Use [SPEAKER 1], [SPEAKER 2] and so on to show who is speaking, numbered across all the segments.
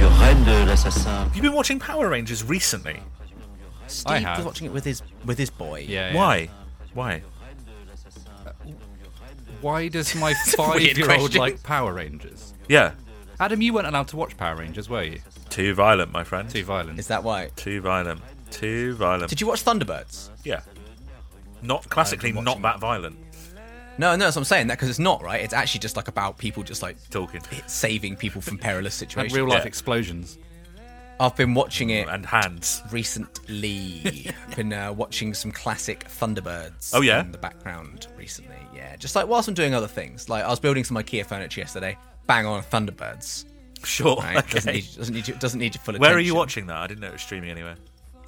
[SPEAKER 1] Have you been watching Power Rangers recently?
[SPEAKER 2] Steve
[SPEAKER 3] have.
[SPEAKER 2] was watching it with his with his boy.
[SPEAKER 3] Yeah.
[SPEAKER 1] Why? Why?
[SPEAKER 3] Why does my
[SPEAKER 2] weird
[SPEAKER 3] five-year-old
[SPEAKER 2] question.
[SPEAKER 3] like Power Rangers?
[SPEAKER 1] Yeah.
[SPEAKER 3] Adam, you weren't allowed to watch Power Rangers, were you?
[SPEAKER 1] Too violent, my friend.
[SPEAKER 3] Too violent.
[SPEAKER 2] Is that why?
[SPEAKER 1] Too violent. Too violent.
[SPEAKER 2] Did you watch Thunderbirds?
[SPEAKER 1] yeah. Not classically, not that violent.
[SPEAKER 2] No, no, that's what I'm saying. That because it's not right. It's actually just like about people just like
[SPEAKER 1] Talking.
[SPEAKER 2] saving people from perilous
[SPEAKER 3] And
[SPEAKER 2] situations.
[SPEAKER 3] real-life
[SPEAKER 1] Yeah.
[SPEAKER 3] explosions.
[SPEAKER 2] I've been watching it
[SPEAKER 1] And hands.
[SPEAKER 2] recently. been uh, watching some classic Thunderbirds.
[SPEAKER 1] Oh, yeah?
[SPEAKER 2] in the background recently. Yeah, just like whilst I'm doing other things. Like I was building some IKEA furniture yesterday. Bang on Thunderbirds.
[SPEAKER 1] Sure.
[SPEAKER 2] Right? Doesn't
[SPEAKER 1] okay.
[SPEAKER 2] need doesn't need your, doesn't need your full attention.
[SPEAKER 1] Where are you watching that? I didn't know it was streaming anywhere.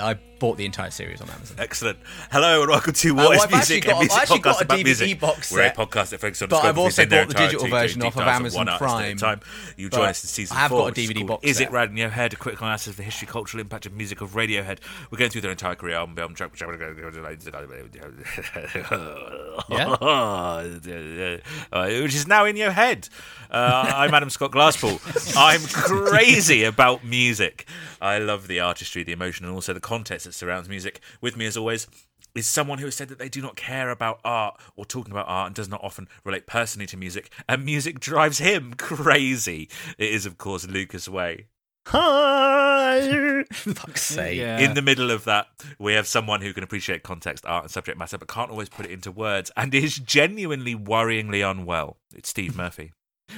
[SPEAKER 2] I bought the entire series on Amazon.
[SPEAKER 1] Excellent. Hello and welcome to What
[SPEAKER 2] Uh, well,
[SPEAKER 1] is
[SPEAKER 2] I've
[SPEAKER 1] Music,
[SPEAKER 2] actually got-
[SPEAKER 1] a music
[SPEAKER 2] I've actually
[SPEAKER 1] podcast
[SPEAKER 2] got a
[SPEAKER 1] about
[SPEAKER 2] DVD
[SPEAKER 1] music.
[SPEAKER 2] box
[SPEAKER 1] We're a
[SPEAKER 2] set.
[SPEAKER 1] podcast that focuses on
[SPEAKER 2] But I've
[SPEAKER 1] discographies
[SPEAKER 2] also
[SPEAKER 1] in their
[SPEAKER 2] bought the
[SPEAKER 1] entirety,
[SPEAKER 2] digital
[SPEAKER 1] doing
[SPEAKER 2] version
[SPEAKER 1] deep
[SPEAKER 2] off of
[SPEAKER 1] dives on
[SPEAKER 2] Amazon
[SPEAKER 1] one artist at a
[SPEAKER 2] Prime.
[SPEAKER 1] time. You
[SPEAKER 2] But
[SPEAKER 1] join us in season
[SPEAKER 2] I have
[SPEAKER 1] four.
[SPEAKER 2] got a
[SPEAKER 1] which is
[SPEAKER 2] DVD
[SPEAKER 1] called
[SPEAKER 2] box
[SPEAKER 1] Is it
[SPEAKER 2] set.
[SPEAKER 1] Rad in Your Head? A critical analysis of the history, cultural impact of music of Radiohead. We're going through their entire career album, album track. yeah. Which is now in your head. Uh, I'm Adam Scott Glasspool. I'm crazy about music. I love the artistry, the emotion, and also the context that surrounds music. With me, as always, is someone who has said that they do not care about art or talking about art and does not often relate personally to music, and music drives him crazy. It is, of course, Lucas Way.
[SPEAKER 2] Hi. Fuck's sake.
[SPEAKER 3] Yeah.
[SPEAKER 1] In the middle of that, we have someone who can appreciate context, art, and subject matter, but can't always put it into words and is genuinely worryingly unwell. It's Steve Murphy.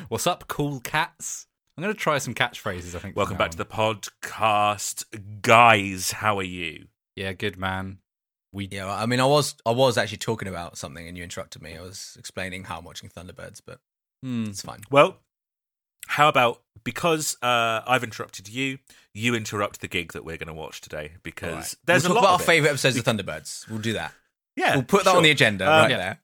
[SPEAKER 3] What's up, cool cats? I'm going to try some catchphrases. I think. from
[SPEAKER 1] Welcome
[SPEAKER 3] now
[SPEAKER 1] back
[SPEAKER 3] on.
[SPEAKER 1] to the podcast. Guys, how are you?
[SPEAKER 3] Yeah, good man. We
[SPEAKER 2] Yeah, well, I mean, I was I was actually talking about something, and you interrupted me. I was explaining how I'm watching Thunderbirds, but
[SPEAKER 3] Hmm.
[SPEAKER 1] Mm.
[SPEAKER 2] it's fine.
[SPEAKER 1] Well, how about because uh, I've interrupted you, you interrupt the gig that we're going to watch today because
[SPEAKER 2] All right.
[SPEAKER 1] there's
[SPEAKER 2] we'll
[SPEAKER 1] a
[SPEAKER 2] talk
[SPEAKER 1] lot
[SPEAKER 2] about
[SPEAKER 1] of
[SPEAKER 2] our
[SPEAKER 1] it.
[SPEAKER 2] favorite episodes of Thunderbirds. We'll do that.
[SPEAKER 1] Yeah,
[SPEAKER 2] we'll put that
[SPEAKER 1] sure.
[SPEAKER 2] on the agenda
[SPEAKER 1] Um,
[SPEAKER 2] right
[SPEAKER 3] yeah.
[SPEAKER 2] there.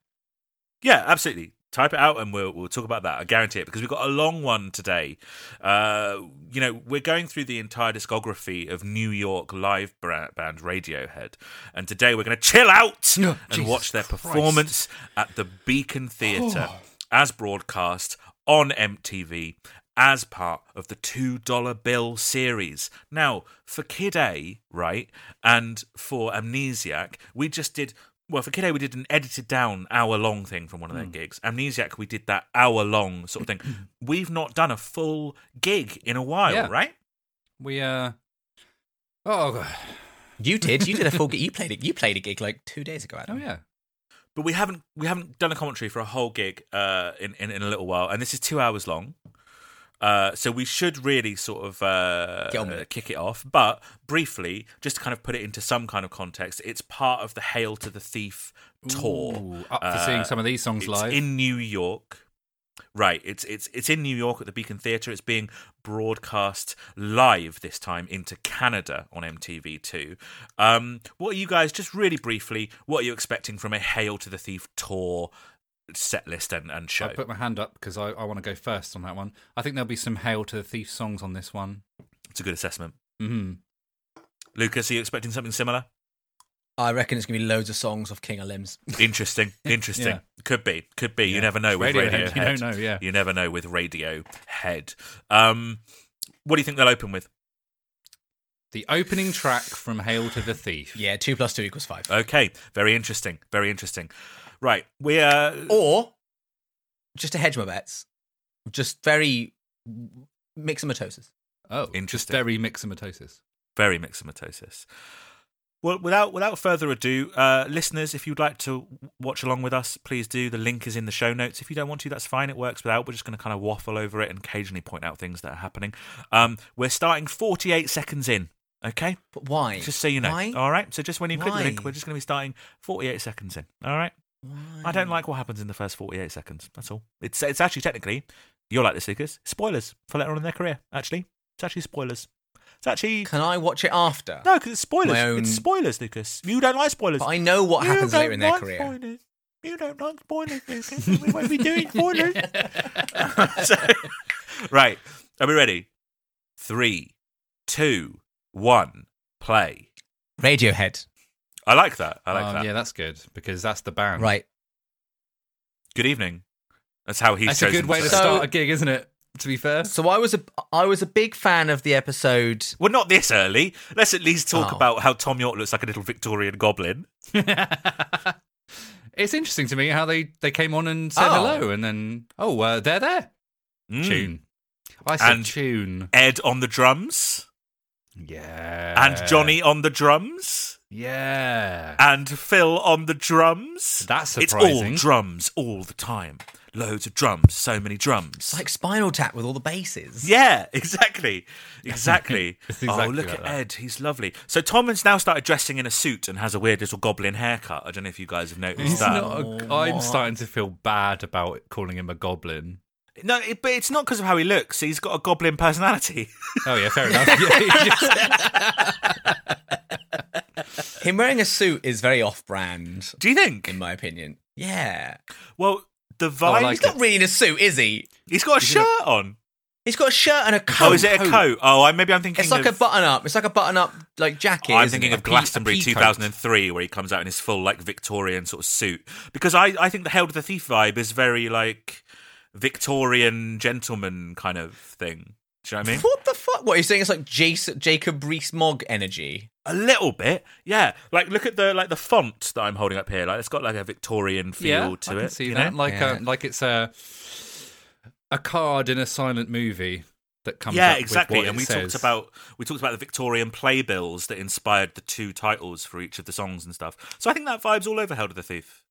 [SPEAKER 1] Yeah, absolutely. Type it out and we'll we'll talk about that. I guarantee it because we've got a long one today. Uh, you know, we're going through the entire discography of New York live bra- band Radiohead, and today we're going to chill out
[SPEAKER 3] No,
[SPEAKER 1] and
[SPEAKER 3] Jesus
[SPEAKER 1] watch their
[SPEAKER 3] Christ.
[SPEAKER 1] performance at the Beacon Theatre as broadcast on MTV as part of the two dollar bill series. Now, for Kid A, right, and for Amnesiac, we just did. Well, for Kid A, we did an edited down hour long thing from one of their gigs. Amnesiac, we did that hour long sort of thing. We've not done a full gig in a while,
[SPEAKER 3] Yeah.
[SPEAKER 1] right?
[SPEAKER 3] we uh. Oh God.
[SPEAKER 2] You did. You did a full. gig. You played it. You played a gig like two days ago.
[SPEAKER 3] Oh
[SPEAKER 2] Adam.
[SPEAKER 3] yeah.
[SPEAKER 1] But we haven't we haven't done a commentary for a whole gig uh, in, in in a little while, and this is two hours long. Uh, so we should really sort of uh,
[SPEAKER 2] Get on with it.
[SPEAKER 1] kick it off. But briefly, just to kind of put it into some kind of context, it's part of the Hail to the Thief tour. Uh,
[SPEAKER 3] Ooh, up for seeing some of these songs
[SPEAKER 1] It's
[SPEAKER 3] live.
[SPEAKER 1] in New York. Right, it's it's it's in New York at the Beacon Theatre. It's being broadcast live this time into Canada on MTV2. Um, what are you guys just really briefly? What are you expecting from a Hail to the Thief tour set list and, and show?
[SPEAKER 3] I put my hand up because I, I want to go first on that one. I think there'll be some Hail to the Thief songs on this one.
[SPEAKER 1] It's a good assessment.
[SPEAKER 3] hmm
[SPEAKER 1] Lucas, are you expecting something similar?
[SPEAKER 2] I reckon it's gonna be loads of songs off King of Limbs.
[SPEAKER 1] Interesting, interesting.
[SPEAKER 3] Yeah.
[SPEAKER 1] Could be, could be. You
[SPEAKER 3] Yeah.
[SPEAKER 1] never know with
[SPEAKER 3] Radiohead,
[SPEAKER 1] Radiohead.
[SPEAKER 3] you don't know, yeah.
[SPEAKER 1] you never know with Radiohead. Um, what do you think they'll open with?
[SPEAKER 3] The opening track from Hail to the Thief.
[SPEAKER 2] Yeah, two plus two equals five.
[SPEAKER 1] Okay, very interesting, very interesting. Right, we are.
[SPEAKER 2] or just to hedge my bets, just very mixomatosis.
[SPEAKER 3] Oh,
[SPEAKER 1] Interesting.
[SPEAKER 3] Very mixomatosis.
[SPEAKER 1] very myxomatosis. Well, without without further ado, uh, listeners, if you'd like to watch along with us, please do. The link is in the show notes. If you don't want to, that's fine. It works without. We're just going to kind of waffle over it and occasionally point out things that are happening. Um, we're starting 48 seconds in. Okay,
[SPEAKER 2] But why?
[SPEAKER 1] just so you know. Oh,
[SPEAKER 2] Why?
[SPEAKER 1] All right. So just when you click
[SPEAKER 2] Why?
[SPEAKER 1] the link, we're just going to be starting 48 seconds in. All right. I
[SPEAKER 2] Um,
[SPEAKER 1] don't like what happens in the first 48 seconds. That's all. It's it's actually technically you're like the seekers. Spoilers for later on in their career. Actually, it's actually spoilers. It's actually
[SPEAKER 2] Can I watch it after?
[SPEAKER 1] no, because it's spoilers.
[SPEAKER 2] My own-
[SPEAKER 1] It's spoilers, Lucas. You don't like spoilers.
[SPEAKER 2] But I know what
[SPEAKER 1] You
[SPEAKER 2] happens later
[SPEAKER 1] don't
[SPEAKER 2] in their
[SPEAKER 1] like
[SPEAKER 2] career.
[SPEAKER 1] Spoilers. You don't like spoilers, Lucas. we won't be doing spoilers. So- right. Are we ready? Three, two, one, play.
[SPEAKER 2] Radiohead.
[SPEAKER 1] I like that. I like
[SPEAKER 3] Um,
[SPEAKER 1] that.
[SPEAKER 3] Yeah, that's good because that's the
[SPEAKER 1] Um,
[SPEAKER 3] band.
[SPEAKER 2] Right.
[SPEAKER 1] Good evening. That's how he's
[SPEAKER 3] That's a
[SPEAKER 1] chosen
[SPEAKER 3] good way to
[SPEAKER 2] So-
[SPEAKER 3] start a gig, isn't it? To be fair.
[SPEAKER 2] So I was a I was a big fan of the episode.
[SPEAKER 1] Well, not this early. Let's at least talk
[SPEAKER 2] Oh.
[SPEAKER 1] about how Tom York looks like a little Victorian goblin.
[SPEAKER 3] it's interesting to me how they, they came on and said
[SPEAKER 2] Oh.
[SPEAKER 3] hello and then, oh, uh, they're there.
[SPEAKER 1] Mm.
[SPEAKER 3] Tune. I said
[SPEAKER 1] And-
[SPEAKER 3] tune.
[SPEAKER 1] Ed on the drums,
[SPEAKER 3] Yeah.
[SPEAKER 1] and Johnny on the drums,
[SPEAKER 3] Yeah.
[SPEAKER 1] and Phil on the drums.
[SPEAKER 3] That's
[SPEAKER 1] It's all
[SPEAKER 3] surprising.
[SPEAKER 1] drums all the time. Loads of drums. So many drums.
[SPEAKER 2] It's like Spinal Tap with all the bases.
[SPEAKER 1] yeah, exactly, exactly.
[SPEAKER 3] It's exactly
[SPEAKER 1] oh, look
[SPEAKER 3] like
[SPEAKER 1] at
[SPEAKER 3] that.
[SPEAKER 1] Ed; he's lovely. So Tom has now started dressing in a suit and has a weird little goblin haircut. I don't know if you guys have noticed
[SPEAKER 3] He's
[SPEAKER 1] that.
[SPEAKER 3] not a, I'm starting to feel bad about calling him a goblin.
[SPEAKER 1] No, it, but it's not because of how he looks. He's got a goblin personality.
[SPEAKER 3] Oh yeah, fair enough. Yeah, he just-
[SPEAKER 2] Him wearing a suit is very off-brand,
[SPEAKER 1] Do you think?
[SPEAKER 2] in my opinion. Yeah,
[SPEAKER 1] Well, the vibe.
[SPEAKER 3] like
[SPEAKER 2] he's not really in a suit, is he?
[SPEAKER 1] He's got a
[SPEAKER 3] in a-
[SPEAKER 1] shirt on.
[SPEAKER 2] He's got a shirt and a coat.
[SPEAKER 1] Oh, is it a coat? Oh, I maybe I'm thinking.
[SPEAKER 2] It's like a
[SPEAKER 1] of,
[SPEAKER 2] button-up. It's like a button-up like jacket.
[SPEAKER 1] I'm
[SPEAKER 2] isn't
[SPEAKER 1] thinking
[SPEAKER 2] it?
[SPEAKER 1] of Glastonbury
[SPEAKER 3] pea coat.
[SPEAKER 1] 2003, where he comes out in his full like Victorian sort of suit. Because I, I think the Hail to the Thief vibe is very like Victorian gentleman kind of thing. Do you know what I mean?
[SPEAKER 2] What the fuck? What are you saying? It's like Jason, Jacob Rees-Mogg energy.
[SPEAKER 1] A little bit, yeah. Like look at the like the font that I'm holding up here. Like it's got like a Victorian feel
[SPEAKER 3] yeah,
[SPEAKER 1] to
[SPEAKER 3] I can
[SPEAKER 1] it.
[SPEAKER 3] see
[SPEAKER 1] you
[SPEAKER 3] that.
[SPEAKER 1] know?
[SPEAKER 3] Like
[SPEAKER 2] Yeah.
[SPEAKER 3] uh, like it's a a card in a silent movie that comes.
[SPEAKER 1] yeah,
[SPEAKER 3] up
[SPEAKER 1] exactly.
[SPEAKER 3] With what
[SPEAKER 1] and
[SPEAKER 3] it
[SPEAKER 1] we
[SPEAKER 3] says.
[SPEAKER 1] talked about we talked about the Victorian playbills that inspired the two titles for each of the songs and stuff. So I think that vibe's all over Hail to the Thief.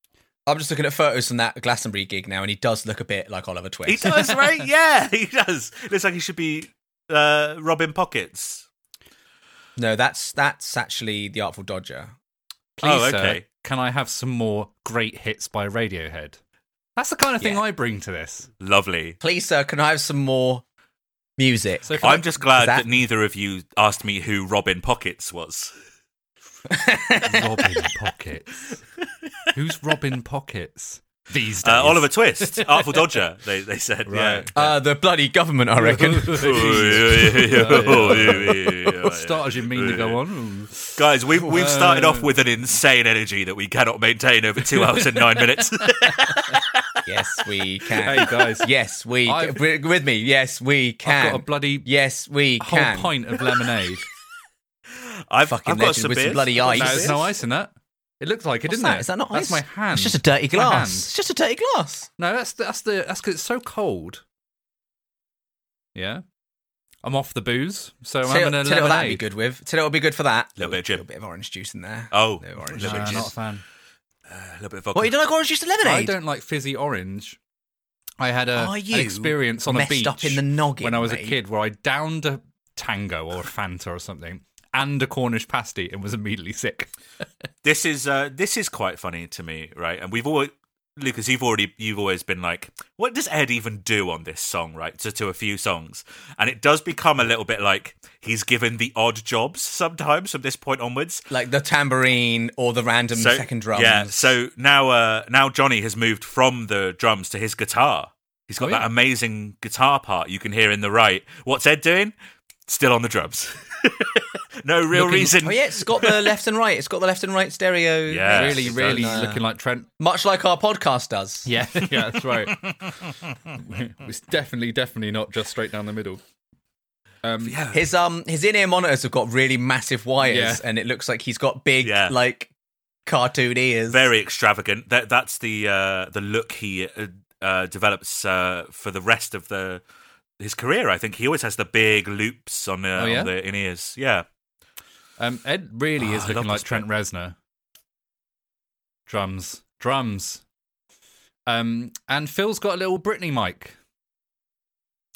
[SPEAKER 2] I'm just looking at photos from that Glastonbury gig now, and he does look a bit like Oliver Twist.
[SPEAKER 1] He does, right? Yeah, he does. Looks like he should be uh, robbing pockets.
[SPEAKER 2] No, that's that's actually the Artful Dodger.
[SPEAKER 3] Please,
[SPEAKER 1] Oh,
[SPEAKER 3] sir,
[SPEAKER 1] okay.
[SPEAKER 3] can I have some more great hits by Radiohead? That's the kind of thing
[SPEAKER 2] Yeah.
[SPEAKER 3] I bring to this.
[SPEAKER 1] Lovely.
[SPEAKER 2] Please, sir, can I have some more music?
[SPEAKER 3] So if I-
[SPEAKER 1] I'm just glad
[SPEAKER 2] that-
[SPEAKER 1] that neither of you asked me who Robin Pockets was.
[SPEAKER 3] Robin Pockets. Who's Robin Pockets these days?
[SPEAKER 1] Uh, Oliver Twist, Artful Dodger, they, they said.
[SPEAKER 3] Right.
[SPEAKER 2] uh, the bloody government, I reckon. Oh,
[SPEAKER 1] Yeah.
[SPEAKER 3] What start as you mean to go on?
[SPEAKER 1] Guys, we've, we've started off with an insane energy that we cannot maintain over two hours and nine minutes.
[SPEAKER 2] yes,
[SPEAKER 3] Hey
[SPEAKER 2] we can.
[SPEAKER 3] guys,
[SPEAKER 2] Yes, we
[SPEAKER 3] I've-
[SPEAKER 2] wi- with me. Yes, we
[SPEAKER 3] I've
[SPEAKER 2] can.
[SPEAKER 3] got a bloody
[SPEAKER 2] yes, we
[SPEAKER 3] whole
[SPEAKER 2] can.
[SPEAKER 3] pint of lemonade.
[SPEAKER 1] I've,
[SPEAKER 2] Fucking
[SPEAKER 1] I've got
[SPEAKER 2] legend
[SPEAKER 1] some
[SPEAKER 2] with some
[SPEAKER 1] beers.
[SPEAKER 2] bloody
[SPEAKER 1] I've
[SPEAKER 2] ice.
[SPEAKER 1] got
[SPEAKER 3] No,
[SPEAKER 1] some
[SPEAKER 3] there's
[SPEAKER 1] beers.
[SPEAKER 3] no ice in that. It looks like it,
[SPEAKER 2] What's
[SPEAKER 3] didn't
[SPEAKER 2] that?
[SPEAKER 3] it?
[SPEAKER 2] Is that not
[SPEAKER 3] That's
[SPEAKER 2] ice?
[SPEAKER 3] my hand.
[SPEAKER 2] It's just a dirty
[SPEAKER 3] That's my
[SPEAKER 2] glass.
[SPEAKER 3] hand.
[SPEAKER 2] It's just a dirty glass.
[SPEAKER 3] No, that's the, that's the that's because it's so cold. Yeah, I'm off the booze, so I'm
[SPEAKER 2] Tell you
[SPEAKER 3] having a
[SPEAKER 2] tell you what that'd be
[SPEAKER 3] lemonade.
[SPEAKER 2] good with. Tell you what'd be good for that.
[SPEAKER 1] Little bit of gin.
[SPEAKER 2] Little bit of orange juice in there.
[SPEAKER 1] Oh,
[SPEAKER 2] Little orange
[SPEAKER 1] little
[SPEAKER 3] Nah,
[SPEAKER 1] bit
[SPEAKER 2] juice.
[SPEAKER 1] of
[SPEAKER 3] not a fan.
[SPEAKER 1] a little bit of vodka.
[SPEAKER 2] What, you don't like orange juice and lemonade?
[SPEAKER 3] I don't like fizzy orange. I had a,
[SPEAKER 2] Are
[SPEAKER 3] an
[SPEAKER 2] you
[SPEAKER 3] experience on a
[SPEAKER 2] messed
[SPEAKER 3] beach
[SPEAKER 2] up in the noggin,
[SPEAKER 3] when I was
[SPEAKER 2] mate?
[SPEAKER 3] a kid where I downed a tango or a Fanta or something and a Cornish pasty and was immediately sick.
[SPEAKER 1] This is uh, this is quite funny to me, right? And we've always Lucas, you've already you've always been like, what does Ed even do on this song, right? To to a few songs, and it does become a little bit like he's given the odd jobs sometimes from this point onwards.
[SPEAKER 2] like the tambourine or the random second drums.
[SPEAKER 1] Yeah. So now, uh, now Johnny has moved from the drums to his guitar. He's got
[SPEAKER 3] Oh,
[SPEAKER 1] that
[SPEAKER 3] yeah.
[SPEAKER 1] amazing guitar part you can hear in the right. What's Ed doing? Still on the drums. no real
[SPEAKER 3] Looking-
[SPEAKER 1] reason.
[SPEAKER 2] oh yeah, it's got the left and right. It's got the left and right stereo.
[SPEAKER 1] Yeah. Yes,
[SPEAKER 3] really,
[SPEAKER 1] it
[SPEAKER 3] really
[SPEAKER 2] does.
[SPEAKER 3] looking like Trent.
[SPEAKER 2] much like our podcast does.
[SPEAKER 3] Yeah, yeah, that's right. it's definitely, definitely not just straight down the middle. Um,
[SPEAKER 1] Yeah.
[SPEAKER 2] His um his in ear monitors have got really massive wires,
[SPEAKER 3] Yeah.
[SPEAKER 2] and it looks like he's got big
[SPEAKER 1] Yeah.
[SPEAKER 2] like cartoon ears.
[SPEAKER 1] very extravagant. That that's the uh, the look he uh, uh, develops uh, for the rest of the his career. I think he always has the big loops on, uh,
[SPEAKER 3] Oh, yeah?
[SPEAKER 1] on the in ears. Yeah,
[SPEAKER 3] Um, Ed really
[SPEAKER 1] Oh,
[SPEAKER 3] is
[SPEAKER 1] I
[SPEAKER 3] looking
[SPEAKER 1] love
[SPEAKER 3] like
[SPEAKER 1] this
[SPEAKER 3] Trent Reznor. Drums, drums. Um, and Phil's got a little Britney mic.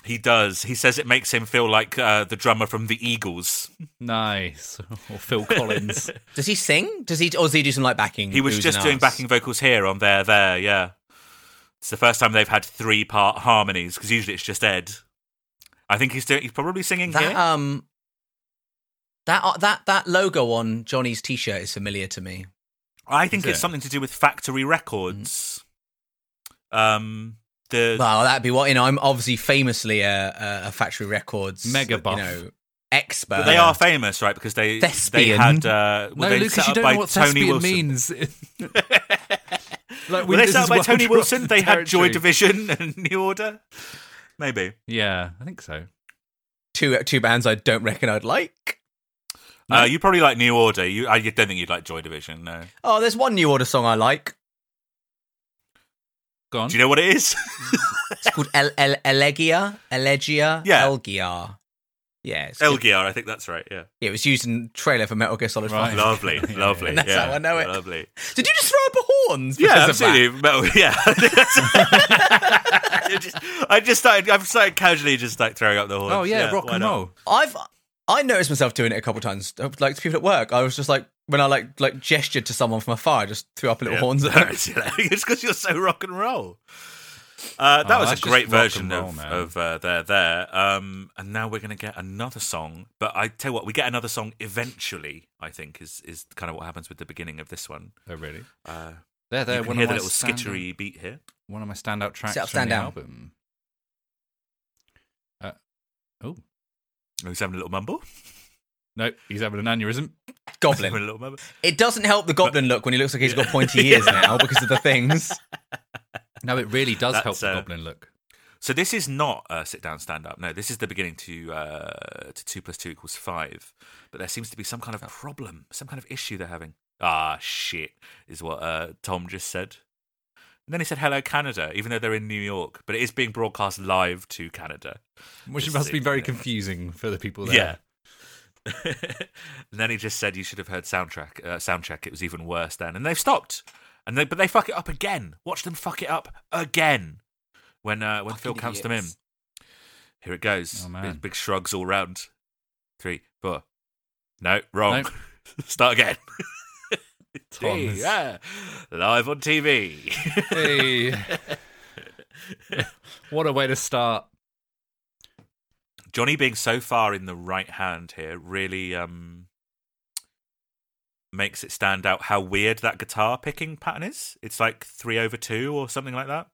[SPEAKER 1] he does. He says it makes him feel like uh, the drummer from the Eagles.
[SPEAKER 3] Nice. Or Phil Collins.
[SPEAKER 2] Does he sing? Does he or does he do some like backing?
[SPEAKER 1] He was
[SPEAKER 2] oohs
[SPEAKER 1] just
[SPEAKER 2] and
[SPEAKER 1] doing
[SPEAKER 2] ahs?
[SPEAKER 1] backing vocals here on there, there, yeah. It's the first time they've had three part harmonies because usually it's just Ed. I think he's doing. He's probably singing
[SPEAKER 2] That
[SPEAKER 1] here.
[SPEAKER 2] um that uh, that that logo on Johnny's t-shirt is familiar to me.
[SPEAKER 1] I think
[SPEAKER 3] is
[SPEAKER 1] it's
[SPEAKER 3] it?
[SPEAKER 1] something to do with Factory Records. Um, the
[SPEAKER 2] Well, that'd be what you know. I'm obviously famously a, a, a factory records
[SPEAKER 3] Mega buff.
[SPEAKER 2] you know, expert.
[SPEAKER 1] but they are famous, right? Because they
[SPEAKER 2] Thespian.
[SPEAKER 1] they had uh, well,
[SPEAKER 3] no,
[SPEAKER 1] they
[SPEAKER 3] Lucas,
[SPEAKER 1] set
[SPEAKER 3] you
[SPEAKER 1] up
[SPEAKER 3] don't
[SPEAKER 1] by
[SPEAKER 3] know what
[SPEAKER 1] Tony
[SPEAKER 3] thespian
[SPEAKER 1] Wilson.
[SPEAKER 3] means. like,
[SPEAKER 1] Were
[SPEAKER 3] we-
[SPEAKER 1] they
[SPEAKER 3] this
[SPEAKER 1] set up
[SPEAKER 3] is
[SPEAKER 1] by
[SPEAKER 3] well
[SPEAKER 1] Tony
[SPEAKER 3] trod
[SPEAKER 1] Wilson? They had Joy
[SPEAKER 3] territory.
[SPEAKER 1] Division and New Order. Maybe.
[SPEAKER 3] Yeah, I think so.
[SPEAKER 2] two two bands I don't reckon I'd like.
[SPEAKER 1] Uh, you probably like New Order. You, I don't think you'd like Joy Division. No.
[SPEAKER 2] Oh, there's one New Order song I like.
[SPEAKER 3] Go on.
[SPEAKER 1] Do you know what it is?
[SPEAKER 2] It's called El El Elegia, Elegia,
[SPEAKER 1] Yeah.
[SPEAKER 2] Elgiar. Yeah, it's good.
[SPEAKER 1] LGR. I think that's right. Yeah.
[SPEAKER 2] Yeah, it was used in trailer for Metal Gear Solid
[SPEAKER 3] Right.
[SPEAKER 2] Five.
[SPEAKER 1] Lovely, lovely.
[SPEAKER 2] And that's
[SPEAKER 1] yeah,
[SPEAKER 2] how I know it.
[SPEAKER 1] Lovely.
[SPEAKER 2] Did you just throw up a horns?
[SPEAKER 1] Yeah,
[SPEAKER 2] because of that?
[SPEAKER 1] absolutely. Metal, yeah. I just- I just started. I've started casually just like throwing up the horns.
[SPEAKER 3] oh, yeah, rock
[SPEAKER 1] why
[SPEAKER 3] and
[SPEAKER 1] not?
[SPEAKER 3] roll.
[SPEAKER 2] I've I noticed myself doing it a couple times. uh, Like to people at work, I was just like when I like like gestured to someone from afar, I just threw up a little
[SPEAKER 1] Yeah.
[SPEAKER 2] horns at them.
[SPEAKER 1] it's because you're so rock and roll. Uh, that
[SPEAKER 3] Oh,
[SPEAKER 1] was a
[SPEAKER 3] that's just
[SPEAKER 1] great
[SPEAKER 3] rock
[SPEAKER 1] version
[SPEAKER 3] and roll,
[SPEAKER 1] of,
[SPEAKER 3] man.
[SPEAKER 1] of uh, there there. Um, and now we're gonna get another song. But I tell you what, we get another song eventually. I think is is kind of what happens with the beginning of this one.
[SPEAKER 3] Oh, really?
[SPEAKER 1] Uh,
[SPEAKER 3] There, there.
[SPEAKER 1] you can
[SPEAKER 3] one
[SPEAKER 1] hear
[SPEAKER 3] of
[SPEAKER 1] the
[SPEAKER 3] my
[SPEAKER 1] little
[SPEAKER 3] standout-
[SPEAKER 1] skittery beat here.
[SPEAKER 3] One of my standout tracks
[SPEAKER 2] up,
[SPEAKER 3] from
[SPEAKER 2] stand
[SPEAKER 3] the
[SPEAKER 2] down.
[SPEAKER 3] album. Uh, oh,
[SPEAKER 1] He's having a little mumble.
[SPEAKER 3] no, he's having an aneurysm.
[SPEAKER 1] Having a
[SPEAKER 2] Goblin.
[SPEAKER 1] little mumble.
[SPEAKER 2] It doesn't help the goblin look when he looks like he's got pointy ears now because of the things.
[SPEAKER 3] No, it really does help
[SPEAKER 1] That's,
[SPEAKER 3] the
[SPEAKER 1] uh,
[SPEAKER 3] goblin look.
[SPEAKER 1] So this is not uh, sit down, stand up. No, this is the beginning to uh, to two plus two equals five. But there seems to be some kind of problem, some kind of issue they're having. Ah, shit, is what uh, Tom just said. And then he said, "Hello, Canada," even though they're in New York, but it is being broadcast live to Canada.
[SPEAKER 3] Which
[SPEAKER 1] Just
[SPEAKER 3] must
[SPEAKER 1] so
[SPEAKER 3] be
[SPEAKER 1] you
[SPEAKER 3] very
[SPEAKER 1] know.
[SPEAKER 3] confusing for the people there.
[SPEAKER 1] Yeah. and then he just said, "You should have heard soundtrack. Uh, soundtrack. It was even worse then." And they've stopped. And they, but they fuck it up again. Watch them fuck it up again. When uh, when Phil
[SPEAKER 2] Fucking
[SPEAKER 1] counts them in.
[SPEAKER 2] idiots.
[SPEAKER 1] Here it goes.
[SPEAKER 3] Oh,
[SPEAKER 1] Big-
[SPEAKER 3] man.
[SPEAKER 1] Big, shrugs all round. Three, four. No, wrong.
[SPEAKER 3] No.
[SPEAKER 1] Start again.
[SPEAKER 3] Tom
[SPEAKER 1] Gee,
[SPEAKER 3] is-
[SPEAKER 1] yeah. Live on TV.
[SPEAKER 3] Hey. what a way to start.
[SPEAKER 1] Johnny being so far in the right hand here really um, makes it stand out how weird that guitar picking pattern is. It's like three over two or something like that.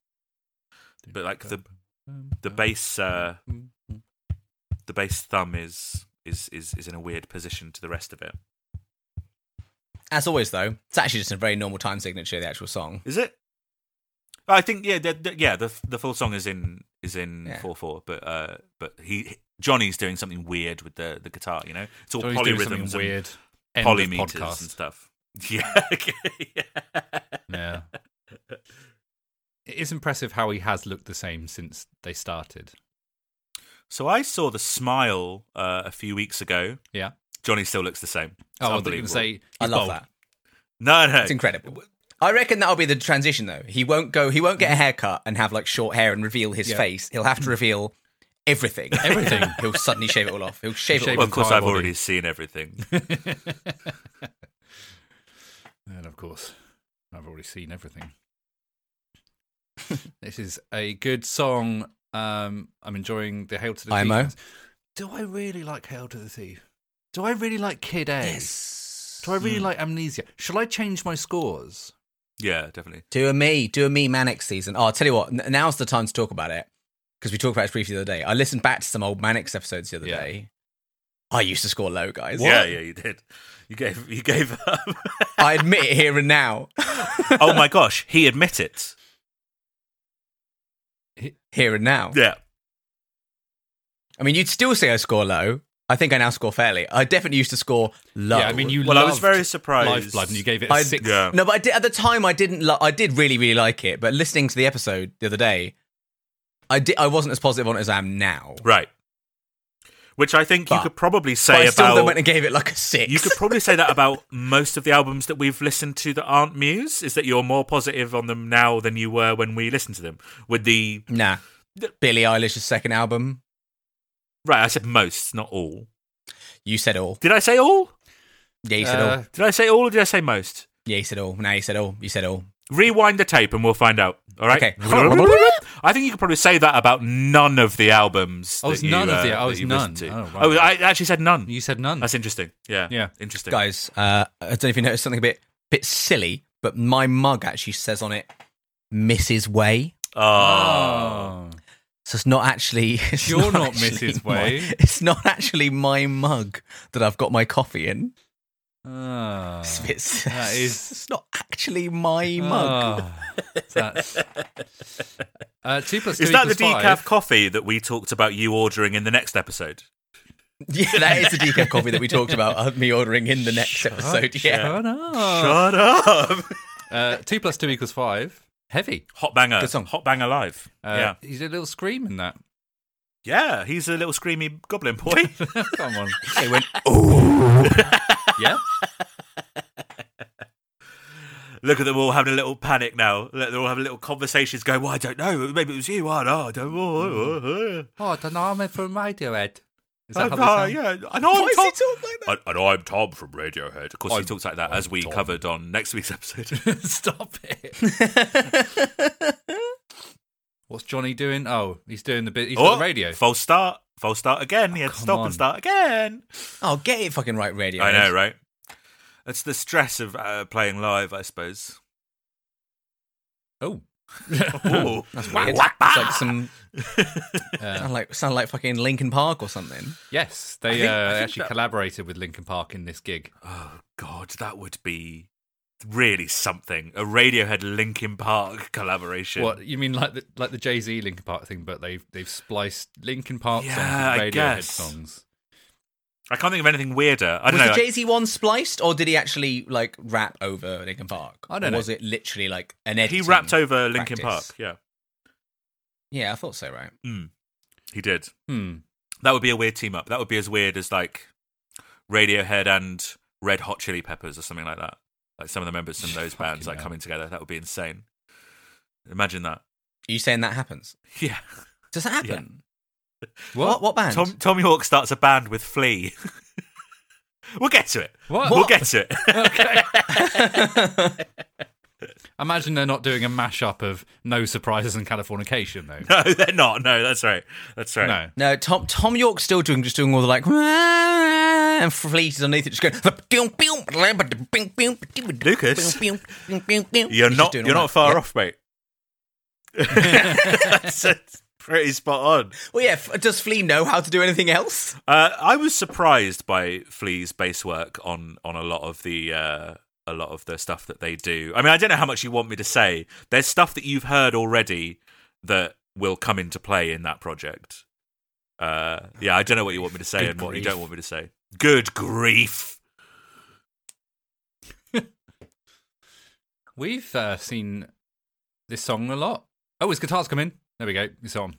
[SPEAKER 1] But like the the bass uh, the bass thumb is is is is in a weird position to the rest of it.
[SPEAKER 2] As always, though, it's actually just a very normal time signature. The actual song.
[SPEAKER 1] Is it? I think yeah, the, the, yeah. The the full song is in is in
[SPEAKER 2] Yeah.
[SPEAKER 1] four four, but uh, but he Johnny's doing something weird with the the guitar. You know, it's all
[SPEAKER 3] Johnny's doing something
[SPEAKER 1] polyrhythms, and
[SPEAKER 3] weird. End of
[SPEAKER 1] polymeters and
[SPEAKER 3] podcast.
[SPEAKER 1] stuff. Yeah, okay, yeah.
[SPEAKER 3] Yeah. It is impressive how he has looked the same since they started.
[SPEAKER 1] So I saw the smile uh, a few weeks ago.
[SPEAKER 3] Yeah.
[SPEAKER 1] Johnny still looks the same. It's
[SPEAKER 3] Oh, I thought you were
[SPEAKER 1] unbelievable.
[SPEAKER 3] gonna say.
[SPEAKER 2] I
[SPEAKER 3] he's
[SPEAKER 2] love
[SPEAKER 3] bald.
[SPEAKER 2] that.
[SPEAKER 1] no, no.
[SPEAKER 2] It's incredible. I reckon that'll be the transition though. He won't go. He won't get a haircut and have like short hair and reveal his
[SPEAKER 3] Mm-hmm. Yeah. Mm-hmm.
[SPEAKER 2] face. He'll have to reveal everything.
[SPEAKER 3] Everything.
[SPEAKER 2] He'll suddenly shave it all off. He'll shave,
[SPEAKER 3] Shave
[SPEAKER 2] it all
[SPEAKER 1] Well,
[SPEAKER 2] off.
[SPEAKER 1] of course,
[SPEAKER 3] entire
[SPEAKER 1] I've
[SPEAKER 3] body.
[SPEAKER 1] already seen everything.
[SPEAKER 3] And of course, I've already seen everything. this is a good song. Um, I'm enjoying the Hail to the
[SPEAKER 2] IMO.
[SPEAKER 3] Thief. Do I really like Hail to the Thief? Do I really like Kid A?
[SPEAKER 2] Yes.
[SPEAKER 3] Do I really like Amnesia? Shall I change my scores?
[SPEAKER 1] yeah, definitely.
[SPEAKER 2] Do a me, do a me Manic season. Oh, I'll tell you what, n- now's the time to talk about it because we talked about it briefly the other day. I listened back to some old Manics episodes the other
[SPEAKER 3] Yeah.
[SPEAKER 2] day. I used to score low, guys.
[SPEAKER 1] Yeah, yeah, you did. You gave, you gave up.
[SPEAKER 2] I admit it here and now.
[SPEAKER 1] oh my gosh, he admit it.
[SPEAKER 2] Here and now.
[SPEAKER 1] Yeah,
[SPEAKER 2] I mean, you'd still say I score low. I think I now score fairly. I definitely used to score low.
[SPEAKER 3] Yeah, I mean, you.
[SPEAKER 1] Well, I was
[SPEAKER 3] loved
[SPEAKER 1] very surprised.
[SPEAKER 3] Lifeblood, and you gave it a
[SPEAKER 2] I-
[SPEAKER 3] six.
[SPEAKER 1] yeah.
[SPEAKER 2] No, but I did, at the time I didn't. Lo- I did really, really like it. But listening to the episode the other day, I did. I wasn't as positive on it as I am now.
[SPEAKER 1] Right. Which I think you
[SPEAKER 2] But-
[SPEAKER 1] could probably
[SPEAKER 2] But
[SPEAKER 1] say
[SPEAKER 2] I still then
[SPEAKER 1] about
[SPEAKER 2] went and gave it like a six.
[SPEAKER 1] you could probably say that about most of the albums that we've listened to that aren't Muse is that you're more positive on them now than you were when we listened to them. With the
[SPEAKER 2] nah. Billie Eilish's second album.
[SPEAKER 1] right, I said most, not all.
[SPEAKER 2] You said all.
[SPEAKER 1] Did I say all?
[SPEAKER 2] Yeah, you said all.
[SPEAKER 3] Uh,
[SPEAKER 1] Did I say all or did I say most?
[SPEAKER 2] Yeah, you said all. Now you said all. You said all.
[SPEAKER 1] Rewind the tape and we'll find out. All right.
[SPEAKER 2] Okay.
[SPEAKER 1] I think you could probably say that about none of the albums.
[SPEAKER 3] I was
[SPEAKER 1] that you,
[SPEAKER 3] Oh, none of the-
[SPEAKER 1] uh,
[SPEAKER 3] I
[SPEAKER 1] that
[SPEAKER 3] was
[SPEAKER 1] you've
[SPEAKER 3] none.
[SPEAKER 1] listened to.
[SPEAKER 3] Oh, wow.
[SPEAKER 1] Oh, I actually said none.
[SPEAKER 3] you said none.
[SPEAKER 1] That's interesting. Yeah.
[SPEAKER 3] Yeah.
[SPEAKER 1] Interesting.
[SPEAKER 2] Guys, uh, I don't know if you noticed something a bit bit silly, but my mug actually says on it Mrs. Way.
[SPEAKER 1] Oh.
[SPEAKER 3] Ah.
[SPEAKER 2] So it's not actually. It's
[SPEAKER 3] You're not
[SPEAKER 2] actually
[SPEAKER 3] Mrs.
[SPEAKER 2] my-
[SPEAKER 3] Way.
[SPEAKER 2] it's not actually my mug that I've got my coffee in.
[SPEAKER 3] Ah.
[SPEAKER 2] It's, a bit- it's,
[SPEAKER 3] that is-
[SPEAKER 2] it's not actually my mug.
[SPEAKER 3] Ah. That's- Uh, two plus two
[SPEAKER 1] Is that the
[SPEAKER 3] equals
[SPEAKER 1] decaf
[SPEAKER 3] five.
[SPEAKER 1] coffee that we talked about you ordering in the next episode?
[SPEAKER 2] Yeah, that is the decaf coffee that we talked about. uh, Me ordering in the next episode. Yeah,
[SPEAKER 3] Shut up.
[SPEAKER 1] Shut up.
[SPEAKER 3] Uh, two plus two equals five. Heavy.
[SPEAKER 1] Hot banger.
[SPEAKER 2] Good song.
[SPEAKER 1] Hot banger live.
[SPEAKER 3] Uh, He did a little scream in that.
[SPEAKER 1] yeah. Yeah, he's a little screamy goblin boy.
[SPEAKER 3] Come on.
[SPEAKER 2] they went.
[SPEAKER 3] Yeah.
[SPEAKER 1] Look at them all having a little panic now. Look, They're all having little conversations going, well, I don't know. Maybe it was you. I don't know. I don't
[SPEAKER 2] Hmm.
[SPEAKER 1] know.
[SPEAKER 3] Oh, I don't know. I'm from Radiohead. Is
[SPEAKER 1] I
[SPEAKER 3] that how
[SPEAKER 1] don't
[SPEAKER 3] they
[SPEAKER 1] know.
[SPEAKER 3] sound?
[SPEAKER 1] Yeah. And I'm
[SPEAKER 2] Why
[SPEAKER 1] Tom.
[SPEAKER 2] does he talk like that?
[SPEAKER 1] And, and I'm Tom from Radiohead. Of course, he
[SPEAKER 3] I'm-
[SPEAKER 1] talks like that, as we
[SPEAKER 3] Tom.
[SPEAKER 1] covered on next week's episode.
[SPEAKER 3] Stop it. What's Johnny doing? Oh, he's doing the bit. He's got the radio.
[SPEAKER 1] False start. False start again. He had to
[SPEAKER 3] come
[SPEAKER 1] stop
[SPEAKER 3] on.
[SPEAKER 1] and start again.
[SPEAKER 2] Oh, get it fucking right, radio.
[SPEAKER 1] I know, right? That's the stress of uh, playing live, I suppose.
[SPEAKER 3] Oh.
[SPEAKER 1] Ooh.
[SPEAKER 2] That's weird.
[SPEAKER 1] Wah, wah,
[SPEAKER 2] It's
[SPEAKER 1] bah.
[SPEAKER 2] like some
[SPEAKER 3] Uh,
[SPEAKER 2] sound like sound like fucking Linkin Park or something.
[SPEAKER 3] yes, they
[SPEAKER 1] I think-
[SPEAKER 3] uh,
[SPEAKER 1] I think
[SPEAKER 3] actually
[SPEAKER 1] that-
[SPEAKER 3] collaborated with Linkin Park in this gig.
[SPEAKER 1] Oh God, that would be really something. A Radiohead Linkin Park collaboration.
[SPEAKER 3] What you mean, like the like the Jay Z Linkin Park thing, but they've they've spliced Linkin Park
[SPEAKER 1] Yeah,
[SPEAKER 3] songs
[SPEAKER 1] I
[SPEAKER 3] with Radiohead
[SPEAKER 1] guess.
[SPEAKER 3] songs.
[SPEAKER 1] I can't think of anything weirder. I don't
[SPEAKER 2] Was
[SPEAKER 1] know. like-
[SPEAKER 2] the Jay Z one spliced, or did he actually like rap over Linkin Park?
[SPEAKER 3] I don't
[SPEAKER 2] Or
[SPEAKER 3] know.
[SPEAKER 2] Was it literally like an editing?
[SPEAKER 1] he rapped over Linkin Park.
[SPEAKER 2] practice.
[SPEAKER 1] Yeah,
[SPEAKER 2] Yeah, I thought so. Right.
[SPEAKER 1] he did.
[SPEAKER 3] Hmm.
[SPEAKER 1] That would be a weird team up. That would be as weird as like Radiohead and Red Hot Chili Peppers or something like that. Like some of the members from those
[SPEAKER 3] Fucking
[SPEAKER 1] bands like
[SPEAKER 3] hell.
[SPEAKER 1] coming together. That would be insane. Imagine that.
[SPEAKER 2] Are you saying that happens?
[SPEAKER 1] Yeah.
[SPEAKER 2] Does that happen?
[SPEAKER 3] What?
[SPEAKER 2] What? What band?
[SPEAKER 1] Tom, Tommy Hawk starts a band with Flea. we'll get to it.
[SPEAKER 3] What?
[SPEAKER 1] We'll get to it.
[SPEAKER 3] Okay. Imagine they're not doing a mashup of No Surprises and Californication, though.
[SPEAKER 1] no, they're not. No, that's right. That's right.
[SPEAKER 3] No.
[SPEAKER 2] No, Tom Tom York's still doing just doing all the like and fleeces underneath it, just going.
[SPEAKER 1] Lucas, You're
[SPEAKER 2] you're
[SPEAKER 1] not. You're not far off, mate. That's that's pretty spot on.
[SPEAKER 2] Well, yeah. f- Does Flea know how to do anything else?
[SPEAKER 1] Uh, I was surprised by Flea's bass work on on a lot of the uh, a lot of the stuff that they do. I mean, I don't know how much you want me to say. There's stuff that you've heard already that will come into play in that project. Uh, yeah, I don't know what you want me to say
[SPEAKER 2] Good
[SPEAKER 1] and what you
[SPEAKER 2] grief.
[SPEAKER 1] don't want me to say. Good grief!
[SPEAKER 3] We've uh, seen this song a lot. Oh, his guitar's come in. There we go. It's on.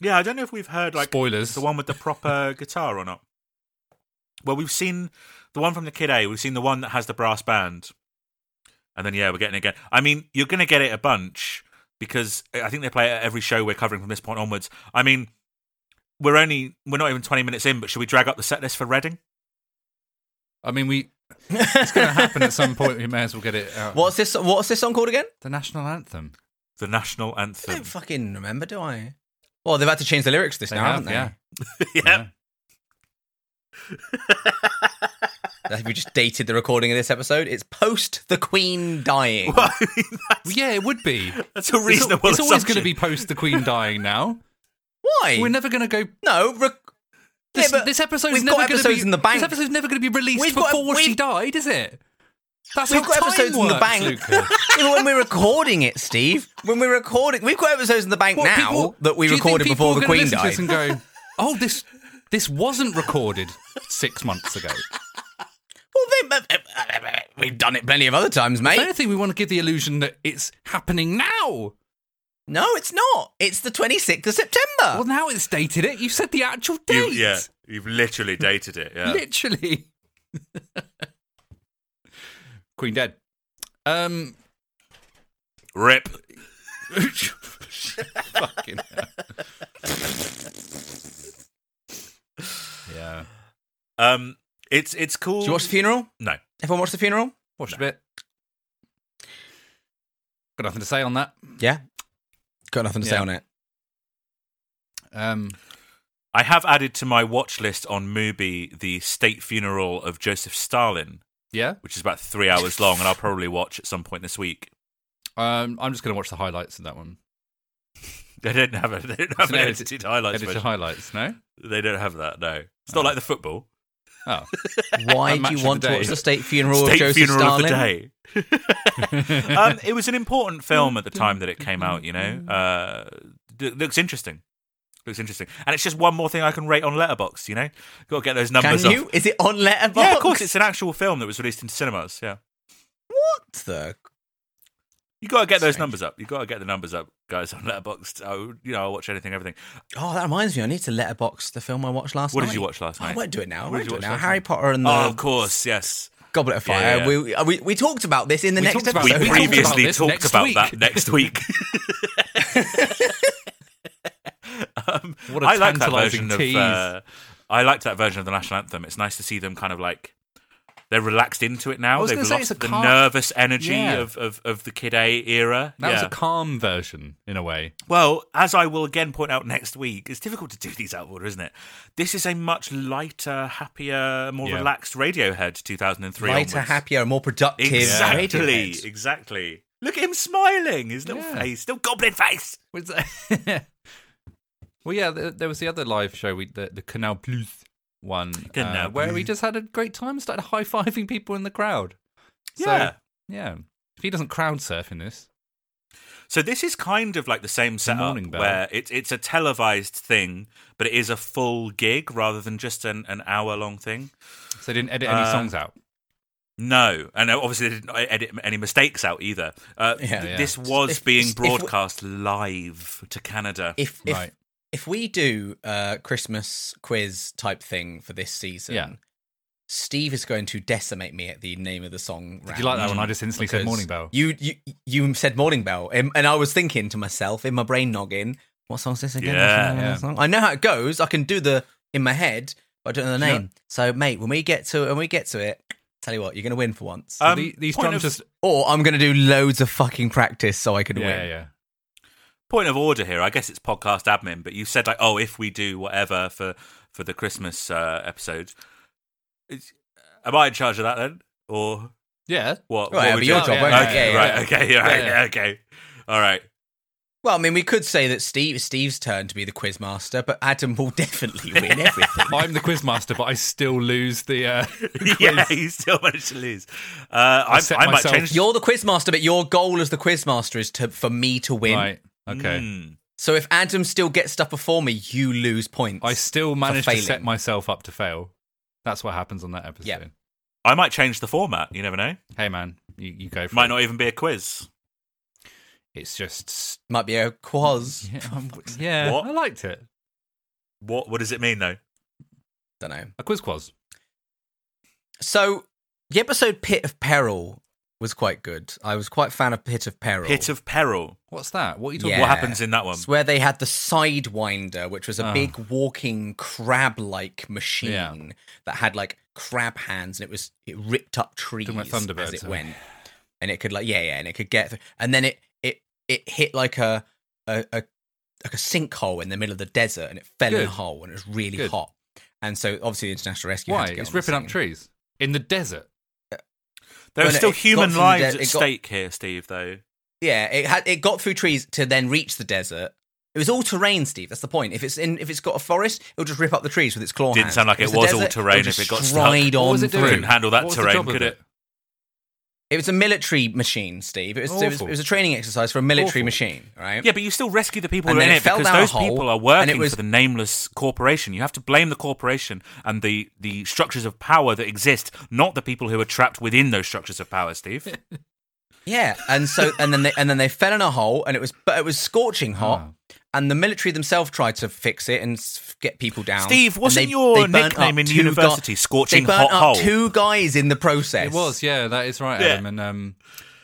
[SPEAKER 1] Yeah, I don't know if we've heard like
[SPEAKER 3] Spoilers.
[SPEAKER 1] the one with the proper guitar or not. Well, we've seen the one from the Kid A. We've seen the one that has the brass band, and then yeah, we're getting it again. I mean, you're going to get it a bunch because I think they play it at every show we're covering from this point onwards. I mean, we're only we're not even 20 minutes in, but should we drag up the set list for Reading?
[SPEAKER 3] I mean, we it's going to happen at some point. We may as well get it out.
[SPEAKER 2] What's this? What's this song called again?
[SPEAKER 3] the national anthem?
[SPEAKER 1] The national
[SPEAKER 2] I
[SPEAKER 1] anthem.
[SPEAKER 2] don't fucking remember, do I? Well, they've had to change the lyrics this
[SPEAKER 3] They
[SPEAKER 2] now,
[SPEAKER 3] have,
[SPEAKER 2] haven't they?
[SPEAKER 3] yeah.
[SPEAKER 1] yeah.
[SPEAKER 2] Have you just dated the recording of this episode? It's post the Queen dying.
[SPEAKER 1] Well, I mean,
[SPEAKER 3] Well, yeah, it would be.
[SPEAKER 1] that's a
[SPEAKER 3] It's, al-
[SPEAKER 1] reasonable.
[SPEAKER 3] it's always going to
[SPEAKER 1] assumption.
[SPEAKER 3] be post the Queen dying now.
[SPEAKER 2] Why?
[SPEAKER 3] We're never going to go.
[SPEAKER 2] no, rec-
[SPEAKER 3] This,
[SPEAKER 2] Yeah, but
[SPEAKER 3] this episode's
[SPEAKER 2] we've
[SPEAKER 3] never
[SPEAKER 2] got
[SPEAKER 3] gonna
[SPEAKER 2] episodes
[SPEAKER 3] be,
[SPEAKER 2] in the bank.
[SPEAKER 3] This episode's never going to be released
[SPEAKER 2] We've got-
[SPEAKER 3] before she
[SPEAKER 2] we've-
[SPEAKER 3] died, is it? That's
[SPEAKER 2] We've
[SPEAKER 3] how
[SPEAKER 2] got
[SPEAKER 3] time
[SPEAKER 2] episodes in the
[SPEAKER 3] works,
[SPEAKER 2] bank.
[SPEAKER 3] Luca.
[SPEAKER 2] even when we're recording it, Steve. When we're recording, we've got episodes in the bank
[SPEAKER 3] What,
[SPEAKER 2] now
[SPEAKER 3] people-
[SPEAKER 2] that we
[SPEAKER 3] do you think
[SPEAKER 2] recorded
[SPEAKER 3] people
[SPEAKER 2] before
[SPEAKER 3] are
[SPEAKER 2] the
[SPEAKER 3] gonna
[SPEAKER 2] Queen
[SPEAKER 3] listen to this
[SPEAKER 2] died.
[SPEAKER 3] and go, oh, this this wasn't recorded six months ago.
[SPEAKER 2] Well, they, we've done it plenty of other times,
[SPEAKER 3] I
[SPEAKER 2] mate.
[SPEAKER 3] don't think we want to give the illusion that it's happening now.
[SPEAKER 2] No, it's not. It's the 26th of
[SPEAKER 3] Well,
[SPEAKER 2] September.
[SPEAKER 3] now it's dated it. You said the actual
[SPEAKER 1] You,
[SPEAKER 3] date.
[SPEAKER 1] yeah, you've literally dated it. Yeah.
[SPEAKER 3] Literally. Queen dead. Um,
[SPEAKER 1] Rip.
[SPEAKER 3] fucking hell. yeah.
[SPEAKER 1] Um, it's it's cool.
[SPEAKER 2] Did you watch the funeral?
[SPEAKER 1] no,
[SPEAKER 2] Everyone watched the funeral?
[SPEAKER 3] Watched a bit. Got nothing to say on that.
[SPEAKER 2] Yeah. Got nothing to say
[SPEAKER 3] Yeah.
[SPEAKER 2] on it.
[SPEAKER 3] Um,
[SPEAKER 1] I have added to my watch list on Mubi the state funeral of Joseph Stalin,
[SPEAKER 3] yeah.
[SPEAKER 1] which is about three hours long, and I'll probably watch at some point this week.
[SPEAKER 3] Um, I'm just going to watch the highlights of that one.
[SPEAKER 1] They don't have a, they don't have
[SPEAKER 3] an
[SPEAKER 1] an
[SPEAKER 3] edited-
[SPEAKER 1] edited, highlights
[SPEAKER 3] Edited
[SPEAKER 1] version.
[SPEAKER 3] highlights, no?
[SPEAKER 1] They don't have that. No, it's not like the football
[SPEAKER 3] Oh.
[SPEAKER 2] Why
[SPEAKER 3] Match
[SPEAKER 2] do
[SPEAKER 3] of
[SPEAKER 2] you
[SPEAKER 3] the
[SPEAKER 2] want to
[SPEAKER 3] day.
[SPEAKER 2] watch the state funeral of
[SPEAKER 1] state
[SPEAKER 2] Joseph
[SPEAKER 1] funeral
[SPEAKER 2] Stalin?
[SPEAKER 1] of the day. um, it was an important film at the time that it came out. You know, uh, d- looks interesting. Looks interesting, and it's just one more thing I can rate on Letterbox. You know, got to get those
[SPEAKER 2] Can
[SPEAKER 1] numbers
[SPEAKER 2] you?
[SPEAKER 1] up.
[SPEAKER 2] Is it on Letterbox?
[SPEAKER 1] Yeah, of course, it's an actual film that was released into cinemas. Yeah,
[SPEAKER 2] What the?
[SPEAKER 1] you got to get those
[SPEAKER 2] Strange.
[SPEAKER 1] numbers up. You got to get the numbers up, guys, on Letterbox. I, would- you know, I watch anything, everything.
[SPEAKER 2] Oh, that reminds me. I need to Letterbox the film I watched last
[SPEAKER 1] What
[SPEAKER 2] night.
[SPEAKER 1] did you watch last
[SPEAKER 2] Oh, I
[SPEAKER 1] night?
[SPEAKER 2] won't do it now. I
[SPEAKER 1] What
[SPEAKER 2] won't
[SPEAKER 1] did
[SPEAKER 2] do
[SPEAKER 1] you
[SPEAKER 2] it
[SPEAKER 1] watch
[SPEAKER 2] now.
[SPEAKER 1] last
[SPEAKER 2] Harry
[SPEAKER 1] night?
[SPEAKER 2] Potter and the
[SPEAKER 1] Oh, of course, yes.
[SPEAKER 2] Goblet of Fire.
[SPEAKER 1] Yeah, yeah.
[SPEAKER 2] We, uh, we we talked about this in the
[SPEAKER 3] We
[SPEAKER 2] next
[SPEAKER 3] talked about
[SPEAKER 1] We
[SPEAKER 2] episode.
[SPEAKER 3] it. We talked about
[SPEAKER 1] previously
[SPEAKER 3] this
[SPEAKER 1] talked
[SPEAKER 3] next
[SPEAKER 1] about
[SPEAKER 3] week.
[SPEAKER 1] that next week. um,
[SPEAKER 3] What a
[SPEAKER 1] I like that
[SPEAKER 3] tantalising
[SPEAKER 1] version of.
[SPEAKER 3] tease.
[SPEAKER 1] Uh, I liked that version of the national anthem. It's nice to see them kind of like they're relaxed into it now.
[SPEAKER 3] was
[SPEAKER 1] They've
[SPEAKER 3] gonna
[SPEAKER 1] lost
[SPEAKER 3] say, it's a
[SPEAKER 1] the
[SPEAKER 3] calm-
[SPEAKER 1] nervous energy
[SPEAKER 3] Yeah.
[SPEAKER 1] of, of, of the Kid A era.
[SPEAKER 3] That was
[SPEAKER 1] Yeah.
[SPEAKER 3] a calm version, in a way.
[SPEAKER 1] Well, as I will again point out next week, it's difficult to do these out of order, isn't it? This is a much lighter, happier, more
[SPEAKER 3] Yeah.
[SPEAKER 1] relaxed Radiohead 2003.
[SPEAKER 2] Lighter,
[SPEAKER 1] onwards.
[SPEAKER 2] happier, more productive.
[SPEAKER 1] Exactly,
[SPEAKER 2] Radiohead.
[SPEAKER 1] exactly. Look at him smiling, his little
[SPEAKER 3] Yeah.
[SPEAKER 1] face, little goblin face.
[SPEAKER 3] Was that- well, yeah, there, there was the other live show, we the, the Canal Plus one, uh,
[SPEAKER 1] Canal
[SPEAKER 3] where we
[SPEAKER 1] Plus.
[SPEAKER 3] just had a great time, started high fiving people in the crowd.
[SPEAKER 1] Yeah.
[SPEAKER 3] So, yeah. If he doesn't crowd surf in this,
[SPEAKER 1] So this is kind of like the same setup
[SPEAKER 3] morning bell.
[SPEAKER 1] where it's it's a televised thing, but it is a full gig rather than just an, an hour long thing.
[SPEAKER 3] so they didn't edit any
[SPEAKER 1] Uh,
[SPEAKER 3] songs out.
[SPEAKER 1] No, and obviously they didn't e-, edit any mistakes out either. Uh,
[SPEAKER 2] Yeah,
[SPEAKER 1] th-
[SPEAKER 3] yeah.
[SPEAKER 1] This was
[SPEAKER 2] If-
[SPEAKER 1] being
[SPEAKER 2] if- if we-
[SPEAKER 1] broadcast live to Canada.
[SPEAKER 2] If if
[SPEAKER 3] Right.
[SPEAKER 2] if we do a Christmas quiz type thing for this season,
[SPEAKER 3] Yeah.
[SPEAKER 2] Steve is going to decimate me at the name of the song.
[SPEAKER 3] Did you like that
[SPEAKER 1] round,
[SPEAKER 3] one? I just instantly said Morning Bell.
[SPEAKER 2] You you you said Morning Bell, um, and, and I was thinking to myself in my brain noggin, what song's this again?
[SPEAKER 1] Yeah.
[SPEAKER 2] What's the name of
[SPEAKER 3] Yeah.
[SPEAKER 2] the song? I know how it goes. I can do the in my head, but I don't know the
[SPEAKER 3] Yeah.
[SPEAKER 2] name. So, mate, when we get to when we get to it, tell you what, you're gonna win for once.
[SPEAKER 1] Um,
[SPEAKER 3] the- these
[SPEAKER 1] point
[SPEAKER 3] drums
[SPEAKER 1] of-
[SPEAKER 3] just.
[SPEAKER 2] or I'm gonna do loads of fucking practice so I can
[SPEAKER 3] Yeah,
[SPEAKER 2] win.
[SPEAKER 3] yeah, yeah.
[SPEAKER 1] point of order here. I guess it's podcast admin, but you said like, oh, if we do whatever for for the Christmas uh, episode, it's, am I in charge of that then, or
[SPEAKER 3] Yeah.
[SPEAKER 1] what?
[SPEAKER 2] Right,
[SPEAKER 1] what
[SPEAKER 2] it'll
[SPEAKER 1] we
[SPEAKER 2] be your
[SPEAKER 1] do?
[SPEAKER 2] job,
[SPEAKER 3] yeah,
[SPEAKER 2] won't
[SPEAKER 3] yeah,
[SPEAKER 2] it?
[SPEAKER 1] Okay,
[SPEAKER 2] Yeah, yeah.
[SPEAKER 1] right, okay, all right,
[SPEAKER 3] Yeah,
[SPEAKER 1] yeah, okay, all right.
[SPEAKER 2] Well, I mean, we could say that Steve Steve's turn to be the quiz master, but Adam will definitely win everything.
[SPEAKER 3] I'm the quiz master, but I still lose the. Uh,
[SPEAKER 1] Yeah, you still managed to lose. Uh, I,
[SPEAKER 3] set
[SPEAKER 1] I, might
[SPEAKER 3] myself-
[SPEAKER 1] change.
[SPEAKER 2] You're the quiz master, but your goal as the quiz master is to for me to win.
[SPEAKER 3] right. Okay.
[SPEAKER 1] Mm.
[SPEAKER 2] So if Adam still gets stuff before me, you lose points.
[SPEAKER 3] I still managed to set
[SPEAKER 2] failing.
[SPEAKER 3] myself up to fail. That's what happens on that episode.
[SPEAKER 2] Yeah.
[SPEAKER 1] I might change the format. You never know.
[SPEAKER 3] Hey, man, you, you go for
[SPEAKER 1] Might
[SPEAKER 3] it.
[SPEAKER 1] not even be a quiz.
[SPEAKER 3] It's just.
[SPEAKER 2] Might be a quaz.
[SPEAKER 3] Yeah, um, yeah,
[SPEAKER 1] What?
[SPEAKER 3] I liked it.
[SPEAKER 1] What What does it mean though?
[SPEAKER 2] Don't know.
[SPEAKER 3] A quiz quaz.
[SPEAKER 2] So the episode Pit of Peril was quite good. I was quite fan of Pit of Peril.
[SPEAKER 1] Pit of Peril.
[SPEAKER 3] What's that? What are you talking
[SPEAKER 2] Yeah.
[SPEAKER 3] about?
[SPEAKER 1] What happens in that one?
[SPEAKER 2] It's where they had the Sidewinder, which was a
[SPEAKER 1] Oh.
[SPEAKER 2] big walking crab-like machine
[SPEAKER 3] Ah. Yeah.
[SPEAKER 2] that had like crab hands, and it was it ripped up trees
[SPEAKER 3] about Thunderbird,
[SPEAKER 2] as it
[SPEAKER 3] sorry.
[SPEAKER 2] went, and it could like yeah yeah, and it could get, through. and then it it it hit like a a, a like a sinkhole in the middle of the desert, and it fell in
[SPEAKER 3] Good.
[SPEAKER 2] a hole, and it was really
[SPEAKER 3] Good.
[SPEAKER 2] hot. And so obviously the international rescue.
[SPEAKER 3] Why?
[SPEAKER 2] Had to get
[SPEAKER 3] It's
[SPEAKER 2] on the
[SPEAKER 3] ripping up
[SPEAKER 2] scene.
[SPEAKER 3] trees in the desert.
[SPEAKER 1] There are
[SPEAKER 2] Well, no,
[SPEAKER 1] still
[SPEAKER 2] it got
[SPEAKER 1] human
[SPEAKER 2] from the
[SPEAKER 1] lives at
[SPEAKER 2] dead- it got-
[SPEAKER 1] stake here, Steve. Though
[SPEAKER 2] Yeah, it had it got through trees to then reach the desert. It was all terrain, Steve. That's the point. If it's in, if it's got a forest, it'll just rip up the trees with its claw
[SPEAKER 1] Didn't
[SPEAKER 2] hands.
[SPEAKER 1] sound like
[SPEAKER 2] If
[SPEAKER 1] it
[SPEAKER 2] it's the
[SPEAKER 1] was all
[SPEAKER 2] desert,
[SPEAKER 1] terrain
[SPEAKER 2] it'll
[SPEAKER 1] if
[SPEAKER 2] just
[SPEAKER 1] it got
[SPEAKER 2] stride
[SPEAKER 1] stuck.
[SPEAKER 2] on
[SPEAKER 3] What was it doing?
[SPEAKER 2] through.
[SPEAKER 1] couldn't handle that
[SPEAKER 3] What was the
[SPEAKER 1] terrain,
[SPEAKER 3] job of
[SPEAKER 1] could it?
[SPEAKER 2] It was a military machine, Steve. It was, it was,
[SPEAKER 3] Awful.
[SPEAKER 2] it was a training exercise for a military
[SPEAKER 3] Awful.
[SPEAKER 2] machine, right?
[SPEAKER 1] Yeah, but you still rescue the people
[SPEAKER 2] And
[SPEAKER 1] who are in
[SPEAKER 2] then
[SPEAKER 1] it
[SPEAKER 2] it fell
[SPEAKER 1] because
[SPEAKER 2] down a
[SPEAKER 1] those
[SPEAKER 2] hole,
[SPEAKER 1] people are
[SPEAKER 2] and it
[SPEAKER 1] working
[SPEAKER 2] was-
[SPEAKER 1] for the nameless corporation. You have to blame the corporation and the, the structures of power that exist, not the people who are trapped within those structures of power, Steve.
[SPEAKER 2] Yeah, and so and then they, and then they fell in a hole, and it was but it was scorching hot,
[SPEAKER 1] Ah.
[SPEAKER 2] and the military themselves tried to fix it and s- get people down.
[SPEAKER 1] Steve,
[SPEAKER 2] and
[SPEAKER 1] wasn't
[SPEAKER 2] they-
[SPEAKER 1] your
[SPEAKER 2] they burnt
[SPEAKER 1] nickname
[SPEAKER 2] up
[SPEAKER 1] in
[SPEAKER 2] two
[SPEAKER 1] university Scorching
[SPEAKER 2] they burnt
[SPEAKER 1] Hot
[SPEAKER 2] up
[SPEAKER 1] Hole?
[SPEAKER 2] Two guys in the process.
[SPEAKER 3] It was, yeah, that is right,
[SPEAKER 1] Yeah.
[SPEAKER 3] Adam. And um,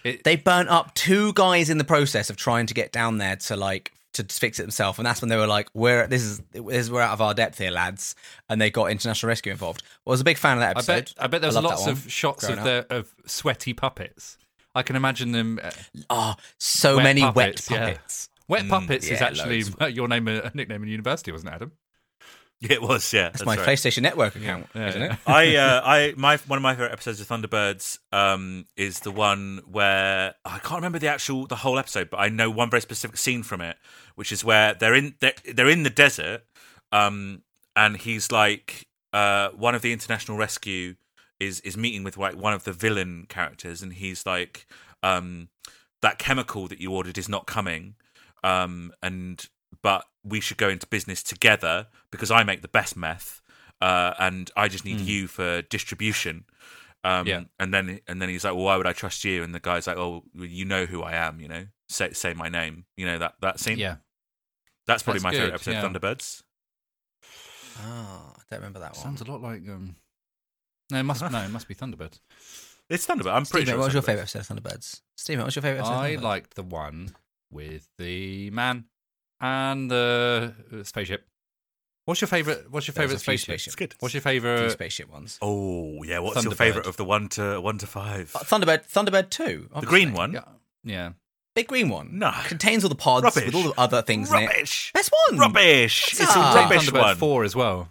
[SPEAKER 3] it,
[SPEAKER 2] They burnt up two guys in the process of trying to get down there to like to fix it themselves, and that's when they were like, "We're this is, this is we're out of our depth here, lads," and they got international rescue involved. I was a big fan of that
[SPEAKER 3] I
[SPEAKER 2] episode.
[SPEAKER 3] bet I bet there was
[SPEAKER 2] loved that
[SPEAKER 3] lots
[SPEAKER 2] one,
[SPEAKER 3] of shots
[SPEAKER 2] growing
[SPEAKER 3] of
[SPEAKER 2] up.
[SPEAKER 3] the of sweaty puppets. I can imagine them. uh,
[SPEAKER 2] Oh, so
[SPEAKER 3] Wet
[SPEAKER 2] many
[SPEAKER 3] puppets,
[SPEAKER 2] wet
[SPEAKER 3] yeah.
[SPEAKER 2] puppets. Mm,
[SPEAKER 3] Wet puppets is
[SPEAKER 2] yeah,
[SPEAKER 3] actually your name, uh, nickname in university, wasn't it, Adam?
[SPEAKER 1] it was, yeah. That's,
[SPEAKER 2] It's my
[SPEAKER 1] right.
[SPEAKER 2] PlayStation Network account,
[SPEAKER 3] Yeah,
[SPEAKER 2] isn't
[SPEAKER 3] yeah.
[SPEAKER 2] it?
[SPEAKER 1] I uh, I my one of my favorite episodes of Thunderbirds um, is the one where oh, I can't remember the actual the whole episode, but I know one very specific scene from it, which is where they're in they're, they're in the desert, um, and he's like uh, one of the international rescue is is meeting with like one of the villain characters, and he's like um, that chemical that you ordered is not coming, um, and but we should go into business together because I make the best meth, uh, and I just need you for distribution. Um,
[SPEAKER 3] Hmm. Yeah.
[SPEAKER 1] and then and then he's like, well, why would I trust you? And the guy's like, oh, well, you know who I am, you know, say say my name, you know that that scene.
[SPEAKER 3] Yeah.
[SPEAKER 1] that's probably
[SPEAKER 3] That's
[SPEAKER 1] my favorite
[SPEAKER 3] good,
[SPEAKER 1] episode of
[SPEAKER 3] yeah.
[SPEAKER 1] Thunderbirds.
[SPEAKER 2] Ah, I don't remember that one.
[SPEAKER 3] Sounds a lot like um. No, it must no, it must be Thunderbird.
[SPEAKER 1] It's Thunderbirds. I'm pretty
[SPEAKER 2] Stephen,
[SPEAKER 1] sure.
[SPEAKER 2] what
[SPEAKER 1] it's
[SPEAKER 2] was your
[SPEAKER 1] Thunderbirds.
[SPEAKER 2] favourite episode of Thunderbirds? Stephen, what was your favourite episode?
[SPEAKER 3] I
[SPEAKER 2] of Thunderbirds?
[SPEAKER 3] liked the one with the man and the uh, spaceship. What's your favorite? What's your
[SPEAKER 2] There
[SPEAKER 3] favorite
[SPEAKER 2] was a few
[SPEAKER 3] spaceship?
[SPEAKER 2] spaceships.
[SPEAKER 1] It's good.
[SPEAKER 3] What's your
[SPEAKER 2] A few
[SPEAKER 3] favorite?
[SPEAKER 2] spaceship ones.
[SPEAKER 1] Oh yeah, what's your
[SPEAKER 3] Thunderbird.
[SPEAKER 1] favorite of the one to one to five?
[SPEAKER 2] Uh, Thunderbird, Thunderbird Two,
[SPEAKER 1] the
[SPEAKER 2] obviously.
[SPEAKER 1] green one.
[SPEAKER 3] Yeah, yeah.
[SPEAKER 2] big green one.
[SPEAKER 1] No.
[SPEAKER 2] contains all the pods
[SPEAKER 1] Rubbish.
[SPEAKER 2] with all the other things in it.
[SPEAKER 1] Rubbish.
[SPEAKER 2] Best one.
[SPEAKER 1] Rubbish.
[SPEAKER 2] What's
[SPEAKER 1] It's a
[SPEAKER 2] up?
[SPEAKER 1] rubbish
[SPEAKER 3] Thunderbird
[SPEAKER 1] one.
[SPEAKER 3] Four as well.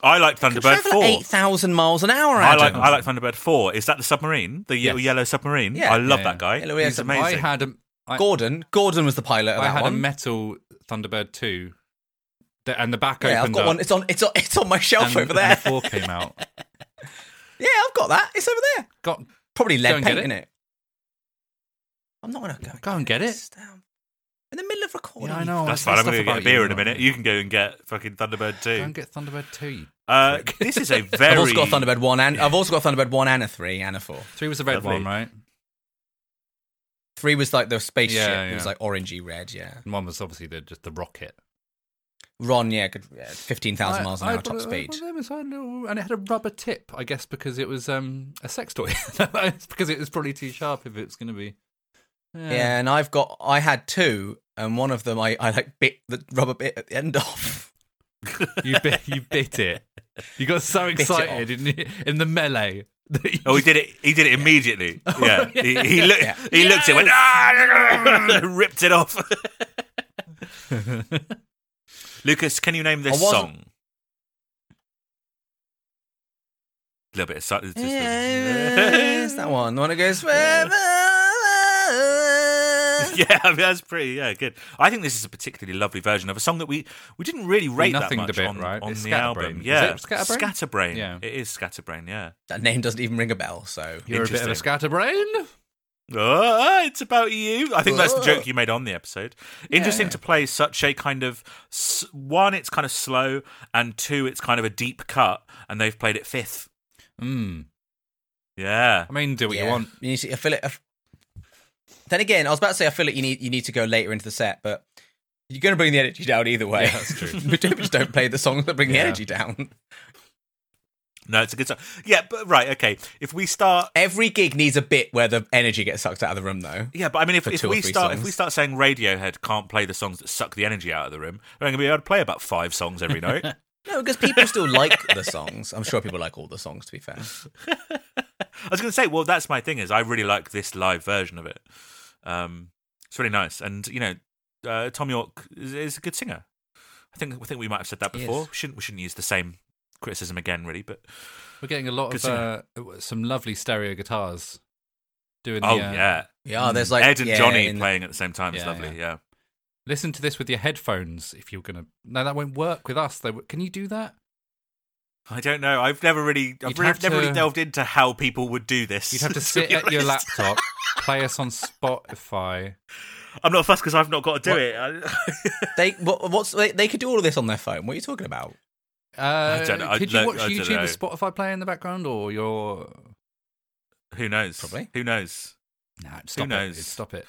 [SPEAKER 1] I like
[SPEAKER 2] Could
[SPEAKER 1] Thunderbird
[SPEAKER 2] travel at
[SPEAKER 1] four.
[SPEAKER 2] Eight thousand miles an hour.
[SPEAKER 1] I like
[SPEAKER 2] Adam.
[SPEAKER 1] I like Thunderbird four. Is that the submarine? The ye-
[SPEAKER 3] Yes.
[SPEAKER 1] yellow submarine?
[SPEAKER 2] Yeah.
[SPEAKER 1] I love
[SPEAKER 3] Yeah,
[SPEAKER 1] that guy.
[SPEAKER 2] yeah. Yellow
[SPEAKER 1] He's
[SPEAKER 2] sub- I
[SPEAKER 1] amazing.
[SPEAKER 3] I had a I-
[SPEAKER 2] Gordon. Gordon was the pilot of
[SPEAKER 3] I
[SPEAKER 2] Uh, that
[SPEAKER 3] had
[SPEAKER 2] one.
[SPEAKER 3] a metal Thunderbird two, that- and the back
[SPEAKER 2] yeah, I've
[SPEAKER 3] opened
[SPEAKER 2] got
[SPEAKER 3] up,
[SPEAKER 2] one. It's on. It's on. It's on my shelf
[SPEAKER 3] and,
[SPEAKER 2] over there.
[SPEAKER 3] And four came out.
[SPEAKER 2] yeah, I've got that. It's over there.
[SPEAKER 3] Got
[SPEAKER 2] Probably lead
[SPEAKER 3] Go and get
[SPEAKER 2] paint
[SPEAKER 3] it.
[SPEAKER 2] in it. I'm not gonna go.
[SPEAKER 3] go and get it.
[SPEAKER 2] It's down in the middle of recording.
[SPEAKER 3] Yeah, I
[SPEAKER 2] you
[SPEAKER 3] know.
[SPEAKER 1] That's fine.
[SPEAKER 3] I said
[SPEAKER 1] I'm going to
[SPEAKER 3] stuff
[SPEAKER 1] get a
[SPEAKER 3] about you,
[SPEAKER 1] beer in a
[SPEAKER 3] right?
[SPEAKER 1] minute. You can go and get fucking Thunderbird
[SPEAKER 3] Go
[SPEAKER 1] two.
[SPEAKER 3] and get Thunderbird two.
[SPEAKER 1] Uh, this is a very.
[SPEAKER 2] I've also got Thunderbird one and I've also got Thunderbird one and a three and a four.
[SPEAKER 3] Three was the red
[SPEAKER 1] Lovely.
[SPEAKER 3] one, right?
[SPEAKER 2] Three was like the spaceship.
[SPEAKER 3] Yeah,
[SPEAKER 2] It was
[SPEAKER 3] yeah.
[SPEAKER 2] like orangey red. Yeah.
[SPEAKER 3] And one was obviously the, just the rocket.
[SPEAKER 2] Ron, yeah, good, yeah fifteen thousand miles an
[SPEAKER 3] I- I
[SPEAKER 2] hour top
[SPEAKER 3] got-
[SPEAKER 2] speed.
[SPEAKER 3] I got them, it's a little- and it had a rubber tip, I guess, because it was um, a sex toy. it's because it was probably too sharp if it's going to be.
[SPEAKER 2] Yeah, and I've got I had two, and one of them I, I like bit the rubber bit at the end off.
[SPEAKER 3] you bit, you bit it. You got so
[SPEAKER 2] Bit it
[SPEAKER 3] excited in, in the melee. that you-
[SPEAKER 1] Oh, he did it! He did it immediately.
[SPEAKER 3] Oh,
[SPEAKER 1] Yeah, he, he looked.
[SPEAKER 2] Yeah.
[SPEAKER 1] He looked at it, went ah, ripped it off. Lucas, can you name
[SPEAKER 2] I
[SPEAKER 1] this
[SPEAKER 2] wasn't-
[SPEAKER 1] song? A little bit of silence. just a-
[SPEAKER 2] It's that one. The one that goes. Yeah.
[SPEAKER 1] yeah, I mean, that's pretty. Yeah, good. I think this is a particularly lovely version of a song that we we didn't really rate that
[SPEAKER 3] nothinged a
[SPEAKER 1] much
[SPEAKER 3] bit,
[SPEAKER 1] on,
[SPEAKER 3] right?
[SPEAKER 1] on
[SPEAKER 3] It's
[SPEAKER 1] the
[SPEAKER 3] Scatterbrain.
[SPEAKER 1] album.
[SPEAKER 3] Is
[SPEAKER 1] Yeah,
[SPEAKER 3] it Scatterbrain? Yeah.
[SPEAKER 1] it is Scatterbrain. Yeah,
[SPEAKER 2] That name doesn't even ring a bell. So
[SPEAKER 3] You're a bit of a
[SPEAKER 1] Interesting.
[SPEAKER 3] scatterbrain.
[SPEAKER 1] Ah, it's about you. I think that's the
[SPEAKER 2] Ah.
[SPEAKER 1] joke you made on the episode. Interesting
[SPEAKER 2] Yeah.
[SPEAKER 1] to play such a kind of s- one. It's kind of slow, and two, it's kind of a deep cut, and they've played it fifth.
[SPEAKER 3] Mm.
[SPEAKER 1] Yeah,
[SPEAKER 3] I mean, do what
[SPEAKER 2] yeah.
[SPEAKER 3] you want.
[SPEAKER 2] You need to, I feel it. I f- then again, I was about to say I feel like you need you need to go later into the set, but you're going to bring the energy down either way.
[SPEAKER 3] Yeah, that's true.
[SPEAKER 2] But don't- just don't play the songs that bring
[SPEAKER 3] Yeah.
[SPEAKER 2] the energy down.
[SPEAKER 1] No, it's a good song. Yeah, but right, okay. If we start,
[SPEAKER 2] Every gig needs a bit where the energy gets sucked out of the room, though.
[SPEAKER 1] yeah, but I mean, if,
[SPEAKER 2] For
[SPEAKER 1] if
[SPEAKER 2] two or
[SPEAKER 1] we
[SPEAKER 2] three
[SPEAKER 1] start, if
[SPEAKER 2] songs.
[SPEAKER 1] we start saying Radiohead can't play the songs that suck the energy out of the room, we're going to be able to play about five songs every night.
[SPEAKER 2] No, because people still like the songs. I'm sure people like all the songs. To be fair,
[SPEAKER 1] I was going to say, well, that's my thing is I really like this live version of it. Um, it's really nice, and you know, uh, Tom York is, is a good singer. I think I think we might have said that
[SPEAKER 2] He is.
[SPEAKER 1] before. We shouldn't we shouldn't use the same criticism again, really? But
[SPEAKER 3] We're getting a lot of
[SPEAKER 1] Good
[SPEAKER 3] uh, some lovely stereo guitars doing the.
[SPEAKER 1] oh
[SPEAKER 3] uh,
[SPEAKER 1] yeah,
[SPEAKER 2] yeah. There's like
[SPEAKER 1] Ed and
[SPEAKER 2] yeah,
[SPEAKER 1] Johnny
[SPEAKER 2] in-
[SPEAKER 1] playing at the same time is
[SPEAKER 3] Yeah,
[SPEAKER 1] lovely. Yeah.
[SPEAKER 3] Listen to this with your headphones if you're going to. No, that won't work with us, though. Can you do that?
[SPEAKER 1] I don't know. I've never really, I've
[SPEAKER 3] You'd
[SPEAKER 1] really,
[SPEAKER 3] have
[SPEAKER 1] never really
[SPEAKER 3] to-
[SPEAKER 1] delved into how people would do this.
[SPEAKER 3] You'd have to sit
[SPEAKER 1] be
[SPEAKER 3] at your
[SPEAKER 1] honest.
[SPEAKER 3] laptop, play us on Spotify.
[SPEAKER 1] I'm not fussed because I've not got to do
[SPEAKER 3] What-
[SPEAKER 1] it. I-
[SPEAKER 2] They what, what's they, they could do all of this on their phone. What are you talking about?
[SPEAKER 3] Uh,
[SPEAKER 1] I don't know. I-
[SPEAKER 3] Could you
[SPEAKER 1] look,
[SPEAKER 3] watch
[SPEAKER 1] I don't
[SPEAKER 3] YouTube with Spotify playing in the background or your.
[SPEAKER 1] Who knows?
[SPEAKER 2] Probably.
[SPEAKER 1] Who knows?
[SPEAKER 3] Nah, stop
[SPEAKER 1] knows?
[SPEAKER 3] it. Stop it.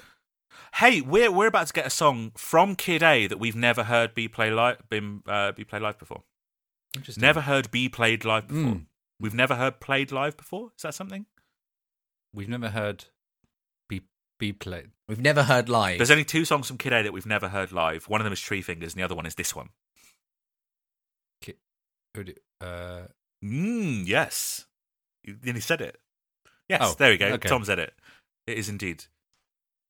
[SPEAKER 1] Hey, we're we're about to get a song from Kid A that we've never heard be play live been uh, be played live before.
[SPEAKER 3] Interesting.
[SPEAKER 1] Never heard be played live before.
[SPEAKER 3] Mm.
[SPEAKER 1] We've never heard played live before. Is that something?
[SPEAKER 3] We've never heard be be played.
[SPEAKER 2] We've never heard live.
[SPEAKER 1] There's only two songs from Kid A that we've never heard live. One of them is Tree Fingers, and the other one is this one.
[SPEAKER 3] Uh,
[SPEAKER 1] Mm, yes. You- Then he said it. Yes,
[SPEAKER 3] Oh,
[SPEAKER 1] there we go.
[SPEAKER 3] okay.
[SPEAKER 1] Tom said it. It is indeed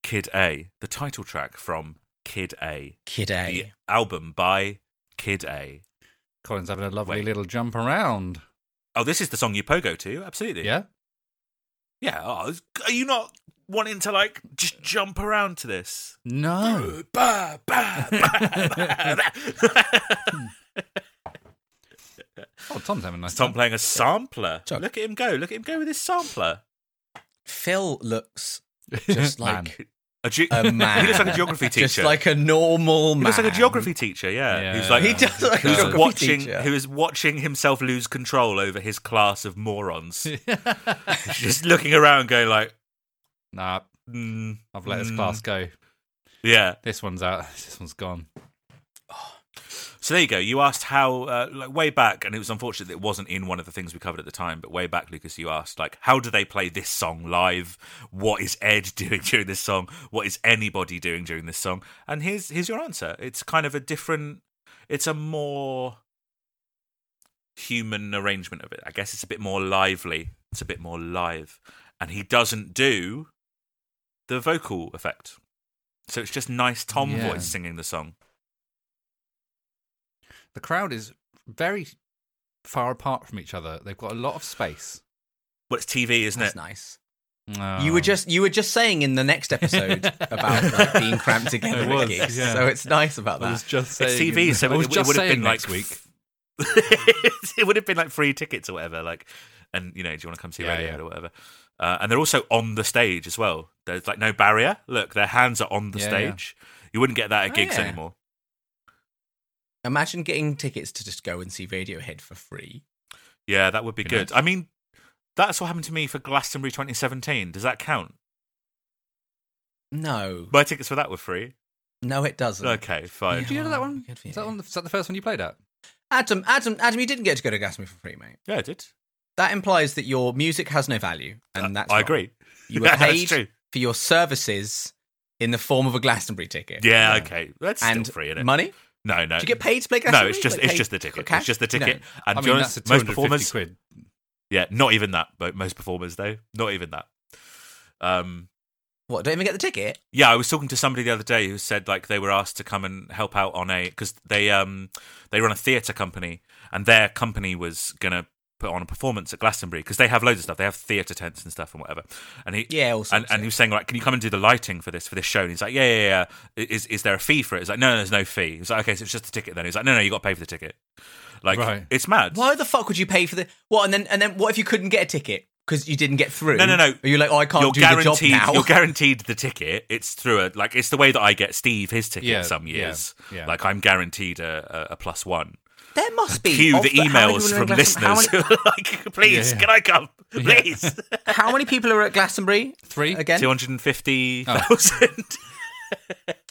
[SPEAKER 1] Kid A, the title track from Kid A,
[SPEAKER 2] Kid
[SPEAKER 1] the
[SPEAKER 2] A.
[SPEAKER 1] album by Kid A.
[SPEAKER 3] Colin's having a lovely
[SPEAKER 1] Wait.
[SPEAKER 3] little jump around.
[SPEAKER 1] Oh, this is the song you pogo to? Absolutely.
[SPEAKER 3] Yeah.
[SPEAKER 1] Yeah. Oh, is- are you not wanting to, like, just jump around to this?
[SPEAKER 3] No.
[SPEAKER 1] Bah, bah, bah, bah, bah.
[SPEAKER 3] Oh, Tom's having a nice
[SPEAKER 1] Tom
[SPEAKER 3] time.
[SPEAKER 1] playing a sampler.
[SPEAKER 2] Chuck.
[SPEAKER 1] Look at him go. Look at him go with his sampler.
[SPEAKER 2] Phil looks just like
[SPEAKER 1] A, ge-
[SPEAKER 2] a man.
[SPEAKER 1] He looks like a geography teacher.
[SPEAKER 2] Just like a normal
[SPEAKER 1] He
[SPEAKER 2] man.
[SPEAKER 1] looks like a geography teacher, yeah.
[SPEAKER 3] Yeah.
[SPEAKER 1] Who's like
[SPEAKER 2] He does look like a
[SPEAKER 1] who's
[SPEAKER 2] geography
[SPEAKER 1] watching
[SPEAKER 2] teacher.
[SPEAKER 1] who is watching himself lose control over his class of morons.
[SPEAKER 3] Tom.
[SPEAKER 1] Just looking around going like,
[SPEAKER 3] nah,
[SPEAKER 1] mm,
[SPEAKER 3] I've let this
[SPEAKER 1] Mm.
[SPEAKER 3] class go.
[SPEAKER 1] yeah.
[SPEAKER 3] This one's out. This one's gone.
[SPEAKER 1] So there you go. You asked how uh, like way back and it was unfortunate that it wasn't in one of the things we covered at the time, but way back Lucas you asked like how do they play this song live? What is Ed doing during this song? What is anybody doing during this song? And here's here's your answer. It's kind of a different it's a more human arrangement of it. I guess it's a bit more lively. It's a bit more live. And he doesn't do the vocal effect. So it's just nice Tom
[SPEAKER 3] Yeah.
[SPEAKER 1] voice singing the song.
[SPEAKER 3] The crowd is very far apart from each other. They've got a lot of space.
[SPEAKER 1] Well, it's TV, isn't
[SPEAKER 2] That's
[SPEAKER 1] it? Um.
[SPEAKER 2] nice.
[SPEAKER 3] No.
[SPEAKER 2] You were just you were just saying in the next episode about like, being cramped together.
[SPEAKER 3] I
[SPEAKER 2] at
[SPEAKER 3] was,
[SPEAKER 2] gigs,
[SPEAKER 3] yeah.
[SPEAKER 2] So it's nice about
[SPEAKER 3] I was
[SPEAKER 2] that.
[SPEAKER 3] just
[SPEAKER 1] It's
[SPEAKER 3] saying.
[SPEAKER 1] TV, so
[SPEAKER 3] I was
[SPEAKER 1] it,
[SPEAKER 3] just
[SPEAKER 1] would have
[SPEAKER 3] saying
[SPEAKER 1] been like
[SPEAKER 3] next week.
[SPEAKER 1] it would have been like free tickets or whatever. Like, and you know, do you want to come see
[SPEAKER 3] Yeah,
[SPEAKER 1] Radiohead
[SPEAKER 3] yeah.
[SPEAKER 1] or whatever? Uh, and they're also on the stage as well. There's like no barrier. Look, their hands are on the
[SPEAKER 3] Yeah, yeah.
[SPEAKER 1] stage. You wouldn't get that at
[SPEAKER 2] Oh,
[SPEAKER 1] gigs
[SPEAKER 2] yeah.
[SPEAKER 1] anymore.
[SPEAKER 2] Imagine getting tickets to just go and see Radiohead for free.
[SPEAKER 1] Yeah, that would be
[SPEAKER 3] Be
[SPEAKER 1] good.
[SPEAKER 3] nice.
[SPEAKER 1] I mean, that's what happened to me for Glastonbury 2017. Does that count?
[SPEAKER 2] No,
[SPEAKER 1] My tickets for that were free.
[SPEAKER 2] no, it doesn't.
[SPEAKER 1] Okay, fine.
[SPEAKER 3] Did you go to that one?
[SPEAKER 2] Good for
[SPEAKER 3] Is that,
[SPEAKER 2] you.
[SPEAKER 3] one the, is that the first one you played at?
[SPEAKER 2] Adam, Adam, Adam, you didn't get to go to Gasmy for free, mate.
[SPEAKER 1] Yeah, I did.
[SPEAKER 2] That implies that your music has no value, and that's
[SPEAKER 1] Uh, I
[SPEAKER 2] wrong.
[SPEAKER 1] agree.
[SPEAKER 2] You were
[SPEAKER 1] Yeah, that's
[SPEAKER 2] paid
[SPEAKER 1] true.
[SPEAKER 2] for your services in the form of a Glastonbury ticket.
[SPEAKER 1] Yeah, okay. That's
[SPEAKER 2] and
[SPEAKER 1] still free, is
[SPEAKER 2] money. Do
[SPEAKER 1] No, no.
[SPEAKER 2] you get paid to play Glastonbury?
[SPEAKER 1] No, it's just
[SPEAKER 2] Like,
[SPEAKER 1] it's
[SPEAKER 2] paid
[SPEAKER 1] just the
[SPEAKER 2] for
[SPEAKER 1] ticket.
[SPEAKER 2] cash?
[SPEAKER 1] It's just the
[SPEAKER 2] No.
[SPEAKER 1] ticket. And
[SPEAKER 3] I mean,
[SPEAKER 1] to be
[SPEAKER 3] that's
[SPEAKER 1] honest,
[SPEAKER 3] a
[SPEAKER 1] most
[SPEAKER 3] 250
[SPEAKER 1] performers,
[SPEAKER 3] quid.
[SPEAKER 1] yeah, not even that. But most performers, though, not even that. Um,
[SPEAKER 2] What? Don't even get the ticket.
[SPEAKER 1] yeah, I was talking to somebody the other day who said like they were asked to come and help out on a because they um they run a theatre company and their company was gonna put on a performance at Glastonbury because they have loads of stuff. They have theatre tents and stuff and whatever. And he
[SPEAKER 2] Yeah, also.
[SPEAKER 1] and, and he was saying like, can you come and do the lighting for this for this show? And he's like, yeah, yeah, yeah. Is is there a fee for it? He's like, no, no, there's no fee. He's like, okay, so it's just a ticket then. He's like, no, no, you got to pay for the ticket. Like,
[SPEAKER 3] Right.
[SPEAKER 1] it's mad.
[SPEAKER 2] Why the fuck would you pay for the what? And then and then what if you couldn't get a ticket because you didn't get through?
[SPEAKER 1] No, no, no.
[SPEAKER 2] Are you like oh, I can't
[SPEAKER 1] you're
[SPEAKER 2] do the job
[SPEAKER 1] guaranteed.
[SPEAKER 2] now?
[SPEAKER 1] You're guaranteed the ticket. It's through a like. It's the way that I get Steve his ticket
[SPEAKER 3] Yeah,
[SPEAKER 1] some
[SPEAKER 3] yeah,
[SPEAKER 1] years.
[SPEAKER 3] yeah.
[SPEAKER 1] Like I'm guaranteed a, a, a plus one.
[SPEAKER 2] there must be
[SPEAKER 1] Cue
[SPEAKER 2] of
[SPEAKER 1] the
[SPEAKER 2] how many
[SPEAKER 1] emails
[SPEAKER 2] people are
[SPEAKER 1] from
[SPEAKER 2] in Glaston- how
[SPEAKER 1] listeners
[SPEAKER 2] many-
[SPEAKER 1] who are like, please,
[SPEAKER 3] Yeah, yeah.
[SPEAKER 1] can I come?
[SPEAKER 3] Yeah.
[SPEAKER 1] Please,
[SPEAKER 2] How many people are at Glastonbury
[SPEAKER 3] Three?
[SPEAKER 2] again?
[SPEAKER 1] two hundred and fifty thousand.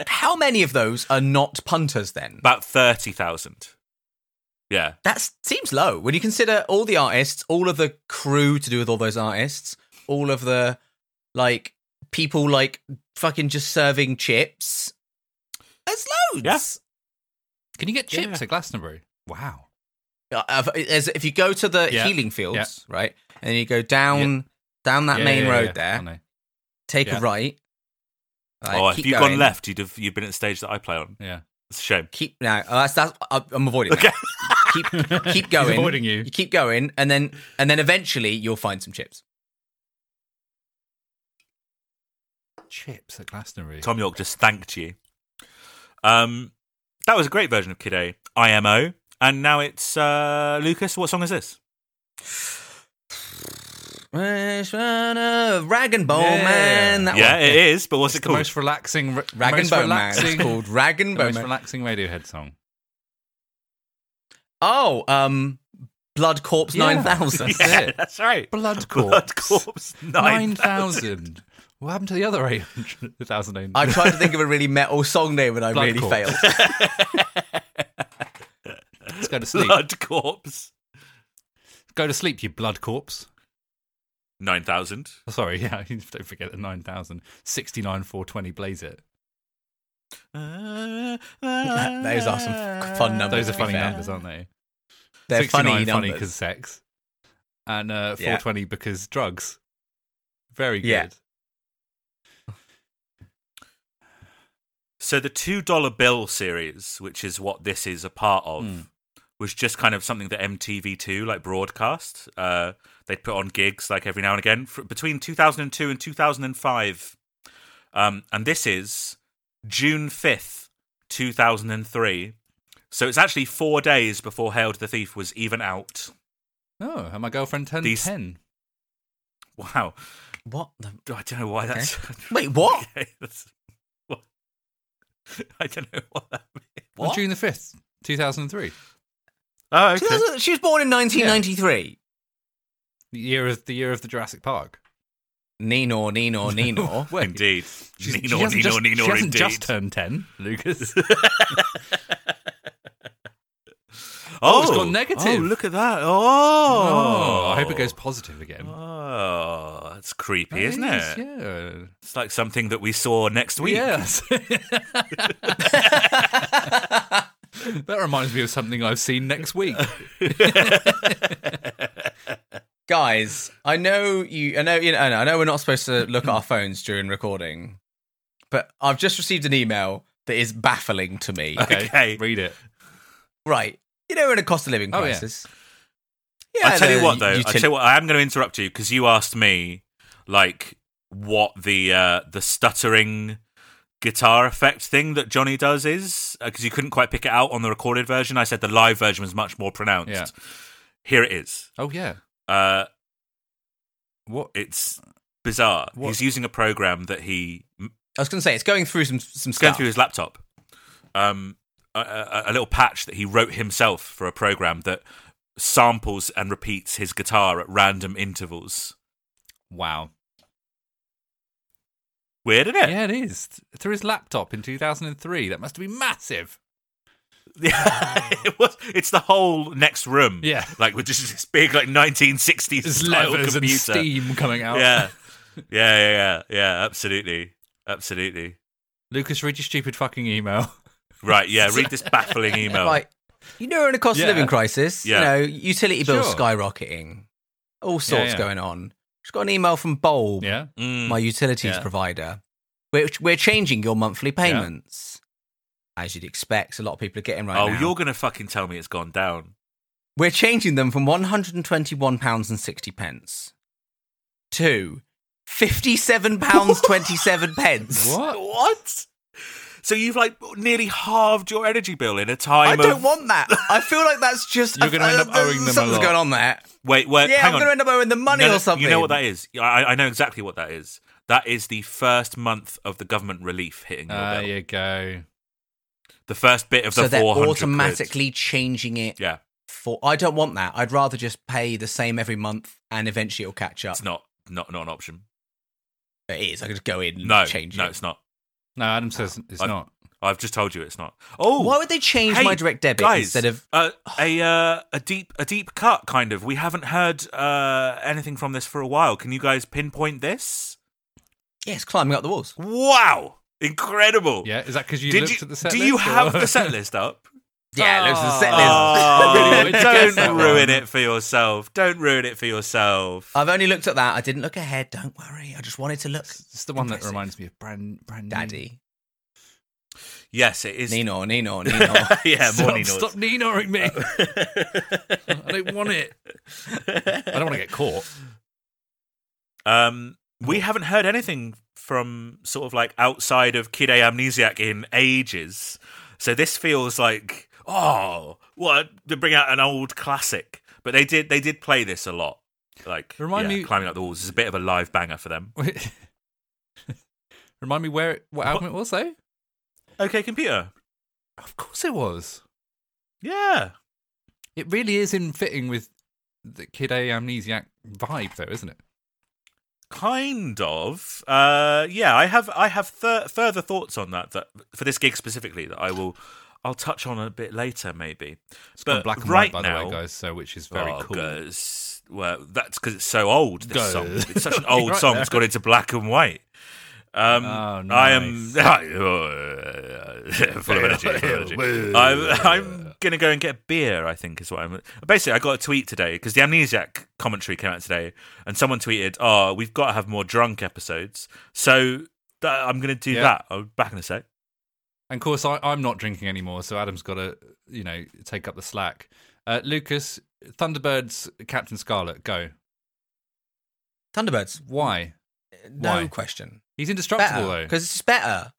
[SPEAKER 2] How many of those are not punters then?
[SPEAKER 1] About thirty thousand. Yeah.
[SPEAKER 2] That seems low when you consider all the artists, all of the crew to do with all those artists, all of the like people like fucking just serving chips. There's loads.
[SPEAKER 1] Yeah.
[SPEAKER 3] Can you get chips
[SPEAKER 1] Yeah.
[SPEAKER 3] at Glastonbury? Wow.
[SPEAKER 2] Uh, I've- as- if you go to the
[SPEAKER 3] Yeah.
[SPEAKER 2] healing fields, right, and you go down down that
[SPEAKER 3] Yeah,
[SPEAKER 2] main
[SPEAKER 3] yeah,
[SPEAKER 2] road
[SPEAKER 3] yeah. I
[SPEAKER 2] there,
[SPEAKER 3] know.
[SPEAKER 2] take
[SPEAKER 3] Yeah.
[SPEAKER 2] a right. Like,
[SPEAKER 1] oh, if
[SPEAKER 2] keep
[SPEAKER 1] you've
[SPEAKER 2] going.
[SPEAKER 1] gone left, you'd have you've been at the stage that I play on.
[SPEAKER 3] Yeah.
[SPEAKER 1] It's a shame.
[SPEAKER 2] keep no, oh, that's that's I- I'm avoiding.
[SPEAKER 1] Okay.
[SPEAKER 2] That. keep keep going.
[SPEAKER 3] He's avoiding you.
[SPEAKER 2] You keep going, and then and then eventually you'll find some chips.
[SPEAKER 3] Chips at Glastonbury.
[SPEAKER 1] Tom York just thanked you. Um, that was a great version of Kid A, IMO, and now it's uh, Lucas. What song is this?
[SPEAKER 2] Wish on a Rag and Bone
[SPEAKER 3] Yeah.
[SPEAKER 2] Man. That
[SPEAKER 1] yeah,
[SPEAKER 2] one.
[SPEAKER 1] it is. But what's
[SPEAKER 3] It's
[SPEAKER 1] it
[SPEAKER 3] the
[SPEAKER 1] called?
[SPEAKER 3] most relaxing. Rag
[SPEAKER 2] Rag and
[SPEAKER 3] most
[SPEAKER 2] Bone Man.
[SPEAKER 3] relaxing,
[SPEAKER 2] It's called Rag
[SPEAKER 3] the
[SPEAKER 2] and Bone
[SPEAKER 3] most
[SPEAKER 2] Man.
[SPEAKER 3] relaxing Radiohead song.
[SPEAKER 2] oh, um, Blood Corpse
[SPEAKER 3] Yeah.
[SPEAKER 2] Nine Thousand.
[SPEAKER 3] That's
[SPEAKER 1] yeah,
[SPEAKER 3] it.
[SPEAKER 1] that's right.
[SPEAKER 3] Blood Corpse.
[SPEAKER 1] Blood Corpse Nine.
[SPEAKER 3] Nine thousand. What happened to the other eight hundred thousand?
[SPEAKER 2] I tried to think of a really metal song name, and I
[SPEAKER 3] Blood
[SPEAKER 2] really
[SPEAKER 3] Corpse.
[SPEAKER 2] failed.
[SPEAKER 3] Let's go to sleep.
[SPEAKER 1] Blood Corpse
[SPEAKER 3] Go to sleep, you blood corpse.
[SPEAKER 1] Nine Thousand.
[SPEAKER 3] Oh, Sorry, yeah, don't forget the 9,000. 69,420, blaze it.
[SPEAKER 1] Those
[SPEAKER 2] are some f- fun numbers,
[SPEAKER 3] Those are
[SPEAKER 2] be
[SPEAKER 3] funny
[SPEAKER 2] fair.
[SPEAKER 3] numbers, aren't they?
[SPEAKER 2] They're
[SPEAKER 3] 69
[SPEAKER 2] funny
[SPEAKER 3] funny
[SPEAKER 2] numbers.
[SPEAKER 3] because sex. And uh,
[SPEAKER 2] Yeah.
[SPEAKER 3] 420 because drugs. Very good.
[SPEAKER 2] Yeah.
[SPEAKER 1] So the two dollar bill series, which is what this is a part of,
[SPEAKER 3] Hmm.
[SPEAKER 1] was just kind of something that MTV two like broadcast. Uh, they'd put on gigs like every now and again Fr between 2002 and 2005, um, and this is June 5th, 2003. So it's actually four days before Hail to the Thief was even out.
[SPEAKER 3] Oh, and my girlfriend turned
[SPEAKER 1] These-
[SPEAKER 3] 10.
[SPEAKER 1] Wow,
[SPEAKER 2] What? The...
[SPEAKER 1] I don't know why that's.
[SPEAKER 2] Wait, what?
[SPEAKER 1] Okay, that's- what? I don't know what that means.
[SPEAKER 3] On
[SPEAKER 2] What?
[SPEAKER 3] June the 5th, 2003.
[SPEAKER 1] Oh,
[SPEAKER 2] She, was, she was born in 1993.
[SPEAKER 3] The year of the, year of the Jurassic Park.
[SPEAKER 2] Nino, Nino, Nino.
[SPEAKER 3] Wait,
[SPEAKER 1] Indeed.
[SPEAKER 3] she's- she
[SPEAKER 1] Nino,
[SPEAKER 3] hasn't
[SPEAKER 1] Nino,
[SPEAKER 3] just,
[SPEAKER 1] Nino,
[SPEAKER 3] She hasn't
[SPEAKER 1] indeed.
[SPEAKER 3] just turned 10, Lucas.
[SPEAKER 1] oh,
[SPEAKER 3] it's gone negative.
[SPEAKER 1] Oh, look at that.
[SPEAKER 3] oh,
[SPEAKER 1] Oh.
[SPEAKER 3] I hope it goes positive again.
[SPEAKER 1] Oh, that's creepy,
[SPEAKER 3] That
[SPEAKER 1] isn't it?
[SPEAKER 3] is, Yeah.
[SPEAKER 1] It's like something that we saw next week.
[SPEAKER 3] Yes. that reminds me of something I've seen next week.
[SPEAKER 2] guys i know you i know you know i know we're not supposed to look at our phones during recording but i've just received an email that is baffling to me
[SPEAKER 1] Okay.
[SPEAKER 3] Read it.
[SPEAKER 2] right you know we're in a cost of living
[SPEAKER 3] Oh, yeah.
[SPEAKER 2] crisis
[SPEAKER 1] I tell you
[SPEAKER 2] the
[SPEAKER 1] what, though, I
[SPEAKER 2] util-
[SPEAKER 1] tell you what, I am going to interrupt you because you asked me, like, what the uh, the stuttering guitar effect thing that Johnny does is because you couldn't quite pick it out on the recorded version. I said the live version was much more pronounced.
[SPEAKER 3] Yeah.
[SPEAKER 1] Here it is.
[SPEAKER 3] Oh yeah.
[SPEAKER 1] Uh,
[SPEAKER 3] What?
[SPEAKER 1] it's bizarre.
[SPEAKER 3] What-
[SPEAKER 1] He's using a program that he m- Ah.
[SPEAKER 2] i was going to say it's going through some some
[SPEAKER 1] it's going
[SPEAKER 2] stuff
[SPEAKER 1] through his laptop. Um, a, a, a little patch that he wrote himself for a program that samples and repeats his guitar at random intervals.
[SPEAKER 3] Wow.
[SPEAKER 1] Weird, isn't it?
[SPEAKER 3] Yeah, it is. Through his laptop in 2003. That must have been massive.
[SPEAKER 1] Yeah. it was. It's the whole next room.
[SPEAKER 3] Yeah.
[SPEAKER 1] like with just this big like 1960s
[SPEAKER 3] His
[SPEAKER 1] style
[SPEAKER 3] levers
[SPEAKER 1] computer.
[SPEAKER 3] and steam coming out.
[SPEAKER 1] Yeah. yeah, yeah, yeah, yeah. Absolutely, absolutely.
[SPEAKER 3] Lucas, read your stupid fucking email.
[SPEAKER 1] Right. Yeah. Read this baffling email.
[SPEAKER 2] like you know we're in a cost
[SPEAKER 3] Yeah.
[SPEAKER 2] of living crisis
[SPEAKER 1] Yeah.
[SPEAKER 2] you know utility bills
[SPEAKER 3] Sure.
[SPEAKER 2] skyrocketing all sorts
[SPEAKER 3] yeah.
[SPEAKER 2] going on just got an email from bulb
[SPEAKER 3] Yeah.
[SPEAKER 1] Mm.
[SPEAKER 2] my utilities
[SPEAKER 1] Yeah.
[SPEAKER 2] provider. We're, we're changing your monthly payments. As you'd expect, a lot of people are getting right
[SPEAKER 1] oh,
[SPEAKER 2] now.
[SPEAKER 1] you're gonna fucking tell me it's gone down.
[SPEAKER 2] We're changing them from £121.60 pence to £57.27 pence.
[SPEAKER 3] What?
[SPEAKER 1] What? So you've like nearly halved your energy bill in a time.
[SPEAKER 2] I
[SPEAKER 1] of...
[SPEAKER 2] don't want that. I feel like that's just.
[SPEAKER 3] You're gonna
[SPEAKER 2] I-
[SPEAKER 3] end up
[SPEAKER 2] I-
[SPEAKER 3] owing them a
[SPEAKER 2] Something's
[SPEAKER 3] lot.
[SPEAKER 2] going on there.
[SPEAKER 1] Wait, wait.
[SPEAKER 2] Yeah,
[SPEAKER 1] Uh, hang
[SPEAKER 2] I'm going to
[SPEAKER 1] on.
[SPEAKER 2] end up owing them money
[SPEAKER 1] No, no,
[SPEAKER 2] or something.
[SPEAKER 1] You know what that is? Yeah, I, I know exactly what that is. That is the first month of the government relief hitting
[SPEAKER 2] Ah,
[SPEAKER 1] your
[SPEAKER 3] Ah, There
[SPEAKER 1] bill.
[SPEAKER 3] you go.
[SPEAKER 1] The first bit of the
[SPEAKER 2] So they're
[SPEAKER 1] 400 quid.
[SPEAKER 2] automatically changing it
[SPEAKER 1] Yeah,
[SPEAKER 2] for. I don't want that. I'd rather just pay the same every month and eventually it'll catch up.
[SPEAKER 1] it's not not not an option.
[SPEAKER 2] It is. I could just go in and
[SPEAKER 1] No,
[SPEAKER 2] change
[SPEAKER 1] no,
[SPEAKER 2] it.
[SPEAKER 1] it's not.
[SPEAKER 3] No, Adam says it's
[SPEAKER 1] I-
[SPEAKER 3] not.
[SPEAKER 1] I I've just told you it's not. Oh,
[SPEAKER 2] Why would they change
[SPEAKER 1] hey,
[SPEAKER 2] my direct debit
[SPEAKER 1] guys,
[SPEAKER 2] instead of?
[SPEAKER 1] uh, a uh, a deep a deep cut kind of? We haven't heard uh, anything from this for a while. Can you guys pinpoint this?
[SPEAKER 2] Yeah, it's climbing up the walls.
[SPEAKER 1] Wow, incredible!
[SPEAKER 3] Yeah, is that because you
[SPEAKER 1] Did
[SPEAKER 3] looked
[SPEAKER 1] you,
[SPEAKER 3] at the set
[SPEAKER 1] do
[SPEAKER 3] list
[SPEAKER 1] you
[SPEAKER 3] or-
[SPEAKER 1] have the set list up?
[SPEAKER 2] Yeah, it looks at the set list.
[SPEAKER 3] I
[SPEAKER 1] Oh,
[SPEAKER 3] really wanted to guess that
[SPEAKER 1] don't ruin
[SPEAKER 3] one.
[SPEAKER 1] it for yourself. Don't ruin it for yourself.
[SPEAKER 2] I've only looked at that. I didn't look ahead. Don't worry. I just wanted to look.
[SPEAKER 3] It's the one that
[SPEAKER 2] Impressive.
[SPEAKER 3] reminds me of brand brand
[SPEAKER 2] Daddy,
[SPEAKER 1] yes, it is.
[SPEAKER 2] Nino, Nino, Nino.
[SPEAKER 1] yeah,
[SPEAKER 3] Stop,
[SPEAKER 1] morning noise.
[SPEAKER 3] stop Ninoing me. I don't want it. I don't want to get caught.
[SPEAKER 1] Um, we haven't heard anything from sort of like outside of Kid A Amnesiac in ages. So this feels like oh, what to bring out an old classic. But they did they did play this a lot. Like
[SPEAKER 3] Remind
[SPEAKER 1] yeah,
[SPEAKER 3] me-
[SPEAKER 1] climbing up the walls is a bit of a live banger for them.
[SPEAKER 3] Remind me where it, what album it was though.
[SPEAKER 1] Okay, computer.
[SPEAKER 3] Of course it was.
[SPEAKER 1] Yeah.
[SPEAKER 3] It really is in fitting with the Kid A Amnesiac vibe, though, isn't it?
[SPEAKER 1] Kind of, uh, yeah. I have I have thir- further thoughts on that, that for this gig specifically that I will I'll touch on a bit later maybe.
[SPEAKER 3] It's
[SPEAKER 1] But
[SPEAKER 3] gone black and
[SPEAKER 1] right
[SPEAKER 3] white, by the
[SPEAKER 1] now-
[SPEAKER 3] way, guys. So which is very
[SPEAKER 1] Oh,
[SPEAKER 3] cool.
[SPEAKER 1] goes. Well, that's because it's so old. This
[SPEAKER 3] Goes.
[SPEAKER 1] song. It's such an
[SPEAKER 3] You're
[SPEAKER 1] old
[SPEAKER 3] right
[SPEAKER 1] song.
[SPEAKER 3] there.
[SPEAKER 1] It's got into black and white. Um,
[SPEAKER 3] Oh,
[SPEAKER 1] I am
[SPEAKER 3] nice.
[SPEAKER 1] full of energy. Full of energy. I'm, I'm gonna go and get a beer. I think is what I'm. Basically, I got a tweet today because the Amnesiac commentary came out today, and someone tweeted, "Oh, we've got to have more drunk episodes." So that, I'm gonna do
[SPEAKER 3] Yeah.
[SPEAKER 1] that. I'll be back in a sec.
[SPEAKER 3] And of course, I, I'm not drinking anymore, so Adam's got to, you know, take up the slack. Uh, Lucas, Thunderbirds, Captain Scarlet, go.
[SPEAKER 2] Thunderbirds.
[SPEAKER 3] Why?
[SPEAKER 2] No
[SPEAKER 3] Why?
[SPEAKER 2] question.
[SPEAKER 3] He's
[SPEAKER 2] Better
[SPEAKER 3] indestructible though.
[SPEAKER 2] because it's better.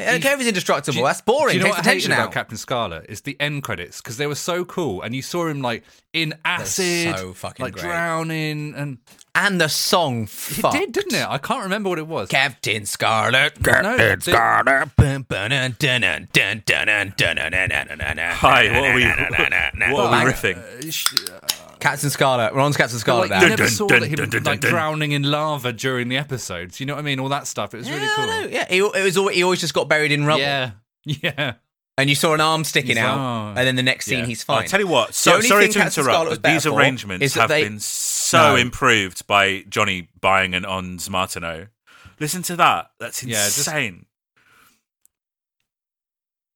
[SPEAKER 2] I don't
[SPEAKER 3] He's-
[SPEAKER 2] care if it's indestructible.
[SPEAKER 3] Do you-
[SPEAKER 2] That's boring.
[SPEAKER 3] Do you know
[SPEAKER 2] Takes
[SPEAKER 3] what I
[SPEAKER 2] the
[SPEAKER 3] hated
[SPEAKER 2] tension
[SPEAKER 3] about
[SPEAKER 2] out.
[SPEAKER 3] Captain Scarlet? It's the end credits because they were so cool, and you saw him like in
[SPEAKER 2] They're
[SPEAKER 3] acid,
[SPEAKER 2] so fucking
[SPEAKER 3] like
[SPEAKER 2] great.
[SPEAKER 3] drowning, and
[SPEAKER 2] and the song
[SPEAKER 3] it
[SPEAKER 2] fucked.
[SPEAKER 3] did, didn't it? I can't remember what it was.
[SPEAKER 2] Captain Scarlet,
[SPEAKER 3] the-
[SPEAKER 2] Captain Scarlet. Bun, bun, dun, dun, dun, dun, dun, dun, dun, dun, dun, dun, dun, dun,
[SPEAKER 1] Hi, what are we?
[SPEAKER 2] dun, dun, dun, dun.
[SPEAKER 1] What are we
[SPEAKER 2] Banger.
[SPEAKER 1] riffing?
[SPEAKER 3] Uh, sh-
[SPEAKER 2] Captain Scarlet. We're on to Captain
[SPEAKER 3] But,
[SPEAKER 2] Scarlet
[SPEAKER 3] like,
[SPEAKER 2] now.
[SPEAKER 3] you never
[SPEAKER 1] Dun,
[SPEAKER 3] saw
[SPEAKER 1] dun,
[SPEAKER 3] that him
[SPEAKER 1] dun, dun,
[SPEAKER 3] like
[SPEAKER 1] dun, dun.
[SPEAKER 3] drowning in lava during the episodes. You know what I mean? All that stuff. It was really
[SPEAKER 2] yeah,
[SPEAKER 3] cool.
[SPEAKER 2] I know, yeah. He, it was al he always just got buried in rubble,
[SPEAKER 3] Yeah, yeah.
[SPEAKER 2] and you saw an arm sticking
[SPEAKER 3] He's-
[SPEAKER 2] out,
[SPEAKER 3] oh.
[SPEAKER 2] and then the next scene
[SPEAKER 3] Yeah.
[SPEAKER 2] he's fine.
[SPEAKER 1] I'll tell you what. So,
[SPEAKER 2] only
[SPEAKER 1] sorry
[SPEAKER 2] thing
[SPEAKER 1] to
[SPEAKER 2] Captain Scarlet was
[SPEAKER 1] interrupt, but
[SPEAKER 2] better
[SPEAKER 1] these
[SPEAKER 2] for
[SPEAKER 1] arrangements
[SPEAKER 2] is that
[SPEAKER 1] have
[SPEAKER 2] they-
[SPEAKER 1] been so
[SPEAKER 2] No.
[SPEAKER 1] improved by Johnny buying an on Smartino. Listen to that. That's
[SPEAKER 3] Yeah, just-
[SPEAKER 1] insane.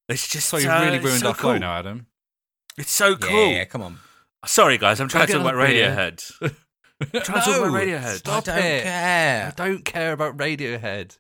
[SPEAKER 1] It's just
[SPEAKER 3] So you
[SPEAKER 1] uh,
[SPEAKER 3] really
[SPEAKER 1] it's
[SPEAKER 3] ruined
[SPEAKER 1] so
[SPEAKER 3] our
[SPEAKER 1] cool.
[SPEAKER 3] flow now, Adam.
[SPEAKER 1] It's so
[SPEAKER 2] yeah,
[SPEAKER 1] cool.
[SPEAKER 2] yeah, come on.
[SPEAKER 1] Sorry, guys. I'm trying to
[SPEAKER 3] Go
[SPEAKER 1] talk
[SPEAKER 3] get
[SPEAKER 1] about
[SPEAKER 3] another beer.
[SPEAKER 1] Radiohead. I'm trying to talk
[SPEAKER 3] No,
[SPEAKER 1] about Radiohead.
[SPEAKER 3] stop.
[SPEAKER 2] I don't
[SPEAKER 3] it. I
[SPEAKER 2] care.
[SPEAKER 3] don't care about Radiohead.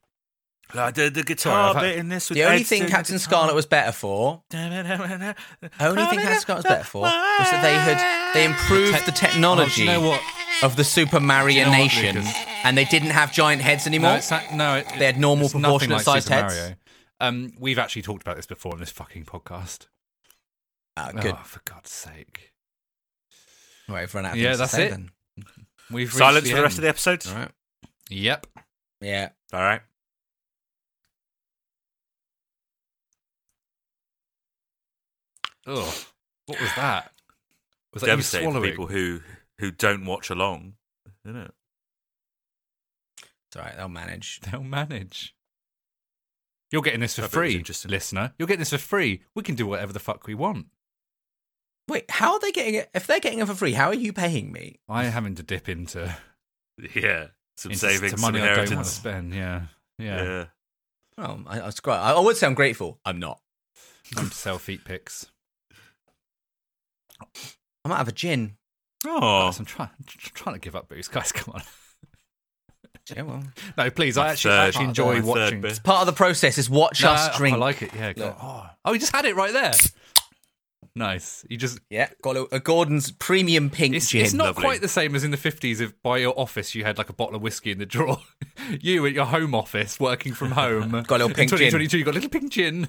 [SPEAKER 1] Like, the, the guitar
[SPEAKER 3] Sorry, I've had-
[SPEAKER 1] bit in this. With
[SPEAKER 2] The only
[SPEAKER 1] Ed's
[SPEAKER 2] thing
[SPEAKER 1] doing
[SPEAKER 2] Captain
[SPEAKER 1] the
[SPEAKER 2] Scarlet was better for,
[SPEAKER 1] guitar.
[SPEAKER 2] only thing Captain Scarlet was better for, was that they had they improved the
[SPEAKER 3] Oh,
[SPEAKER 2] technology
[SPEAKER 3] do you know what?
[SPEAKER 2] of the Super Mario
[SPEAKER 3] know what,
[SPEAKER 2] Nation,
[SPEAKER 3] Lucas?
[SPEAKER 2] and they didn't have giant heads anymore.
[SPEAKER 3] No, it's not, no it,
[SPEAKER 2] They had normal
[SPEAKER 3] it's nothing
[SPEAKER 2] proportionate
[SPEAKER 3] like
[SPEAKER 2] sized
[SPEAKER 3] Super
[SPEAKER 2] heads.
[SPEAKER 3] Mario. Um, we've actually talked about this before in this fucking podcast.
[SPEAKER 2] Ah, good.
[SPEAKER 3] Oh, for God's sake!
[SPEAKER 2] All right, I've run out. Of
[SPEAKER 3] Yeah,
[SPEAKER 2] things to
[SPEAKER 3] that's
[SPEAKER 2] say
[SPEAKER 3] it.
[SPEAKER 2] Then.
[SPEAKER 3] We've reached
[SPEAKER 1] Silence for the rest of the
[SPEAKER 3] end.
[SPEAKER 1] episode.
[SPEAKER 2] All right.
[SPEAKER 3] Yep.
[SPEAKER 2] Yeah.
[SPEAKER 1] All right.
[SPEAKER 3] Oh, what was that? Was that you
[SPEAKER 1] devastating for
[SPEAKER 3] swallowing?
[SPEAKER 1] people who who don't watch along. Isn't it?
[SPEAKER 2] It's all right. They'll manage.
[SPEAKER 3] They'll manage. You're getting this for
[SPEAKER 1] That bit was
[SPEAKER 3] free,
[SPEAKER 1] interesting.
[SPEAKER 3] listener. You're getting this for free. We can do whatever the fuck we want.
[SPEAKER 2] Wait, how are they getting it? If they're getting it for free, how are you paying me?
[SPEAKER 3] I am having to dip into,
[SPEAKER 1] Yeah, some
[SPEAKER 3] into
[SPEAKER 1] savings,
[SPEAKER 3] to
[SPEAKER 1] some
[SPEAKER 3] money I don't want to
[SPEAKER 1] inheritance.
[SPEAKER 3] spend. Yeah, yeah.
[SPEAKER 1] Yeah.
[SPEAKER 2] Well, I, I, was quite- I would say I'm grateful. I'm not.
[SPEAKER 3] Time to sell feet pics.
[SPEAKER 2] I might have a gin.
[SPEAKER 1] Oh,
[SPEAKER 3] Guys, I'm trying, trying to give up booze, guys. Come on.
[SPEAKER 2] Yeah, well,
[SPEAKER 3] No, please. I
[SPEAKER 1] My
[SPEAKER 3] actually,
[SPEAKER 1] third-
[SPEAKER 3] I actually enjoy
[SPEAKER 1] my third
[SPEAKER 3] watching.
[SPEAKER 1] bit.
[SPEAKER 3] No,
[SPEAKER 2] part of the process is watch us drink.
[SPEAKER 3] I like it. Yeah. go-
[SPEAKER 2] Look.
[SPEAKER 3] Oh, oh, you just had it right there. Nice. You just.
[SPEAKER 2] yeah, got a, a Gordon's premium pink
[SPEAKER 3] It's,
[SPEAKER 2] gin.
[SPEAKER 3] it's not
[SPEAKER 1] Lovely.
[SPEAKER 3] quite the same as in the 50s if by your office you had like a bottle of whiskey in the drawer. you at your home office working from home.
[SPEAKER 2] Got a little
[SPEAKER 3] In
[SPEAKER 2] pink gin.
[SPEAKER 3] 2022, you got a little pink gin.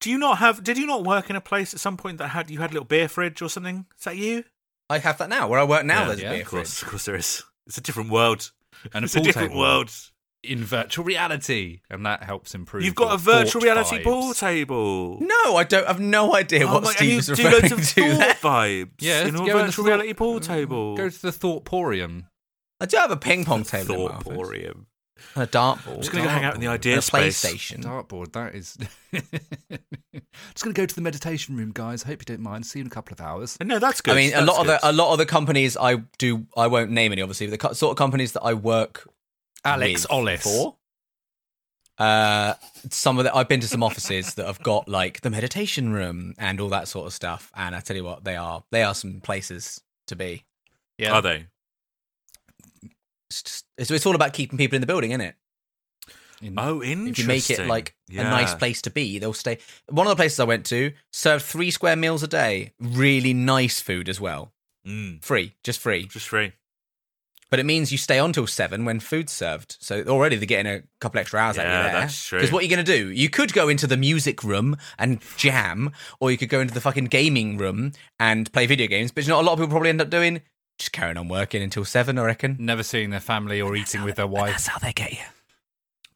[SPEAKER 1] do you not have? Did you not work in a place at some point that had you had a little beer fridge or something? Is that you?
[SPEAKER 2] I have that now. Where I work now,
[SPEAKER 1] Yeah,
[SPEAKER 2] there's
[SPEAKER 3] yeah,
[SPEAKER 2] a beer
[SPEAKER 1] Of
[SPEAKER 2] fridge.
[SPEAKER 1] course, of course, there is. It's a different world.
[SPEAKER 3] And a
[SPEAKER 1] It's
[SPEAKER 3] pool
[SPEAKER 1] a different
[SPEAKER 3] table
[SPEAKER 1] world.
[SPEAKER 3] in virtual reality. And that helps improve.
[SPEAKER 1] You've got
[SPEAKER 3] your
[SPEAKER 1] a virtual
[SPEAKER 3] thought
[SPEAKER 1] reality
[SPEAKER 3] vibes.
[SPEAKER 1] pool table.
[SPEAKER 2] No, I don't. I've no idea
[SPEAKER 1] Oh
[SPEAKER 2] what
[SPEAKER 1] my- and
[SPEAKER 2] Steve
[SPEAKER 1] you
[SPEAKER 2] is
[SPEAKER 1] do loads
[SPEAKER 2] referring
[SPEAKER 1] of
[SPEAKER 2] to.
[SPEAKER 1] thought
[SPEAKER 2] there.
[SPEAKER 1] vibes
[SPEAKER 3] Yeah,
[SPEAKER 1] in
[SPEAKER 3] let's
[SPEAKER 1] a
[SPEAKER 3] go in the
[SPEAKER 1] virtual
[SPEAKER 3] thought-
[SPEAKER 1] reality pool table.
[SPEAKER 3] Go to the Thoughtporium.
[SPEAKER 2] I do have a ping pong table. in my office.
[SPEAKER 1] Thorporium.
[SPEAKER 2] On a dartboard.
[SPEAKER 1] just going to go hang out in the
[SPEAKER 2] on
[SPEAKER 1] idea
[SPEAKER 2] a
[SPEAKER 1] space.
[SPEAKER 2] PlayStation.
[SPEAKER 3] Dartboard, that is. Just going to go to the meditation room, guys. Hope you don't mind. See you in a couple of hours.
[SPEAKER 1] No, that's good.
[SPEAKER 2] I mean, a
[SPEAKER 1] That's
[SPEAKER 2] lot of
[SPEAKER 1] good.
[SPEAKER 2] the a lot of the companies I do, I won't name any, obviously, but the co- sort of companies that I work
[SPEAKER 3] Alex
[SPEAKER 2] with
[SPEAKER 3] Ollis.
[SPEAKER 2] for. Uh, some of the I've been to some offices that have got like the meditation room and all that sort of stuff, and I tell you what, they are they are some places to be.
[SPEAKER 3] Yeah.
[SPEAKER 1] are they?
[SPEAKER 2] It's just, it's, it's all about keeping people in the building, isn't it?
[SPEAKER 3] In-
[SPEAKER 1] Oh, interesting.
[SPEAKER 2] If you make it like a nice
[SPEAKER 1] Yeah.
[SPEAKER 2] place to be, they'll stay. One of the places I went to served three square meals a day, really nice food as well,
[SPEAKER 1] Mm,
[SPEAKER 2] free, just free.
[SPEAKER 1] just free.
[SPEAKER 2] But it means you stay on till seven when food's served. So already they're getting a couple extra hours out of
[SPEAKER 1] Yeah,
[SPEAKER 2] you there.
[SPEAKER 1] that's true.
[SPEAKER 2] Because what are you going to do? You could go into the music room and jam, or you could go into the fucking gaming room and play video games. But you know what a lot of people probably end up doing? Just carrying on working until seven, I reckon.
[SPEAKER 3] Never seeing their family or eating with their
[SPEAKER 2] And
[SPEAKER 3] wife.
[SPEAKER 2] that's how they get you.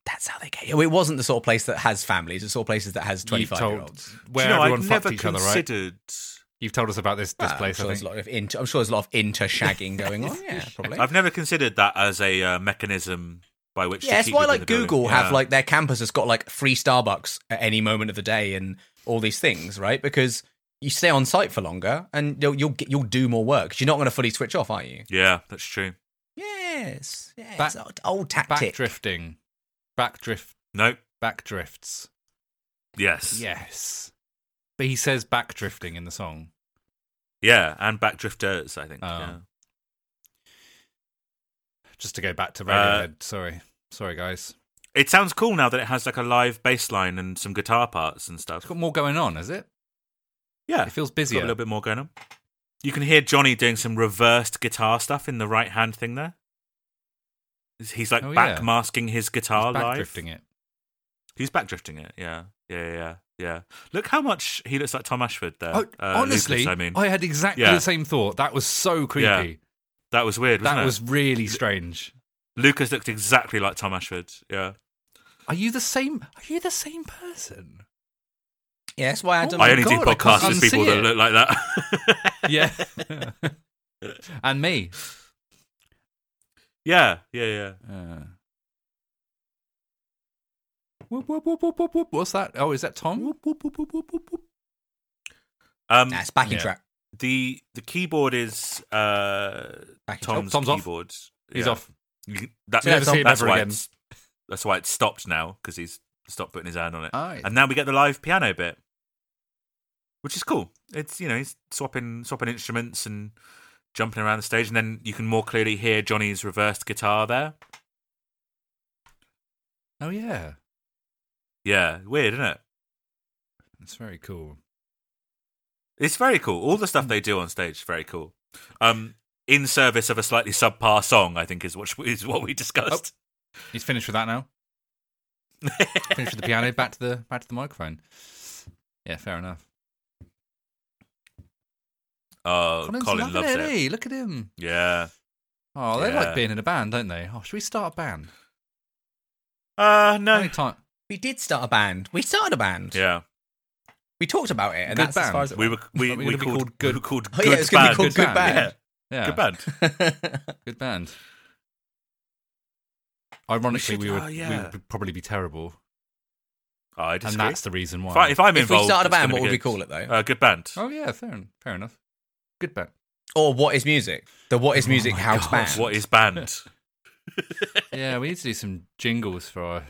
[SPEAKER 2] That's how they get you. It wasn't the sort of place that has families. It's the sort of places that has
[SPEAKER 3] You've
[SPEAKER 2] 25 year
[SPEAKER 3] told-
[SPEAKER 2] olds.
[SPEAKER 1] Do
[SPEAKER 3] Where
[SPEAKER 1] you know,
[SPEAKER 3] everyone
[SPEAKER 1] I've
[SPEAKER 3] fucked
[SPEAKER 1] never
[SPEAKER 3] each other, right?
[SPEAKER 1] considered.
[SPEAKER 3] You've told us about this this
[SPEAKER 2] Well,
[SPEAKER 3] place,
[SPEAKER 2] Uh, I'm, sure
[SPEAKER 3] I
[SPEAKER 2] there's a
[SPEAKER 3] think.
[SPEAKER 2] lot of inter, I'm sure there's a lot of inter-shagging going on. Yeah, probably.
[SPEAKER 1] I've never considered that as a uh, mechanism by which. to
[SPEAKER 2] Yeah, that's
[SPEAKER 1] keep
[SPEAKER 2] why
[SPEAKER 1] people in
[SPEAKER 2] like
[SPEAKER 1] the building.
[SPEAKER 2] Google
[SPEAKER 1] Yeah.
[SPEAKER 2] have like their campus has got like free Starbucks at any moment of the day and all these things, right? Because you stay on site for longer and you'll you'll, get, you'll do more work. 'cause You're not going to fully switch off, are you?
[SPEAKER 1] Yeah, that's true.
[SPEAKER 2] Yes, yes.
[SPEAKER 3] Back-
[SPEAKER 2] old, old
[SPEAKER 3] Back
[SPEAKER 2] tactic.
[SPEAKER 3] drifting. Back drift.
[SPEAKER 1] No.
[SPEAKER 3] Back drifts.
[SPEAKER 1] Yes.
[SPEAKER 3] Yes. But he says back drifting in the song.
[SPEAKER 1] Yeah, and backdrifters, I think.
[SPEAKER 3] Oh.
[SPEAKER 1] yeah.
[SPEAKER 3] Just to go back to
[SPEAKER 1] Uh,
[SPEAKER 3] Radiohead. sorry. Sorry, guys.
[SPEAKER 1] It sounds cool now that it has like a live bass line and some guitar parts and
[SPEAKER 3] It's
[SPEAKER 1] stuff.
[SPEAKER 3] got more going on, is it?
[SPEAKER 1] Yeah,
[SPEAKER 3] It feels
[SPEAKER 1] it's got a
[SPEAKER 3] busier.
[SPEAKER 1] little bit more going on. You can hear Johnny doing some reversed guitar stuff in the right hand thing there. He's- He's like
[SPEAKER 3] Oh, yeah.
[SPEAKER 1] back masking his guitar
[SPEAKER 3] He's back
[SPEAKER 1] live.
[SPEAKER 3] drifting it.
[SPEAKER 1] He's back drifting it. Yeah. yeah, yeah, yeah, yeah. Look how much he looks like Tom Ashford there.
[SPEAKER 3] Oh,
[SPEAKER 1] Uh,
[SPEAKER 3] honestly,
[SPEAKER 1] Lucas, I mean,
[SPEAKER 3] had exactly
[SPEAKER 1] Yeah.
[SPEAKER 3] the same thought. That was so creepy.
[SPEAKER 1] Yeah, that was weird. Wasn't
[SPEAKER 3] that
[SPEAKER 1] it?
[SPEAKER 3] was really strange.
[SPEAKER 1] Lucas looked exactly like Tom Ashford. Yeah,
[SPEAKER 3] Are you the same? Are you the same person?
[SPEAKER 2] Yeah, that's why I don't.
[SPEAKER 3] Oh my
[SPEAKER 1] I only do
[SPEAKER 3] God, I can't
[SPEAKER 1] podcasts with people
[SPEAKER 3] unsee
[SPEAKER 1] that
[SPEAKER 3] it.
[SPEAKER 1] look like that.
[SPEAKER 3] Yeah. and me.
[SPEAKER 1] yeah, yeah, yeah.
[SPEAKER 3] Uh. Whoop, whoop, whoop, whoop, whoop, whoop. What's that? Oh, is that Tom? Whoop, whoop, whoop, whoop, whoop, whoop, whoop.
[SPEAKER 1] Um,
[SPEAKER 2] Nah, it's backing
[SPEAKER 3] Yeah.
[SPEAKER 2] track.
[SPEAKER 1] the the keyboard is uh,
[SPEAKER 2] Backing track.
[SPEAKER 1] Tom's,
[SPEAKER 3] Tom's off.
[SPEAKER 1] keyboard.
[SPEAKER 3] He's
[SPEAKER 1] Yeah.
[SPEAKER 3] off.
[SPEAKER 1] You- That,
[SPEAKER 3] You never
[SPEAKER 1] that's
[SPEAKER 3] see him
[SPEAKER 1] that's
[SPEAKER 3] ever
[SPEAKER 1] why
[SPEAKER 3] again.
[SPEAKER 1] it's that's why it's stopped now because he's stopped putting his hand on it.
[SPEAKER 3] Aye.
[SPEAKER 1] And now we get the live piano bit, which is cool. It's you know he's swapping swapping instruments and jumping around the stage, and then you can more clearly hear Johnny's reversed guitar there.
[SPEAKER 3] Oh yeah,
[SPEAKER 1] Yeah, weird, isn't it?
[SPEAKER 3] that's very cool.
[SPEAKER 1] It's very cool. All the stuff they do on stage is very cool. Um, in service of a slightly subpar song, I think is what is what we discussed.
[SPEAKER 2] Oh,
[SPEAKER 3] He's finished with that now. finished with the piano. Back to the back to the microphone. Yeah, fair enough.
[SPEAKER 1] Oh,
[SPEAKER 3] Colin's
[SPEAKER 1] Colin
[SPEAKER 3] loving
[SPEAKER 1] loves
[SPEAKER 3] it.
[SPEAKER 1] it.
[SPEAKER 3] eh? Look at him.
[SPEAKER 1] Yeah.
[SPEAKER 3] Oh, they
[SPEAKER 1] Yeah.
[SPEAKER 3] like being in a band, don't they? Oh, should we start a band?
[SPEAKER 1] Uh
[SPEAKER 3] How
[SPEAKER 1] no.
[SPEAKER 3] many time-
[SPEAKER 2] We did start a band. We started a band.
[SPEAKER 1] Yeah.
[SPEAKER 2] We talked about it, and
[SPEAKER 3] Good
[SPEAKER 2] that's as far
[SPEAKER 3] band.
[SPEAKER 2] as it
[SPEAKER 1] We were we,
[SPEAKER 3] Something
[SPEAKER 1] we
[SPEAKER 3] to be
[SPEAKER 1] called,
[SPEAKER 3] called good-
[SPEAKER 1] we were called
[SPEAKER 2] Oh,
[SPEAKER 1] good
[SPEAKER 2] yeah, it's gonna be
[SPEAKER 1] band.
[SPEAKER 2] called
[SPEAKER 3] Good
[SPEAKER 2] Good
[SPEAKER 3] Band.
[SPEAKER 2] Band.
[SPEAKER 3] Yeah,
[SPEAKER 1] Yeah. Good band.
[SPEAKER 2] went.
[SPEAKER 3] Good band. Ironically,
[SPEAKER 1] should-
[SPEAKER 3] we, would,
[SPEAKER 1] oh,
[SPEAKER 3] we
[SPEAKER 1] yeah.
[SPEAKER 3] would probably be terrible,
[SPEAKER 1] I disagree.
[SPEAKER 3] and that's the reason why.
[SPEAKER 1] if, I, if I'm
[SPEAKER 2] if we
[SPEAKER 1] involved,
[SPEAKER 2] started a
[SPEAKER 1] it's gonna
[SPEAKER 2] band, what
[SPEAKER 1] be
[SPEAKER 2] would we
[SPEAKER 1] good.
[SPEAKER 2] call it though?
[SPEAKER 1] Uh, good band.
[SPEAKER 3] oh yeah, fair, en- fair enough. Good band.
[SPEAKER 2] or Oh, what is music? The what is
[SPEAKER 3] Oh
[SPEAKER 2] music
[SPEAKER 3] my
[SPEAKER 2] house
[SPEAKER 3] God.
[SPEAKER 2] band?
[SPEAKER 1] What is band?
[SPEAKER 3] Yeah, we need to do some jingles for our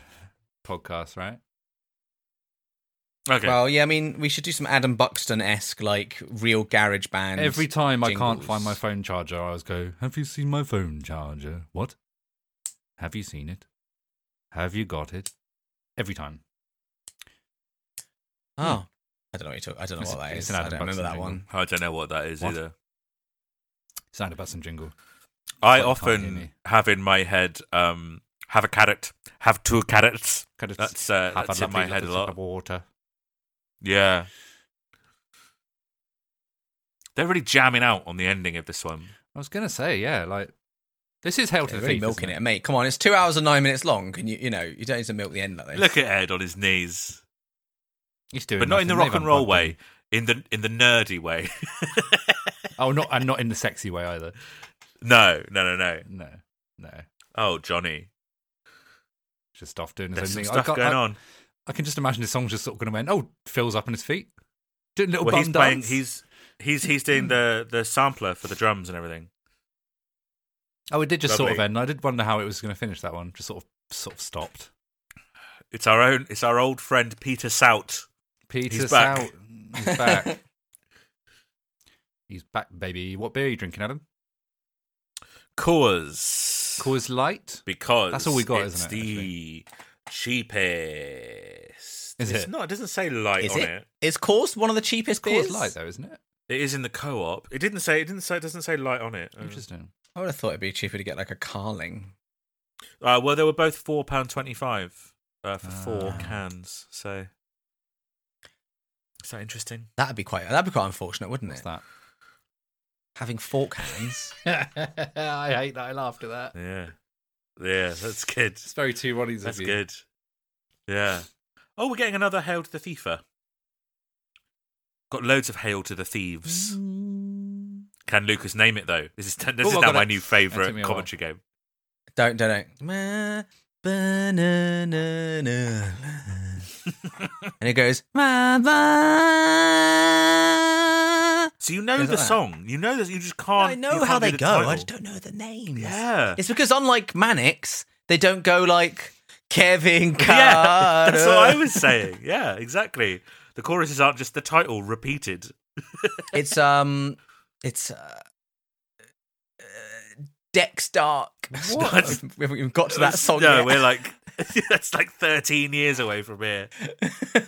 [SPEAKER 3] podcast, right?
[SPEAKER 1] Okay.
[SPEAKER 2] Well, yeah, I mean, we should do some Adam Buxton esque, like real garage band.
[SPEAKER 3] Every time I can't
[SPEAKER 2] jingles.
[SPEAKER 3] find my phone charger, I always go, "Have you seen my phone charger? What? Have you seen it? Have you got it?" Every time.
[SPEAKER 2] Oh, I don't know what you're talking. I don't know
[SPEAKER 3] It's-
[SPEAKER 2] what that
[SPEAKER 3] it's
[SPEAKER 2] is.
[SPEAKER 3] an
[SPEAKER 2] I
[SPEAKER 3] Adam
[SPEAKER 2] don't remember
[SPEAKER 3] Buxton
[SPEAKER 2] that
[SPEAKER 3] jingle.
[SPEAKER 2] one.
[SPEAKER 1] I don't know what that is
[SPEAKER 3] What?
[SPEAKER 1] either.
[SPEAKER 3] Sound about some jingle.
[SPEAKER 1] I
[SPEAKER 3] Well, you can't hear
[SPEAKER 1] often
[SPEAKER 3] me.
[SPEAKER 1] have in my head um, have a carrot, have two carrots.
[SPEAKER 3] Kind of
[SPEAKER 1] That's uh,
[SPEAKER 3] have a
[SPEAKER 1] that's in my
[SPEAKER 3] lovely
[SPEAKER 1] head a
[SPEAKER 3] little sip of
[SPEAKER 1] lot.
[SPEAKER 3] Water.
[SPEAKER 1] Yeah. They're really jamming out on the ending of this one.
[SPEAKER 3] I was gonna say, yeah, like this is hell to
[SPEAKER 2] They're
[SPEAKER 3] the
[SPEAKER 2] really
[SPEAKER 3] thief,
[SPEAKER 2] milking it.
[SPEAKER 3] isn't
[SPEAKER 2] mate. Come on, it's two hours and nine minutes long. Can you, you know, you don't need to milk the end like this.
[SPEAKER 1] Look at Ed on his knees,
[SPEAKER 3] He's doing,
[SPEAKER 1] but not in the
[SPEAKER 3] nothing.
[SPEAKER 1] rock
[SPEAKER 3] They've
[SPEAKER 1] and roll
[SPEAKER 3] unplugged him.
[SPEAKER 1] way, in the in the nerdy way.
[SPEAKER 3] Oh, not and not in the sexy way either.
[SPEAKER 1] no, no, no, no.
[SPEAKER 3] No, no.
[SPEAKER 1] Oh, Johnny.
[SPEAKER 3] just off doing his
[SPEAKER 1] There's some
[SPEAKER 3] own thing.
[SPEAKER 1] stuff
[SPEAKER 3] I, got-
[SPEAKER 1] going
[SPEAKER 3] I,
[SPEAKER 1] on.
[SPEAKER 3] I can just imagine the song's just sort of going to end. Oh, Phil's up on his feet, doing a little
[SPEAKER 1] Well,
[SPEAKER 3] bum
[SPEAKER 1] he's playing.
[SPEAKER 3] dance.
[SPEAKER 1] He's he's he's doing the the sampler for the drums and everything.
[SPEAKER 3] oh, it did just sort of
[SPEAKER 1] Lovely.
[SPEAKER 3] end. I did wonder how it was going to finish that one. Just sort of sort of stopped.
[SPEAKER 1] It's our own. It's our old friend Peter Sout.
[SPEAKER 3] Peter
[SPEAKER 1] He's back.
[SPEAKER 3] Sout. He's back. he's back, baby. What beer are you drinking, Adam?
[SPEAKER 1] Cause
[SPEAKER 3] Coors Light.
[SPEAKER 1] because
[SPEAKER 3] That's all we got,
[SPEAKER 1] it's
[SPEAKER 3] isn't it,
[SPEAKER 1] The cheapest.
[SPEAKER 3] Is
[SPEAKER 1] it's
[SPEAKER 3] it?
[SPEAKER 1] not. It doesn't say light
[SPEAKER 2] Is
[SPEAKER 1] on
[SPEAKER 2] it?
[SPEAKER 1] it?
[SPEAKER 2] Is Coors one of the cheapest beers?
[SPEAKER 3] Coors Light, though, isn't it?
[SPEAKER 1] It is in the co-op. It didn't say. It didn't say. It doesn't say light on it. Uh,
[SPEAKER 3] Interesting.
[SPEAKER 2] I would have thought it'd be cheaper to get like a Carling.
[SPEAKER 1] Uh, well, they were both four pound twenty-five uh, for four
[SPEAKER 3] Ah.
[SPEAKER 1] cans. So is that interesting?
[SPEAKER 2] That'd be quite. That'd be quite unfortunate, wouldn't
[SPEAKER 3] What's
[SPEAKER 2] it?
[SPEAKER 3] that?
[SPEAKER 2] Having fork hands.
[SPEAKER 3] I hate that. I laughed at that.
[SPEAKER 1] Yeah, yeah, that's good.
[SPEAKER 3] It's very two Ronnies
[SPEAKER 1] That's
[SPEAKER 3] of you.
[SPEAKER 1] good. Yeah. Oh, we're getting another hail to the thiefer. Got loads of hail to the thieves.
[SPEAKER 2] Mm.
[SPEAKER 1] Can Lucas name it though? This is this
[SPEAKER 3] Oh,
[SPEAKER 1] is
[SPEAKER 3] I
[SPEAKER 1] now
[SPEAKER 3] got
[SPEAKER 1] my
[SPEAKER 3] it.
[SPEAKER 1] new
[SPEAKER 3] That took me
[SPEAKER 1] favourite
[SPEAKER 3] a while.
[SPEAKER 1] commentary game.
[SPEAKER 2] don't don't don't. Ma, ba, na, na, na, na. and it goes. Ma, ba.
[SPEAKER 1] So you know
[SPEAKER 2] Goes
[SPEAKER 1] the
[SPEAKER 2] like that.
[SPEAKER 1] song. You know that you just
[SPEAKER 2] No,
[SPEAKER 1] can't.
[SPEAKER 2] I
[SPEAKER 1] you
[SPEAKER 2] know
[SPEAKER 1] can't
[SPEAKER 2] how
[SPEAKER 1] do
[SPEAKER 2] they
[SPEAKER 1] the
[SPEAKER 2] go.
[SPEAKER 1] title.
[SPEAKER 2] I just don't know the names.
[SPEAKER 1] Yeah.
[SPEAKER 2] It's because unlike Mannix, they don't go like Kevin Carter.
[SPEAKER 1] Yeah, that's what I was saying. Yeah, exactly. The choruses aren't just the title repeated.
[SPEAKER 2] It's um, it's uh, uh, Dex Dark.
[SPEAKER 1] What?
[SPEAKER 2] we haven't even got to that song
[SPEAKER 1] No,
[SPEAKER 2] yet.
[SPEAKER 1] we're like that's like 13 years away from here.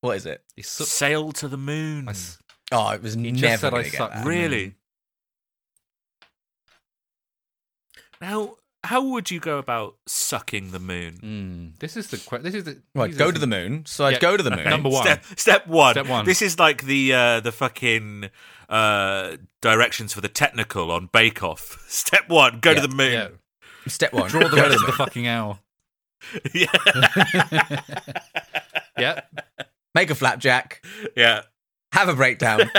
[SPEAKER 2] what is it?
[SPEAKER 3] He su-
[SPEAKER 1] Sail to the moon.
[SPEAKER 3] I s-
[SPEAKER 2] Oh, it was
[SPEAKER 3] just
[SPEAKER 2] never
[SPEAKER 3] said I
[SPEAKER 2] gonna get
[SPEAKER 3] suck.
[SPEAKER 2] that.
[SPEAKER 1] Really? Now, how would you go about sucking the moon?
[SPEAKER 3] Mm, this is the que- this is the
[SPEAKER 2] Right,
[SPEAKER 3] these
[SPEAKER 2] go
[SPEAKER 3] are
[SPEAKER 2] to the moon. So I'd
[SPEAKER 3] Yeah.
[SPEAKER 2] go to the moon.
[SPEAKER 3] Number one.
[SPEAKER 1] Step, step one.
[SPEAKER 3] Step one.
[SPEAKER 1] This is like the uh, the fucking uh, directions for the technical on Bake Off. Step one, go
[SPEAKER 2] Yeah,
[SPEAKER 1] to the moon.
[SPEAKER 3] yeah.
[SPEAKER 2] Step one.
[SPEAKER 3] Draw the
[SPEAKER 2] go to
[SPEAKER 3] red of
[SPEAKER 2] moon.
[SPEAKER 3] the fucking owl.
[SPEAKER 1] Yeah.
[SPEAKER 3] Yeah,
[SPEAKER 2] Make a flapjack.
[SPEAKER 1] yeah.
[SPEAKER 2] Have a breakdown.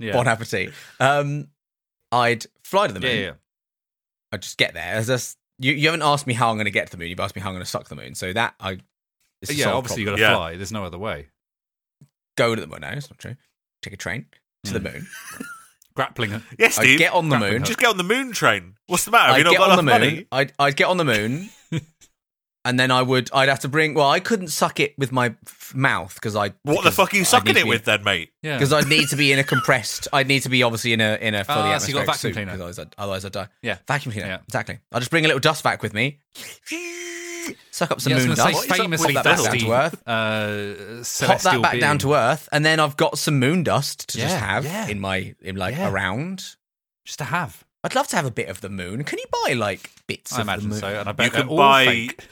[SPEAKER 3] yeah.
[SPEAKER 2] Bon appetit. Um, I'd fly to the
[SPEAKER 3] yeah,
[SPEAKER 2] moon.
[SPEAKER 3] yeah.
[SPEAKER 2] I'd just get there. As that's- you, you haven't asked me how I'm going to get to the moon. You've asked me how I'm going to suck the moon. So that I it's a
[SPEAKER 3] yeah
[SPEAKER 2] solved
[SPEAKER 3] obviously you
[SPEAKER 2] problem.
[SPEAKER 3] got to
[SPEAKER 1] Yeah.
[SPEAKER 3] fly. There's no other way.
[SPEAKER 2] go to the moon. No, it's not true. Take a train to the moon.
[SPEAKER 3] Grappling.
[SPEAKER 1] Yes,
[SPEAKER 2] I'd
[SPEAKER 1] Steve.
[SPEAKER 2] get on the
[SPEAKER 3] Grappling
[SPEAKER 2] moon.
[SPEAKER 3] hook.
[SPEAKER 1] Just get on the moon train. What's the matter? Have you
[SPEAKER 2] I'd
[SPEAKER 1] not
[SPEAKER 2] get
[SPEAKER 1] got
[SPEAKER 2] on the
[SPEAKER 1] enough
[SPEAKER 2] moon.
[SPEAKER 1] money?
[SPEAKER 2] I'd, I'd get on the moon, and then I would. I'd have to bring. Well, I couldn't suck it with my f- mouth because I.
[SPEAKER 1] What the fuck are you sucking it with
[SPEAKER 2] Because
[SPEAKER 1] then, mate?
[SPEAKER 3] Yeah.
[SPEAKER 2] I'd need to be- 'cause I'd need to be in a compressed. I'd need to be obviously in a in a fully
[SPEAKER 3] Ah, so you got a
[SPEAKER 2] atmospheric
[SPEAKER 3] vacuum
[SPEAKER 2] suit.
[SPEAKER 3] cleaner.
[SPEAKER 2] 'cause Otherwise, I'd, otherwise I'd die.
[SPEAKER 3] Yeah.
[SPEAKER 2] vacuum cleaner.
[SPEAKER 3] Yeah.
[SPEAKER 2] Exactly. I'll just bring a little dust vac with me. Suck up some
[SPEAKER 3] Yeah, I was
[SPEAKER 2] moon
[SPEAKER 3] gonna say
[SPEAKER 2] dust.
[SPEAKER 1] What is up
[SPEAKER 3] famously
[SPEAKER 1] with
[SPEAKER 2] Pop that
[SPEAKER 1] that,
[SPEAKER 2] back down
[SPEAKER 3] dusty,
[SPEAKER 2] to earth.
[SPEAKER 3] uh,
[SPEAKER 2] Pop
[SPEAKER 3] celestial
[SPEAKER 2] that back down
[SPEAKER 3] being.
[SPEAKER 2] to earth, and then I've got some moon dust to just
[SPEAKER 3] Yeah,
[SPEAKER 2] have
[SPEAKER 3] yeah.
[SPEAKER 2] in my in like
[SPEAKER 3] Yeah.
[SPEAKER 2] around.
[SPEAKER 3] Just to have.
[SPEAKER 2] I'd love to have a bit of the moon. Can you buy like bits?
[SPEAKER 3] I
[SPEAKER 2] of the
[SPEAKER 3] imagine
[SPEAKER 2] moon?
[SPEAKER 3] so. And I bet
[SPEAKER 1] can
[SPEAKER 3] they're all
[SPEAKER 1] buy-
[SPEAKER 3] fake.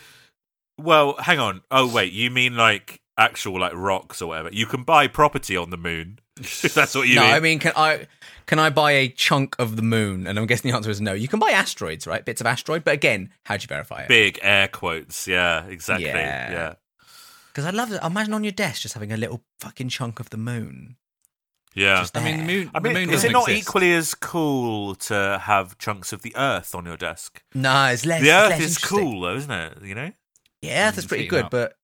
[SPEAKER 1] Well, hang on. Oh wait, you mean like actual like rocks or whatever? You can buy property on the moon. if that's what you
[SPEAKER 2] no,
[SPEAKER 1] mean.
[SPEAKER 2] I mean, can I can I buy a chunk of the moon? And I'm guessing the answer is no. You can buy asteroids, right? Bits of asteroid, but again, how do you verify it?
[SPEAKER 1] Big air quotes. Yeah, exactly.
[SPEAKER 2] Yeah.
[SPEAKER 1] Yeah.
[SPEAKER 2] Because I'd love to imagine on your desk just having a little fucking chunk of the moon.
[SPEAKER 1] Yeah.
[SPEAKER 2] Just
[SPEAKER 3] I mean, the moon,
[SPEAKER 1] I mean,
[SPEAKER 3] the moon
[SPEAKER 1] is
[SPEAKER 3] doesn't
[SPEAKER 1] it not
[SPEAKER 3] exist.
[SPEAKER 1] equally as cool to have chunks of the Earth on your desk?
[SPEAKER 2] No, it's less.
[SPEAKER 1] The
[SPEAKER 2] it's
[SPEAKER 1] Earth
[SPEAKER 2] less
[SPEAKER 1] is
[SPEAKER 2] interesting.
[SPEAKER 1] cool, though, isn't it? You know,
[SPEAKER 2] Yeah, Earth is
[SPEAKER 3] Mm,
[SPEAKER 2] pretty
[SPEAKER 3] beating
[SPEAKER 2] good,
[SPEAKER 3] up.
[SPEAKER 2] but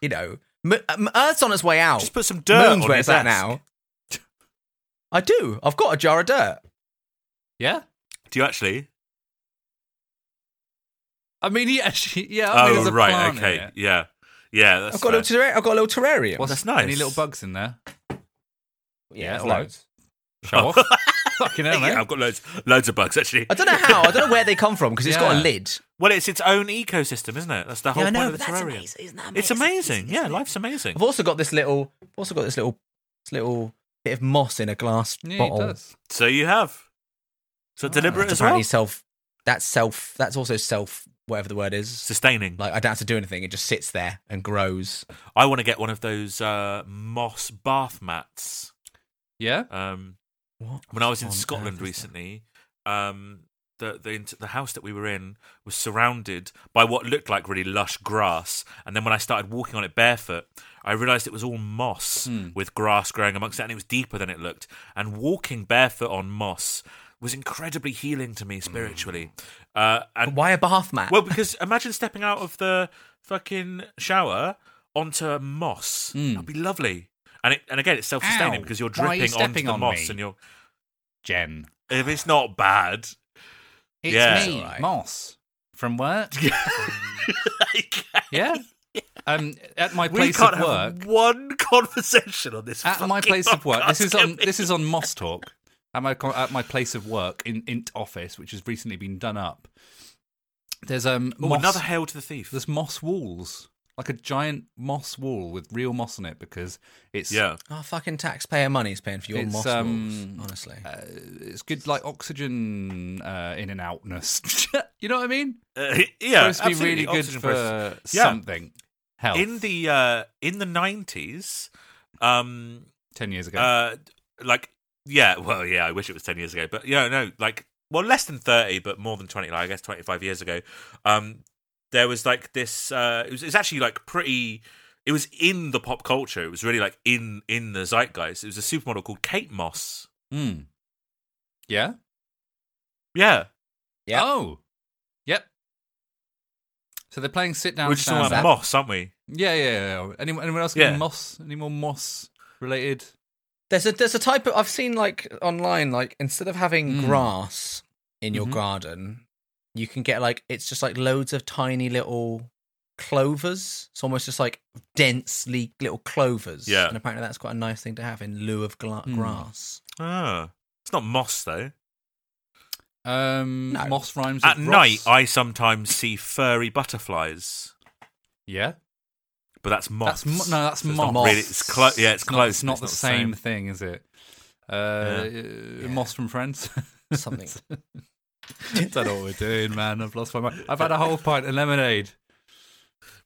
[SPEAKER 2] you know, m- um, Earth's on its way out.
[SPEAKER 1] just put some dirt
[SPEAKER 2] Moon's
[SPEAKER 1] on
[SPEAKER 2] where
[SPEAKER 1] your
[SPEAKER 2] it's at
[SPEAKER 1] desk
[SPEAKER 2] now. I do. I've got a jar of dirt.
[SPEAKER 3] Yeah.
[SPEAKER 1] Do you actually?
[SPEAKER 3] I mean, yeah, she, yeah. I mean,
[SPEAKER 1] Oh
[SPEAKER 3] there's a
[SPEAKER 1] right,
[SPEAKER 3] plant in
[SPEAKER 1] okay,
[SPEAKER 3] it.
[SPEAKER 1] yeah, yeah. That's
[SPEAKER 2] I've got, a
[SPEAKER 1] fair.
[SPEAKER 2] little terra- I've got a little terrarium.
[SPEAKER 1] Well,
[SPEAKER 3] What's-
[SPEAKER 1] that's nice.
[SPEAKER 3] Any little bugs in there? yeah,
[SPEAKER 2] there's
[SPEAKER 3] all right. Show off. Fucking hell,
[SPEAKER 1] yeah,
[SPEAKER 3] mate.
[SPEAKER 1] I've got loads, loads of bugs actually.
[SPEAKER 2] I don't know how. I don't know where they come from because it's got a
[SPEAKER 3] Yeah.
[SPEAKER 2] lid.
[SPEAKER 1] Well, it's its own ecosystem, isn't it? That's the whole
[SPEAKER 2] yeah, I know,
[SPEAKER 1] point
[SPEAKER 2] but
[SPEAKER 1] of the
[SPEAKER 2] that's
[SPEAKER 1] terrarium.
[SPEAKER 2] amazing. Isn't that
[SPEAKER 1] It's amazing. yeah, life's amazing.
[SPEAKER 2] I've also got this little. I've also got this little. This little bit of moss in a glass
[SPEAKER 3] Yeah, it
[SPEAKER 2] bottle.
[SPEAKER 3] does.
[SPEAKER 1] So you have. So deliberate
[SPEAKER 2] That's
[SPEAKER 1] as well.
[SPEAKER 2] Oh, apparently self. That's self. That's also self. Whatever the word is.
[SPEAKER 1] Sustaining.
[SPEAKER 2] Like I don't have to do anything. It just sits there and grows.
[SPEAKER 1] I want to get one of those uh, moss bath mats.
[SPEAKER 3] Yeah.
[SPEAKER 1] Um,
[SPEAKER 2] What
[SPEAKER 1] when I was in
[SPEAKER 2] on earth
[SPEAKER 1] Scotland
[SPEAKER 2] is that?
[SPEAKER 1] recently, um, the, the the house that we were in was surrounded by what looked like really lush grass, and then when I started walking on it barefoot, I realised it was all moss
[SPEAKER 2] Hmm.
[SPEAKER 1] with grass growing amongst it, and it was deeper than it looked.
[SPEAKER 2] Hmm.
[SPEAKER 1] And walking barefoot on moss was incredibly healing to me spiritually. Uh, and
[SPEAKER 2] Why a bath mat?
[SPEAKER 1] well, because imagine stepping out of the fucking shower onto moss. That'd be lovely. And it, and again, it's self-sustaining
[SPEAKER 3] Hmm. Ow.
[SPEAKER 1] because you're
[SPEAKER 3] Why are you
[SPEAKER 1] dripping onto
[SPEAKER 3] stepping
[SPEAKER 1] the
[SPEAKER 3] on
[SPEAKER 1] moss,
[SPEAKER 3] me?
[SPEAKER 1] and you're.
[SPEAKER 3] Jen.
[SPEAKER 1] If it's not bad,
[SPEAKER 3] It's
[SPEAKER 1] Yeah.
[SPEAKER 3] me,
[SPEAKER 2] Alright.
[SPEAKER 3] Moss, from work.
[SPEAKER 1] like,
[SPEAKER 3] Yeah. um, at my
[SPEAKER 1] we
[SPEAKER 3] place
[SPEAKER 1] can't
[SPEAKER 3] of
[SPEAKER 1] have
[SPEAKER 3] work.
[SPEAKER 1] one conversation on this.
[SPEAKER 3] At my
[SPEAKER 1] fucking
[SPEAKER 3] place of work. This is
[SPEAKER 1] podcast,
[SPEAKER 3] on.
[SPEAKER 1] can we?
[SPEAKER 3] This is on Moss Talk. At my co- at my place of work in Int office, which has recently been done up. There's um
[SPEAKER 1] Ooh,
[SPEAKER 3] moss,
[SPEAKER 1] another hail to the thief.
[SPEAKER 3] there's moss walls, like a giant moss wall with real moss on it because it's
[SPEAKER 1] yeah,
[SPEAKER 2] Our Oh, fucking taxpayer money is paying for your
[SPEAKER 3] It's,
[SPEAKER 2] moss
[SPEAKER 3] um,
[SPEAKER 2] walls, honestly.
[SPEAKER 3] it's good like oxygen uh, in and outness. you know what I mean?
[SPEAKER 1] Uh, yeah,
[SPEAKER 3] supposed to be
[SPEAKER 1] absolutely.
[SPEAKER 3] really good
[SPEAKER 1] Oxygen
[SPEAKER 3] for
[SPEAKER 1] process. Yeah.
[SPEAKER 3] something. Health
[SPEAKER 1] in the uh, in the nineties. Um,
[SPEAKER 3] ten years ago.
[SPEAKER 1] uh, like yeah, well, yeah. I wish it was ten years ago, but yeah, no, like well, less than thirty, but more than twenty. Like I guess twenty five years ago, um, there was like this. Uh, it was it's actually like pretty. It was in the pop culture. It was really like in in the zeitgeist. It was a supermodel called Kate Moss.
[SPEAKER 3] Mm. Yeah.
[SPEAKER 1] Yeah,
[SPEAKER 2] Yep.
[SPEAKER 3] Oh. Yep. So they're playing sit down.
[SPEAKER 1] we're just talking
[SPEAKER 3] stand
[SPEAKER 1] about
[SPEAKER 3] up.
[SPEAKER 1] Moss, aren't we?
[SPEAKER 3] Yeah, yeah, yeah. Anyone, anyone else got
[SPEAKER 1] Yeah.
[SPEAKER 3] any moss? Any more moss related?
[SPEAKER 2] There's a there's a type of I've seen like online like instead of having
[SPEAKER 1] Hmm.
[SPEAKER 3] Mm.
[SPEAKER 2] grass in your
[SPEAKER 1] Mm-hmm.
[SPEAKER 3] Mhm.
[SPEAKER 2] garden, you can get like it's just like loads of tiny little clovers. It's almost just like densely little clovers.
[SPEAKER 1] Yeah. Hmm.
[SPEAKER 2] and apparently that's quite a nice thing to have in lieu of gla-
[SPEAKER 3] Mm.
[SPEAKER 2] grass.
[SPEAKER 1] Ah, it's not Moss though.
[SPEAKER 3] Um,
[SPEAKER 2] No.
[SPEAKER 3] moss rhymes
[SPEAKER 1] At
[SPEAKER 3] with
[SPEAKER 1] night,
[SPEAKER 3] Ross.
[SPEAKER 1] I sometimes see furry butterflies,
[SPEAKER 3] yeah,
[SPEAKER 1] but that's moss.
[SPEAKER 3] that's mo- no, that's
[SPEAKER 1] So it's
[SPEAKER 3] moss.
[SPEAKER 1] not really- it's clo- yeah, it's
[SPEAKER 3] Not,
[SPEAKER 1] close,
[SPEAKER 3] it's
[SPEAKER 1] but
[SPEAKER 3] not
[SPEAKER 1] it's
[SPEAKER 3] the
[SPEAKER 1] not the same.
[SPEAKER 3] same thing, is it? Uh, uh, Moss from Friends.
[SPEAKER 2] Something.
[SPEAKER 3] don't know what we're doing, man. I've lost my mind. I've had a whole pint of lemonade.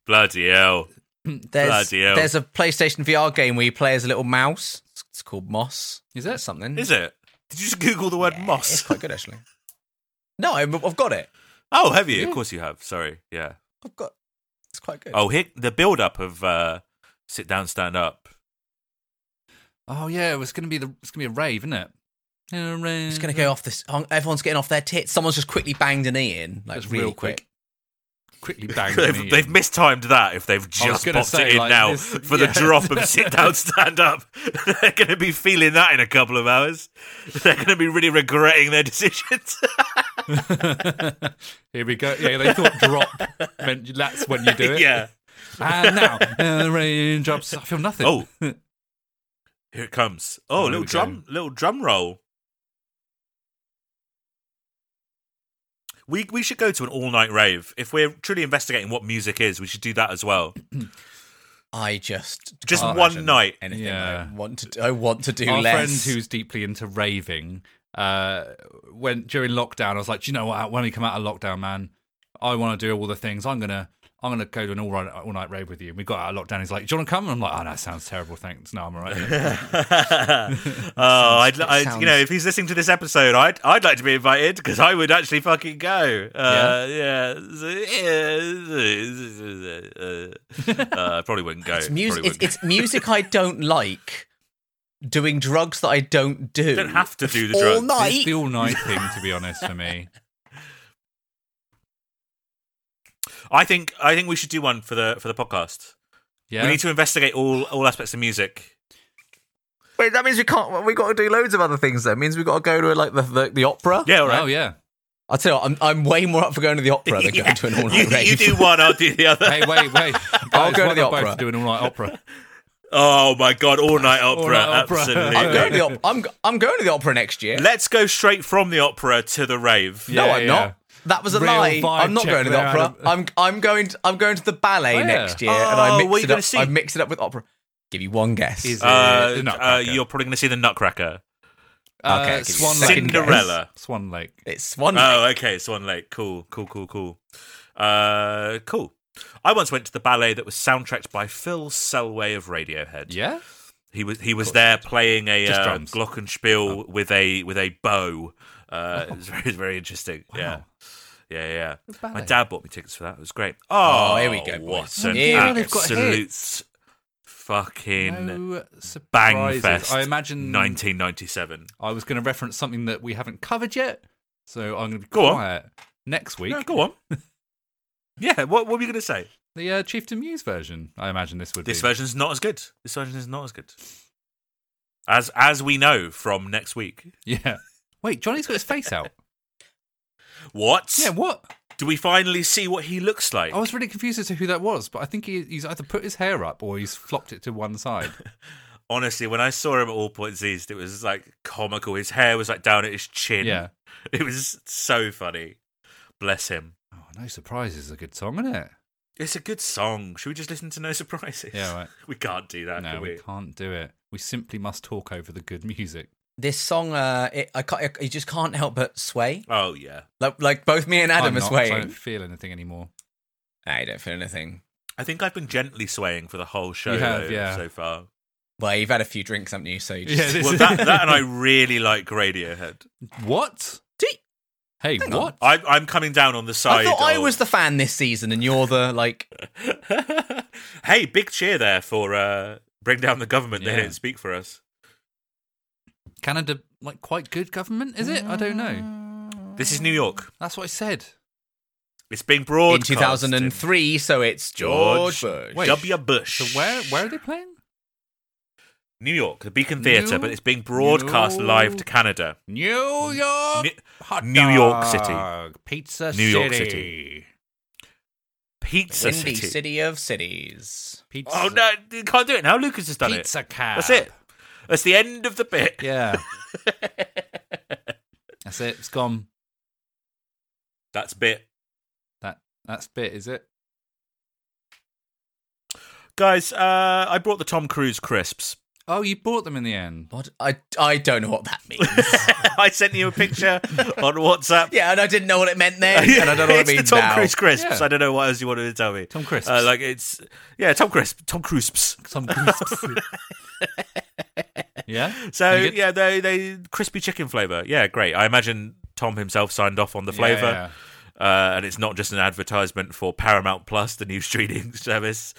[SPEAKER 1] Bloody hell.
[SPEAKER 2] There's
[SPEAKER 1] Bloody hell.
[SPEAKER 2] there's a PlayStation VR game where you play as a little mouse. It's, it's called Moss.
[SPEAKER 3] Is
[SPEAKER 2] That's
[SPEAKER 3] it?
[SPEAKER 2] something.
[SPEAKER 1] Is it? Did you just Google the word
[SPEAKER 2] Yeah, It's
[SPEAKER 1] moss?
[SPEAKER 2] quite good actually. No, I'm, I've got it.
[SPEAKER 1] Oh, have you?
[SPEAKER 3] Yeah.
[SPEAKER 1] Of course you have. Sorry. Yeah.
[SPEAKER 2] I've got. It's quite good.
[SPEAKER 1] Oh, here, the build up of uh, sit down, stand up.
[SPEAKER 3] Oh yeah, it was gonna be the. It's gonna be a rave, isn't it? A rave.
[SPEAKER 2] It's gonna go off this. oh, Everyone's getting off their tits. Someone's just quickly banged an knee in, like
[SPEAKER 3] Just
[SPEAKER 2] really
[SPEAKER 3] real
[SPEAKER 2] quick.
[SPEAKER 3] quick. Quickly bang.
[SPEAKER 1] They've, they've mistimed that if they've just
[SPEAKER 3] gonna
[SPEAKER 1] popped
[SPEAKER 3] say,
[SPEAKER 1] it in
[SPEAKER 3] like,
[SPEAKER 1] now
[SPEAKER 3] this-
[SPEAKER 1] for
[SPEAKER 3] yeah.
[SPEAKER 1] the drop of sit down, stand up. They're going to be feeling that in a couple of hours. They're going to be really regretting their decisions.
[SPEAKER 3] Here we go. Yeah, they thought drop meant that's when you do it.
[SPEAKER 1] yeah.
[SPEAKER 3] And now uh, raindrops. I feel nothing.
[SPEAKER 1] Oh. Here it comes. Oh,
[SPEAKER 3] Oh, there
[SPEAKER 1] little
[SPEAKER 3] we go.
[SPEAKER 1] drum, little drum roll. We we should go to an all night rave if we're truly investigating what music is. We should do that as well.
[SPEAKER 2] I just
[SPEAKER 1] Just
[SPEAKER 2] can't
[SPEAKER 1] one
[SPEAKER 2] imagine
[SPEAKER 1] night.
[SPEAKER 2] Anything
[SPEAKER 3] Yeah.
[SPEAKER 2] I want to. Do, I want to do
[SPEAKER 3] our
[SPEAKER 2] less.
[SPEAKER 3] friend who's deeply into raving uh when during lockdown i was like do you know what when we come out of lockdown man i want to do all the things i'm gonna i'm gonna go to an all night all night rave with you and we got out of lockdown he's like do you want to come and i'm like oh no sounds terrible thanks no i'm all right
[SPEAKER 1] oh, I'd,
[SPEAKER 2] that
[SPEAKER 1] I'd you know
[SPEAKER 2] sounds-
[SPEAKER 1] if he's listening to this episode, I'd I'd like to be invited because I would actually fucking go. Uh, yeah, Uh, I probably wouldn't go.
[SPEAKER 2] it's music.
[SPEAKER 1] Probably
[SPEAKER 2] It's,
[SPEAKER 1] wouldn't.
[SPEAKER 2] it's music I don't like. Doing drugs that I don't do.
[SPEAKER 1] You don't have to do the
[SPEAKER 2] all
[SPEAKER 1] drugs.
[SPEAKER 2] night.
[SPEAKER 3] it's the all night thing to be honest for me
[SPEAKER 1] I think I think we should do one for the for the podcast.
[SPEAKER 3] yeah
[SPEAKER 1] We need to investigate all all aspects of music.
[SPEAKER 2] Wait, that means we can't. We got to do loads of other things. That means we got to go to like the the, the opera.
[SPEAKER 1] Yeah, all right.
[SPEAKER 3] oh yeah
[SPEAKER 2] I tell you, what, I'm I'm way more up for going to the opera than
[SPEAKER 1] Yeah.
[SPEAKER 2] going to an all
[SPEAKER 1] you,
[SPEAKER 2] night rave.
[SPEAKER 1] you do one, I'll do the other.
[SPEAKER 3] hey wait wait
[SPEAKER 2] I'll
[SPEAKER 3] Guys,
[SPEAKER 2] go
[SPEAKER 3] why
[SPEAKER 2] to the
[SPEAKER 3] not both
[SPEAKER 2] opera.
[SPEAKER 3] do an all night opera
[SPEAKER 1] Oh my god, all night opera,
[SPEAKER 3] All-night opera.
[SPEAKER 1] absolutely.
[SPEAKER 2] I'm going to the op- I'm I'm going to the opera next year.
[SPEAKER 1] Let's go straight from the opera to the rave.
[SPEAKER 3] Yeah.
[SPEAKER 2] no, I'm not. That was a
[SPEAKER 3] Real
[SPEAKER 2] lie.
[SPEAKER 3] vibe
[SPEAKER 2] I'm not
[SPEAKER 3] check
[SPEAKER 2] going to the
[SPEAKER 3] there,
[SPEAKER 2] opera.
[SPEAKER 3] Adam.
[SPEAKER 2] I'm I'm going to, I'm going to the ballet
[SPEAKER 3] yeah.
[SPEAKER 2] next year,
[SPEAKER 1] Oh,
[SPEAKER 2] and I mix
[SPEAKER 1] what are you
[SPEAKER 2] it
[SPEAKER 1] gonna
[SPEAKER 2] up.
[SPEAKER 1] see?
[SPEAKER 2] I mix it up with opera. Give you one guess.
[SPEAKER 3] Is-
[SPEAKER 1] Uh,
[SPEAKER 3] The Nutcracker.
[SPEAKER 1] uh, you're probably going to see the Nutcracker.
[SPEAKER 3] Uh,
[SPEAKER 2] Okay, I'll give you a
[SPEAKER 3] swan lake
[SPEAKER 2] second guess.
[SPEAKER 1] Cinderella.
[SPEAKER 3] swan lake
[SPEAKER 2] it's Swan Lake.
[SPEAKER 1] Oh, okay, Swan Lake. Cool, cool, cool, cool. Uh, cool. I once went to the ballet that was soundtracked by Phil Selway of Radiohead.
[SPEAKER 3] yeah
[SPEAKER 1] He was he was there playing a
[SPEAKER 3] Just
[SPEAKER 1] uh,
[SPEAKER 3] drums. Oh.
[SPEAKER 1] glockenspiel with a with a bow. Uh, It was very it was very interesting. Yeah, yeah, yeah. My
[SPEAKER 3] ballet.
[SPEAKER 1] dad bought me tickets for that. It was great. Oh,
[SPEAKER 2] here we go, boys.
[SPEAKER 1] What
[SPEAKER 2] Oh,
[SPEAKER 1] an
[SPEAKER 2] yeah,
[SPEAKER 3] they've got
[SPEAKER 1] absolute fucking
[SPEAKER 3] no
[SPEAKER 1] bang
[SPEAKER 3] surprises.
[SPEAKER 1] fest!
[SPEAKER 3] I imagine
[SPEAKER 1] 1997.
[SPEAKER 3] I was going to reference something that we haven't covered yet, so I'm going to be
[SPEAKER 1] Go on.
[SPEAKER 3] quiet. next week.
[SPEAKER 1] No, go on. yeah, what, what were you going to say?
[SPEAKER 3] The uh, Chieftain Muse version, I imagine this would
[SPEAKER 1] This
[SPEAKER 3] be.
[SPEAKER 1] version's not as good. This version is not as good. As as we know from next week.
[SPEAKER 3] yeah. Wait, Johnny's got his face out.
[SPEAKER 1] What?
[SPEAKER 3] Yeah, what?
[SPEAKER 1] Do we finally see what he looks like?
[SPEAKER 3] I was really confused as to who that was, but I think he, he's either put his hair up or he's flopped it to one side.
[SPEAKER 1] Honestly, when I saw him at All Points East, it was like comical. His hair was like down at his chin.
[SPEAKER 3] yeah.
[SPEAKER 1] It was so funny. Bless him.
[SPEAKER 3] Oh, no surprises. Is a good song, isn't it?
[SPEAKER 1] It's a good song. Should we just listen to No Surprises?
[SPEAKER 3] Yeah, right.
[SPEAKER 1] We can't do that,
[SPEAKER 3] no,
[SPEAKER 1] can
[SPEAKER 3] we?
[SPEAKER 1] we?
[SPEAKER 3] can't do it. We simply must talk over the good music.
[SPEAKER 2] This song, uh, it, I can't, you just can't help but sway.
[SPEAKER 1] Oh, yeah.
[SPEAKER 2] Like, like both me and
[SPEAKER 3] I'm
[SPEAKER 2] Adam are
[SPEAKER 3] not, 'cause I
[SPEAKER 2] swaying.
[SPEAKER 3] don't feel anything anymore.
[SPEAKER 2] I don't feel anything.
[SPEAKER 1] I think I've been gently swaying for the whole show
[SPEAKER 3] You have,
[SPEAKER 1] though,
[SPEAKER 3] yeah.
[SPEAKER 1] so far.
[SPEAKER 2] Well, you've had a few drinks, haven't you? So you just,
[SPEAKER 3] Yeah, this-
[SPEAKER 1] Well, that, that and I really like Radiohead.
[SPEAKER 3] What?
[SPEAKER 2] Gee,
[SPEAKER 3] Hey,
[SPEAKER 2] Hang on.
[SPEAKER 3] what?
[SPEAKER 1] I, I'm coming down on the
[SPEAKER 2] I
[SPEAKER 1] side.
[SPEAKER 2] thought I
[SPEAKER 1] of-
[SPEAKER 2] was the fan this season, and you're the like.
[SPEAKER 1] hey, big cheer there for uh, bring down the government. They
[SPEAKER 3] Yeah.
[SPEAKER 1] didn't speak for us.
[SPEAKER 3] Canada, like, quite good government, is it? I don't know.
[SPEAKER 1] This is New York.
[SPEAKER 3] That's what I said.
[SPEAKER 1] It's being
[SPEAKER 2] in
[SPEAKER 1] broadcast
[SPEAKER 2] 2003, so it's George, Bush.
[SPEAKER 3] Wait.
[SPEAKER 1] W. Bush.
[SPEAKER 3] So where where are they playing?
[SPEAKER 1] New York, the Beacon Theatre,
[SPEAKER 3] New-
[SPEAKER 1] but it's being broadcast
[SPEAKER 3] New-
[SPEAKER 1] live to Canada.
[SPEAKER 3] New York,
[SPEAKER 1] Ni-
[SPEAKER 3] Hot
[SPEAKER 1] New York City.
[SPEAKER 3] dog, pizza,
[SPEAKER 1] New York City. Pizza City.
[SPEAKER 2] Windy city of cities.
[SPEAKER 3] pizza.
[SPEAKER 1] Oh no, you can't do it now. Lucas has done
[SPEAKER 3] pizza
[SPEAKER 1] it.
[SPEAKER 3] cab.
[SPEAKER 1] That's it. That's the end of the bit.
[SPEAKER 3] Yeah, that's it. It's gone.
[SPEAKER 1] That's bit.
[SPEAKER 3] That that's bit. Is it?
[SPEAKER 1] Guys, uh, I brought the Tom Cruise crisps.
[SPEAKER 3] Oh, you bought them in the end.
[SPEAKER 2] What? I I don't know what that means.
[SPEAKER 1] I sent you a picture on WhatsApp.
[SPEAKER 2] yeah, and I didn't know what it meant then, and I don't know what
[SPEAKER 1] it's
[SPEAKER 2] it means
[SPEAKER 1] the Tom
[SPEAKER 2] now.
[SPEAKER 1] Cruise crisps.
[SPEAKER 3] Yeah.
[SPEAKER 1] I don't know what else you wanted to tell me.
[SPEAKER 3] Tom Crisps.
[SPEAKER 1] Uh, like it's yeah, Tom crisps, Tom crisps.
[SPEAKER 3] Some crisps. yeah.
[SPEAKER 1] So
[SPEAKER 3] Any good?
[SPEAKER 1] yeah, they they crispy chicken flavor. Yeah, great. I imagine Tom himself signed off on the
[SPEAKER 3] Yeah,
[SPEAKER 1] flavor.
[SPEAKER 3] yeah.
[SPEAKER 1] Uh, and it's not just an advertisement for Paramount Plus, the new streaming service.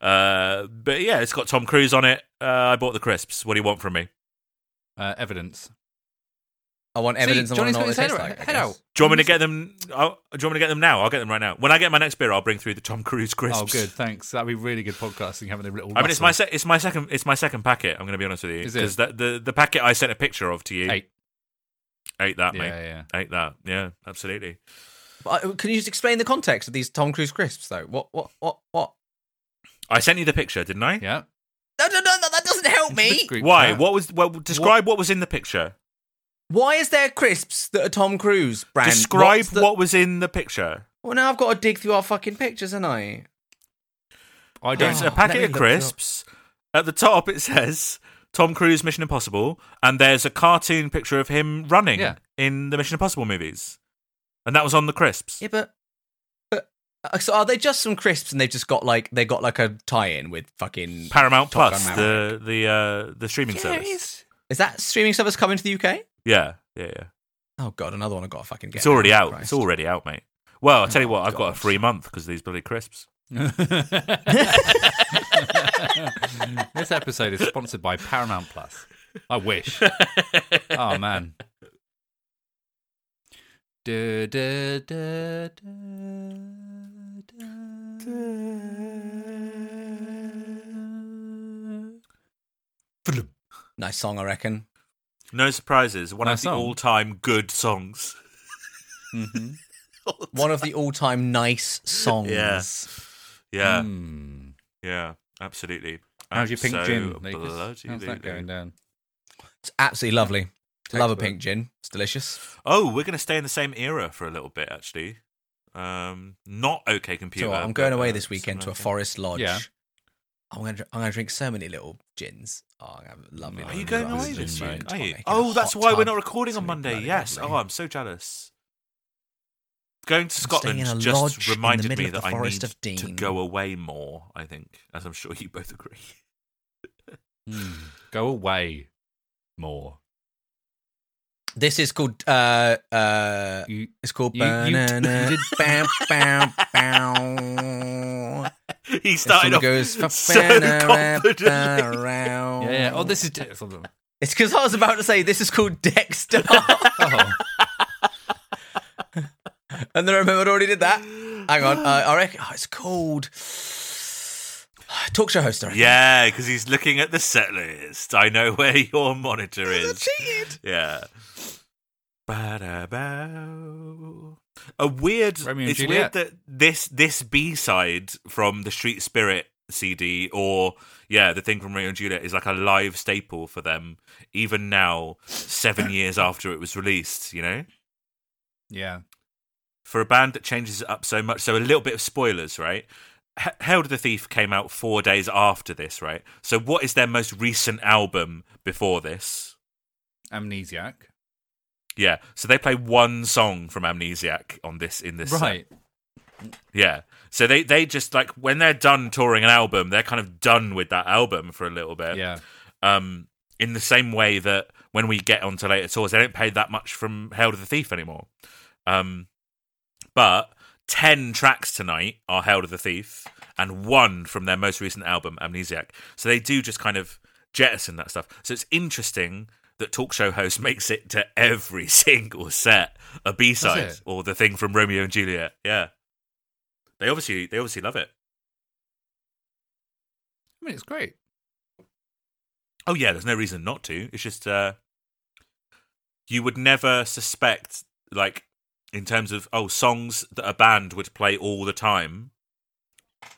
[SPEAKER 1] Uh, but yeah, it's got Tom Cruise on it. Uh, I bought the crisps. What do you want from me?
[SPEAKER 3] Uh, evidence.
[SPEAKER 2] I want evidence
[SPEAKER 3] See,
[SPEAKER 2] on
[SPEAKER 3] Johnny's
[SPEAKER 2] what
[SPEAKER 3] got
[SPEAKER 2] it
[SPEAKER 3] his
[SPEAKER 2] tastes
[SPEAKER 3] head out-
[SPEAKER 2] like. I
[SPEAKER 3] head
[SPEAKER 2] guess.
[SPEAKER 3] out.
[SPEAKER 1] Do you want me to get them? I'll, do you want me to get them now? I'll get them right now. When I get my next beer, I'll bring through the Tom Cruise crisps.
[SPEAKER 3] Oh, good. Thanks. That'd be really good podcasting. Having a little.
[SPEAKER 1] I mean, it's my
[SPEAKER 3] rustle.
[SPEAKER 1] se- it's my second it's my second packet. I'm going to be honest with you
[SPEAKER 3] Is it?
[SPEAKER 1] because the, the the packet I sent a picture of to you
[SPEAKER 3] Eight.
[SPEAKER 1] ate that,
[SPEAKER 3] Yeah,
[SPEAKER 1] mate.
[SPEAKER 3] yeah.
[SPEAKER 1] Ate that. Yeah, absolutely.
[SPEAKER 2] But, uh, Can you just explain the context of these Tom Cruise crisps, though? What? What? What? What?
[SPEAKER 1] I sent you the picture, didn't I?
[SPEAKER 3] Yeah.
[SPEAKER 2] No, no, no, no that doesn't help
[SPEAKER 3] It's a
[SPEAKER 2] me.
[SPEAKER 3] group
[SPEAKER 1] Why?
[SPEAKER 3] chat.
[SPEAKER 1] What was? Well, describe what, was in the picture.
[SPEAKER 2] Why is there crisps that are Tom Cruise brand?
[SPEAKER 1] describe
[SPEAKER 2] What's the-
[SPEAKER 1] what was in the picture.
[SPEAKER 2] Well, now I've got to dig through our fucking pictures, haven't I?
[SPEAKER 3] I don't.
[SPEAKER 1] It's
[SPEAKER 2] Oh,
[SPEAKER 1] a packet
[SPEAKER 2] let me
[SPEAKER 1] of
[SPEAKER 2] look it up.
[SPEAKER 1] crisps. At the top, it says Tom Cruise Mission Impossible, and there's a cartoon picture of him running
[SPEAKER 3] Yeah.
[SPEAKER 1] in the Mission Impossible movies, and that was on the crisps.
[SPEAKER 2] Yeah, but but uh, so are they just some crisps and they've just got like they got like a tie-in with fucking
[SPEAKER 1] Paramount
[SPEAKER 2] Top
[SPEAKER 1] Plus,
[SPEAKER 2] Gun
[SPEAKER 1] the the uh, the streaming
[SPEAKER 3] Yeah, it
[SPEAKER 1] service.
[SPEAKER 3] is.
[SPEAKER 2] Is that streaming service coming to the UK?
[SPEAKER 1] Yeah, yeah, yeah.
[SPEAKER 2] Oh god, another one I got to fucking get.
[SPEAKER 1] It's already
[SPEAKER 2] now,
[SPEAKER 1] out.
[SPEAKER 2] Christ.
[SPEAKER 1] It's already out, mate. Well, I'll tell you
[SPEAKER 2] Oh,
[SPEAKER 1] what, I've got a
[SPEAKER 2] God.
[SPEAKER 1] free month because of these bloody crisps.
[SPEAKER 3] this episode is sponsored by Paramount Plus. I wish. Oh man. Du- du- du- du- du-
[SPEAKER 2] nice song, I reckon.
[SPEAKER 1] No surprises. One
[SPEAKER 3] Nice
[SPEAKER 1] of the
[SPEAKER 3] song.
[SPEAKER 1] all time good songs.
[SPEAKER 3] Mhm.
[SPEAKER 2] One of the all-time nice songs.
[SPEAKER 1] Yeah. Yeah,
[SPEAKER 3] Mm.
[SPEAKER 1] yeah, absolutely.
[SPEAKER 3] How's your pink
[SPEAKER 1] so
[SPEAKER 3] gin? Lucas?
[SPEAKER 1] bloody
[SPEAKER 3] How's that going down?
[SPEAKER 2] It's absolutely lovely.
[SPEAKER 3] Takes
[SPEAKER 2] Love a
[SPEAKER 3] work.
[SPEAKER 2] pink gin. It's delicious.
[SPEAKER 1] Oh, we're going to stay in the same era for a little bit, actually. Um, not OK Computer.
[SPEAKER 2] So I'm
[SPEAKER 1] but,
[SPEAKER 2] going away
[SPEAKER 1] uh,
[SPEAKER 2] this weekend to
[SPEAKER 1] similar
[SPEAKER 2] a forest lodge.
[SPEAKER 3] Yeah.
[SPEAKER 2] I'm gonna dr- I'm gonna drink so many little gins. Oh, I'm gonna have a lovely.
[SPEAKER 1] thing. Are
[SPEAKER 2] little
[SPEAKER 1] you going
[SPEAKER 2] glass
[SPEAKER 1] away
[SPEAKER 2] of
[SPEAKER 1] this
[SPEAKER 2] gin,
[SPEAKER 1] week?
[SPEAKER 2] mate.
[SPEAKER 1] Are
[SPEAKER 2] I'm
[SPEAKER 1] you?
[SPEAKER 2] making a
[SPEAKER 1] Oh, that's
[SPEAKER 2] hot
[SPEAKER 1] why we're
[SPEAKER 2] tub.
[SPEAKER 1] not recording
[SPEAKER 2] It's
[SPEAKER 1] on
[SPEAKER 2] gonna be
[SPEAKER 1] Monday.
[SPEAKER 2] bloody
[SPEAKER 1] Yes.
[SPEAKER 2] lovely.
[SPEAKER 1] Oh, I'm so jealous. Going to Scotland
[SPEAKER 2] staying in a lodge
[SPEAKER 1] just
[SPEAKER 2] in the
[SPEAKER 1] reminded
[SPEAKER 2] middle
[SPEAKER 1] me
[SPEAKER 2] of the
[SPEAKER 1] that I
[SPEAKER 2] Forest
[SPEAKER 1] need
[SPEAKER 2] of Dean.
[SPEAKER 1] to go away more. I think, as I'm sure you both agree.
[SPEAKER 3] Mm. Go away more.
[SPEAKER 2] This is called uh uh
[SPEAKER 3] You,
[SPEAKER 2] it's called
[SPEAKER 3] You- you-
[SPEAKER 2] banana
[SPEAKER 3] you did-
[SPEAKER 2] bow bow bow.
[SPEAKER 1] he
[SPEAKER 2] It sort
[SPEAKER 1] started
[SPEAKER 2] of
[SPEAKER 1] off
[SPEAKER 2] goes
[SPEAKER 1] so
[SPEAKER 2] "Ba-ba-ra-ba-ra."
[SPEAKER 1] confidently.
[SPEAKER 3] yeah, yeah. Oh, this is di- something.
[SPEAKER 2] It's because I was about to say this is called Dexter.
[SPEAKER 3] Oh,
[SPEAKER 2] and then I remembered I already did that. Hang on, uh, I reckon oh, it's called talk show host. I reckon.
[SPEAKER 1] Yeah, because he's looking at the set list. I know where your monitor is.
[SPEAKER 2] cheated.
[SPEAKER 1] Yeah. Ba-da-bow. A weird.
[SPEAKER 3] Romeo and
[SPEAKER 1] it's
[SPEAKER 3] Juliet.
[SPEAKER 1] weird that this this B side from the Street Spirit CD or yeah, the thing from Romeo and Juliet is like a live staple for them, even now, seven years after it was released. You know,
[SPEAKER 3] Yeah.
[SPEAKER 1] for a band that changes it up so much. So a little bit of spoilers, right? H- Hail to the Thief came out four days after this, right? So what is their most recent album before this?
[SPEAKER 3] Amnesiac.
[SPEAKER 1] Yeah. So they play one song from Amnesiac on this in this uh, set.
[SPEAKER 3] Right.
[SPEAKER 1] Yeah. So they they just like when they're done touring an album, they're kind of done with that album for a little bit.
[SPEAKER 3] Yeah.
[SPEAKER 1] Um in the same way that when we get onto later tours, they don't pay that much from Hail to the Thief anymore. Um but 10 tracks tonight are Hail to the Thief and one from their most recent album, Amnesiac. So they do just kind of jettison that stuff. So it's interesting that talk show host makes it to every single set, a B side
[SPEAKER 3] it?
[SPEAKER 1] or the thing from Romeo and Juliet. Yeah. They obviously they obviously love it.
[SPEAKER 3] I mean, it's great.
[SPEAKER 1] Oh yeah, there's no reason not to. It's just uh you would never suspect like in terms of oh songs that a band would play all the time.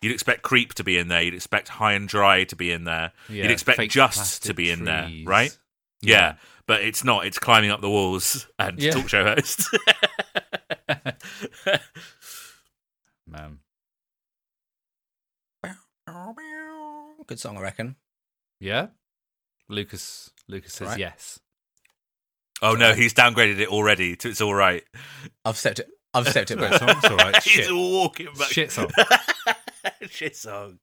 [SPEAKER 1] You'd expect Creep to be in there, you'd expect High and Dry to be in there.
[SPEAKER 3] Yeah.
[SPEAKER 1] you'd expect
[SPEAKER 3] fake
[SPEAKER 1] Just to
[SPEAKER 3] plastic
[SPEAKER 1] be in there,
[SPEAKER 3] trees.
[SPEAKER 1] right? Yeah. But it's not. It's climbing up the walls and
[SPEAKER 3] Yeah.
[SPEAKER 1] talk show host.
[SPEAKER 3] Man.
[SPEAKER 2] Good song, I reckon.
[SPEAKER 3] Yeah. Lucas. Lucas says
[SPEAKER 2] Right.
[SPEAKER 3] yes.
[SPEAKER 1] oh no, he's downgraded it already to it's all right.
[SPEAKER 2] I've stepped it. I've stepped it
[SPEAKER 3] It's all right,
[SPEAKER 2] back.
[SPEAKER 3] it's all right.
[SPEAKER 1] he's
[SPEAKER 3] Shit.
[SPEAKER 1] walking back.
[SPEAKER 3] Shit song.
[SPEAKER 1] Shit song.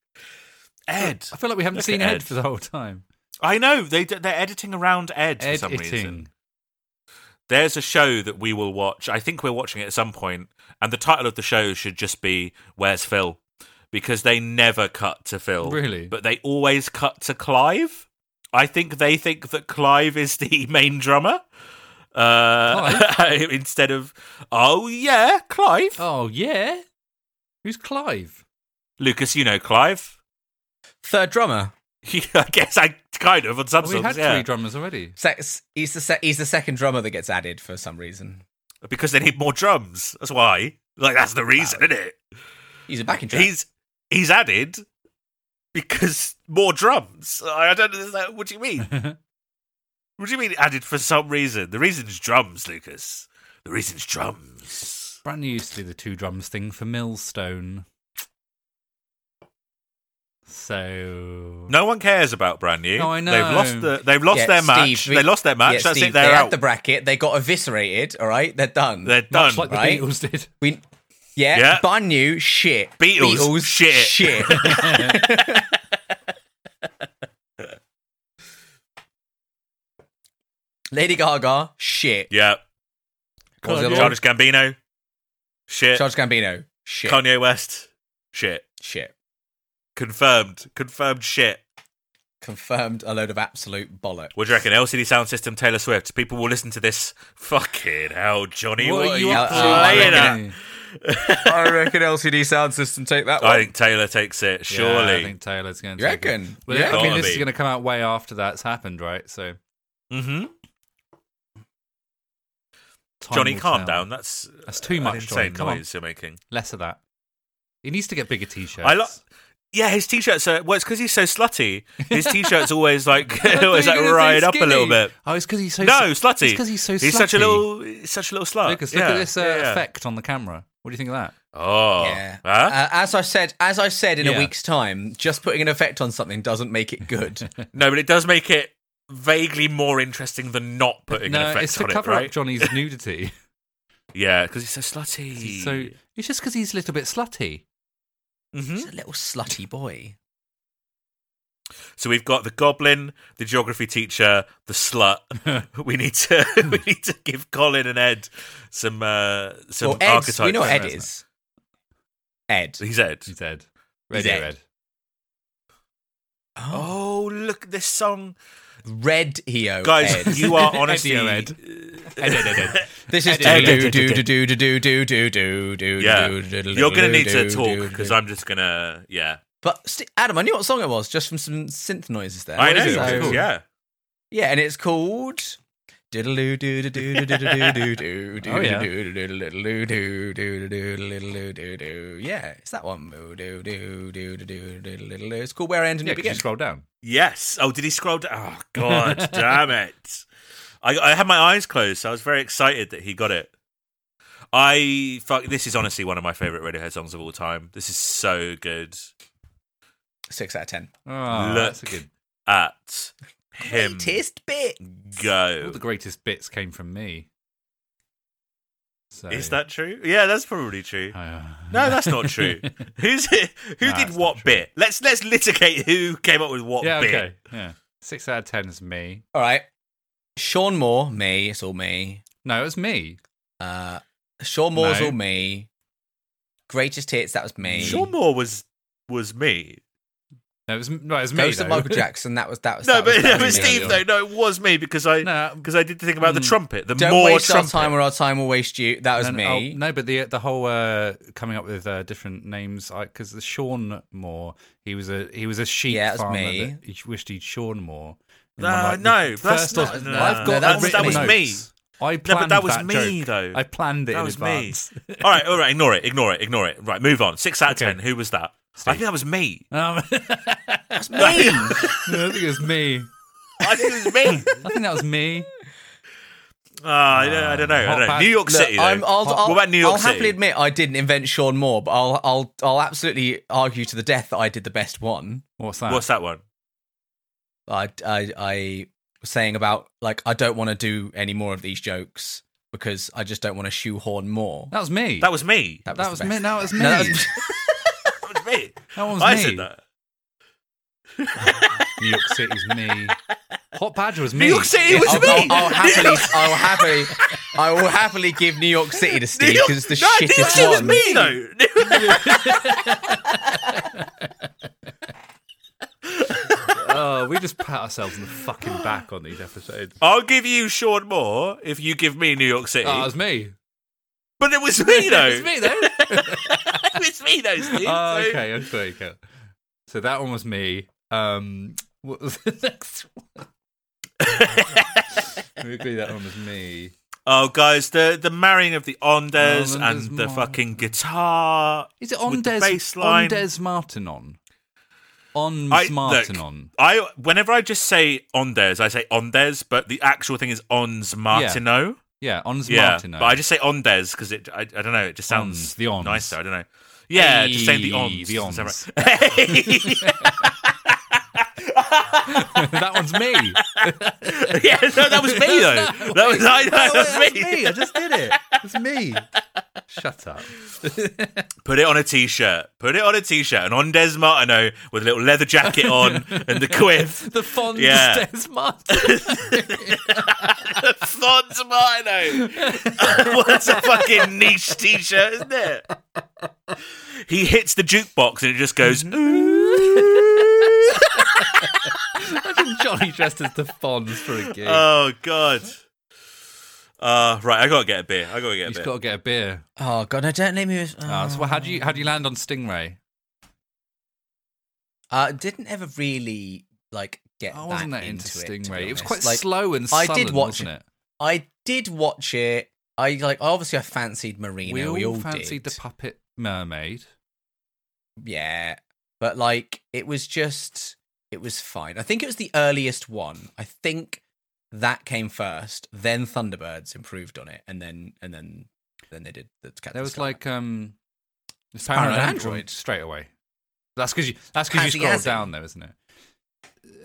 [SPEAKER 1] Ed.
[SPEAKER 3] I feel like we haven't
[SPEAKER 1] Look
[SPEAKER 3] seen
[SPEAKER 1] at
[SPEAKER 3] Ed.
[SPEAKER 1] Ed.
[SPEAKER 3] for the whole time.
[SPEAKER 1] I know they d- they're editing around Ed for some reason.
[SPEAKER 3] Editing.
[SPEAKER 1] There's a show that we will watch. I think we're watching it at some point, and the title of the show should just be "Where's Phil," because they never cut to Phil,
[SPEAKER 3] Really?
[SPEAKER 1] but they always cut to Clive. I think they think that Clive is the main drummer. Uh, instead of oh yeah, Clive
[SPEAKER 3] Oh yeah. Who's Clive?
[SPEAKER 1] Lucas, you know Clive.
[SPEAKER 2] Third drummer.
[SPEAKER 1] I guess I kind of on some
[SPEAKER 3] Oh, we
[SPEAKER 1] songs,
[SPEAKER 3] had
[SPEAKER 1] yeah.
[SPEAKER 3] three drummers already.
[SPEAKER 2] Sex. He's the se- he's the second drummer that gets added for some reason.
[SPEAKER 1] because they need more drums. That's why. Like that's the reason, isn't it?
[SPEAKER 2] He's a backing track.
[SPEAKER 1] He's he's added because more drums. I I don't know. like, What do you mean? what do you mean added for some reason? The reason's drums, Lucas. The reason's drums.
[SPEAKER 3] Brand used to do the two drums thing for Millstone. So
[SPEAKER 1] No one cares about brand new.
[SPEAKER 3] No, I know.
[SPEAKER 1] They've lost the, they've lost
[SPEAKER 2] Yeah,
[SPEAKER 1] their match.
[SPEAKER 2] Steve, we-
[SPEAKER 1] they lost their match.
[SPEAKER 2] Yeah,
[SPEAKER 1] That's
[SPEAKER 2] Steve,
[SPEAKER 1] it. They're
[SPEAKER 2] they
[SPEAKER 1] out.
[SPEAKER 2] had the bracket. They got eviscerated. All right, they're done.
[SPEAKER 1] they're done.
[SPEAKER 3] much like
[SPEAKER 2] right?
[SPEAKER 3] the Beatles did.
[SPEAKER 2] we, yeah,
[SPEAKER 1] Yeah.
[SPEAKER 2] Bun you shit.
[SPEAKER 1] Beatles, shit.
[SPEAKER 2] shit. Lady Gaga shit.
[SPEAKER 1] yeah.
[SPEAKER 2] What was the other one?
[SPEAKER 1] Childish Gambino. Shit.
[SPEAKER 2] Charles Gambino shit.
[SPEAKER 1] Kanye West. Shit.
[SPEAKER 2] shit.
[SPEAKER 1] Confirmed. Confirmed. Shit.
[SPEAKER 2] Confirmed a load of absolute bollocks.
[SPEAKER 1] What do you reckon? LCD Sound System, Taylor Swift. People will listen to this. Fucking hell, Johnny. What, are you
[SPEAKER 2] up to?
[SPEAKER 1] playing
[SPEAKER 2] I
[SPEAKER 1] at?
[SPEAKER 2] reckon I reckon LCD sound system take that
[SPEAKER 1] I think Taylor takes it,
[SPEAKER 3] Yeah, I
[SPEAKER 1] surely.
[SPEAKER 3] think Taylor's going to.
[SPEAKER 2] You reckon?
[SPEAKER 3] Well,
[SPEAKER 2] Yeah.
[SPEAKER 3] I mean,
[SPEAKER 1] Gotta
[SPEAKER 3] this is
[SPEAKER 1] be.
[SPEAKER 3] going to come out way after that's happened, right? So
[SPEAKER 1] hmm
[SPEAKER 3] time
[SPEAKER 1] Johnny,
[SPEAKER 3] will
[SPEAKER 1] calm
[SPEAKER 3] tell.
[SPEAKER 1] down. That's,
[SPEAKER 3] That's too
[SPEAKER 1] an
[SPEAKER 3] much, Johnny.
[SPEAKER 1] insane
[SPEAKER 3] Come on.
[SPEAKER 1] noise you're making.
[SPEAKER 3] Less of that. He needs to get bigger t-shirts.
[SPEAKER 1] I lo- Yeah, his t-shirts are... Well, it's because he's so slutty. His t-shirt's always like...
[SPEAKER 3] I thought you
[SPEAKER 1] always like
[SPEAKER 3] were gonna say
[SPEAKER 1] right up a
[SPEAKER 3] skinny.
[SPEAKER 1] little bit.
[SPEAKER 3] Oh, it's because he's so
[SPEAKER 1] No, slutty.
[SPEAKER 3] It's because he's so.
[SPEAKER 1] He's such a
[SPEAKER 3] slutty.
[SPEAKER 1] little... He's such a little slut.
[SPEAKER 3] Lucas, look
[SPEAKER 1] Yeah,
[SPEAKER 3] at this uh,
[SPEAKER 1] yeah, yeah.
[SPEAKER 3] effect on the camera. What do you think of that?
[SPEAKER 1] Oh.
[SPEAKER 2] Yeah.
[SPEAKER 1] Huh?
[SPEAKER 2] Uh, as I said, as I said in
[SPEAKER 3] Yeah.
[SPEAKER 2] a week's time, just putting an effect on something doesn't make it good.
[SPEAKER 1] No, but it does make it vaguely more interesting than not putting an
[SPEAKER 3] no,
[SPEAKER 1] effect
[SPEAKER 3] it's to
[SPEAKER 1] on it,
[SPEAKER 3] cover
[SPEAKER 1] right?
[SPEAKER 3] up Johnny's nudity.
[SPEAKER 1] Yeah, because he's so slutty.
[SPEAKER 3] He's so it's just because he's a little bit slutty.
[SPEAKER 1] hmm
[SPEAKER 3] mm-hmm.
[SPEAKER 2] He's a little slutty boy.
[SPEAKER 1] So we've got the goblin, the geography teacher, the slut. we need to we need to give Colin and Ed some uh, some
[SPEAKER 2] Well, Ed's,
[SPEAKER 1] archetypes.
[SPEAKER 2] we know what Ed
[SPEAKER 3] isn't it?
[SPEAKER 2] is. Ed.
[SPEAKER 1] He's Ed.
[SPEAKER 3] He's Ed.
[SPEAKER 2] He's
[SPEAKER 3] Radio
[SPEAKER 2] Ed.
[SPEAKER 3] Ed.
[SPEAKER 1] Oh, look at this song,
[SPEAKER 2] Red Heo.
[SPEAKER 1] guys!
[SPEAKER 2] Oh, Ed.
[SPEAKER 1] You are honestly
[SPEAKER 3] Eddie Ed.
[SPEAKER 1] Uh,
[SPEAKER 3] Ed, Ed, Ed, Ed.
[SPEAKER 2] This is do do do do do do do do do do.
[SPEAKER 1] Yeah.
[SPEAKER 2] do, do, do,
[SPEAKER 1] You're going to
[SPEAKER 2] do,
[SPEAKER 1] need to
[SPEAKER 2] do,
[SPEAKER 1] talk
[SPEAKER 2] do,
[SPEAKER 1] because
[SPEAKER 2] do.
[SPEAKER 1] I'm just going to. Yeah.
[SPEAKER 2] But st- Adam, I knew what song it was just from some synth noises there.
[SPEAKER 1] I
[SPEAKER 2] What
[SPEAKER 1] know.
[SPEAKER 2] is it?
[SPEAKER 1] it's cool, Yeah.
[SPEAKER 2] Yeah, and it's called. Diddle-oo, doodle-doo, doodle-doo, doodle-doo,
[SPEAKER 3] Oh, yeah.
[SPEAKER 2] doodle-doo, doodle-doo, doodle-doo, doodle-doo, doodle-doo. Yeah, it's that one. Doodle-doo, doodle-doo, doodle-doo. It's called Where I End and
[SPEAKER 3] Yeah,
[SPEAKER 2] You
[SPEAKER 3] 'cause you
[SPEAKER 2] Begin.
[SPEAKER 3] scroll down.
[SPEAKER 1] Yes. Oh, did he scroll down? Oh, God damn it. I, I had my eyes closed, so I was very excited that he got it. I fuck. This is honestly one of my favorite Radiohead songs of all time. This is so good.
[SPEAKER 2] Six out of ten.
[SPEAKER 3] Ah, that's a
[SPEAKER 1] Look
[SPEAKER 3] good.
[SPEAKER 1] At him
[SPEAKER 2] Greatest bit.
[SPEAKER 3] All
[SPEAKER 1] go.
[SPEAKER 3] the greatest bits came from me. So,
[SPEAKER 1] Is that true? Yeah, that's probably true.
[SPEAKER 3] Uh,
[SPEAKER 1] No, that's not true. Who's who
[SPEAKER 3] Nah,
[SPEAKER 1] did
[SPEAKER 3] that's
[SPEAKER 1] what
[SPEAKER 3] not true.
[SPEAKER 1] bit? Let's let's litigate who came up with what
[SPEAKER 3] yeah,
[SPEAKER 1] bit.
[SPEAKER 3] okay. Yeah. Six out of ten is me.
[SPEAKER 2] All right. Sean Moore, me. It's all me.
[SPEAKER 3] No, it was me.
[SPEAKER 2] Uh, Sean Moore's
[SPEAKER 3] No.
[SPEAKER 2] all me. Greatest hits. That was me.
[SPEAKER 1] Sean Moore was was me.
[SPEAKER 3] No, it was, no, it was me.
[SPEAKER 2] Ghost of
[SPEAKER 3] though.
[SPEAKER 2] Michael Jackson. That was that was.
[SPEAKER 1] No,
[SPEAKER 2] that
[SPEAKER 1] but
[SPEAKER 2] that
[SPEAKER 1] it was
[SPEAKER 2] me.
[SPEAKER 1] Steve though. No, it was me because I
[SPEAKER 3] No.
[SPEAKER 1] because I did think about the
[SPEAKER 3] Mm.
[SPEAKER 1] trumpet, the
[SPEAKER 2] Don't
[SPEAKER 1] more
[SPEAKER 2] waste
[SPEAKER 1] trumpet.
[SPEAKER 2] our time, or our time will waste you. That was
[SPEAKER 3] No, no,
[SPEAKER 2] me.
[SPEAKER 3] oh, no, but the the whole uh, coming up with uh, different names because the Sean Moore, he was a he was a sheep
[SPEAKER 2] Yeah, that's
[SPEAKER 3] farmer
[SPEAKER 2] me.
[SPEAKER 3] that he wished he'd Sean Moore. And
[SPEAKER 1] No,
[SPEAKER 3] I'm
[SPEAKER 1] no,
[SPEAKER 3] the
[SPEAKER 1] that's not-
[SPEAKER 3] thought-
[SPEAKER 1] no,
[SPEAKER 2] no,
[SPEAKER 3] I've got
[SPEAKER 2] that's-
[SPEAKER 3] that,
[SPEAKER 2] that was
[SPEAKER 3] written in
[SPEAKER 1] me.
[SPEAKER 3] notes. I
[SPEAKER 1] No,
[SPEAKER 3] planned
[SPEAKER 1] but that was
[SPEAKER 3] that
[SPEAKER 1] me
[SPEAKER 3] joke.
[SPEAKER 1] though.
[SPEAKER 3] I planned it
[SPEAKER 1] That
[SPEAKER 3] in
[SPEAKER 1] was
[SPEAKER 3] advance. Um,
[SPEAKER 1] me. all right, all right. Ignore it. Ignore it. Ignore it. Right, move on. Six out of
[SPEAKER 3] Okay.
[SPEAKER 1] ten. Who was that? I
[SPEAKER 3] Steve.
[SPEAKER 1] think that was me.
[SPEAKER 3] Um,
[SPEAKER 2] That's me.
[SPEAKER 3] no, I think it was me.
[SPEAKER 1] I think it was me.
[SPEAKER 3] I think that was me.
[SPEAKER 1] Ah, I, don't, I don't know. I
[SPEAKER 3] Hot
[SPEAKER 1] don't know.
[SPEAKER 3] pad.
[SPEAKER 1] New York
[SPEAKER 2] Look,
[SPEAKER 1] City. Though.
[SPEAKER 2] I'm- I'll, I'll,
[SPEAKER 1] what about New York
[SPEAKER 2] I'll
[SPEAKER 1] City?
[SPEAKER 2] happily admit I didn't invent Sean Moore, but I'll, I'll, I'll absolutely argue to the death that I did the best one.
[SPEAKER 3] What's that?
[SPEAKER 1] What's that one?
[SPEAKER 2] I, I, I was saying about like I don't want to do any more of these jokes because I just don't want to shoehorn more.
[SPEAKER 3] That was me.
[SPEAKER 1] That was me.
[SPEAKER 2] That
[SPEAKER 3] that was
[SPEAKER 2] was, the
[SPEAKER 3] me.
[SPEAKER 2] best.
[SPEAKER 3] No, it was me.
[SPEAKER 2] No,
[SPEAKER 3] That
[SPEAKER 2] that was-
[SPEAKER 1] That was me.
[SPEAKER 3] one was
[SPEAKER 1] I
[SPEAKER 3] me.
[SPEAKER 1] said that.
[SPEAKER 3] New York City's me. Hot Badger was me.
[SPEAKER 1] New York City
[SPEAKER 2] Yeah,
[SPEAKER 1] was
[SPEAKER 2] I'll,
[SPEAKER 1] me.
[SPEAKER 2] I'll, I'll happily, I'll happily, I will happily give New York City to Steve
[SPEAKER 1] New York-
[SPEAKER 2] because it's the
[SPEAKER 1] no, New York
[SPEAKER 2] shittest
[SPEAKER 1] City was
[SPEAKER 2] one.
[SPEAKER 1] me though.
[SPEAKER 3] Oh, we just pat ourselves on the fucking back on these episodes.
[SPEAKER 1] I'll give you Sean Moore if you give me New York City.
[SPEAKER 3] Oh, it was me.
[SPEAKER 1] but it was me though.
[SPEAKER 3] It was me though.
[SPEAKER 1] it was me though. Steve.
[SPEAKER 3] Oh,
[SPEAKER 1] So-
[SPEAKER 3] okay, okay, okay. So that one was me. Um, what was the next one? we agree that one was me.
[SPEAKER 1] Oh, guys, the the marrying of the Ondes
[SPEAKER 3] Oh, Ondes
[SPEAKER 1] and the
[SPEAKER 3] Mar-
[SPEAKER 1] fucking guitar.
[SPEAKER 3] Is it
[SPEAKER 1] With the
[SPEAKER 3] Ondes
[SPEAKER 1] bass line.
[SPEAKER 3] Ondes Martinon? On
[SPEAKER 1] I-
[SPEAKER 3] Martinon.
[SPEAKER 1] I whenever I just say Ondes, I say Ondes, but the actual thing is Ons Martino.
[SPEAKER 3] Yeah, Ons
[SPEAKER 1] Yeah,
[SPEAKER 3] Martino.
[SPEAKER 1] but I just say Ondes because it. I, I don't know. It just sounds
[SPEAKER 3] Ons, the Ons.
[SPEAKER 1] nicer. I don't know. Yeah, just saying the
[SPEAKER 3] Hey,
[SPEAKER 1] Ons.
[SPEAKER 3] the
[SPEAKER 1] doesn't sound
[SPEAKER 3] Ons.
[SPEAKER 1] right.
[SPEAKER 3] that one's me. Oh,
[SPEAKER 1] yeah, no, that was me though. that was I. That was me.
[SPEAKER 3] I just did it. It's me. Shut up.
[SPEAKER 1] Put it on a t-shirt. Put it on a t-shirt. And Ondes Martino with a little leather jacket on and the quiff.
[SPEAKER 3] The Fons
[SPEAKER 1] Yeah.
[SPEAKER 3] Des Martinon.
[SPEAKER 1] Ons Martino. eh? What's a fucking niche t-shirt, isn't it? He hits the jukebox and it just goes.
[SPEAKER 3] Mm-hmm. Johnny dressed as the Fons for a gig.
[SPEAKER 1] Oh god. Uh, right, I gotta get a beer. I gotta get a
[SPEAKER 3] He's
[SPEAKER 1] beer.
[SPEAKER 3] got to get a beer.
[SPEAKER 2] Oh god, no! Don't leave me. With, oh.
[SPEAKER 3] Ah, so how do you how do you land on Stingray?
[SPEAKER 2] Uh, didn't ever really like get.
[SPEAKER 3] I wasn't that,
[SPEAKER 2] that
[SPEAKER 3] into
[SPEAKER 2] into it, to
[SPEAKER 3] Stingray.
[SPEAKER 2] be
[SPEAKER 3] It, was
[SPEAKER 2] honest.
[SPEAKER 3] quite
[SPEAKER 2] like,
[SPEAKER 3] slow and
[SPEAKER 2] I
[SPEAKER 3] sullen,
[SPEAKER 2] did watch
[SPEAKER 3] wasn't it?
[SPEAKER 2] I did watch it. I like obviously I fancied Marina. We all,
[SPEAKER 3] fancied
[SPEAKER 2] did.
[SPEAKER 3] the puppet mermaid.
[SPEAKER 2] yeah, but like it was just it was fine. I think it was the earliest one. I think that came first. Then Thunderbirds improved on it, and then and then then they did the Captain
[SPEAKER 3] There was
[SPEAKER 2] Scarlet.
[SPEAKER 3] like um, this
[SPEAKER 2] Paranoid
[SPEAKER 3] paranoid
[SPEAKER 2] Android.
[SPEAKER 3] android straight away. That's because you that's because you
[SPEAKER 2] Hazzy
[SPEAKER 3] scroll
[SPEAKER 2] hazzy.
[SPEAKER 3] down though, isn't it?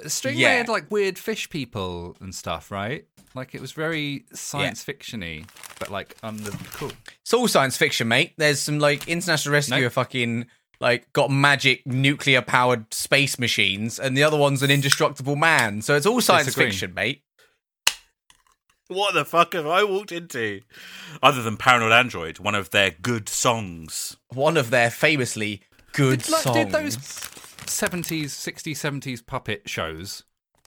[SPEAKER 3] Uh, Stingray
[SPEAKER 2] Yeah.
[SPEAKER 3] had like weird fish people and stuff, right? Like it was very science fictiony, but like under cool.
[SPEAKER 2] It's all science fiction, mate. There's some like international rescue
[SPEAKER 3] Nope.
[SPEAKER 2] are fucking like got magic nuclear powered space machines, and the other one's an indestructible man. So it's all science
[SPEAKER 3] Disagree.
[SPEAKER 2] fiction, mate.
[SPEAKER 1] What the fuck have I walked into? Other than Paranoid Android, one of their good songs.
[SPEAKER 2] One of their famously good
[SPEAKER 3] Did, like,
[SPEAKER 2] songs.
[SPEAKER 3] did those seventies, sixties, seventies puppet shows?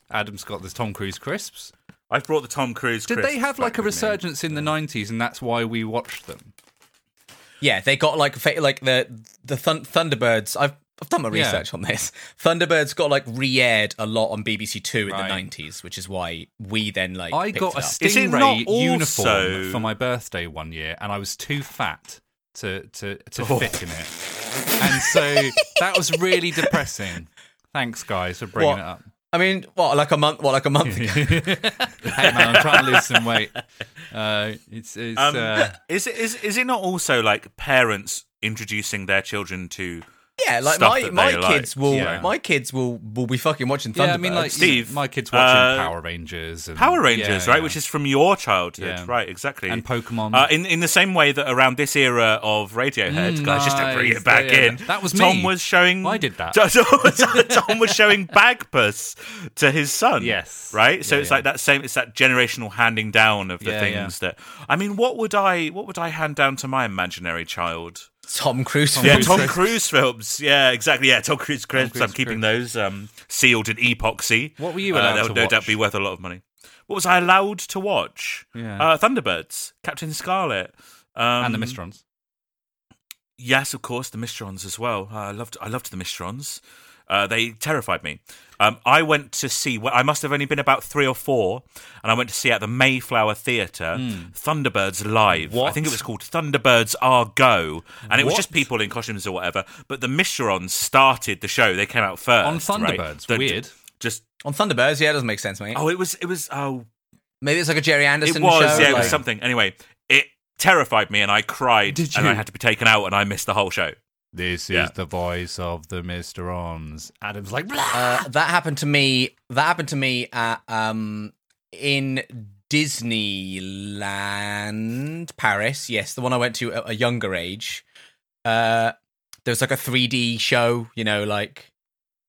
[SPEAKER 3] Adam Scott, there's Tom Cruise crisps.
[SPEAKER 1] I've brought the Tom Cruise.
[SPEAKER 3] Did
[SPEAKER 1] crisps
[SPEAKER 3] they have
[SPEAKER 1] back
[SPEAKER 3] like a
[SPEAKER 1] with me.
[SPEAKER 3] resurgence in the 90s and that's why we watched them?
[SPEAKER 2] Yeah, they got like fa- like the the thun- Thunderbirds. I've I've done my
[SPEAKER 3] Yeah.
[SPEAKER 2] research on this. Thunderbirds got like re-aired a lot on BBC Two in
[SPEAKER 3] Right.
[SPEAKER 2] the nineties, which is why we then like
[SPEAKER 3] I
[SPEAKER 2] picked
[SPEAKER 3] got a
[SPEAKER 2] it up.
[SPEAKER 1] Is it
[SPEAKER 3] stingray
[SPEAKER 1] not also-
[SPEAKER 3] uniform for my birthday one year, and I was too fat to to to
[SPEAKER 1] Oh.
[SPEAKER 3] fit in it, and so that was really depressing. Thanks, guys, for bringing
[SPEAKER 2] What?
[SPEAKER 3] it up.
[SPEAKER 2] I mean, what like a month? What like a month ago?
[SPEAKER 3] Hey man, I'm trying to lose some weight. Uh, it's it's
[SPEAKER 1] Um,
[SPEAKER 3] uh,
[SPEAKER 1] is it is is it not also like parents introducing their children to?
[SPEAKER 2] Yeah, like
[SPEAKER 1] Stuff
[SPEAKER 2] my
[SPEAKER 1] that
[SPEAKER 2] my
[SPEAKER 1] they liked,
[SPEAKER 2] kids will
[SPEAKER 3] yeah.
[SPEAKER 2] my kids will will be fucking watching Thunderbirds.
[SPEAKER 3] yeah. I mean, like you know,
[SPEAKER 1] Steve,
[SPEAKER 3] my kids watching
[SPEAKER 1] uh,
[SPEAKER 3] Power Rangers, and,
[SPEAKER 1] Power Rangers,
[SPEAKER 3] yeah,
[SPEAKER 1] right?
[SPEAKER 3] yeah.
[SPEAKER 1] Which is from your childhood,
[SPEAKER 3] Yeah.
[SPEAKER 1] right? Exactly.
[SPEAKER 3] And Pokemon.
[SPEAKER 1] Uh, in in the same way that around this era of Radiohead,
[SPEAKER 3] Mm,
[SPEAKER 1] guys, just to bring
[SPEAKER 3] nice.
[SPEAKER 1] it back
[SPEAKER 3] Yeah,
[SPEAKER 1] in.
[SPEAKER 3] that- that was
[SPEAKER 1] Tom
[SPEAKER 3] me.
[SPEAKER 1] was showing.
[SPEAKER 3] I did that.
[SPEAKER 1] Tom, Tom was showing Bagpuss to his son.
[SPEAKER 3] Yes.
[SPEAKER 1] Right. So
[SPEAKER 3] Yeah,
[SPEAKER 1] it's
[SPEAKER 3] yeah.
[SPEAKER 1] like that same. It's that generational handing down of the
[SPEAKER 3] Yeah, yeah.
[SPEAKER 1] things that. I mean, what would I? What would I hand down to my imaginary child?
[SPEAKER 2] Tom Cruise.
[SPEAKER 1] Yeah,
[SPEAKER 2] films.
[SPEAKER 1] Tom
[SPEAKER 3] Cruise.
[SPEAKER 1] Cruise films. Yeah, exactly. Yeah, Tom Cruise crisps. I'm
[SPEAKER 3] Cruise
[SPEAKER 1] keeping those um, sealed in epoxy.
[SPEAKER 3] What were you
[SPEAKER 1] Uh,
[SPEAKER 3] allowed
[SPEAKER 1] that
[SPEAKER 3] to
[SPEAKER 1] would no doubt
[SPEAKER 3] watch?
[SPEAKER 1] be worth a lot of money. What was I allowed to watch?
[SPEAKER 3] Yeah.
[SPEAKER 1] Uh, Thunderbirds, Captain Scarlet, um,
[SPEAKER 3] and the Mistrons.
[SPEAKER 1] Yes, of course, the Mistrons as well. Uh, I loved, I loved the Mistrons. Uh, they terrified me. Um, I went to see. Well, I must have only been about three or four, and I went to see at the Mayflower Theatre Thunderbirds live. I
[SPEAKER 3] Hmm. What?
[SPEAKER 1] think it was called Thunderbirds Are Go, and it was
[SPEAKER 3] What?
[SPEAKER 1] just people in costumes or whatever. But the Mistrons started the show. They came out first
[SPEAKER 3] On
[SPEAKER 1] right?
[SPEAKER 3] Thunderbirds,
[SPEAKER 1] The-
[SPEAKER 3] weird.
[SPEAKER 1] Just
[SPEAKER 2] on Thunderbirds. Yeah, it doesn't make sense, mate.
[SPEAKER 1] oh, it was it was oh
[SPEAKER 2] Maybe it's like a Jerry Anderson.
[SPEAKER 1] it was
[SPEAKER 2] show,
[SPEAKER 1] yeah it was
[SPEAKER 2] like-
[SPEAKER 1] something. Anyway, it terrified me, and I cried,
[SPEAKER 3] Did
[SPEAKER 1] and I
[SPEAKER 3] you?
[SPEAKER 1] had to be taken out, and I missed the whole show.
[SPEAKER 3] This
[SPEAKER 1] Yeah.
[SPEAKER 3] is the voice of the Mr. Ons. Adam's like, "Blah."
[SPEAKER 2] Uh, that happened to me. That happened to me at um in Disneyland Paris. Yes, the one I went to at a younger age. Uh, there was like a 3D show. You know, like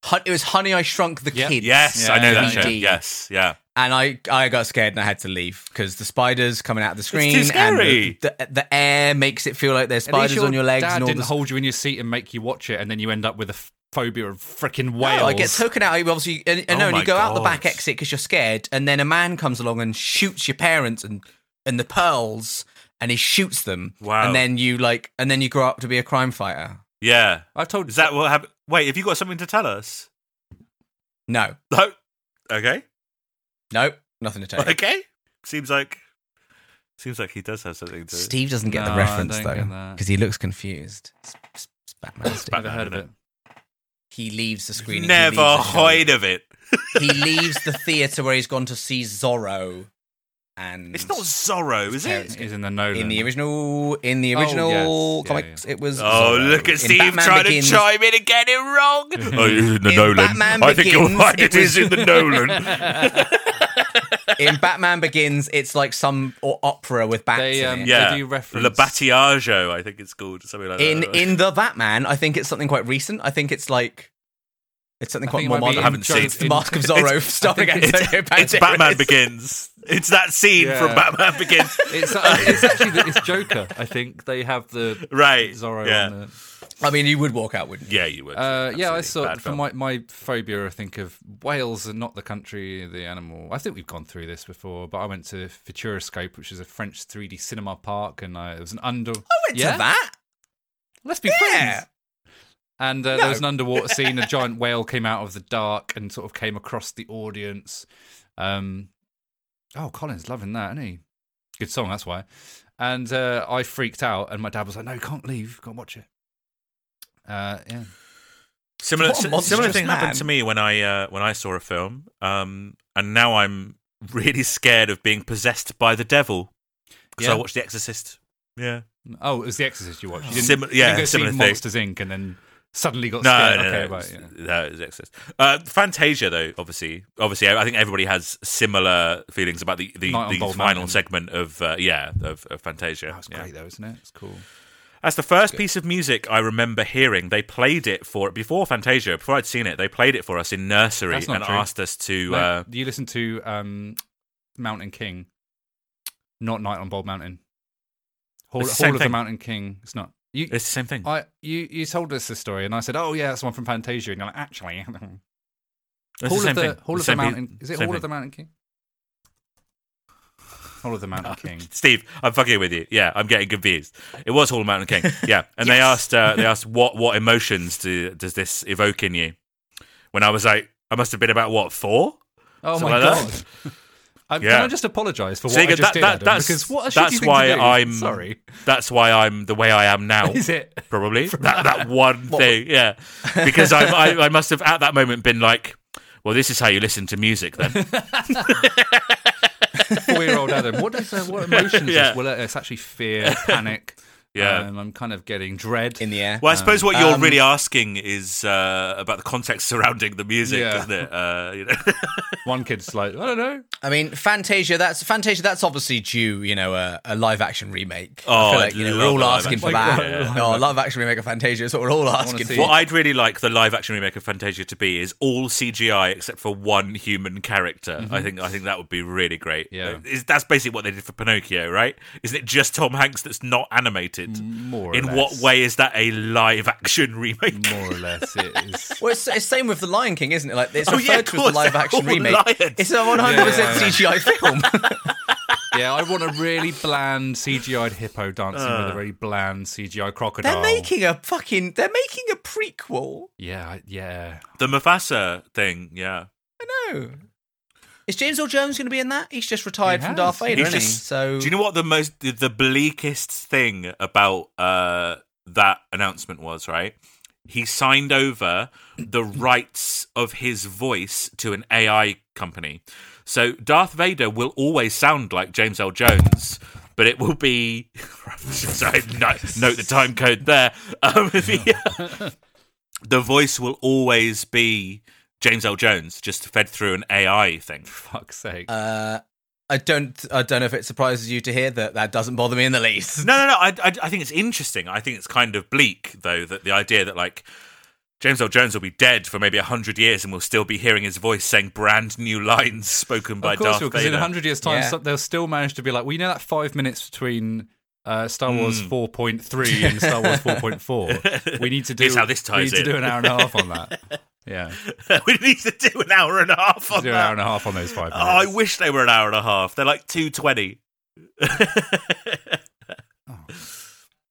[SPEAKER 2] Hun- it was Honey, I Shrunk the
[SPEAKER 3] Yeah.
[SPEAKER 2] Kids.
[SPEAKER 1] Yes,
[SPEAKER 3] Yeah,
[SPEAKER 1] I know that show.
[SPEAKER 2] 3D.
[SPEAKER 1] Yes, yeah.
[SPEAKER 2] and I I got scared and I had to leave because the spiders coming out of the screen.
[SPEAKER 1] too scary.
[SPEAKER 2] And the, the, the air makes it feel like there's
[SPEAKER 3] At least
[SPEAKER 2] spiders on your legs
[SPEAKER 3] dad
[SPEAKER 2] and all
[SPEAKER 3] didn't
[SPEAKER 2] this.
[SPEAKER 3] hold you in your seat and make you watch it, and then you end up with a f- phobia of freaking
[SPEAKER 2] No,
[SPEAKER 3] whales.
[SPEAKER 2] I get taken out. you Obviously, and, and
[SPEAKER 1] Oh
[SPEAKER 2] no, and
[SPEAKER 1] my
[SPEAKER 2] you go out the back
[SPEAKER 1] God.
[SPEAKER 2] exit because you're scared, and then a man comes along and shoots your parents and and the pearls, and he shoots them.
[SPEAKER 1] Wow.
[SPEAKER 2] And then you like, and then you grow up to be a crime fighter.
[SPEAKER 1] Yeah.
[SPEAKER 3] I've told
[SPEAKER 1] Is that what happened? Wait, have you got something to tell us?
[SPEAKER 2] No,
[SPEAKER 1] No. Okay.
[SPEAKER 2] nope, nothing to tell. you.
[SPEAKER 1] Okay. Seems like seems like he does have something to
[SPEAKER 2] Steve doesn't get
[SPEAKER 3] No,
[SPEAKER 2] the
[SPEAKER 3] I
[SPEAKER 2] reference
[SPEAKER 3] don't
[SPEAKER 2] though
[SPEAKER 3] get that.
[SPEAKER 2] because he looks confused. It's, it's- it's Batman, Steve.
[SPEAKER 1] Batman.
[SPEAKER 3] Never heard of it.
[SPEAKER 2] He leaves the screen. and he leaves
[SPEAKER 1] Never
[SPEAKER 2] the show.
[SPEAKER 1] hide of it.
[SPEAKER 2] he leaves the theater where he's gone to see Zorro, and
[SPEAKER 1] It's not Zorro, is it?
[SPEAKER 2] Mm. parents-
[SPEAKER 3] Is in the Nolan.
[SPEAKER 2] in the original in the
[SPEAKER 3] Oh,
[SPEAKER 2] original
[SPEAKER 3] yes. Yeah,
[SPEAKER 2] comics. It was
[SPEAKER 1] Oh,
[SPEAKER 2] Zorro.
[SPEAKER 1] look
[SPEAKER 2] In
[SPEAKER 1] at Steve
[SPEAKER 2] Batman
[SPEAKER 1] trying
[SPEAKER 2] Begins-
[SPEAKER 1] to chime in and get it wrong. oh, it's in the
[SPEAKER 2] In
[SPEAKER 1] Nolan.
[SPEAKER 2] Batman
[SPEAKER 1] I think you'll
[SPEAKER 2] Begins,
[SPEAKER 1] find
[SPEAKER 2] it
[SPEAKER 1] it is in the Nolan.
[SPEAKER 2] in Batman Begins. It's like some o- opera with bats
[SPEAKER 3] They, um,
[SPEAKER 2] in it.
[SPEAKER 1] Yeah.
[SPEAKER 3] do reference-
[SPEAKER 1] Le Battiaggio, I think it's called. Something like
[SPEAKER 2] In
[SPEAKER 1] that.
[SPEAKER 2] in the Batman, I think it's something quite recent. I think it's like it's something
[SPEAKER 3] I
[SPEAKER 2] quite
[SPEAKER 3] think it
[SPEAKER 2] more
[SPEAKER 3] might be
[SPEAKER 1] I
[SPEAKER 2] modern.
[SPEAKER 1] haven't
[SPEAKER 3] in
[SPEAKER 1] seen it.
[SPEAKER 3] Joe's-
[SPEAKER 2] the Mask of Zorro starring
[SPEAKER 3] I think
[SPEAKER 1] it's,
[SPEAKER 2] Antonio Banderas.
[SPEAKER 1] it's Batman Begins. It's that scene
[SPEAKER 3] Yeah.
[SPEAKER 1] from Batman Begins.
[SPEAKER 3] It's, uh, it's actually the, it's Joker. I think they have the
[SPEAKER 1] Right,
[SPEAKER 3] Zorro.
[SPEAKER 1] yeah.
[SPEAKER 3] On
[SPEAKER 2] I mean, you would walk out, wouldn't you?
[SPEAKER 1] yeah, you would.
[SPEAKER 3] the, uh, yeah, I
[SPEAKER 1] Absolutely.
[SPEAKER 3] saw
[SPEAKER 1] Bad
[SPEAKER 3] for
[SPEAKER 1] film.
[SPEAKER 3] my my phobia. I think of Wales and not the country, the animal. I think we've gone through this before, but I went to Futuroscope, which is a French 3D cinema park, and I, it was an under.
[SPEAKER 2] I went
[SPEAKER 3] Yeah?
[SPEAKER 2] to that.
[SPEAKER 3] Let's be
[SPEAKER 2] Yeah.
[SPEAKER 3] friends. And uh, there was an underwater scene. A giant whale came out of the dark and sort of came across the audience. Um, oh, Colin's loving that, isn't he? Good song, that's why. And uh, I freaked out, and my dad was like, "No, you can't leave. You Can't watch it." Uh, yeah.
[SPEAKER 1] Similar,
[SPEAKER 2] What a
[SPEAKER 1] si- similar
[SPEAKER 2] monstrous
[SPEAKER 1] thing
[SPEAKER 2] man.
[SPEAKER 1] happened to me when I uh, when I saw a film, um, and now I'm really scared of being possessed by the devil because
[SPEAKER 3] Yeah.
[SPEAKER 1] I watched The Exorcist. Yeah,
[SPEAKER 3] Oh, it was The Exorcist you watched. You didn't,
[SPEAKER 1] Sim-
[SPEAKER 3] you
[SPEAKER 1] yeah,
[SPEAKER 3] didn't go
[SPEAKER 1] similar
[SPEAKER 3] see
[SPEAKER 1] thing.
[SPEAKER 3] Monsters Inc. and then suddenly got
[SPEAKER 1] no,
[SPEAKER 3] scared.
[SPEAKER 1] no, no,
[SPEAKER 3] okay,
[SPEAKER 1] no,
[SPEAKER 3] right.
[SPEAKER 1] it's-
[SPEAKER 3] yeah.
[SPEAKER 1] that is Exorcist. Uh, Fantasia, though, obviously, obviously, I I think everybody has similar feelings about the the,
[SPEAKER 3] Night on
[SPEAKER 1] the final
[SPEAKER 3] Bald Mountain.
[SPEAKER 1] segment of uh, yeah of, of Fantasia.
[SPEAKER 3] That was
[SPEAKER 1] Yeah.
[SPEAKER 3] great though, isn't it? It's cool.
[SPEAKER 1] That's the first piece of music I remember hearing. They played it for before Fantasia, before I'd seen it. They played it for us in nursery
[SPEAKER 3] That's not
[SPEAKER 1] and
[SPEAKER 3] true.
[SPEAKER 1] asked us to.
[SPEAKER 3] No,
[SPEAKER 1] Uh,
[SPEAKER 3] you listen to um, Mountain King, not Night on Bold Mountain. Hall,
[SPEAKER 1] It's the
[SPEAKER 3] Hall
[SPEAKER 1] same
[SPEAKER 3] of the
[SPEAKER 1] thing.
[SPEAKER 3] Mountain King. It's not. You,
[SPEAKER 1] it's the same thing.
[SPEAKER 3] I, you, you told us the story, and I said, "Oh yeah, that's the one from Fantasia." And you're like, "Actually, Hall
[SPEAKER 1] It's the
[SPEAKER 3] of
[SPEAKER 1] same
[SPEAKER 3] the
[SPEAKER 1] thing.
[SPEAKER 3] Hall of the
[SPEAKER 1] same pe-
[SPEAKER 3] Mountain. Is it
[SPEAKER 1] same
[SPEAKER 3] Hall of
[SPEAKER 1] thing.
[SPEAKER 3] the Mountain King?" Hall of the Mountain King.
[SPEAKER 1] Steve, I'm fucking with you. Yeah, I'm getting confused. It was Hall of Mountain King. Yeah, and they asked uh, they asked what what emotions do, does this evoke in you? When I was like, I must have been about what four.
[SPEAKER 3] Oh
[SPEAKER 1] Something
[SPEAKER 3] my
[SPEAKER 1] like
[SPEAKER 3] god!
[SPEAKER 1] that.
[SPEAKER 3] I,
[SPEAKER 1] Yeah.
[SPEAKER 3] Can I just apologise for what
[SPEAKER 1] So you
[SPEAKER 3] I
[SPEAKER 1] go,
[SPEAKER 3] just
[SPEAKER 1] that-
[SPEAKER 3] did,
[SPEAKER 1] that-
[SPEAKER 3] Adam,
[SPEAKER 1] that's-
[SPEAKER 3] because what a shitty
[SPEAKER 1] that's
[SPEAKER 3] thing to
[SPEAKER 1] why
[SPEAKER 3] do.
[SPEAKER 1] I'm-
[SPEAKER 3] sorry.
[SPEAKER 1] That's why I'm the way I am now.
[SPEAKER 3] Is it?
[SPEAKER 1] probably that, that one thing? Yeah, because I, I I must have at that moment been like, well, this is how you listen to music then.
[SPEAKER 3] four-year-old Adam. What does uh, what emotions?
[SPEAKER 1] Yeah.
[SPEAKER 3] Is, well, uh, it's actually fear, panic.
[SPEAKER 1] Yeah.
[SPEAKER 3] um, I'm kind of getting dread.
[SPEAKER 2] in the air.
[SPEAKER 1] Well, I suppose what
[SPEAKER 3] Um,
[SPEAKER 1] you're really asking is uh, about the context surrounding the music,
[SPEAKER 3] Yeah.
[SPEAKER 1] isn't it? Uh, you know.
[SPEAKER 3] One kid's like, I don't know.
[SPEAKER 2] I mean, Fantasia. That's Fantasia. That's obviously due, you know, a, a live action remake.
[SPEAKER 1] Oh,
[SPEAKER 2] I feel
[SPEAKER 1] I'd
[SPEAKER 2] like you know,
[SPEAKER 1] love
[SPEAKER 2] we're all
[SPEAKER 1] a live
[SPEAKER 2] asking for
[SPEAKER 3] action-
[SPEAKER 2] that.
[SPEAKER 3] Yeah.
[SPEAKER 2] No, a live action remake of Fantasia is what we're all asking
[SPEAKER 3] see
[SPEAKER 2] for.
[SPEAKER 1] What I'd really like the live action remake of Fantasia to be is all CGI except for one human character. I think I think that would be really great.
[SPEAKER 3] Mm-hmm.
[SPEAKER 1] Uh,
[SPEAKER 3] Yeah.
[SPEAKER 1] Is- that's basically what they did for Pinocchio, right? Isn't it just Tom Hanks that's not animated?
[SPEAKER 3] More. or
[SPEAKER 1] In what
[SPEAKER 3] less.
[SPEAKER 1] way is that a live action remake?
[SPEAKER 3] More or less, it is.
[SPEAKER 2] Well, it's, it's same with the Lion King, isn't it? Like it's
[SPEAKER 1] Oh,
[SPEAKER 2] referred
[SPEAKER 1] yeah, of
[SPEAKER 2] to as
[SPEAKER 1] course, Oh,
[SPEAKER 2] the live
[SPEAKER 1] they're
[SPEAKER 2] action
[SPEAKER 1] all
[SPEAKER 2] remake.
[SPEAKER 1] lions.
[SPEAKER 2] It's a one hundred
[SPEAKER 3] Yeah,
[SPEAKER 2] percent
[SPEAKER 3] yeah, yeah.
[SPEAKER 2] CGI film.
[SPEAKER 3] Yeah, I want a really bland CGI hippo dancing
[SPEAKER 1] Uh.
[SPEAKER 3] with a really bland CGI crocodile.
[SPEAKER 1] Oh.
[SPEAKER 2] they're making a fucking. They're making a prequel.
[SPEAKER 3] Yeah, I- yeah.
[SPEAKER 1] The Mufasa thing, yeah.
[SPEAKER 2] I know. Is James Earl Jones going to be in that? He's just retired
[SPEAKER 3] He
[SPEAKER 2] from
[SPEAKER 3] has.
[SPEAKER 2] Darth Vader,
[SPEAKER 1] He's
[SPEAKER 2] isn't he?
[SPEAKER 1] just-
[SPEAKER 2] So
[SPEAKER 1] Do you know what the most the, the bleakest thing about uh, that announcement was? Right, he signed over the rights of his voice to an AI company. So Darth Vader will always sound like James L. Jones, but it will be. Sorry, no, note the time code there. Um, the, the voice will always be James L. Jones, just fed through an AI thing.
[SPEAKER 3] Fuck's sake.
[SPEAKER 2] uh, I don't. I don't know if it surprises you to hear that. That doesn't bother me in the least.
[SPEAKER 1] No, no, no. I, I, I think it's interesting. I think it's kind of bleak, though, that the idea that like James L. Jones will be dead for maybe hundred years and we'll still be hearing his voice saying brand new lines spoken by
[SPEAKER 3] of course,
[SPEAKER 1] Darth
[SPEAKER 3] because in
[SPEAKER 1] Vader.
[SPEAKER 3] 100 years' time,
[SPEAKER 2] Yeah.
[SPEAKER 3] so- they'll still manage to be like, well, you know that five minutes between uh, Star
[SPEAKER 1] Hmm.
[SPEAKER 3] Wars 4.3 and Star Wars 4.4. we need to do.
[SPEAKER 1] Here's how this
[SPEAKER 3] we
[SPEAKER 1] ties
[SPEAKER 3] need to
[SPEAKER 1] in.
[SPEAKER 3] do an hour and a half on that. Yeah,
[SPEAKER 1] we need to do an hour and a half on
[SPEAKER 3] do an
[SPEAKER 1] that.
[SPEAKER 3] hour and a half on those five
[SPEAKER 1] Oh, I
[SPEAKER 3] minutes.
[SPEAKER 1] wish they were an hour and a half. They're like two twenty.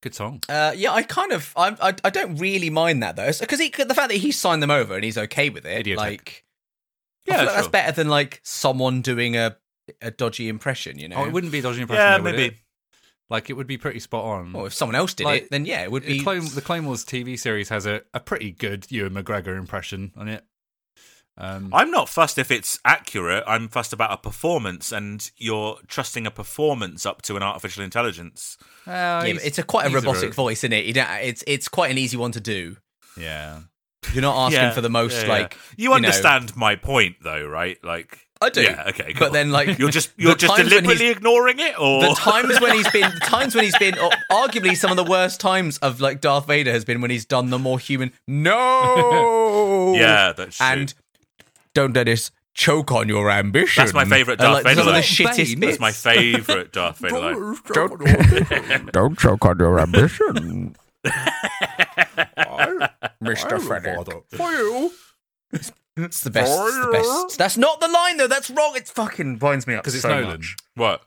[SPEAKER 3] Good song.
[SPEAKER 2] Uh, yeah, I kind of, I, I, I don't really mind that though, because the fact that he signed them over and he's okay with it,
[SPEAKER 3] Idiotech.
[SPEAKER 2] like, I
[SPEAKER 1] Yeah,
[SPEAKER 2] feel like that's
[SPEAKER 1] sure.
[SPEAKER 2] better than like someone doing a a dodgy impression, you know.
[SPEAKER 3] Oh, it wouldn't be dodgy impression.
[SPEAKER 1] Yeah,
[SPEAKER 3] though, would
[SPEAKER 1] maybe.
[SPEAKER 3] it? Like it would be pretty spot on.
[SPEAKER 2] Well, if someone else did
[SPEAKER 3] Like,
[SPEAKER 2] it, then yeah, it
[SPEAKER 1] uh,
[SPEAKER 2] would
[SPEAKER 3] the,
[SPEAKER 2] be.
[SPEAKER 3] Clone, the Clone Wars TV series has a, a pretty good Ewan McGregor impression on it. Um,
[SPEAKER 1] I'm not fussed if it's accurate. I'm fussed about a performance, and you're trusting a performance up to an artificial intelligence.
[SPEAKER 3] uh,
[SPEAKER 2] yeah,
[SPEAKER 3] he's-
[SPEAKER 2] but it's a quite a
[SPEAKER 3] he's
[SPEAKER 2] robotic
[SPEAKER 3] ro-
[SPEAKER 2] voice, isn't it? You don't, it's it's quite an easy one to do.
[SPEAKER 3] Yeah.
[SPEAKER 2] You're not asking
[SPEAKER 1] Yeah,
[SPEAKER 2] for the most,
[SPEAKER 1] yeah, yeah.
[SPEAKER 2] like
[SPEAKER 1] you
[SPEAKER 2] know-
[SPEAKER 1] understand my point, though, right? Like
[SPEAKER 2] I do.
[SPEAKER 1] Yeah, okay.
[SPEAKER 2] But then, like,
[SPEAKER 1] you're just you're
[SPEAKER 2] the
[SPEAKER 1] just
[SPEAKER 2] times when
[SPEAKER 1] deliberately ignoring it, or
[SPEAKER 2] the times when he's been, the times when he's been, or arguably some of the worst times of like Darth Vader has been when he's done the more human. No.
[SPEAKER 1] yeah, that's true.
[SPEAKER 2] and don't let us choke on your ambition.
[SPEAKER 1] That's my favourite
[SPEAKER 2] And,
[SPEAKER 1] Darth
[SPEAKER 2] like,
[SPEAKER 1] Vader
[SPEAKER 2] Some of the
[SPEAKER 1] line.
[SPEAKER 2] shittest
[SPEAKER 3] Bane.
[SPEAKER 1] that's
[SPEAKER 2] bits.
[SPEAKER 1] my favourite Darth Vader line.
[SPEAKER 4] Don't, don't choke on your ambition. Mr. Fennec.
[SPEAKER 3] For you.
[SPEAKER 2] It's the best. it's the best. That's not the line though. That's wrong. It fucking winds me up
[SPEAKER 3] 'Cause it's
[SPEAKER 2] so
[SPEAKER 3] Nolan.
[SPEAKER 2] much.
[SPEAKER 1] What?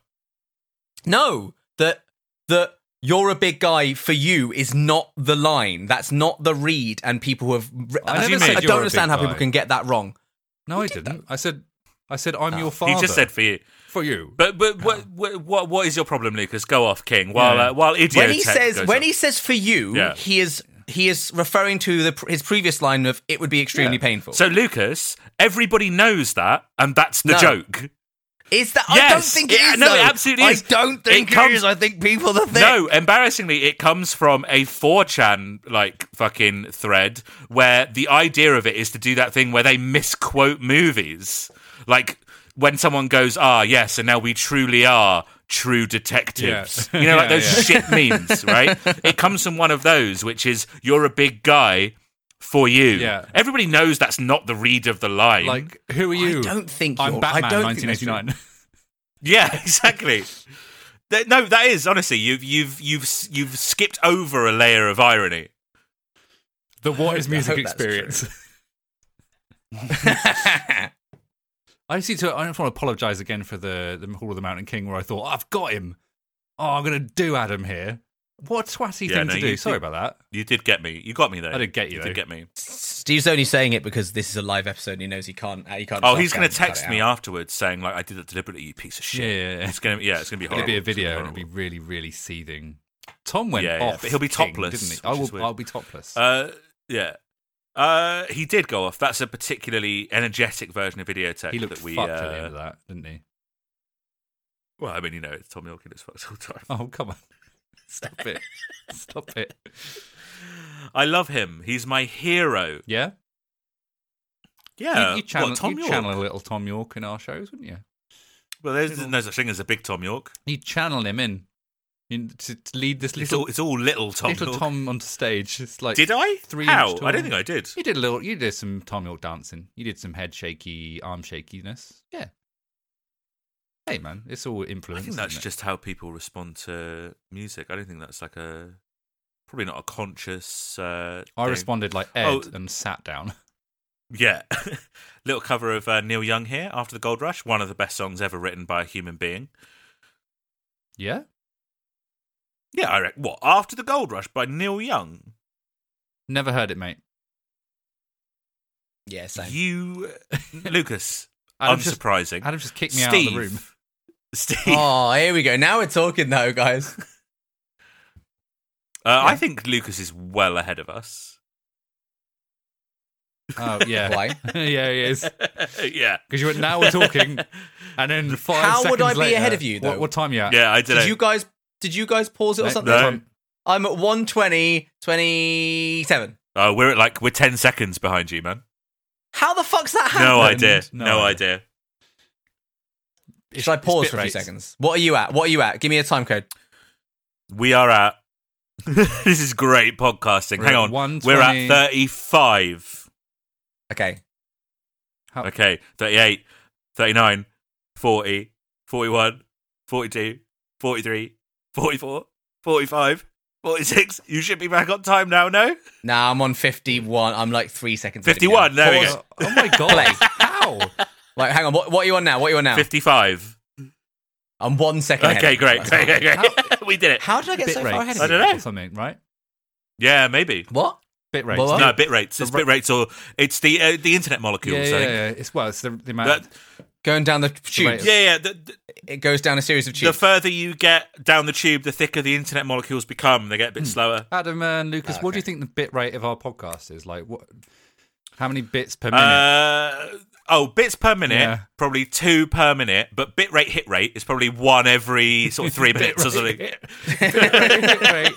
[SPEAKER 2] No, that that you're a big guy for you is not the line. That's not the read. And people have. I,
[SPEAKER 3] never
[SPEAKER 2] don't-
[SPEAKER 3] said
[SPEAKER 2] I
[SPEAKER 3] you're a
[SPEAKER 2] don't understand
[SPEAKER 3] big
[SPEAKER 2] how people
[SPEAKER 3] guy.
[SPEAKER 2] can get that wrong.
[SPEAKER 3] No, I didn't. I said, I said, I'm
[SPEAKER 2] Ah,
[SPEAKER 3] your father.
[SPEAKER 1] He just said for you.
[SPEAKER 3] for you.
[SPEAKER 1] But but what what what, what is your problem, Lucas? Go off, King. While
[SPEAKER 3] Yeah.
[SPEAKER 1] uh, while idiot.
[SPEAKER 2] when he says when he says for you,
[SPEAKER 1] Yeah.
[SPEAKER 2] he is he is referring to the, his previous line of it would be extremely painful.
[SPEAKER 1] so Lucas, everybody knows that, and that's the
[SPEAKER 2] No.
[SPEAKER 1] joke.
[SPEAKER 2] Is that?
[SPEAKER 1] Yes.
[SPEAKER 2] I don't think it
[SPEAKER 1] Yeah,
[SPEAKER 2] is.
[SPEAKER 1] no, it
[SPEAKER 2] though.
[SPEAKER 1] absolutely is.
[SPEAKER 2] I don't
[SPEAKER 1] It
[SPEAKER 2] think it,
[SPEAKER 1] comes-
[SPEAKER 2] is. I think people that think.
[SPEAKER 1] No, embarrassingly, it comes from a 4chan like fucking thread where the idea of it is to do that thing where they misquote movies. Like when someone goes, ah, yes, and now we truly are true detectives.
[SPEAKER 3] Yeah.
[SPEAKER 1] You know, like
[SPEAKER 3] Yeah,
[SPEAKER 1] those shit memes, right? It comes from one of those, which is you're a big guy for you.
[SPEAKER 3] Yeah.
[SPEAKER 1] Everybody knows that's not the read of the line.
[SPEAKER 3] like, who are you?
[SPEAKER 2] don't think
[SPEAKER 3] I'm
[SPEAKER 2] you're-
[SPEAKER 3] Batman.
[SPEAKER 2] I don't think that's
[SPEAKER 3] 1989.
[SPEAKER 1] Yeah, exactly. That- no, that is honestly you've you've you've s- you've skipped over a layer of irony.
[SPEAKER 3] the what is music
[SPEAKER 2] hope that's
[SPEAKER 3] experience? I see to. I just want to apologise again for the the Hall of the Mountain King, where I thought I've got him. Oh, I'm gonna do Adam here. What a twatty
[SPEAKER 1] Yeah,
[SPEAKER 3] thing
[SPEAKER 1] no,
[SPEAKER 3] to
[SPEAKER 1] you
[SPEAKER 3] do. Sorry
[SPEAKER 1] did-
[SPEAKER 3] about that.
[SPEAKER 1] You did get me. You got me though.
[SPEAKER 3] I did get you,
[SPEAKER 1] You
[SPEAKER 3] though.
[SPEAKER 1] did get me.
[SPEAKER 2] Steve's only saying it because this is a live episode and he knows he can't. He can't
[SPEAKER 1] Oh, he's
[SPEAKER 2] stop
[SPEAKER 1] going
[SPEAKER 2] that
[SPEAKER 1] to
[SPEAKER 2] and cut
[SPEAKER 1] text
[SPEAKER 2] it
[SPEAKER 1] me
[SPEAKER 2] out.
[SPEAKER 1] afterwards saying like I did that deliberately, you piece of shit.
[SPEAKER 3] Yeah, yeah, yeah.
[SPEAKER 1] It's going to yeah, it's going to be
[SPEAKER 3] It'll
[SPEAKER 1] horrible.
[SPEAKER 3] be a
[SPEAKER 1] It's gonna
[SPEAKER 3] video and it'll
[SPEAKER 1] horrible.
[SPEAKER 3] be really, really seething. Tom went
[SPEAKER 1] Yeah, yeah,
[SPEAKER 3] off.
[SPEAKER 1] but he'll be
[SPEAKER 3] King,
[SPEAKER 1] topless,
[SPEAKER 3] didn't he?
[SPEAKER 1] which
[SPEAKER 3] I
[SPEAKER 1] is
[SPEAKER 3] will.
[SPEAKER 1] weird.
[SPEAKER 3] I'll be topless.
[SPEAKER 1] Uh, yeah. Uh, he did go off. That's a particularly energetic version of videotape
[SPEAKER 3] he looked
[SPEAKER 1] that we.
[SPEAKER 3] fucked
[SPEAKER 1] uh,
[SPEAKER 3] at the end of that, didn't he?
[SPEAKER 1] Well, I mean, you know, it's Tom York, he looks fucked all the time.
[SPEAKER 3] Oh, come on. Stop it. Stop it.
[SPEAKER 1] I love him. He's my hero.
[SPEAKER 3] Yeah?
[SPEAKER 1] Yeah,
[SPEAKER 3] you, you channel,
[SPEAKER 1] what, Tom
[SPEAKER 3] you
[SPEAKER 1] York.
[SPEAKER 3] channel a little Tom York in our shows, wouldn't you?
[SPEAKER 1] well, there's, there's no such thing as a big Tom York.
[SPEAKER 3] You channel him in, in to, to lead this
[SPEAKER 1] It's
[SPEAKER 3] little,
[SPEAKER 1] all, it's all little Tom
[SPEAKER 3] little
[SPEAKER 1] York.
[SPEAKER 3] Tom onto stage. It's like
[SPEAKER 1] did I?
[SPEAKER 3] Three
[SPEAKER 1] How?
[SPEAKER 3] inch
[SPEAKER 1] I don't
[SPEAKER 3] tall.
[SPEAKER 1] think I did.
[SPEAKER 3] You did a little. You did some Tom York dancing. You did some head shaky, arm shakiness. Yeah. Hey man, it's all
[SPEAKER 1] I
[SPEAKER 3] influence.
[SPEAKER 1] think that's
[SPEAKER 3] isn't it?
[SPEAKER 1] just how people respond to music. I don't think that's like a probably not a conscious. Uh,
[SPEAKER 3] I
[SPEAKER 1] thing.
[SPEAKER 3] responded like Ed
[SPEAKER 1] Oh.
[SPEAKER 3] and sat down.
[SPEAKER 1] Yeah, little cover of uh, Neil Young here after the Gold Rush, one of the best songs ever written by a human being.
[SPEAKER 3] Yeah.
[SPEAKER 1] Yeah, I reckon. What after the Gold Rush by Neil Young?
[SPEAKER 3] Never heard it, mate.
[SPEAKER 2] Yeah, same.
[SPEAKER 1] You, Lucas,
[SPEAKER 3] Adam just,
[SPEAKER 1] unsurprising.
[SPEAKER 3] Adam just kicked me
[SPEAKER 1] Steve,
[SPEAKER 3] out of the room.
[SPEAKER 1] Steve,
[SPEAKER 2] Oh, here we go. Now we're talking though, guys.
[SPEAKER 1] uh, I think Lucas is well ahead of us.
[SPEAKER 3] Oh yeah.
[SPEAKER 2] Why?
[SPEAKER 3] yeah, he is.
[SPEAKER 1] yeah,
[SPEAKER 3] Because you went. Now we're talking, and then five
[SPEAKER 2] How would
[SPEAKER 3] seconds
[SPEAKER 2] I be
[SPEAKER 3] later-
[SPEAKER 2] ahead of you,
[SPEAKER 3] What,
[SPEAKER 2] though?
[SPEAKER 3] what time Uh, you at?
[SPEAKER 1] yeah. I don't know.
[SPEAKER 2] Did you guys? Did you guys pause it or
[SPEAKER 3] Mate,
[SPEAKER 2] something?
[SPEAKER 1] No,
[SPEAKER 2] I'm at 120, 27.
[SPEAKER 1] uh, we're at like we're ten seconds behind you, man.
[SPEAKER 2] How the fuck's that happened?
[SPEAKER 1] No idea.
[SPEAKER 3] No
[SPEAKER 1] No,
[SPEAKER 3] idea.
[SPEAKER 1] idea.
[SPEAKER 3] It's-
[SPEAKER 2] Should I
[SPEAKER 3] it's
[SPEAKER 2] pause
[SPEAKER 3] bit
[SPEAKER 2] for a few
[SPEAKER 3] rates.
[SPEAKER 2] seconds? What are you at? What are you at? Give me a time code.
[SPEAKER 1] We are at. this is great podcasting.
[SPEAKER 3] We're
[SPEAKER 1] Hang
[SPEAKER 3] at
[SPEAKER 1] on. We're
[SPEAKER 3] 120.
[SPEAKER 1] at 35.
[SPEAKER 2] Okay.
[SPEAKER 1] Okay. 38, 39, 40, 41, 42, 43, 44, 45, 46. You should be back on time now, no?
[SPEAKER 2] Nah, I'm on 51. I'm like three seconds. ahead of you.
[SPEAKER 1] 51. There we
[SPEAKER 2] Pause.
[SPEAKER 1] go.
[SPEAKER 3] Oh my god!
[SPEAKER 2] Play.
[SPEAKER 3] How?
[SPEAKER 2] Like, hang on. What, what are you on now? What are you on now?
[SPEAKER 1] 55.
[SPEAKER 2] I'm one second ahead.
[SPEAKER 1] Okay,
[SPEAKER 2] of you.
[SPEAKER 1] great.
[SPEAKER 2] That's
[SPEAKER 1] Great,
[SPEAKER 2] fine.
[SPEAKER 1] great, great. We did it.
[SPEAKER 2] How did I get
[SPEAKER 3] Bit
[SPEAKER 2] so
[SPEAKER 3] rates.
[SPEAKER 2] far ahead
[SPEAKER 1] I
[SPEAKER 2] of you?
[SPEAKER 1] don't know.
[SPEAKER 3] Or something, right?
[SPEAKER 1] Yeah, maybe.
[SPEAKER 2] What?
[SPEAKER 3] Bit rates.
[SPEAKER 2] Well,
[SPEAKER 1] No, bit rates. It's
[SPEAKER 3] The ra-
[SPEAKER 1] bit rates or it's the uh, the internet
[SPEAKER 3] yeah,
[SPEAKER 1] molecules,
[SPEAKER 3] yeah,
[SPEAKER 1] I
[SPEAKER 3] yeah,
[SPEAKER 1] think.
[SPEAKER 3] yeah. It's well, it's the, the amount.
[SPEAKER 1] That-
[SPEAKER 2] Going down the
[SPEAKER 3] rate
[SPEAKER 2] tubes.
[SPEAKER 3] is-
[SPEAKER 1] Yeah, yeah. The, the-
[SPEAKER 2] It goes down a series of
[SPEAKER 1] the
[SPEAKER 2] tubes.
[SPEAKER 1] further you get down the tube, the thicker the internet molecules become. They get a
[SPEAKER 3] Hmm.
[SPEAKER 1] bit slower.
[SPEAKER 3] Adam and Lucas,
[SPEAKER 1] Ah,
[SPEAKER 2] Oh,
[SPEAKER 3] what do you
[SPEAKER 2] okay.
[SPEAKER 3] think the bit rate of our podcast is? Like, what? How many bits per minute?
[SPEAKER 1] Uh, oh, bits per minute,
[SPEAKER 3] Yeah.
[SPEAKER 1] probably two per minute, but bit rate hit rate is probably one every sort of three minutes or something.
[SPEAKER 3] Bit rate.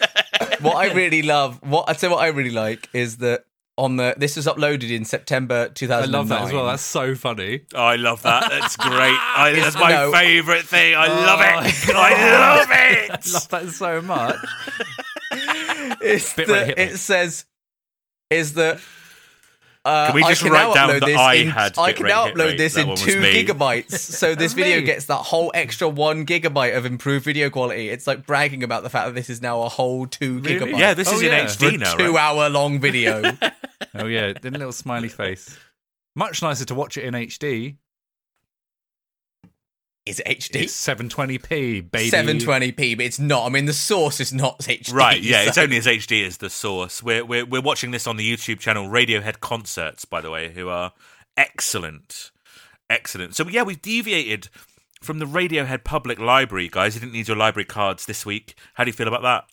[SPEAKER 2] what I really love, what I say, what I really like is that on the this was uploaded in September
[SPEAKER 3] I
[SPEAKER 2] 2009.
[SPEAKER 3] love that as well. That's so funny.
[SPEAKER 1] Oh, I love that. That's great. I,
[SPEAKER 2] It's-
[SPEAKER 1] that's my
[SPEAKER 2] no.
[SPEAKER 1] favourite thing. I love it. I love
[SPEAKER 3] I
[SPEAKER 1] it.
[SPEAKER 3] Oh. love that so much.
[SPEAKER 2] it's
[SPEAKER 3] Bit
[SPEAKER 2] the-
[SPEAKER 3] rate, hit rate.
[SPEAKER 2] it says is that. Uh,
[SPEAKER 1] Can we just
[SPEAKER 2] I can
[SPEAKER 1] write
[SPEAKER 2] now
[SPEAKER 1] down
[SPEAKER 2] upload
[SPEAKER 1] that
[SPEAKER 2] this
[SPEAKER 1] I
[SPEAKER 2] in,
[SPEAKER 1] had
[SPEAKER 2] I
[SPEAKER 1] bit
[SPEAKER 2] can
[SPEAKER 1] rate,
[SPEAKER 2] now
[SPEAKER 1] hit
[SPEAKER 2] upload
[SPEAKER 1] rate?
[SPEAKER 2] this
[SPEAKER 1] That
[SPEAKER 2] in
[SPEAKER 1] one was
[SPEAKER 2] two
[SPEAKER 1] me.
[SPEAKER 2] gigabytes, so this
[SPEAKER 3] That's
[SPEAKER 2] video
[SPEAKER 3] me.
[SPEAKER 2] gets that whole extra one gigabyte of improved video quality. It's like bragging about the fact that this is now a whole two
[SPEAKER 3] Really?
[SPEAKER 2] gigabyte,
[SPEAKER 1] Yeah, this
[SPEAKER 3] Oh,
[SPEAKER 1] is
[SPEAKER 3] yeah.
[SPEAKER 1] in
[SPEAKER 2] for
[SPEAKER 1] HD
[SPEAKER 2] a
[SPEAKER 1] now.
[SPEAKER 2] two
[SPEAKER 1] right?
[SPEAKER 2] hour long video.
[SPEAKER 3] Oh yeah, the little smiley face. Much nicer to watch it in HD.
[SPEAKER 2] is it HD?
[SPEAKER 3] It's 720p, baby.
[SPEAKER 2] 720p, but it's not. I mean, the source is not HD.
[SPEAKER 1] Right, yeah,
[SPEAKER 2] so-
[SPEAKER 1] it's only as HD as the source. We're, we're we're watching this on the YouTube channel Radiohead Concerts, by the way, who are excellent, excellent. So yeah, we've deviated from the Radiohead Public Library, guys. You didn't need your library cards this week. How do you feel about that?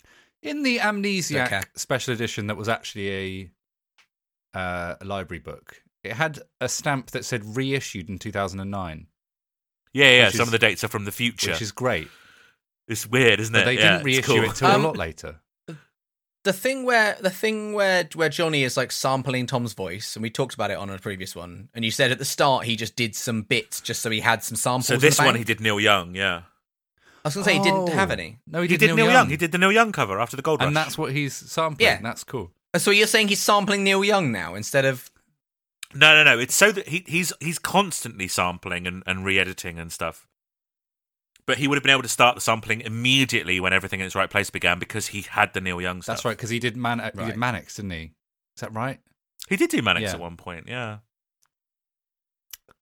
[SPEAKER 3] In the Amnesiac
[SPEAKER 2] Okay.
[SPEAKER 3] special edition, that was actually a uh, library book. It had a stamp that said reissued in 2009,
[SPEAKER 1] Yeah, yeah.
[SPEAKER 3] Which
[SPEAKER 1] Some
[SPEAKER 3] is-
[SPEAKER 1] of the dates are from the future.
[SPEAKER 3] which is great.
[SPEAKER 1] it's weird, isn't
[SPEAKER 3] But
[SPEAKER 1] it?
[SPEAKER 3] they
[SPEAKER 1] Yeah,
[SPEAKER 3] didn't
[SPEAKER 1] it's
[SPEAKER 3] reissue
[SPEAKER 1] cool.
[SPEAKER 3] it till
[SPEAKER 2] Um,
[SPEAKER 3] a lot later.
[SPEAKER 2] the thing where the thing where where Johnny is like sampling Tom's voice, and we talked about it on a previous one. And you said at the start he just did some bits just so he had some samples.
[SPEAKER 1] So
[SPEAKER 2] in the
[SPEAKER 1] this one
[SPEAKER 2] bank.
[SPEAKER 1] he did Neil Young. Yeah,
[SPEAKER 2] I was gonna say he didn't
[SPEAKER 3] Oh.
[SPEAKER 2] have any.
[SPEAKER 3] No,
[SPEAKER 1] Oh. he
[SPEAKER 3] he,
[SPEAKER 1] did, Neil, Young. He did the Neil Young cover after the Gold
[SPEAKER 3] and
[SPEAKER 1] Rush.
[SPEAKER 3] that's what he's sampling.
[SPEAKER 2] Yeah.
[SPEAKER 3] that's cool.
[SPEAKER 2] And So you're saying he's sampling Neil Young now instead of
[SPEAKER 1] No, no, no. It's so that he, he's he's constantly sampling and, and re-editing and stuff. But he would have been able to start the sampling immediately when everything in its right place began because he had the Neil Young stuff.
[SPEAKER 3] That's right, because he did Man- he
[SPEAKER 2] Right.
[SPEAKER 3] did Mannix, didn't he? Is that right?
[SPEAKER 1] He did do Mannix
[SPEAKER 3] Yeah.
[SPEAKER 1] at one point. Yeah.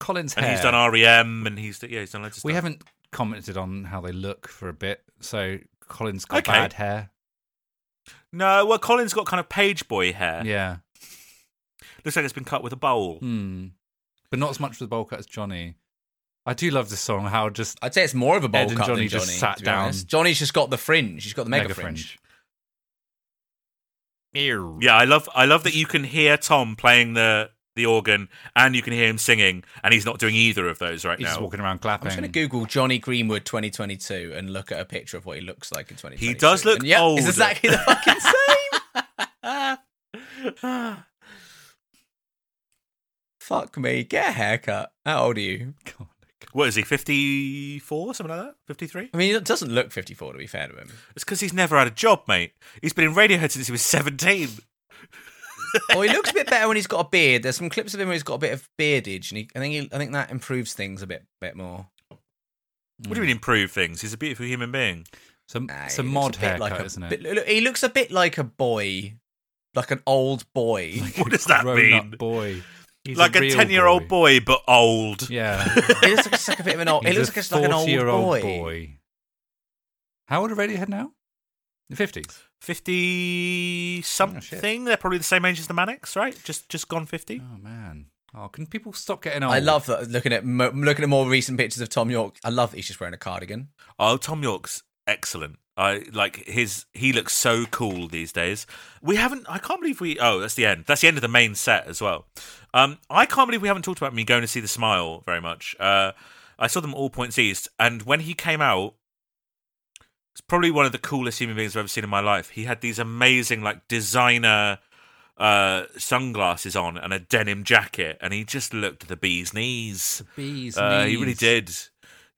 [SPEAKER 3] Colin's
[SPEAKER 1] And
[SPEAKER 3] hair.
[SPEAKER 1] he's done REM, and he's yeah, he's done loads of stuff.
[SPEAKER 3] we haven't commented on how they look for a bit, so Colin's got
[SPEAKER 1] Okay.
[SPEAKER 3] bad hair.
[SPEAKER 1] No, well, Colin's got kind of page boy hair.
[SPEAKER 3] Yeah,
[SPEAKER 1] Looks like it's been cut with a bowl.
[SPEAKER 3] Hmm. but not as much with the bowl cut as Johnny. I do love this song. How just
[SPEAKER 2] I'd say it's more of a bowl
[SPEAKER 3] Ed and
[SPEAKER 2] cut
[SPEAKER 3] Johnny
[SPEAKER 2] than Johnny.
[SPEAKER 3] just sat
[SPEAKER 2] to be
[SPEAKER 3] down.
[SPEAKER 2] honest. Johnny's just got the fringe. He's got the mega, fringe.
[SPEAKER 1] Yeah, I love I love that you can hear Tom playing the the organ and you can hear him singing, and he's not doing either of those right
[SPEAKER 3] He's just
[SPEAKER 1] now.
[SPEAKER 3] walking around
[SPEAKER 2] I'm
[SPEAKER 3] clapping.
[SPEAKER 2] just going to Google Johnny Greenwood 2022 and look at a picture of what he looks like in 2022.
[SPEAKER 1] He does look
[SPEAKER 2] and, yeah,
[SPEAKER 1] old.
[SPEAKER 2] It's exactly the fucking same. Fuck me. Get a haircut. How old are you?
[SPEAKER 1] What is he? Fifty four, something like that. Fifty three.
[SPEAKER 2] I mean, it doesn't look 54 to be fair to him.
[SPEAKER 1] It's because he's never had a job, mate. He's been in Radiohead since he was seventeen.
[SPEAKER 2] Oh, he looks a bit better when he's got a beard. There's some clips of him where he's got a bit of beardage, and he, I think he, I think that improves things a bit bit more.
[SPEAKER 1] What do you mean improve things? He's a beautiful human being.
[SPEAKER 3] It's a,
[SPEAKER 2] Nah,
[SPEAKER 3] it's a
[SPEAKER 2] he looks
[SPEAKER 3] mod
[SPEAKER 2] bit
[SPEAKER 3] haircut,
[SPEAKER 2] like a-
[SPEAKER 3] isn't it?
[SPEAKER 2] bit- look- he looks a bit like a boy, like an old boy.
[SPEAKER 1] What does that
[SPEAKER 3] Grown-up
[SPEAKER 1] mean?
[SPEAKER 3] boy. He's
[SPEAKER 1] like a
[SPEAKER 3] real
[SPEAKER 1] ten year old boy, but old.
[SPEAKER 3] Yeah.
[SPEAKER 2] he looks like, it's like a bit of an old. He
[SPEAKER 3] He's
[SPEAKER 2] looks
[SPEAKER 3] a
[SPEAKER 2] like, it's like an old
[SPEAKER 3] 40-year-old
[SPEAKER 2] boy.
[SPEAKER 3] boy. How old are Radiohead now? The fifties.
[SPEAKER 1] Fifty
[SPEAKER 3] Oh,
[SPEAKER 1] something. They're probably the same age as the Manics, right? Just just gone fifty.
[SPEAKER 3] Oh man. Oh, can people stop getting old?
[SPEAKER 2] I love that. Looking at mo- looking at more recent pictures of Tom York, I love that he's just wearing a cardigan.
[SPEAKER 1] Oh, Tom York's excellent. I like his. He looks so cool these days. We haven't. I can't believe we. Oh, that's the end. That's the end of the main set as well. Um, I can't believe we haven't talked about me going to see the Smile very much. Uh, I saw them at all points east, and when he came out, it's probably one of the coolest human beings I've ever seen in my life. He had these amazing like designer uh sunglasses on and a denim jacket, and he just looked the bee's knees.
[SPEAKER 3] bees.
[SPEAKER 1] Uh, he really did.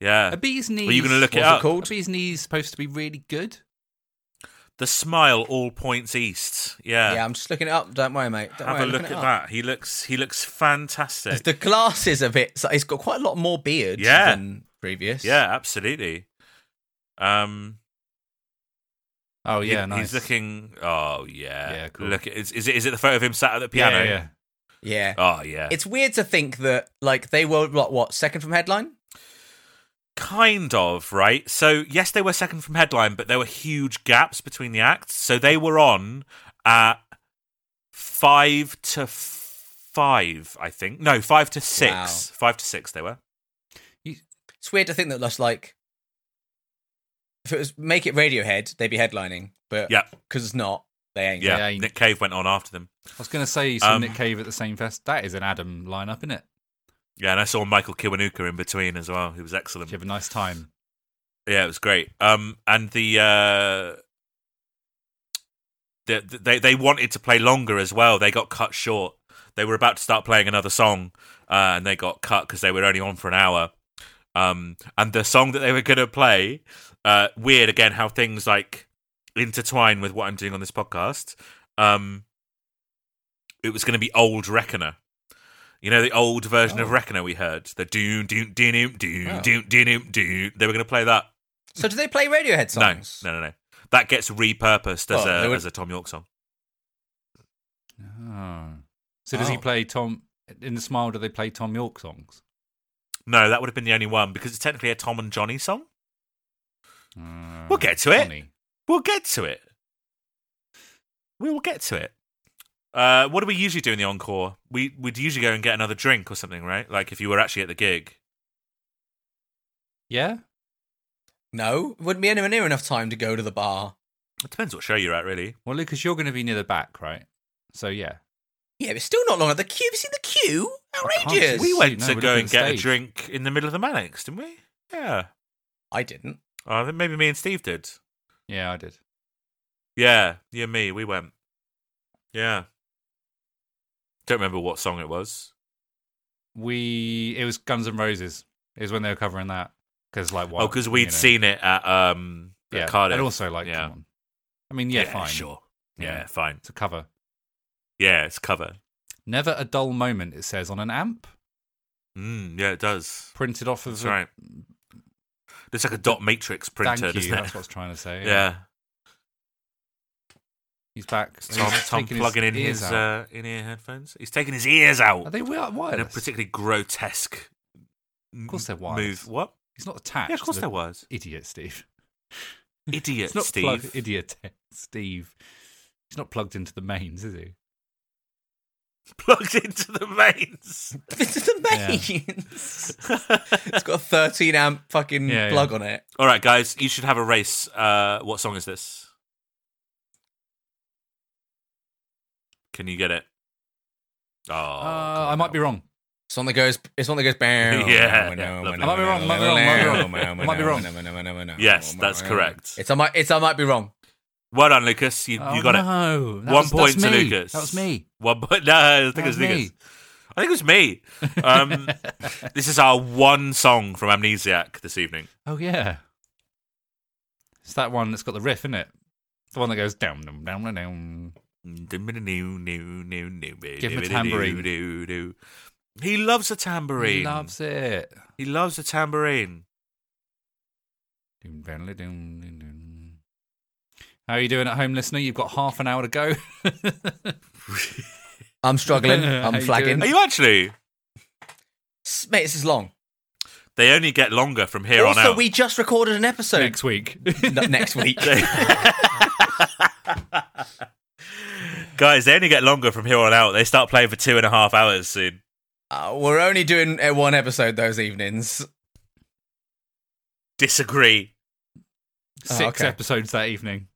[SPEAKER 1] Yeah.
[SPEAKER 3] A bee's knees.
[SPEAKER 1] Were you going to look it
[SPEAKER 2] What's it
[SPEAKER 1] up?
[SPEAKER 2] called?
[SPEAKER 3] A bee's knees supposed to be really good.
[SPEAKER 1] The smile all points east. Yeah.
[SPEAKER 2] Yeah, I'm just looking it up. Don't worry, mate. Don't
[SPEAKER 1] Have
[SPEAKER 2] worry,
[SPEAKER 1] a
[SPEAKER 2] I'm
[SPEAKER 1] look at
[SPEAKER 2] looking it up.
[SPEAKER 1] that. He looks he looks fantastic.
[SPEAKER 2] The glasses a bit. So he's got quite a lot more beard
[SPEAKER 1] Yeah.
[SPEAKER 2] than previous.
[SPEAKER 1] yeah, absolutely. Um
[SPEAKER 3] Oh
[SPEAKER 1] he-
[SPEAKER 3] yeah, nice.
[SPEAKER 1] he's looking oh yeah.
[SPEAKER 3] Yeah, cool.
[SPEAKER 1] Look at- is, is it is it the photo of him sat at the
[SPEAKER 3] Yeah,
[SPEAKER 1] piano?
[SPEAKER 3] yeah, yeah.
[SPEAKER 2] yeah.
[SPEAKER 1] Oh yeah.
[SPEAKER 2] It's weird to think that like they were what, what second from headline.
[SPEAKER 1] kind of, right? So yes, they were second from headline, but there were huge gaps between the acts. So they were on at five to f- five, I think. No, five to six.
[SPEAKER 2] Wow.
[SPEAKER 1] Five to six they were.
[SPEAKER 2] It's weird to think that that's like if it was make it Radiohead, they'd be headlining, but
[SPEAKER 1] Yeah.
[SPEAKER 2] because it's not, they ain't.
[SPEAKER 1] Yeah.
[SPEAKER 3] Yeah, he-
[SPEAKER 1] Nick Cave went on after them.
[SPEAKER 3] I was going to say you saw
[SPEAKER 1] Um,
[SPEAKER 3] Nick Cave at the same fest. That is an Adam lineup, isn't it?
[SPEAKER 1] Yeah, and I saw Michael Kiwanuka in between as well, who was
[SPEAKER 3] Did
[SPEAKER 1] excellent.
[SPEAKER 3] you have a nice time?
[SPEAKER 1] Yeah, it was great. Um, and the, uh, the, the they they wanted to play longer as well. They got cut short. They were about to start playing another song, uh, and they got cut because they were only on for an hour. Um, and the song that they were going to play, uh, weird again how things like intertwine with what I'm doing on this podcast. Um, it was going to be Old Reckoner. You know the old version of Reckoner we heard, the doom doom doom doom
[SPEAKER 2] Wow.
[SPEAKER 1] doom doom doom. They were going to play that.
[SPEAKER 2] So do they play Radiohead songs?
[SPEAKER 1] No, no, no, no. That gets repurposed as
[SPEAKER 2] Oh, they
[SPEAKER 1] a
[SPEAKER 2] would-
[SPEAKER 1] as a Tom York song.
[SPEAKER 3] Oh. So does he
[SPEAKER 2] Oh.
[SPEAKER 3] play Tom in the Smile? Do they play Tom York songs?
[SPEAKER 1] No, that would have been the only one because it's technically a Tom and Johnny song.
[SPEAKER 3] Uh,
[SPEAKER 1] We'll get to it.
[SPEAKER 3] funny.
[SPEAKER 1] We'll get to it. We will get to it. Uh, what do we usually do in the encore? We we'd usually go and get another drink or something, right? Like if you were actually at the gig.
[SPEAKER 3] Yeah.
[SPEAKER 2] No? Wouldn't be anywhere near enough time to go to the bar.
[SPEAKER 1] It depends what show you're at, really.
[SPEAKER 3] Well, Lucas, you're going to be near the back, right? So yeah.
[SPEAKER 2] Yeah, but still not long at the queue. Have you seen the queue?
[SPEAKER 3] can't see-
[SPEAKER 2] Outrageous.
[SPEAKER 1] We
[SPEAKER 3] Yes.
[SPEAKER 1] went
[SPEAKER 3] No,
[SPEAKER 1] to
[SPEAKER 3] we're
[SPEAKER 1] go
[SPEAKER 3] looking
[SPEAKER 1] and
[SPEAKER 3] at
[SPEAKER 1] get a
[SPEAKER 3] stage.
[SPEAKER 1] drink in the middle of the Manics, didn't we? Yeah.
[SPEAKER 2] I didn't.
[SPEAKER 1] Oh, I think maybe me and Steve did.
[SPEAKER 3] Yeah, I did.
[SPEAKER 1] Yeah, you and me, we went. Yeah. Don't remember what song it was.
[SPEAKER 3] We it was Guns N' Roses. It was when they were covering that because like why?
[SPEAKER 1] Oh, because we'd
[SPEAKER 3] you know.
[SPEAKER 1] seen it at um at
[SPEAKER 3] yeah,
[SPEAKER 1] Cardiff.
[SPEAKER 3] and also like
[SPEAKER 1] Yeah.
[SPEAKER 3] come on. I mean, yeah, fine,
[SPEAKER 1] sure. Yeah,
[SPEAKER 3] Yeah.
[SPEAKER 1] fine.
[SPEAKER 3] It's a cover.
[SPEAKER 1] Yeah, it's cover.
[SPEAKER 3] Never a dull moment. It says on an amp
[SPEAKER 1] Mm, yeah, it does.
[SPEAKER 3] printed off of.
[SPEAKER 1] That's
[SPEAKER 3] a-
[SPEAKER 1] right. It's like a dot matrix
[SPEAKER 3] Thank
[SPEAKER 1] printer,
[SPEAKER 3] you.
[SPEAKER 1] doesn't
[SPEAKER 3] That's
[SPEAKER 1] it?
[SPEAKER 3] what I was trying to say.
[SPEAKER 1] Yeah. yeah.
[SPEAKER 3] he's back.
[SPEAKER 1] Tom,
[SPEAKER 3] He's
[SPEAKER 1] Tom
[SPEAKER 3] taking
[SPEAKER 1] plugging in
[SPEAKER 3] ears
[SPEAKER 1] his
[SPEAKER 3] out.
[SPEAKER 1] uh, in-ear headphones. He's taking his ears out
[SPEAKER 3] Are they wi-
[SPEAKER 1] in a
[SPEAKER 3] wireless?
[SPEAKER 1] particularly grotesque Of
[SPEAKER 3] course there was.
[SPEAKER 1] Move what?
[SPEAKER 3] He's not attached.
[SPEAKER 1] Yeah, of course
[SPEAKER 3] to the-
[SPEAKER 1] there was.
[SPEAKER 3] Idiot, Steve.
[SPEAKER 1] Idiot,
[SPEAKER 3] It's not
[SPEAKER 1] Steve.
[SPEAKER 3] plugged. Idiot, Steve. He's not plugged into the mains, is he?
[SPEAKER 1] Plugged into the mains.
[SPEAKER 2] This is amazing. it's got a 13 amp fucking
[SPEAKER 3] Yeah, yeah.
[SPEAKER 2] plug on it.
[SPEAKER 1] All right, guys, you should have a race. Uh, what song is this? Can you get it? Oh,
[SPEAKER 3] uh, I might be wrong.
[SPEAKER 2] It's one that goes. It's one that goes. Bam.
[SPEAKER 1] Yeah,
[SPEAKER 2] Bam,
[SPEAKER 1] yeah,
[SPEAKER 2] bam,
[SPEAKER 1] lovely.
[SPEAKER 2] bam,
[SPEAKER 3] I might be wrong, might be wrong, might be wrong.
[SPEAKER 2] bam,
[SPEAKER 3] Might be
[SPEAKER 2] bam,
[SPEAKER 3] wrong.
[SPEAKER 2] bam, bam, bam, bam, bam,
[SPEAKER 1] Yes,
[SPEAKER 2] bam,
[SPEAKER 1] that's
[SPEAKER 2] bam.
[SPEAKER 1] correct.
[SPEAKER 2] It's I might. It's I might be wrong.
[SPEAKER 1] Well done, Lucas. You, you got it.
[SPEAKER 3] Oh, no. That
[SPEAKER 1] One
[SPEAKER 3] was-
[SPEAKER 1] point
[SPEAKER 3] that's
[SPEAKER 1] to
[SPEAKER 3] me.
[SPEAKER 1] Lucas.
[SPEAKER 3] That was me.
[SPEAKER 1] One point. No, I think
[SPEAKER 3] That
[SPEAKER 1] it was
[SPEAKER 3] was me.
[SPEAKER 1] Lucas. I think it was me. Um, this is our one song from Amnesiac this evening.
[SPEAKER 3] Oh yeah. It's that one that's got the riff in it. The one that goes down, down, down, down, down.
[SPEAKER 1] Give him
[SPEAKER 3] him a tambourine.
[SPEAKER 1] He loves a tambourine.
[SPEAKER 3] He loves it.
[SPEAKER 1] He loves a tambourine.
[SPEAKER 3] Doom, down, down, down, down, down. How are you doing at home, listener? You've got half an hour to go.
[SPEAKER 2] I'm struggling.
[SPEAKER 3] How
[SPEAKER 2] I'm
[SPEAKER 3] you
[SPEAKER 2] flagging.
[SPEAKER 1] Are you actually?
[SPEAKER 2] S- Mate, this is long.
[SPEAKER 1] They only get longer from here on
[SPEAKER 2] also,
[SPEAKER 1] out.
[SPEAKER 2] we just recorded an episode
[SPEAKER 3] Next week.
[SPEAKER 2] n- next week.
[SPEAKER 1] Guys, they only get longer from here on out. They start playing for two and a half hours soon.
[SPEAKER 2] Uh, we're only doing uh, one episode those evenings.
[SPEAKER 1] Disagree.
[SPEAKER 3] Six
[SPEAKER 2] okay.
[SPEAKER 3] episodes that evening.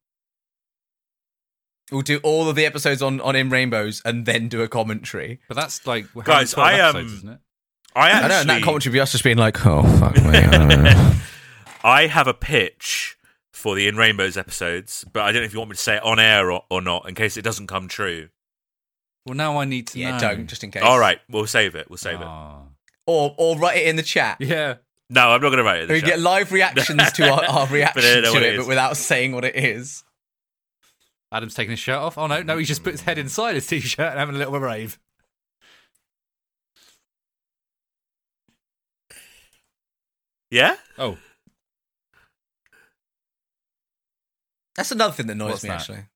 [SPEAKER 2] We'll do all of the episodes on on in rainbows and then do a commentary.
[SPEAKER 3] But that's like how many
[SPEAKER 1] Guys,
[SPEAKER 3] 12
[SPEAKER 1] I, um,
[SPEAKER 3] episodes, isn't it?
[SPEAKER 1] I actually,
[SPEAKER 2] I know, and that commentary would be us just being like, "Oh fuck me." I don't know.
[SPEAKER 1] I have a pitch for the In Rainbows episodes, but I don't know if you want me to say it on air or, or not in case it doesn't come true.
[SPEAKER 3] Well, now I need to
[SPEAKER 2] yeah,
[SPEAKER 3] know.
[SPEAKER 2] don't just in case.
[SPEAKER 1] All right, we'll save it. We'll save it.
[SPEAKER 3] Ah.
[SPEAKER 2] Or or write it in the chat.
[SPEAKER 3] Yeah.
[SPEAKER 1] No, I'm not going to write it. in the
[SPEAKER 2] We
[SPEAKER 1] chat.
[SPEAKER 2] get live reactions to our, our reaction
[SPEAKER 1] don't know
[SPEAKER 2] to
[SPEAKER 1] what
[SPEAKER 2] it,
[SPEAKER 1] it is.
[SPEAKER 2] but without saying what it is.
[SPEAKER 3] Adam's taking his shirt off. Oh no, no, he's just put his head inside his t-shirt and having a little rave.
[SPEAKER 1] yeah?
[SPEAKER 3] Oh,
[SPEAKER 2] That's another thing that annoys
[SPEAKER 3] What's
[SPEAKER 2] me
[SPEAKER 3] that?
[SPEAKER 2] actually.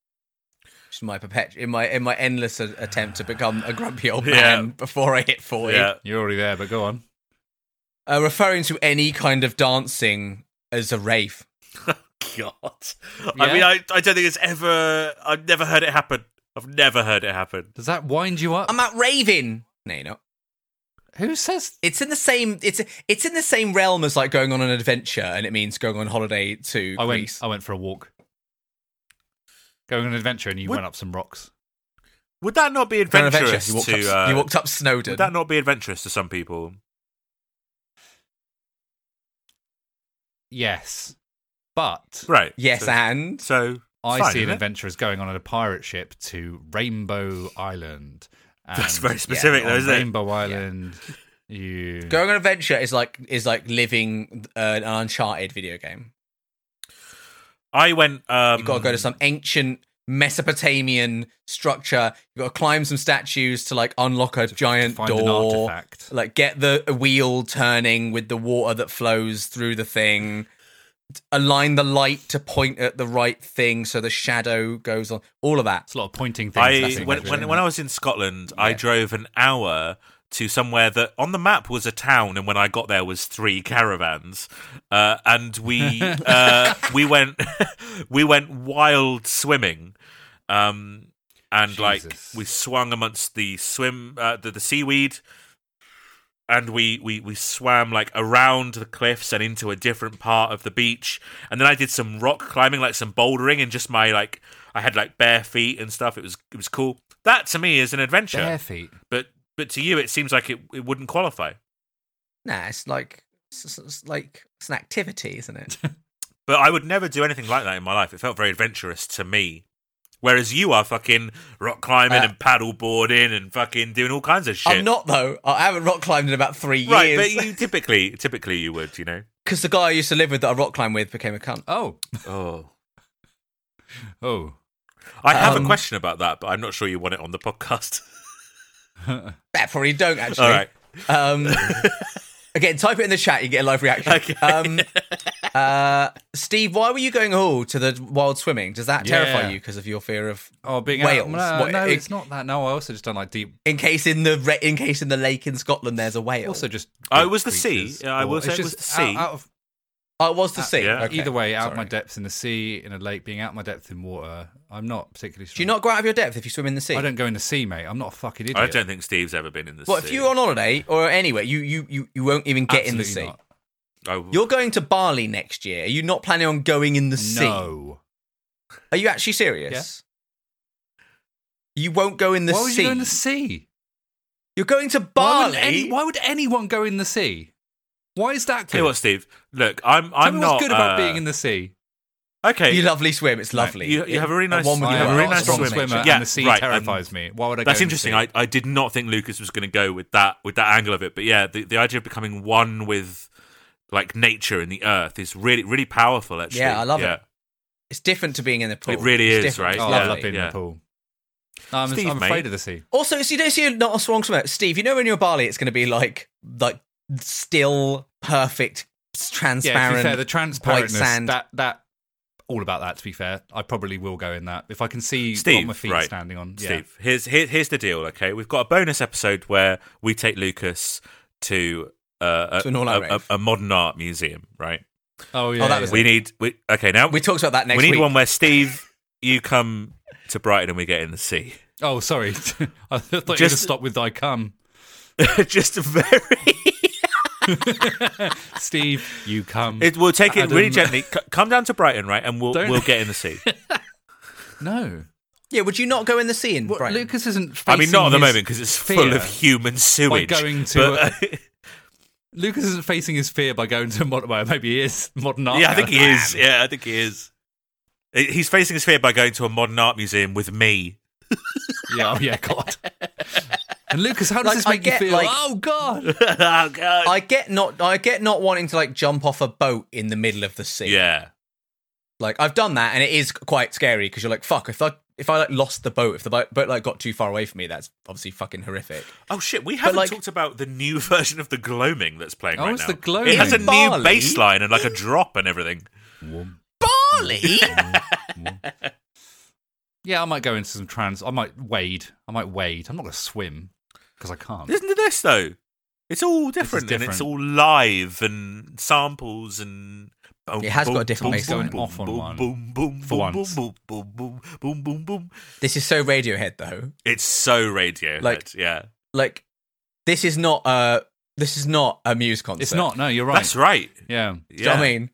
[SPEAKER 2] Just my perpet- in my in my endless a- attempt to become a grumpy old
[SPEAKER 1] Yeah.
[SPEAKER 2] man before I hit forty.
[SPEAKER 1] Yeah.
[SPEAKER 3] you're already there, but go on.
[SPEAKER 2] Uh, referring to any kind of dancing as a rave.
[SPEAKER 1] God. I
[SPEAKER 3] Yeah.
[SPEAKER 1] mean, I, I don't think it's ever. I've never heard it happen. I've never heard it happen.
[SPEAKER 3] Does that wind you up?
[SPEAKER 2] I'm at raving. No, you're not.
[SPEAKER 3] Who says?
[SPEAKER 2] It's in the same. It's it's in the same realm as like going on an adventure, and it means going on holiday to
[SPEAKER 3] I went.
[SPEAKER 2] Greece.
[SPEAKER 3] I went for a walk. Going on an adventure, and you
[SPEAKER 1] Would-
[SPEAKER 3] went up some rocks.
[SPEAKER 1] Would that not be
[SPEAKER 2] Going on an
[SPEAKER 1] adventurous
[SPEAKER 2] You walked,
[SPEAKER 1] to?
[SPEAKER 2] up,
[SPEAKER 1] uh,
[SPEAKER 2] you walked up
[SPEAKER 1] would
[SPEAKER 2] Snowden.
[SPEAKER 1] that not be adventurous to some people?
[SPEAKER 3] Yes, but
[SPEAKER 1] Right.
[SPEAKER 2] yes,
[SPEAKER 1] So,
[SPEAKER 2] and
[SPEAKER 1] so
[SPEAKER 3] I
[SPEAKER 1] fine,
[SPEAKER 3] see an
[SPEAKER 1] isn't it?
[SPEAKER 3] adventure as going on a pirate ship to Rainbow Island. And
[SPEAKER 1] That's very specific,
[SPEAKER 3] on
[SPEAKER 1] though, isn't it?
[SPEAKER 3] Rainbow Island. You
[SPEAKER 2] Going on an adventure is like is like living uh, an Uncharted video game.
[SPEAKER 1] I went. Um,
[SPEAKER 2] You've got to go to some ancient Mesopotamian structure. You've got to climb some statues to like unlock a giant
[SPEAKER 3] find an
[SPEAKER 2] door.
[SPEAKER 3] artifact.
[SPEAKER 2] Like get the wheel turning with the water that flows through the thing. Align the light to point at the right thing so the shadow goes on. All of that.
[SPEAKER 3] It's a lot of pointing things. that's
[SPEAKER 1] I
[SPEAKER 3] the
[SPEAKER 1] when,
[SPEAKER 3] adventure,
[SPEAKER 1] when
[SPEAKER 3] isn't
[SPEAKER 1] when
[SPEAKER 3] it?
[SPEAKER 1] I was in Scotland, I
[SPEAKER 2] Yeah.
[SPEAKER 1] drove an hour to somewhere that on the map was a town, and when I got there was three caravans, uh, and we uh, we went we went wild swimming, um, and like
[SPEAKER 3] Jesus.
[SPEAKER 1] we swung amongst the swim uh, the, the seaweed. And we, we, we swam like around the cliffs and into a different part of the beach. And then I did some rock climbing, like some bouldering, and just my like I had like bare feet and stuff. It was it was cool. That to me is an adventure,
[SPEAKER 3] bare feet.
[SPEAKER 1] but but to you it seems like it, it wouldn't qualify.
[SPEAKER 2] Nah, it's like it's, it's like it's an activity, isn't it?
[SPEAKER 1] But I would never do anything like that in my life. It felt very adventurous to me. Whereas you are fucking rock climbing
[SPEAKER 2] Uh,
[SPEAKER 1] and paddle boarding and fucking doing all kinds of shit.
[SPEAKER 2] I'm not though. I haven't rock climbed in about three
[SPEAKER 1] right,
[SPEAKER 2] years.
[SPEAKER 1] but you typically typically you would, you know.
[SPEAKER 2] Because the guy I used to live with that I rock climbed with became a cunt.
[SPEAKER 3] Oh,
[SPEAKER 1] Oh.
[SPEAKER 3] oh.
[SPEAKER 1] I have
[SPEAKER 2] Um,
[SPEAKER 1] a question about that, but I'm not sure you want it on the podcast.
[SPEAKER 2] That probably don't actually.
[SPEAKER 1] all right.
[SPEAKER 2] Um, again, type it in the chat. You get a live reaction.
[SPEAKER 1] Okay.
[SPEAKER 2] Um, Uh, Steve, why were you going all to the wild swimming? Does that
[SPEAKER 3] Yeah.
[SPEAKER 2] terrify you because of your fear of
[SPEAKER 3] Oh, being
[SPEAKER 2] Whales.
[SPEAKER 3] Out, no,
[SPEAKER 2] What,
[SPEAKER 3] no,
[SPEAKER 2] it-
[SPEAKER 3] it's not that. No, I also just don't like deep.
[SPEAKER 2] in case in the re- in case in the lake in Scotland there's a whale?
[SPEAKER 3] Also, just
[SPEAKER 1] Oh, it
[SPEAKER 3] deep
[SPEAKER 1] was the sea.
[SPEAKER 3] creatures.
[SPEAKER 1] Yeah, I will
[SPEAKER 3] It's
[SPEAKER 1] say it
[SPEAKER 3] just
[SPEAKER 1] was the sea.
[SPEAKER 3] Out, out of,
[SPEAKER 2] oh, it was the sea.
[SPEAKER 1] yeah.
[SPEAKER 2] Okay.
[SPEAKER 3] uh, Either way, out of my
[SPEAKER 2] Sorry.
[SPEAKER 3] depth in the sea, in a lake, being out of my depth in water, I'm not particularly. Strong.
[SPEAKER 2] Do you not go out of your depth if you swim in the sea?
[SPEAKER 3] I don't go in the sea, mate. I'm not a fucking idiot.
[SPEAKER 1] I don't think Steve's ever been in the
[SPEAKER 2] Well,
[SPEAKER 1] sea.
[SPEAKER 2] if you're on holiday or anywhere, you you you, you won't even get in the sea.
[SPEAKER 3] Absolutely not.
[SPEAKER 1] I w-
[SPEAKER 2] You're going to Bali next year. Are you not planning on going in the sea?
[SPEAKER 3] No.
[SPEAKER 2] Are you actually serious? You won't go in the
[SPEAKER 3] why would
[SPEAKER 2] sea.
[SPEAKER 3] you go in the sea?
[SPEAKER 2] You're going to
[SPEAKER 3] Why
[SPEAKER 2] Bali.
[SPEAKER 3] would, any, why would anyone go in the sea? Why is that
[SPEAKER 1] Tell
[SPEAKER 3] good?
[SPEAKER 1] you what, Steve. Look, I'm.
[SPEAKER 3] Tell
[SPEAKER 1] I'm
[SPEAKER 3] me
[SPEAKER 1] not
[SPEAKER 3] what's good about
[SPEAKER 1] uh,
[SPEAKER 3] being in the sea.
[SPEAKER 1] Okay.
[SPEAKER 2] You lovely swim. It's lovely.
[SPEAKER 1] you- you have a really nice-
[SPEAKER 2] And One with
[SPEAKER 3] I
[SPEAKER 1] you
[SPEAKER 2] your
[SPEAKER 3] am
[SPEAKER 1] have a really
[SPEAKER 3] not a
[SPEAKER 2] heart.
[SPEAKER 1] nice
[SPEAKER 3] strong
[SPEAKER 2] Strong
[SPEAKER 1] swim.
[SPEAKER 3] swimmer,
[SPEAKER 2] nature.
[SPEAKER 1] Yeah,
[SPEAKER 3] and the sea
[SPEAKER 1] right,
[SPEAKER 3] terrifies me. Why would I?
[SPEAKER 1] That's
[SPEAKER 3] go in the
[SPEAKER 1] interesting.
[SPEAKER 3] sea?
[SPEAKER 1] I, I did not think Lucas was going to go with that with that angle of it. But yeah, the, the idea of becoming one with like nature and the earth is really really powerful. Actually,
[SPEAKER 2] Yeah, I love
[SPEAKER 1] yeah.
[SPEAKER 2] it. It's different to being in the pool.
[SPEAKER 1] It really
[SPEAKER 2] It's
[SPEAKER 1] is,
[SPEAKER 2] different.
[SPEAKER 1] right?
[SPEAKER 2] It's
[SPEAKER 3] oh,
[SPEAKER 1] Yeah.
[SPEAKER 3] I love
[SPEAKER 2] lovely.
[SPEAKER 3] being in
[SPEAKER 1] yeah.
[SPEAKER 3] the pool. No, I'm,
[SPEAKER 1] Steve,
[SPEAKER 3] I'm
[SPEAKER 1] mate.
[SPEAKER 3] afraid of the sea.
[SPEAKER 2] Also, so you don't see you're not a strong swimmer, Steve. You know when you're in Bali, it's going to be like like still perfect,
[SPEAKER 3] Yeah, to
[SPEAKER 2] transparent.
[SPEAKER 3] be fair, the transparent
[SPEAKER 2] sand.
[SPEAKER 3] that that all about that. To be fair, I probably will go in that if I can see
[SPEAKER 1] Steve,
[SPEAKER 3] what my feet
[SPEAKER 1] right.
[SPEAKER 3] are standing on. Yeah.
[SPEAKER 1] Steve, here's here, here's the deal. Okay, we've got a bonus episode where we take Lucas to uh, a,
[SPEAKER 2] To an all-out
[SPEAKER 1] a, a,
[SPEAKER 2] rave.
[SPEAKER 1] a modern art museum. Right?
[SPEAKER 3] Oh yeah,
[SPEAKER 2] that was
[SPEAKER 1] We need we okay now.
[SPEAKER 2] we talked about that next
[SPEAKER 1] we need
[SPEAKER 2] week.
[SPEAKER 1] one where Steve, you come to Brighton and we get in the sea.
[SPEAKER 3] Oh, sorry. I thought you
[SPEAKER 1] Just-
[SPEAKER 3] just stopped with I come.
[SPEAKER 1] Just very.
[SPEAKER 3] Steve, you come.
[SPEAKER 1] It will take it
[SPEAKER 3] Adam.
[SPEAKER 1] really gently. C- come down to Brighton, right, and we'll
[SPEAKER 3] Don't-
[SPEAKER 1] we'll get in the sea.
[SPEAKER 3] no.
[SPEAKER 2] Yeah, would you not go in the sea in
[SPEAKER 3] What,
[SPEAKER 2] Brighton?
[SPEAKER 3] Lucas isn't
[SPEAKER 1] I mean, not at the
[SPEAKER 3] facing his
[SPEAKER 1] moment because it's full of
[SPEAKER 3] fear.
[SPEAKER 1] human sewage.
[SPEAKER 3] going to
[SPEAKER 1] but-
[SPEAKER 3] Lucas isn't facing his fear by going to modern. Well, maybe he is modern art.
[SPEAKER 1] yeah, I think
[SPEAKER 3] gallery.
[SPEAKER 1] he is. Yeah, I think he is. He- He's facing his fear by going to a modern art museum with me.
[SPEAKER 3] Yeah, oh, yeah, God. And Lucas, how does
[SPEAKER 2] Like,
[SPEAKER 3] this
[SPEAKER 2] I
[SPEAKER 3] make
[SPEAKER 2] get,
[SPEAKER 3] you feel?
[SPEAKER 2] like-
[SPEAKER 3] oh God.
[SPEAKER 1] oh God.
[SPEAKER 2] I get not I get not wanting to like jump off a boat in the middle of the sea.
[SPEAKER 1] yeah,
[SPEAKER 2] Like I've done that and it is quite scary because you're like fuck if I if I like lost the boat if the boat, boat like got too far away from me that's obviously fucking horrific.
[SPEAKER 1] Oh shit! We haven't
[SPEAKER 2] like-
[SPEAKER 1] talked about the new version of the gloaming that's playing
[SPEAKER 3] Oh,
[SPEAKER 1] right
[SPEAKER 3] it's
[SPEAKER 1] now.
[SPEAKER 3] the gloaming.
[SPEAKER 1] It has a
[SPEAKER 2] In
[SPEAKER 1] new
[SPEAKER 2] Bali?
[SPEAKER 1] bass line and like a drop and everything.
[SPEAKER 2] Bali?
[SPEAKER 3] Yeah, I might go into some trans. I might wade. I might wade. I'm not going to swim because I can't.
[SPEAKER 1] Listen to this though. It's all different, and it's
[SPEAKER 3] different.
[SPEAKER 1] all live and samples and.
[SPEAKER 2] It has got a different bass
[SPEAKER 3] line.
[SPEAKER 1] boom,
[SPEAKER 3] Off on
[SPEAKER 1] boom,
[SPEAKER 3] one.
[SPEAKER 1] Boom, boom,
[SPEAKER 3] For
[SPEAKER 1] boom,
[SPEAKER 3] once.
[SPEAKER 1] boom, boom, boom, boom, boom, boom.
[SPEAKER 2] this is so Radiohead though.
[SPEAKER 1] It's so radio.
[SPEAKER 2] Like-
[SPEAKER 1] yeah,
[SPEAKER 2] Like this is not a this is not a muse concert.
[SPEAKER 3] It's not. No, you're right.
[SPEAKER 1] that's right.
[SPEAKER 3] Yeah,
[SPEAKER 2] Do you
[SPEAKER 1] Yeah.
[SPEAKER 2] know what I mean?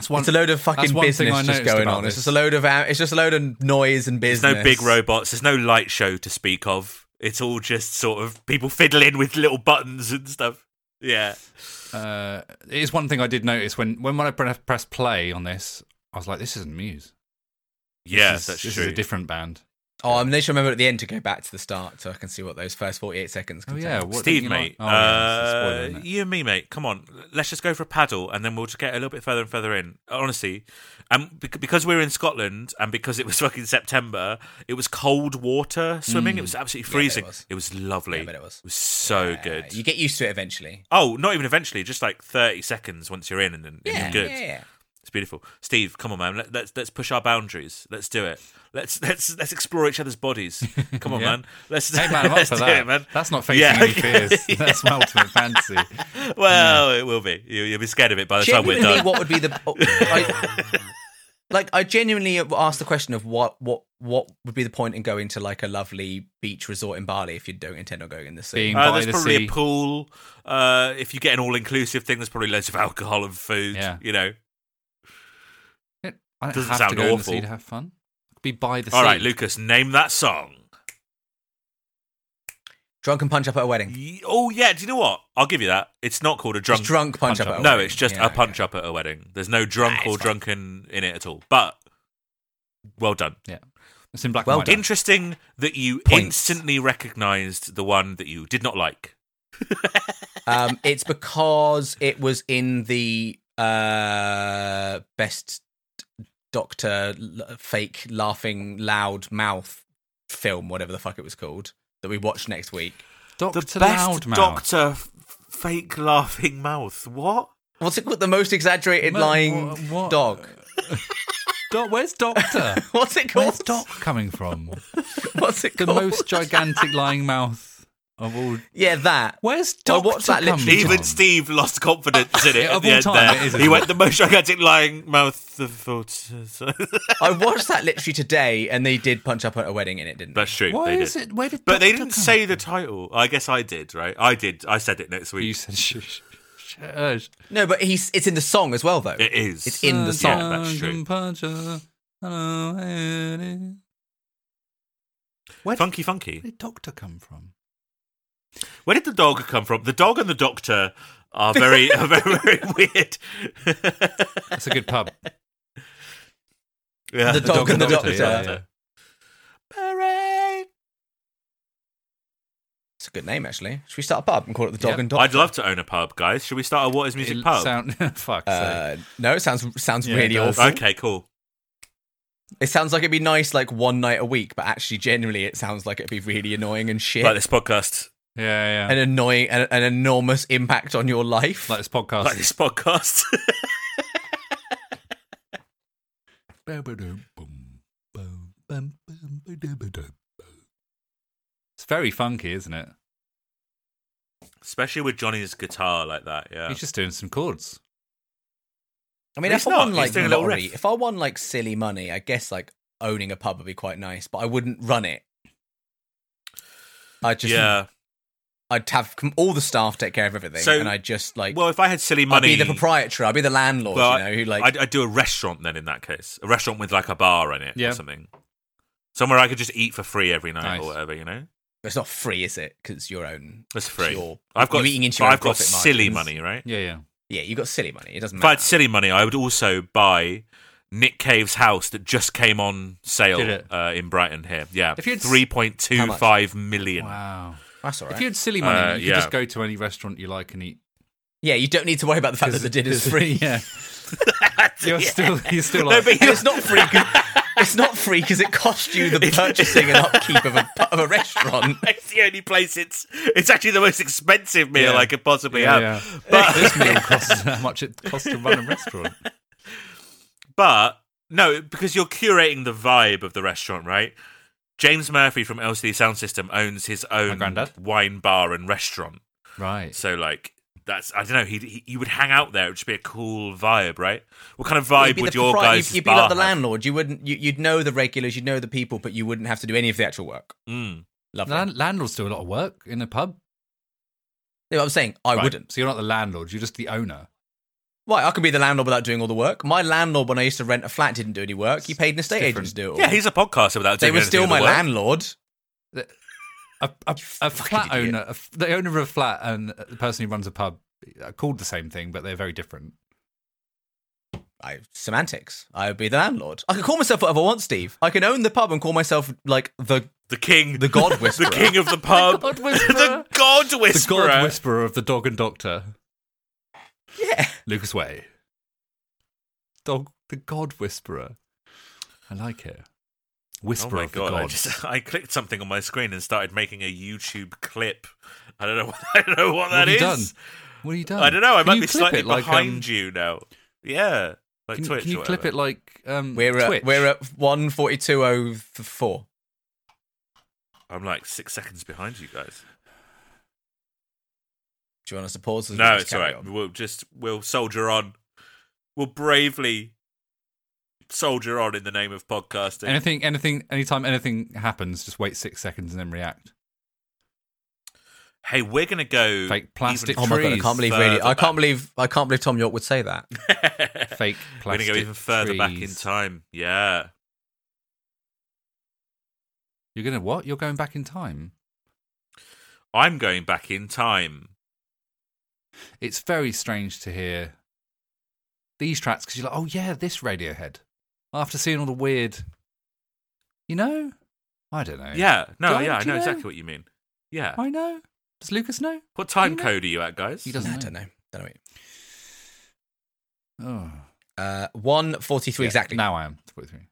[SPEAKER 3] it's one.
[SPEAKER 2] it's a load of
[SPEAKER 3] that's
[SPEAKER 2] fucking
[SPEAKER 3] one thing I
[SPEAKER 2] business just
[SPEAKER 3] noticed
[SPEAKER 2] going
[SPEAKER 3] about
[SPEAKER 2] on.
[SPEAKER 3] this.
[SPEAKER 2] It's just a load of it's just a load of noise and
[SPEAKER 1] There's
[SPEAKER 2] business.
[SPEAKER 1] no big robots. There's no light show to speak of. It's all just sort of people fiddling with little buttons and stuff. Yeah,
[SPEAKER 3] uh, it is one thing I did notice when when when I pre- pressed play on this. I was like, this isn't Muse. This
[SPEAKER 1] yeah,
[SPEAKER 3] is,
[SPEAKER 1] that's
[SPEAKER 3] this
[SPEAKER 1] true.
[SPEAKER 3] is a different band.
[SPEAKER 2] Oh, I'm literally remember at the end to go back to the start so I can see what those first 48 seconds
[SPEAKER 3] Oh
[SPEAKER 2] contain.
[SPEAKER 3] yeah, what,
[SPEAKER 1] Steve,
[SPEAKER 3] you like-
[SPEAKER 1] mate,
[SPEAKER 3] Oh, yeah, it's a spoiler,
[SPEAKER 1] uh,
[SPEAKER 3] isn't it?
[SPEAKER 1] you and me, mate. Come on, let's just go for a paddle, and then we'll just get a little bit further and further in. Honestly, and bec- because we were in Scotland, and because it was fucking September, it was cold water swimming. It
[SPEAKER 3] Hmm.
[SPEAKER 1] was absolutely
[SPEAKER 2] Yeah, I bet it
[SPEAKER 1] freezing.
[SPEAKER 2] was.
[SPEAKER 1] it, was. lovely.
[SPEAKER 2] Yeah, I bet it was.
[SPEAKER 1] so good.
[SPEAKER 2] You get used to it eventually.
[SPEAKER 1] oh, not even eventually, just like thirty seconds once you're in, and then and
[SPEAKER 2] Yeah,
[SPEAKER 1] you're good.
[SPEAKER 2] yeah, yeah.
[SPEAKER 1] It's beautiful. Steve, come on, man. Let, let's let's push our boundaries. Let's do it. Let's let's let's explore each other's bodies. Come on,
[SPEAKER 3] Yeah.
[SPEAKER 1] man. Let's
[SPEAKER 3] Hey man, I'm up
[SPEAKER 1] let's
[SPEAKER 3] for
[SPEAKER 1] do
[SPEAKER 3] that.
[SPEAKER 1] it, man.
[SPEAKER 3] That's not facing
[SPEAKER 1] Yeah,
[SPEAKER 3] any
[SPEAKER 1] okay.
[SPEAKER 3] fears. That's my ultimate fantasy.
[SPEAKER 1] Well, it will be. You, you'll be scared of it by the time we're
[SPEAKER 2] Genuinely,
[SPEAKER 1] done.
[SPEAKER 2] what would be the oh, I, like? I genuinely asked the question of what what what would be the point in going to like a lovely beach resort in Bali if you don't intend on going in the sea?
[SPEAKER 3] Being
[SPEAKER 1] Uh,
[SPEAKER 3] by
[SPEAKER 1] there's
[SPEAKER 3] the
[SPEAKER 1] probably
[SPEAKER 3] sea.
[SPEAKER 1] a pool. Uh, if you get an all-inclusive thing, there's probably loads of alcohol and food.
[SPEAKER 3] Yeah.
[SPEAKER 1] You know.
[SPEAKER 3] I don't
[SPEAKER 1] Doesn't
[SPEAKER 3] have
[SPEAKER 1] sound
[SPEAKER 3] to go in the
[SPEAKER 1] awful.
[SPEAKER 3] sea to have fun. I could Be by the sea.
[SPEAKER 1] All right, Lucas, name that song.
[SPEAKER 2] drunk and punch up at a wedding.
[SPEAKER 1] Y- Oh yeah, do you know what? I'll give you that. It's not called a drunk.
[SPEAKER 2] Just drunk punch, up.
[SPEAKER 3] punch
[SPEAKER 2] At a
[SPEAKER 3] up.
[SPEAKER 1] no,
[SPEAKER 2] wedding.
[SPEAKER 1] it's just
[SPEAKER 2] Yeah,
[SPEAKER 1] a punch up at a wedding. There's no drunk
[SPEAKER 2] Ah,
[SPEAKER 1] or
[SPEAKER 2] it's fine.
[SPEAKER 1] drunken in it at all. But well done.
[SPEAKER 3] It's in black
[SPEAKER 2] Well
[SPEAKER 3] and white.
[SPEAKER 2] done.
[SPEAKER 1] Interesting that you
[SPEAKER 2] Points.
[SPEAKER 1] instantly recognised the one that you did not like.
[SPEAKER 2] Um, it's because it was in the uh, best doctor l- fake laughing loud mouth film, whatever the fuck it was called, that we watch next week.
[SPEAKER 3] Doctor
[SPEAKER 1] the best
[SPEAKER 3] Loudmouth.
[SPEAKER 1] doctor f- fake laughing mouth. What?
[SPEAKER 2] what's it called? The most exaggerated
[SPEAKER 3] Mo-
[SPEAKER 2] lying
[SPEAKER 3] wha- what?
[SPEAKER 2] dog.
[SPEAKER 3] Doc, where's Doctor?
[SPEAKER 2] What's it called?
[SPEAKER 3] Where's Doc coming from?
[SPEAKER 2] What's it
[SPEAKER 3] The
[SPEAKER 2] called?
[SPEAKER 3] most gigantic lying mouth of all. Oh,
[SPEAKER 2] Yeah, that.
[SPEAKER 3] Where's
[SPEAKER 2] I
[SPEAKER 3] Doctor?
[SPEAKER 2] watched that
[SPEAKER 3] come
[SPEAKER 2] literally-
[SPEAKER 3] from?
[SPEAKER 1] Even Steve lost confidence in it
[SPEAKER 3] Yeah,
[SPEAKER 1] at
[SPEAKER 3] of
[SPEAKER 1] the
[SPEAKER 3] all
[SPEAKER 1] end
[SPEAKER 3] time,
[SPEAKER 1] there.
[SPEAKER 3] it is,
[SPEAKER 1] he
[SPEAKER 3] isn't
[SPEAKER 1] went
[SPEAKER 3] it?
[SPEAKER 1] the most gigantic lying mouth of all time."
[SPEAKER 2] I watched that literally today, and they did punch up at a wedding in it, didn't they?
[SPEAKER 1] That's true.
[SPEAKER 3] Why
[SPEAKER 1] they
[SPEAKER 3] is
[SPEAKER 1] did.
[SPEAKER 3] it? Where did?
[SPEAKER 1] But they
[SPEAKER 3] Doctor
[SPEAKER 1] didn't
[SPEAKER 3] come
[SPEAKER 1] say the title. I guess I did, right? I did. I said it next
[SPEAKER 3] from? You
[SPEAKER 1] week.
[SPEAKER 3] said sh- sh- sh- uh, sh-
[SPEAKER 2] No, but he's it's in the song as well, though.
[SPEAKER 1] It is.
[SPEAKER 2] It's in
[SPEAKER 1] Yeah,
[SPEAKER 2] the song.
[SPEAKER 1] that's true.
[SPEAKER 3] Puncher, hello, Eddie. Where
[SPEAKER 1] Funky,
[SPEAKER 3] Where
[SPEAKER 1] funky.
[SPEAKER 3] did Doctor come from?
[SPEAKER 1] Where did the dog come from? The dog and the doctor are very, are very, very weird.
[SPEAKER 3] That's a good pub.
[SPEAKER 1] Yeah.
[SPEAKER 2] The dog and the
[SPEAKER 3] yeah,
[SPEAKER 2] doctor.
[SPEAKER 3] yeah.
[SPEAKER 1] Hooray!
[SPEAKER 2] It's a good name, actually. Should we start a pub and call it the Dog
[SPEAKER 3] Yeah,
[SPEAKER 2] and Doctor?
[SPEAKER 1] I'd love to own a pub, guys. Should we start a What Is Music
[SPEAKER 3] It
[SPEAKER 1] pub?
[SPEAKER 3] Sound, fuck.
[SPEAKER 2] Uh, no, it sounds sounds
[SPEAKER 3] Yeah, it
[SPEAKER 2] really
[SPEAKER 3] does.
[SPEAKER 2] awful.
[SPEAKER 1] okay, cool.
[SPEAKER 2] It sounds like it'd be nice, like one night a week, but actually, generally, it sounds like it'd be really annoying and shit.
[SPEAKER 1] Like this podcast.
[SPEAKER 3] yeah, yeah.
[SPEAKER 2] an annoying, an, an enormous impact on your life.
[SPEAKER 3] Like this podcast.
[SPEAKER 1] Like this podcast.
[SPEAKER 3] It's very funky, isn't it?
[SPEAKER 1] Especially with Johnny's guitar like that, yeah.
[SPEAKER 3] He's just doing some chords.
[SPEAKER 2] I mean,
[SPEAKER 1] He's
[SPEAKER 2] if I
[SPEAKER 1] not.
[SPEAKER 2] won
[SPEAKER 1] He's
[SPEAKER 2] like
[SPEAKER 1] doing a little
[SPEAKER 2] lottery,
[SPEAKER 1] riff.
[SPEAKER 2] if I won like silly money, I guess like owning a pub would be quite nice, but I wouldn't run it. I just,
[SPEAKER 1] yeah.
[SPEAKER 2] I'd have com- all the staff take care of everything,
[SPEAKER 1] So-
[SPEAKER 2] and I would just like,
[SPEAKER 1] Well, if I had silly
[SPEAKER 2] I'd
[SPEAKER 1] money,
[SPEAKER 2] be the proprietor, I'd be the landlord,
[SPEAKER 1] well,
[SPEAKER 2] you know, who like,
[SPEAKER 1] I'd, I'd do a restaurant then. In that case, a restaurant with like a bar in it
[SPEAKER 3] Yeah.
[SPEAKER 1] or something, somewhere I could just eat for free every night
[SPEAKER 3] Nice.
[SPEAKER 1] or whatever. You know,
[SPEAKER 2] it's not free, is it? Because your own,
[SPEAKER 1] that's free.
[SPEAKER 2] Sure.
[SPEAKER 1] I've got
[SPEAKER 2] You're eating into
[SPEAKER 1] but
[SPEAKER 2] your
[SPEAKER 1] I've got
[SPEAKER 2] profit
[SPEAKER 1] silly
[SPEAKER 2] margins.
[SPEAKER 1] money, right?
[SPEAKER 3] Yeah, yeah.
[SPEAKER 2] yeah, you got silly money. It doesn't
[SPEAKER 1] If I
[SPEAKER 2] matter.
[SPEAKER 1] had silly money, I would also buy Nick Cave's house that just came on
[SPEAKER 3] Did
[SPEAKER 1] sale
[SPEAKER 3] it?
[SPEAKER 1] uh, in Brighton here. Yeah,
[SPEAKER 3] If you'd s-
[SPEAKER 1] three point two five million.
[SPEAKER 3] Wow.
[SPEAKER 2] That's all right.
[SPEAKER 3] If you had silly money,
[SPEAKER 1] Uh,
[SPEAKER 3] you could
[SPEAKER 1] yeah.
[SPEAKER 3] just go to any restaurant you like and eat.
[SPEAKER 2] yeah, you don't need to worry about the fact that the dinner's
[SPEAKER 3] 'Cause-
[SPEAKER 2] free.
[SPEAKER 3] Yeah. you're still, you're still
[SPEAKER 1] No,
[SPEAKER 3] like,
[SPEAKER 1] but
[SPEAKER 2] And it's not free. 'cause- it's not free because it cost you the purchasing and upkeep of a, of a restaurant.
[SPEAKER 1] it's the only place it's it's actually the most expensive meal
[SPEAKER 3] Yeah.
[SPEAKER 1] I could possibly
[SPEAKER 3] yeah,
[SPEAKER 1] have.
[SPEAKER 3] yeah.
[SPEAKER 1] But-
[SPEAKER 3] this meal costs how much it costs to run a restaurant.
[SPEAKER 1] But no, because you're curating the vibe of the restaurant, right? James Murphy from LCD Sound System owns his own
[SPEAKER 3] granddad.
[SPEAKER 1] wine bar and restaurant.
[SPEAKER 3] Right.
[SPEAKER 1] So like that's I don't know. He, he you would hang out there. It would just be a cool vibe, right? What kind of vibe
[SPEAKER 2] You'd be
[SPEAKER 1] would
[SPEAKER 2] the
[SPEAKER 1] your
[SPEAKER 2] propri-
[SPEAKER 1] guys?
[SPEAKER 2] You'd, you'd be
[SPEAKER 1] bar
[SPEAKER 2] like the
[SPEAKER 1] have?
[SPEAKER 2] landlord. You wouldn't. You, you'd know the regulars. You'd know the people, but you wouldn't have to do any of the actual work.
[SPEAKER 1] Mm.
[SPEAKER 2] Lovely.
[SPEAKER 3] Land- landlords do a lot of work in a pub.
[SPEAKER 2] Yeah, I'm saying I
[SPEAKER 3] Right.
[SPEAKER 2] wouldn't.
[SPEAKER 3] So you're not the landlord, you're just the owner.
[SPEAKER 2] Why? I could be the landlord without doing all the work. My landlord, when I used to rent a flat, didn't do any work. He paid an estate agent
[SPEAKER 3] different.
[SPEAKER 2] to do it. All.
[SPEAKER 1] Yeah, he's a podcaster without
[SPEAKER 2] they
[SPEAKER 1] doing
[SPEAKER 2] were
[SPEAKER 1] anything
[SPEAKER 2] still
[SPEAKER 1] with the
[SPEAKER 2] my
[SPEAKER 1] work.
[SPEAKER 2] landlord.
[SPEAKER 3] A, a, a flat
[SPEAKER 2] idiot.
[SPEAKER 3] owner, a f the owner of a flat and the person who runs a pub are called the same thing, but they're very different.
[SPEAKER 2] I semantics. I would be the landlord. I can call myself whatever I want, Steve. I can own the pub and call myself like the
[SPEAKER 1] The king,
[SPEAKER 2] the
[SPEAKER 1] the,
[SPEAKER 2] God Whisperer.
[SPEAKER 1] king of the pub,
[SPEAKER 3] God
[SPEAKER 1] the
[SPEAKER 3] whisperer.
[SPEAKER 1] god
[SPEAKER 3] the
[SPEAKER 1] whisperer.
[SPEAKER 3] God Whisperer of the Dog and Doctor,
[SPEAKER 2] Yeah.
[SPEAKER 3] Lucas Way. Dog, the God Whisperer. I like it.
[SPEAKER 1] Oh
[SPEAKER 3] Whisperer
[SPEAKER 1] my
[SPEAKER 3] of
[SPEAKER 1] god!
[SPEAKER 3] the
[SPEAKER 1] I,
[SPEAKER 3] gods.
[SPEAKER 1] just, I clicked something on my screen and started making a YouTube clip. I don't know. What, I don't know what
[SPEAKER 3] What
[SPEAKER 1] that
[SPEAKER 3] have you
[SPEAKER 1] is.
[SPEAKER 3] done? What have you done?
[SPEAKER 1] I don't know. I
[SPEAKER 3] Can
[SPEAKER 1] might
[SPEAKER 3] you
[SPEAKER 1] be
[SPEAKER 3] clip
[SPEAKER 1] slightly
[SPEAKER 3] it like,
[SPEAKER 1] behind
[SPEAKER 3] um,
[SPEAKER 1] you now. Yeah, like
[SPEAKER 3] Can,
[SPEAKER 1] Twitch.
[SPEAKER 3] can you
[SPEAKER 1] or
[SPEAKER 3] clip it
[SPEAKER 1] whatever.
[SPEAKER 3] like um,
[SPEAKER 2] We're
[SPEAKER 3] Twitch?
[SPEAKER 2] at, we're uh, at one forty two oh four.
[SPEAKER 1] I'm like six seconds behind you guys.
[SPEAKER 2] Do you want us to pause? or
[SPEAKER 1] No,
[SPEAKER 2] just
[SPEAKER 1] it's all
[SPEAKER 2] carry
[SPEAKER 1] right.
[SPEAKER 2] on?
[SPEAKER 1] We'll just we'll soldier on. We'll bravely soldier on in the name of podcasting.
[SPEAKER 3] anything, anything, anytime anything happens, just wait six seconds and then react.
[SPEAKER 1] hey, we're gonna go
[SPEAKER 3] Fake plastic
[SPEAKER 1] even
[SPEAKER 2] Oh my god! I
[SPEAKER 3] trees
[SPEAKER 2] can't believe
[SPEAKER 1] further
[SPEAKER 2] really. I
[SPEAKER 1] back. Hmm.
[SPEAKER 2] can't believe I can't believe Tom York would say that.
[SPEAKER 3] Fake
[SPEAKER 1] we're gonna
[SPEAKER 3] plastic.
[SPEAKER 1] go even further back in
[SPEAKER 3] trees.
[SPEAKER 1] time. Yeah.
[SPEAKER 3] You're gonna what? You're going back in time.
[SPEAKER 1] I'm going back in time.
[SPEAKER 3] It's very strange to hear these tracks because you're like, oh yeah, this Radiohead. After seeing all the weird, you know, I don't know.
[SPEAKER 1] Yeah. No,
[SPEAKER 3] Don't
[SPEAKER 1] yeah, I
[SPEAKER 3] you
[SPEAKER 1] know,
[SPEAKER 3] know?
[SPEAKER 1] exactly what you mean. Yeah.
[SPEAKER 3] I know. Does Lucas know?
[SPEAKER 1] What time
[SPEAKER 3] you know?
[SPEAKER 1] code are you at, guys?
[SPEAKER 3] He
[SPEAKER 2] No,
[SPEAKER 3] doesn't.
[SPEAKER 2] I
[SPEAKER 3] know.
[SPEAKER 2] don't know. Don't know.
[SPEAKER 3] Oh,
[SPEAKER 2] Uh, one forty three
[SPEAKER 3] Yeah,
[SPEAKER 2] exactly.
[SPEAKER 3] Now I am forty-three.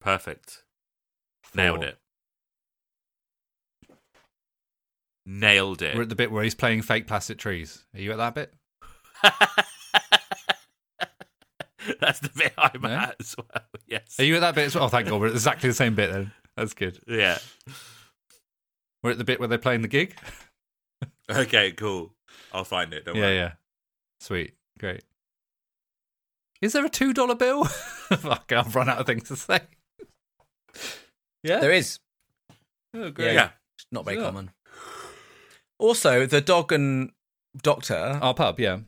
[SPEAKER 1] Perfect. Nailed
[SPEAKER 3] Four.
[SPEAKER 1] it. Nailed it.
[SPEAKER 3] We're at the bit where he's playing fake plastic trees. Are you at that bit?
[SPEAKER 1] That's the bit I'm
[SPEAKER 3] Yeah.
[SPEAKER 1] at as well. Yes.
[SPEAKER 3] Are you at that bit as well? Oh, thank God. We're at exactly the same bit then. That's good.
[SPEAKER 1] yeah.
[SPEAKER 3] We're at the bit where they're playing the gig.
[SPEAKER 1] Okay, cool. I'll find it. Don't
[SPEAKER 3] Yeah,
[SPEAKER 1] worry.
[SPEAKER 3] yeah. Sweet. Great. Is there a $2 bill? Fuck, I've run out of things to say. Yeah.
[SPEAKER 2] There is.
[SPEAKER 3] Oh,
[SPEAKER 1] Yeah.
[SPEAKER 3] great.
[SPEAKER 2] It's not very
[SPEAKER 3] Yeah.
[SPEAKER 2] common. Also, the dog and doctor.
[SPEAKER 3] Our pub, yeah.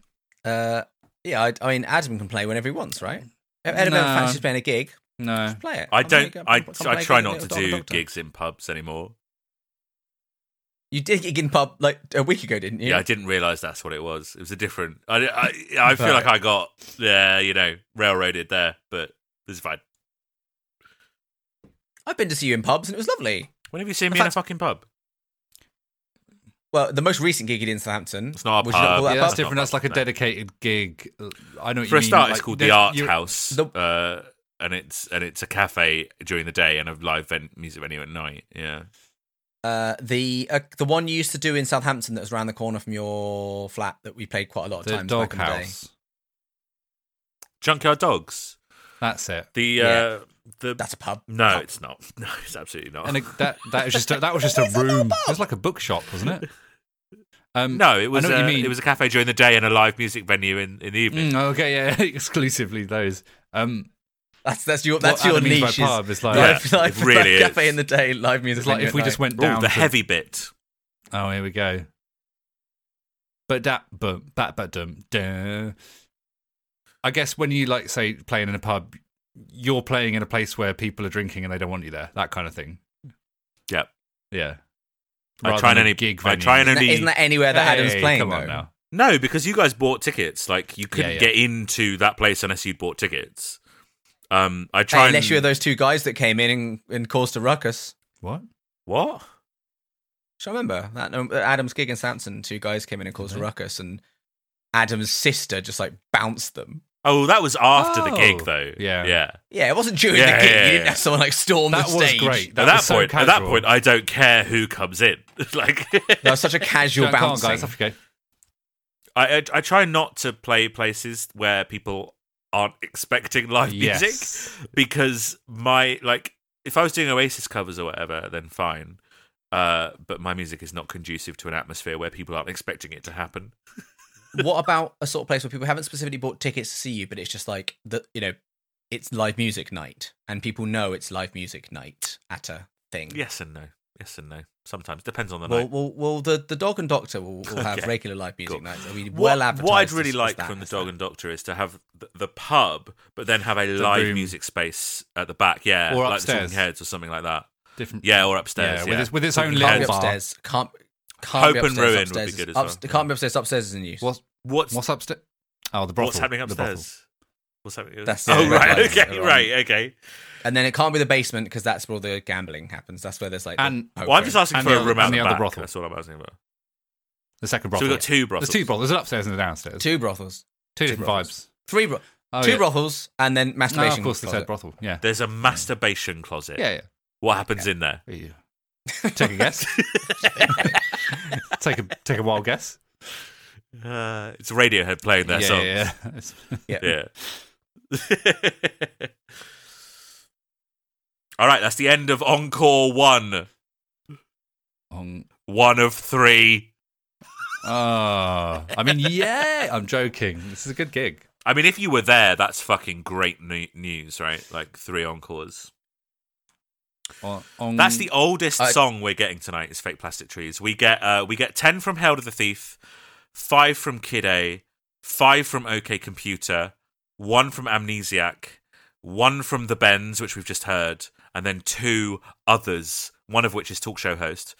[SPEAKER 2] Uh, yeah, I, I mean, Adam can play whenever he wants, right? If Adam ever
[SPEAKER 3] No.
[SPEAKER 2] fancies playing a gig,
[SPEAKER 3] No.
[SPEAKER 2] play it.
[SPEAKER 1] I
[SPEAKER 2] Come play a
[SPEAKER 1] don't.
[SPEAKER 2] gig-
[SPEAKER 1] I,
[SPEAKER 2] come play
[SPEAKER 1] I
[SPEAKER 2] a
[SPEAKER 1] try
[SPEAKER 2] gig,
[SPEAKER 1] not to
[SPEAKER 2] little dog and
[SPEAKER 1] do
[SPEAKER 2] doctor.
[SPEAKER 1] gigs in pubs anymore.
[SPEAKER 2] You did gig in pub like a week ago, didn't you?
[SPEAKER 1] Yeah, I didn't realize that's what it was. It was a different. I, I, I feel like I got yeah, you know, railroaded there, but this is fine.
[SPEAKER 2] I've been to see you in pubs and it was lovely.
[SPEAKER 1] When have you seen
[SPEAKER 2] In
[SPEAKER 1] me in a
[SPEAKER 2] fact-
[SPEAKER 1] fucking pub?
[SPEAKER 2] Well, the most recent gig you did in Southampton.
[SPEAKER 1] It's not a
[SPEAKER 2] Would you not
[SPEAKER 1] pub.
[SPEAKER 2] call that
[SPEAKER 1] Yeah,
[SPEAKER 2] a
[SPEAKER 3] yeah,
[SPEAKER 1] pub?
[SPEAKER 3] that's
[SPEAKER 2] pub?
[SPEAKER 3] different. That's like a
[SPEAKER 1] No.
[SPEAKER 3] dedicated gig. I know what
[SPEAKER 1] For
[SPEAKER 3] you
[SPEAKER 1] a
[SPEAKER 3] mean.
[SPEAKER 1] start,
[SPEAKER 3] like,
[SPEAKER 1] it's called
[SPEAKER 3] there's-
[SPEAKER 1] the Art
[SPEAKER 3] you're-
[SPEAKER 1] House,
[SPEAKER 2] the-
[SPEAKER 1] uh, and it's and it's a cafe during the day and a live vent music venue at night. Yeah,
[SPEAKER 2] Uh, the uh, the one you used to do in Southampton that was around the corner from your flat that we played quite a lot of
[SPEAKER 3] The
[SPEAKER 2] times back
[SPEAKER 3] dog
[SPEAKER 2] in the day.
[SPEAKER 3] house.
[SPEAKER 1] Junkyard Dogs.
[SPEAKER 3] That's it.
[SPEAKER 1] The uh,
[SPEAKER 2] Yeah.
[SPEAKER 1] the
[SPEAKER 2] That's a pub.
[SPEAKER 1] no, it's not. No, it's absolutely not.
[SPEAKER 3] And it, that that was just a, that was just a room. It was like a bookshop, wasn't it? Um,
[SPEAKER 1] no, it was.
[SPEAKER 3] I know
[SPEAKER 1] a,
[SPEAKER 3] what you mean.
[SPEAKER 1] It was a cafe during the day and a live music venue in, in the evening.
[SPEAKER 3] Mm, okay, yeah, exclusively those. Um,
[SPEAKER 2] That's that's your
[SPEAKER 3] what
[SPEAKER 2] that's your
[SPEAKER 3] Adam means by
[SPEAKER 2] niche. Is
[SPEAKER 3] pub is like,
[SPEAKER 1] Yeah.
[SPEAKER 2] live, live,
[SPEAKER 1] it really
[SPEAKER 2] live cafe
[SPEAKER 1] is.
[SPEAKER 2] in the day, live music.
[SPEAKER 3] it's like
[SPEAKER 2] venue
[SPEAKER 3] if
[SPEAKER 2] at
[SPEAKER 3] we
[SPEAKER 2] night.
[SPEAKER 3] just went
[SPEAKER 1] Oh,
[SPEAKER 3] down
[SPEAKER 1] the
[SPEAKER 3] to-
[SPEAKER 1] heavy bit.
[SPEAKER 3] Oh, here we go. But that, but that, but dum, duh. I guess when you like say playing in a pub, you're playing in a place where people are drinking and they don't want you there. That kind of thing.
[SPEAKER 1] Yep.
[SPEAKER 3] Yeah.
[SPEAKER 1] I
[SPEAKER 3] Rather
[SPEAKER 1] try and
[SPEAKER 3] than a
[SPEAKER 1] only
[SPEAKER 3] gig
[SPEAKER 1] I
[SPEAKER 3] venue.
[SPEAKER 1] try and
[SPEAKER 2] Isn't that-
[SPEAKER 1] only
[SPEAKER 2] isn't that anywhere that Adam's
[SPEAKER 3] Hey,
[SPEAKER 2] playing?
[SPEAKER 3] Come on
[SPEAKER 2] though?
[SPEAKER 3] now.
[SPEAKER 1] No, because you guys bought tickets. Like you couldn't
[SPEAKER 3] yeah.
[SPEAKER 1] get into that place unless you bought tickets. Um, I
[SPEAKER 2] Hey,
[SPEAKER 1] try
[SPEAKER 2] unless
[SPEAKER 1] and
[SPEAKER 2] you were those two guys that came in and, and caused a ruckus.
[SPEAKER 3] What?
[SPEAKER 1] what?
[SPEAKER 2] Should I remember that um, Adam's gig in Southampton? Two guys came in and caused a ruckus, and Adam's sister just like bounced them.
[SPEAKER 1] Oh, that was after the
[SPEAKER 3] Oh,
[SPEAKER 1] gig, though.
[SPEAKER 3] yeah.
[SPEAKER 1] yeah.
[SPEAKER 2] Yeah, it wasn't during
[SPEAKER 1] Yeah,
[SPEAKER 2] the gig.
[SPEAKER 1] yeah,
[SPEAKER 2] you
[SPEAKER 1] yeah,
[SPEAKER 2] didn't
[SPEAKER 1] yeah.
[SPEAKER 2] have someone like storm
[SPEAKER 3] That
[SPEAKER 2] the
[SPEAKER 3] was
[SPEAKER 2] stage.
[SPEAKER 3] great.
[SPEAKER 1] at
[SPEAKER 3] That
[SPEAKER 1] that
[SPEAKER 3] was so
[SPEAKER 1] point, at that
[SPEAKER 3] casual.
[SPEAKER 1] point, I don't care who comes in. like,
[SPEAKER 2] That was such a casual
[SPEAKER 3] Come on,
[SPEAKER 2] bouncing.
[SPEAKER 3] guys. Off you go.
[SPEAKER 1] I, I I try not to play places where people aren't expecting live music.
[SPEAKER 3] Yes.
[SPEAKER 1] because my like if I was doing Oasis covers or whatever, then fine. Uh, but my music is not conducive to an atmosphere where people aren't expecting it to happen.
[SPEAKER 2] what about a sort of place where people haven't specifically bought tickets to see you, but it's just like the you know, it's live music night, and people know it's live music night at a thing.
[SPEAKER 1] Yes and no. Yes and no. Sometimes depends on the
[SPEAKER 2] Well,
[SPEAKER 1] night.
[SPEAKER 2] well, well, the, the dog and doctor will, will have
[SPEAKER 1] Okay.
[SPEAKER 2] regular live music
[SPEAKER 1] Cool.
[SPEAKER 2] nights. I mean,
[SPEAKER 1] What-
[SPEAKER 2] well advertised.
[SPEAKER 1] what I'd
[SPEAKER 2] as-
[SPEAKER 1] really
[SPEAKER 2] as
[SPEAKER 1] like
[SPEAKER 2] that,
[SPEAKER 1] from the
[SPEAKER 2] as
[SPEAKER 1] Dog
[SPEAKER 2] that.
[SPEAKER 1] and Doctor is to have the, the pub, but then have a live
[SPEAKER 3] room.
[SPEAKER 1] music space at the back. Yeah,
[SPEAKER 3] Or
[SPEAKER 1] like the Talking
[SPEAKER 3] upstairs.
[SPEAKER 1] Heads or something like that.
[SPEAKER 3] Different.
[SPEAKER 1] Yeah, or upstairs.
[SPEAKER 3] with,
[SPEAKER 1] Yeah,
[SPEAKER 3] Its, with its own
[SPEAKER 1] Talking
[SPEAKER 3] little
[SPEAKER 2] Can't
[SPEAKER 1] Heads.
[SPEAKER 2] be
[SPEAKER 3] bar.
[SPEAKER 2] upstairs. Can't. Can't
[SPEAKER 1] Hope
[SPEAKER 2] be
[SPEAKER 1] and
[SPEAKER 2] upstairs,
[SPEAKER 1] Ruin would
[SPEAKER 2] upstairs
[SPEAKER 1] be
[SPEAKER 2] is-
[SPEAKER 1] good as well.
[SPEAKER 2] Can't be upstairs. Upstairs is in use.
[SPEAKER 3] What's
[SPEAKER 1] What's
[SPEAKER 3] what's upstairs? Oh, the brothel.
[SPEAKER 1] what's happening
[SPEAKER 3] The brothel.
[SPEAKER 1] upstairs? What's happening?
[SPEAKER 2] That's the
[SPEAKER 1] oh
[SPEAKER 2] red
[SPEAKER 1] right,
[SPEAKER 2] lights that
[SPEAKER 1] okay,
[SPEAKER 2] are on.
[SPEAKER 1] right, okay.
[SPEAKER 2] And then it can't be the basement because that's where all the gambling happens. That's where there's like the
[SPEAKER 3] And-
[SPEAKER 2] poker.
[SPEAKER 1] Well, I'm just asking
[SPEAKER 3] And
[SPEAKER 1] for
[SPEAKER 3] the
[SPEAKER 1] a
[SPEAKER 3] other-
[SPEAKER 1] room out
[SPEAKER 3] and
[SPEAKER 1] the,
[SPEAKER 3] the other
[SPEAKER 1] back.
[SPEAKER 3] brothel.
[SPEAKER 1] That's all I'm asking about.
[SPEAKER 3] The second
[SPEAKER 1] So
[SPEAKER 3] brothel.
[SPEAKER 1] we've got two brothels.
[SPEAKER 3] There's two brothels. There's an upstairs and a downstairs.
[SPEAKER 2] two brothels,
[SPEAKER 3] Two
[SPEAKER 2] two
[SPEAKER 3] different
[SPEAKER 2] brothels.
[SPEAKER 3] vibes.
[SPEAKER 2] three bro-
[SPEAKER 3] Oh,
[SPEAKER 2] two
[SPEAKER 3] yeah.
[SPEAKER 2] brothels, and then
[SPEAKER 3] No,
[SPEAKER 2] masturbation.
[SPEAKER 3] of course, they
[SPEAKER 2] closet.
[SPEAKER 3] said brothel. Yeah.
[SPEAKER 1] There's a masturbation closet.
[SPEAKER 3] Yeah,
[SPEAKER 1] What happens in there?
[SPEAKER 3] yeah. Take a guess. take a take a wild guess.
[SPEAKER 1] Uh, it's Radiohead playing their songs.
[SPEAKER 3] yeah, yeah.
[SPEAKER 1] Yeah. All right, that's the end of Encore One.
[SPEAKER 3] Um,
[SPEAKER 1] One of three.
[SPEAKER 3] ah, I mean, yeah. I'm joking. This is a good gig.
[SPEAKER 1] I mean, if you were there, that's fucking great nu- news, right? Like three encores.
[SPEAKER 3] On, on-
[SPEAKER 1] That's the oldest
[SPEAKER 2] I-
[SPEAKER 1] song we're getting tonight. Is Fake Plastic Trees. We get uh, we get ten from Hail to the Thief, five from Kid A, five from OK Computer, one from Amnesiac, one from The Bends, which we've just heard, and then two others. One of which is talk show host.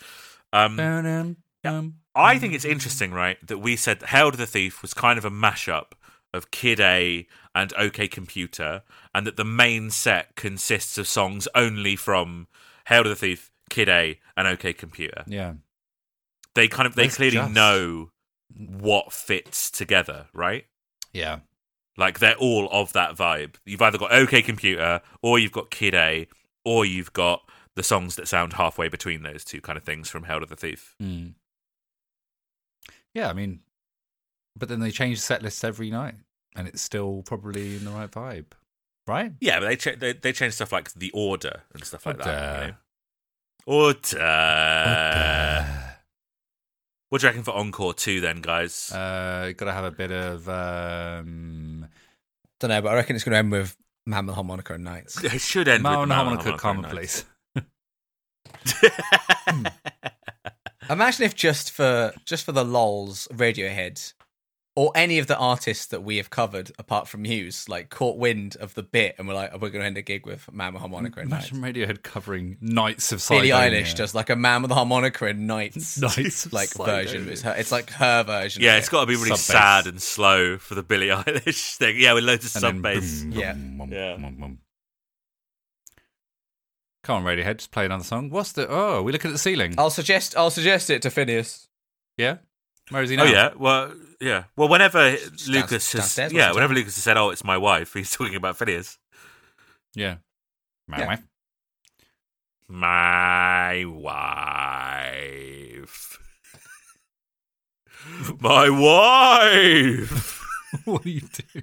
[SPEAKER 1] Um,
[SPEAKER 3] Dun-dun, dun.
[SPEAKER 1] I
[SPEAKER 3] Mm.
[SPEAKER 1] think it's interesting, right, that we said that Hail to the Thief was kind of a mashup of Kid A and OK Computer, and that the main set consists of songs only from Hail to the Thief, Kid A, and OK Computer.
[SPEAKER 3] Yeah.
[SPEAKER 1] They kind of they
[SPEAKER 3] That's
[SPEAKER 1] clearly
[SPEAKER 3] just-
[SPEAKER 1] know what fits together, right?
[SPEAKER 3] Yeah.
[SPEAKER 1] Like they're all of that vibe. You've either got OK Computer, or you've got Kid A, or you've got the songs that sound halfway between those two kind of things from Hail to the Thief.
[SPEAKER 3] Mm. Yeah. I Hmm. mean, But then they change the set lists every night, and it's still probably in the right vibe, right?
[SPEAKER 1] Yeah, but they cha- they, they change stuff like the order and stuff like that. You know?
[SPEAKER 3] Order.
[SPEAKER 1] Order. What do you reckon for encore two then, guys?
[SPEAKER 3] Uh, got to have a bit of um,
[SPEAKER 2] Don't know, but I reckon it's going to end with Mammal Harmonica and Knights.
[SPEAKER 1] it should end with
[SPEAKER 3] Mount
[SPEAKER 1] Mount
[SPEAKER 3] Harmonica
[SPEAKER 1] Harmonica
[SPEAKER 3] commonplace.
[SPEAKER 1] Nights.
[SPEAKER 2] Imagine if just for just for the lols, Radiohead, or any of the artists that we have covered apart from Hughes, like caught wind of the bit and we're like, oh, we're going to end a gig with Mammal Harmonica and Knights.
[SPEAKER 3] Imagine Radiohead covering Knights of
[SPEAKER 2] Billie
[SPEAKER 3] Siberia.
[SPEAKER 2] Eilish does like a man with a harmonica and Knights
[SPEAKER 3] Knights of
[SPEAKER 2] like
[SPEAKER 3] Siberia.
[SPEAKER 2] version. It's her. It's like her version.
[SPEAKER 1] yeah,
[SPEAKER 2] of
[SPEAKER 1] it's got to be really
[SPEAKER 3] Sub
[SPEAKER 1] sad
[SPEAKER 3] bass.
[SPEAKER 1] and slow for the Billie Eilish thing. Yeah, with loads of Oh,
[SPEAKER 3] And then
[SPEAKER 1] sub bass.
[SPEAKER 3] boom,
[SPEAKER 2] Yeah.
[SPEAKER 3] boom, boom,
[SPEAKER 1] Yeah.
[SPEAKER 3] boom, boom. Come on, Radiohead, just play another song. What's the? Oh, we looking at the ceiling.
[SPEAKER 2] I'll suggest. I'll suggest it to Phineas.
[SPEAKER 3] Yeah. Where is he now?
[SPEAKER 1] Oh yeah, well yeah, well whenever Lucas has
[SPEAKER 2] downstairs,
[SPEAKER 1] yeah,
[SPEAKER 2] wasn't it?
[SPEAKER 1] whenever Lucas has said, "Oh, it's my wife," he's talking about Phineas.
[SPEAKER 3] Yeah. My
[SPEAKER 2] Yeah.
[SPEAKER 3] wife.
[SPEAKER 1] My wife. my wife.
[SPEAKER 3] what do you do?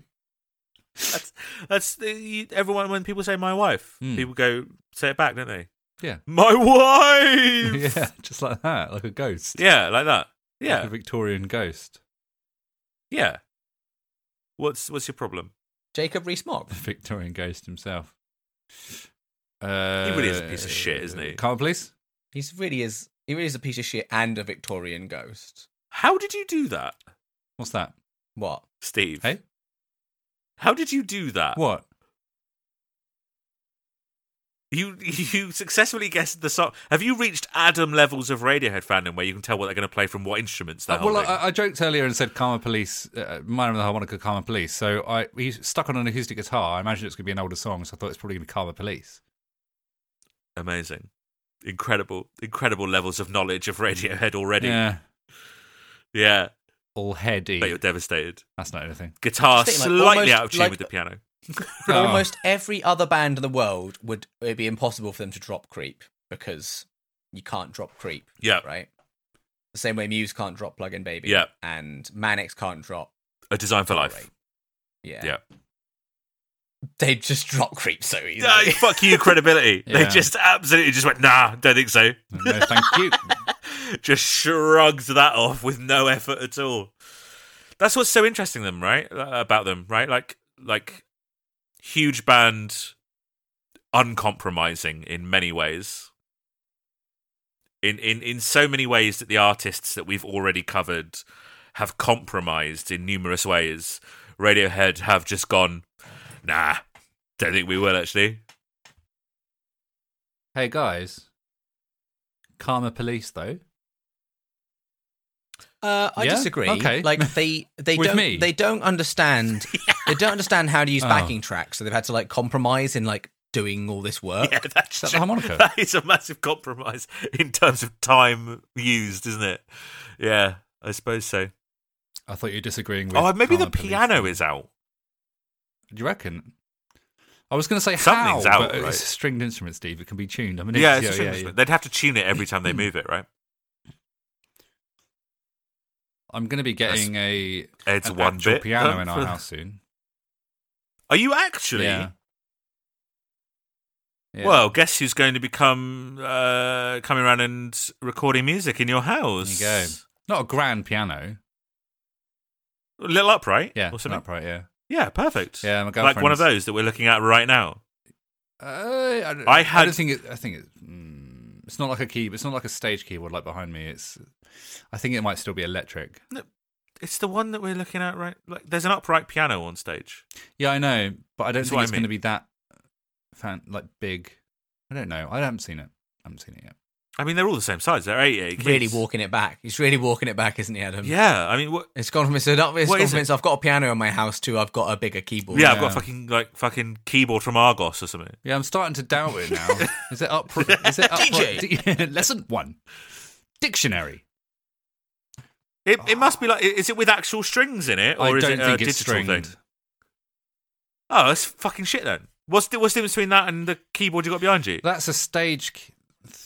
[SPEAKER 1] That's that's the, you- everyone when people say my wife,
[SPEAKER 3] Hmm.
[SPEAKER 1] people go say it back, don't they?
[SPEAKER 3] Yeah.
[SPEAKER 1] My wife.
[SPEAKER 3] yeah, just like that, like a ghost.
[SPEAKER 1] Yeah, like that.
[SPEAKER 3] Like a
[SPEAKER 1] Yeah,
[SPEAKER 3] Victorian ghost.
[SPEAKER 1] yeah. What's what's your problem?
[SPEAKER 2] Jacob Rees-Mogg.
[SPEAKER 3] The Victorian ghost himself. Uh,
[SPEAKER 1] He really is a piece of shit, isn't he?
[SPEAKER 3] Can't please?
[SPEAKER 2] He's really is. He really is a piece of shit and a Victorian ghost.
[SPEAKER 1] How did you do that,
[SPEAKER 3] What's that?
[SPEAKER 1] Ah.
[SPEAKER 2] What?
[SPEAKER 1] Steve?
[SPEAKER 3] Hey?
[SPEAKER 1] How did you do that?
[SPEAKER 3] What?
[SPEAKER 1] You you successfully guessed the song. Have you reached Adam levels of Radiohead fandom where you can tell what they're going to play from what instruments they're
[SPEAKER 3] Uh, well,
[SPEAKER 1] holding?
[SPEAKER 3] I, I joked earlier and said Karma Police, uh, Minor of the Harmonica, Karma Police. So I he's stuck on an acoustic guitar. I imagine it's going to be an older song, so I thought it's probably going to be Karma Police.
[SPEAKER 1] Amazing, incredible, incredible levels of knowledge of Radiohead already. Yeah,
[SPEAKER 3] Yeah. All heady.
[SPEAKER 1] but you're devastated.
[SPEAKER 3] That's not anything.
[SPEAKER 1] Guitar
[SPEAKER 2] Just think, like,
[SPEAKER 1] slightly
[SPEAKER 2] almost
[SPEAKER 1] out of tune
[SPEAKER 2] like-
[SPEAKER 1] with the piano.
[SPEAKER 3] Oh.
[SPEAKER 2] Almost every other band in the world would it'd be impossible for them to drop Creep because you can't drop Creep,
[SPEAKER 1] Yeah,
[SPEAKER 2] right? The same way Muse can't drop Plug In Baby.
[SPEAKER 1] Yeah.
[SPEAKER 2] And Manix can't drop.
[SPEAKER 1] a design for life.
[SPEAKER 2] Tolerate. Yeah.
[SPEAKER 1] Yeah.
[SPEAKER 2] They just drop Creep so easily.
[SPEAKER 1] Ah, fuck you, credibility. They
[SPEAKER 3] Yeah.
[SPEAKER 1] just absolutely just went, nah, don't think so.
[SPEAKER 3] No, thank you.
[SPEAKER 1] just shrugs that off with no effort at all. That's what's so interesting them, right? Uh, About them, right? Like like huge band uncompromising in many ways. In in in so many ways that the artists that we've already covered have compromised in numerous ways. Radiohead have just gone, nah, don't think we will actually.
[SPEAKER 3] Hey guys, Karma Police though.
[SPEAKER 2] Uh, I
[SPEAKER 3] Yeah?
[SPEAKER 2] disagree.
[SPEAKER 3] Okay.
[SPEAKER 2] Like they they
[SPEAKER 3] With
[SPEAKER 2] don't
[SPEAKER 3] me?
[SPEAKER 2] they don't understand they don't understand how to use
[SPEAKER 3] Oh.
[SPEAKER 2] backing tracks, so they've had to like compromise in like doing all this work.
[SPEAKER 1] Yeah, that's
[SPEAKER 3] Is
[SPEAKER 1] true.
[SPEAKER 3] that the harmonica?
[SPEAKER 1] That is a massive compromise in terms of time used, isn't it? Yeah, I suppose so.
[SPEAKER 3] I thought you were disagreeing with.
[SPEAKER 1] Oh, maybe the
[SPEAKER 3] Karma Police.
[SPEAKER 1] piano is out.
[SPEAKER 3] Do you reckon? I was going to say
[SPEAKER 1] Something's
[SPEAKER 3] how,
[SPEAKER 1] out,
[SPEAKER 3] but
[SPEAKER 1] right?
[SPEAKER 3] it's a stringed instrument, Steve. It can be tuned. I mean,
[SPEAKER 1] Yeah,
[SPEAKER 3] it's,
[SPEAKER 1] it's a string instrument. they'd have to tune it every time they move it, right?
[SPEAKER 3] I'm going to be getting a
[SPEAKER 1] It's
[SPEAKER 3] an
[SPEAKER 1] one
[SPEAKER 3] actual
[SPEAKER 1] bit
[SPEAKER 3] piano
[SPEAKER 1] um,
[SPEAKER 3] in our
[SPEAKER 1] for-
[SPEAKER 3] house soon.
[SPEAKER 1] Are you actually?
[SPEAKER 3] Yeah. Yeah.
[SPEAKER 1] Well, guess who's going to become uh, coming around and recording music in your
[SPEAKER 3] there you
[SPEAKER 1] house?
[SPEAKER 3] go. Not a grand piano.
[SPEAKER 1] Little upright,
[SPEAKER 3] Yeah,
[SPEAKER 1] or something.
[SPEAKER 3] upright. Yeah,
[SPEAKER 1] Yeah, perfect.
[SPEAKER 3] yeah. My
[SPEAKER 1] like one of
[SPEAKER 3] girlfriend's-
[SPEAKER 1] those that we're looking at right now.
[SPEAKER 3] Uh, I, don't-
[SPEAKER 1] I
[SPEAKER 3] I
[SPEAKER 1] had-
[SPEAKER 3] don't think it. I think it, mm, it's not like a key. It's not like a stage keyboard like behind me. It's. I think it might still be electric.
[SPEAKER 1] It's the one that we're looking at right. Like, there's an upright piano on stage.
[SPEAKER 3] Yeah, I know, but I don't
[SPEAKER 1] That's
[SPEAKER 3] think
[SPEAKER 1] what I
[SPEAKER 3] it's going
[SPEAKER 1] mean.
[SPEAKER 3] to be that fan like big. I don't know. I haven't seen it. I haven't seen it yet.
[SPEAKER 1] I mean, they're all the same size. They're eight. eight
[SPEAKER 2] Really
[SPEAKER 1] keys.
[SPEAKER 2] walking it back. He's really walking it back, isn't he, Adam?
[SPEAKER 1] Yeah, I mean, what,
[SPEAKER 2] It's gone from it's, not, it's
[SPEAKER 1] What
[SPEAKER 2] gone
[SPEAKER 1] is
[SPEAKER 2] from
[SPEAKER 1] it?
[SPEAKER 2] it's, I've got a piano in my house too. I've got a bigger keyboard.
[SPEAKER 1] yeah, I've got a
[SPEAKER 3] Oh, Yeah.
[SPEAKER 1] fucking like fucking keyboard from Argos or something.
[SPEAKER 3] Yeah, I'm starting to doubt it now. Is it up? Is it up? lesson one, dictionary.
[SPEAKER 1] It, it must be like, is it with actual strings in it, or
[SPEAKER 3] I
[SPEAKER 1] is
[SPEAKER 3] don't
[SPEAKER 1] it a
[SPEAKER 3] think it's
[SPEAKER 1] digital
[SPEAKER 3] stringed.
[SPEAKER 1] thing? Oh, that's fucking shit then. What's the, what's the difference between that and the keyboard you got behind you?
[SPEAKER 3] That's a stage. key-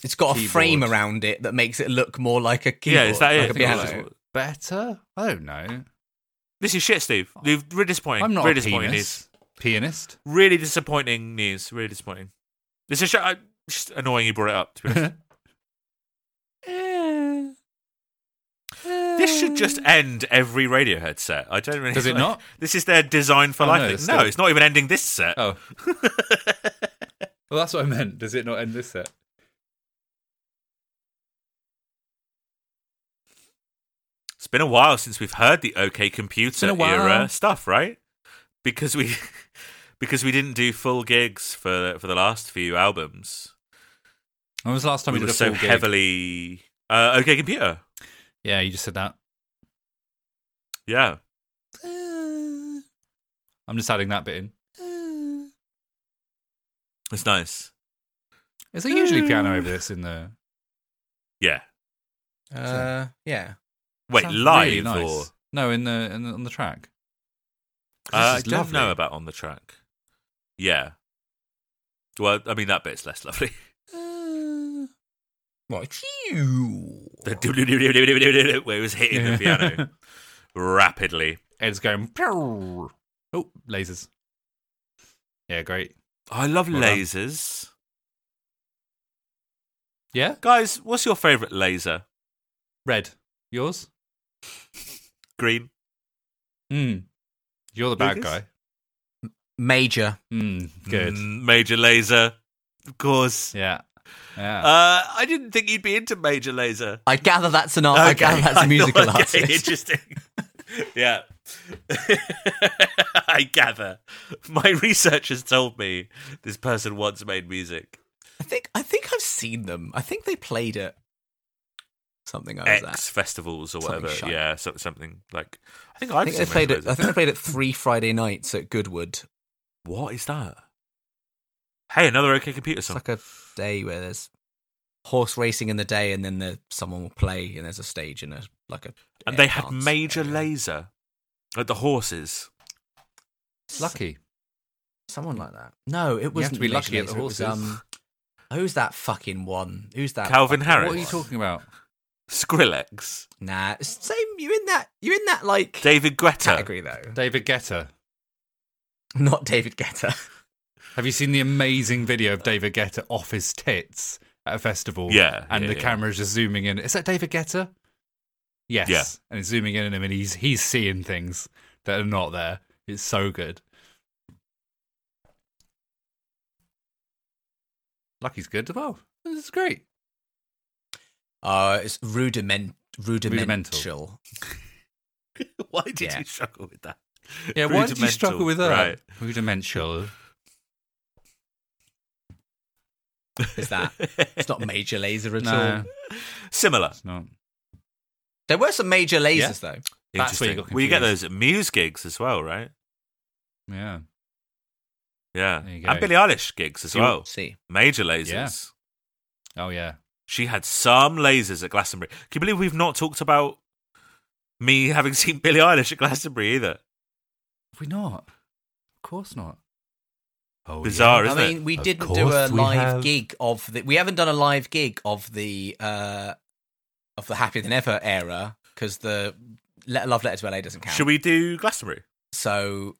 [SPEAKER 2] It's got a
[SPEAKER 3] keyboard.
[SPEAKER 2] frame around it that makes it look more like a keyboard.
[SPEAKER 1] Yeah, is that
[SPEAKER 2] like
[SPEAKER 1] it?
[SPEAKER 2] a
[SPEAKER 3] I think
[SPEAKER 1] Yeah,
[SPEAKER 3] it's
[SPEAKER 2] piano.
[SPEAKER 1] that's what-
[SPEAKER 3] Better? I don't know.
[SPEAKER 1] This is shit, Steve. You've- Really disappointing.
[SPEAKER 3] Oh. I'm not
[SPEAKER 1] really
[SPEAKER 3] a
[SPEAKER 1] disappointing
[SPEAKER 3] pianist. Pianist.
[SPEAKER 1] news. Really disappointing news. Really disappointing. This is sh- I, just annoying you brought it up. To be honest.
[SPEAKER 3] Eh,
[SPEAKER 1] this should just end every Radiohead set. I don't really.
[SPEAKER 3] Does it
[SPEAKER 1] like-
[SPEAKER 3] not?
[SPEAKER 1] This is their design for
[SPEAKER 3] Oh,
[SPEAKER 1] life.
[SPEAKER 3] no,
[SPEAKER 1] thing.
[SPEAKER 3] it's
[SPEAKER 1] no,
[SPEAKER 3] still-
[SPEAKER 1] it's not even ending this set.
[SPEAKER 3] Oh. well, that's what I meant. Does it not end this set?
[SPEAKER 1] It's been a while since we've heard the OK Computer
[SPEAKER 3] been a while.
[SPEAKER 1] era stuff, right? Because we because we didn't do full gigs for for the last few albums.
[SPEAKER 3] When was the last time
[SPEAKER 1] we
[SPEAKER 3] we did
[SPEAKER 1] were
[SPEAKER 3] a
[SPEAKER 1] so
[SPEAKER 3] full gig?
[SPEAKER 1] heavily uh, OK Computer.
[SPEAKER 3] Yeah, you just said that.
[SPEAKER 1] Yeah,
[SPEAKER 3] I'm just adding that bit in.
[SPEAKER 1] it's nice.
[SPEAKER 3] Is
[SPEAKER 1] Mm.
[SPEAKER 3] there usually piano over this in the?
[SPEAKER 1] Yeah.
[SPEAKER 2] Uh, yeah.
[SPEAKER 1] Wait,
[SPEAKER 3] Sounds
[SPEAKER 1] live
[SPEAKER 3] really nice.
[SPEAKER 1] or
[SPEAKER 3] no in the, in the on the track? 'Cause
[SPEAKER 1] Uh, I
[SPEAKER 3] this is
[SPEAKER 1] don't
[SPEAKER 3] lovely.
[SPEAKER 1] know about on the track. Yeah. Well, I mean that bit's less lovely.
[SPEAKER 2] What? You.
[SPEAKER 1] The where it was hitting the piano rapidly.
[SPEAKER 3] Eh. Ed's going. "Pew." Oh, lasers. Yeah, great.
[SPEAKER 1] I love
[SPEAKER 3] Well done.
[SPEAKER 1] lasers.
[SPEAKER 3] Yeah,
[SPEAKER 1] Guys, what's your favourite laser?
[SPEAKER 3] red. Yours?
[SPEAKER 1] Green.
[SPEAKER 3] Mm. You're the bad
[SPEAKER 1] Lucas?
[SPEAKER 3] guy.
[SPEAKER 2] Major.
[SPEAKER 3] Mm, good.
[SPEAKER 1] Mm, major laser. Of course.
[SPEAKER 3] Yeah. Yeah.
[SPEAKER 1] Uh, I didn't think you'd be into major laser.
[SPEAKER 2] I gather that's an art. I gather Oh, that's
[SPEAKER 1] I
[SPEAKER 2] a musical
[SPEAKER 1] thought- okay,
[SPEAKER 2] artist.
[SPEAKER 1] Interesting. yeah. I gather. My research has told me this person once made music.
[SPEAKER 2] I think I think I've seen them. I think they played it. Something I was at.
[SPEAKER 1] X festivals or
[SPEAKER 2] Something
[SPEAKER 1] whatever.
[SPEAKER 2] shite.
[SPEAKER 1] yeah, so, something like. I think
[SPEAKER 2] I
[SPEAKER 1] I've
[SPEAKER 2] think
[SPEAKER 1] seen
[SPEAKER 2] they played
[SPEAKER 1] major
[SPEAKER 2] it.
[SPEAKER 1] laser.
[SPEAKER 2] I think they played it three Friday nights at Goodwood.
[SPEAKER 1] What is that? Hey, another OK Computer
[SPEAKER 2] It's
[SPEAKER 1] song.
[SPEAKER 2] like a day where there's horse racing in the day, and then the, someone will play, and there's a stage and a like a.
[SPEAKER 1] and
[SPEAKER 2] air
[SPEAKER 1] they had
[SPEAKER 2] dance
[SPEAKER 1] major
[SPEAKER 2] area.
[SPEAKER 1] laser at the horses.
[SPEAKER 3] Lucky.
[SPEAKER 2] Someone like that. No, it
[SPEAKER 3] You have
[SPEAKER 2] wasn't.
[SPEAKER 3] to be
[SPEAKER 2] major
[SPEAKER 3] lucky at the
[SPEAKER 2] laser, it was,
[SPEAKER 3] horses.
[SPEAKER 2] um, who's that fucking one? Who's that?
[SPEAKER 1] Calvin
[SPEAKER 2] fucking
[SPEAKER 1] Harris.
[SPEAKER 3] What are you
[SPEAKER 2] one?
[SPEAKER 3] talking about?
[SPEAKER 1] Skrillex.
[SPEAKER 2] Nah, it's same. You're in that. You're in that like
[SPEAKER 1] David Guetta.
[SPEAKER 2] category though.
[SPEAKER 3] David Guetta.
[SPEAKER 2] Not David Guetta.
[SPEAKER 3] Have you seen the amazing video of David Guetta off his tits at a festival?
[SPEAKER 1] Yeah,
[SPEAKER 3] And
[SPEAKER 1] yeah,
[SPEAKER 3] the
[SPEAKER 1] yeah.
[SPEAKER 3] camera's just zooming in. Is that David Guetta? Yes.
[SPEAKER 1] Yeah.
[SPEAKER 3] And it's zooming in on him and he's he's seeing things that are not there. It's so good. Lucky's good as well. This is great.
[SPEAKER 2] Uh, it's rudiment, rudimental.
[SPEAKER 3] Rudimental.
[SPEAKER 1] Why did
[SPEAKER 2] Yeah.
[SPEAKER 1] you struggle with that?
[SPEAKER 3] Yeah, why did you struggle
[SPEAKER 1] Rudimental,
[SPEAKER 3] with that?
[SPEAKER 1] right.
[SPEAKER 3] Rudimental.
[SPEAKER 2] Is that? It's not major laser at
[SPEAKER 3] No,
[SPEAKER 2] all.
[SPEAKER 1] Similar.
[SPEAKER 3] it's not.
[SPEAKER 2] There were some major lasers though.
[SPEAKER 3] That's where you
[SPEAKER 1] Interesting.
[SPEAKER 3] got
[SPEAKER 1] Well, you get those
[SPEAKER 3] confused.
[SPEAKER 1] at Muse gigs as well, right?
[SPEAKER 3] Yeah.
[SPEAKER 1] Yeah.
[SPEAKER 3] There you
[SPEAKER 1] And
[SPEAKER 3] go.
[SPEAKER 1] Billie Eilish gigs as
[SPEAKER 3] Do you-
[SPEAKER 1] well.
[SPEAKER 2] See,
[SPEAKER 1] Major lasers.
[SPEAKER 3] Yeah. Oh yeah.
[SPEAKER 1] She had some lasers at Glastonbury. Can you believe we've not talked about me having seen Billie Eilish at Glastonbury either?
[SPEAKER 3] Have we not? Of course not. Oh,
[SPEAKER 1] Bizarre,
[SPEAKER 2] I
[SPEAKER 1] isn't
[SPEAKER 2] mean,
[SPEAKER 1] it?
[SPEAKER 2] we
[SPEAKER 3] Of
[SPEAKER 2] didn't do a
[SPEAKER 3] course we
[SPEAKER 2] live
[SPEAKER 3] have.
[SPEAKER 2] gig of the. We haven't done a live gig of the uh of the happier than ever era because the Let Love Letter to LA doesn't count.
[SPEAKER 1] Should we do Glastonbury?
[SPEAKER 2] So,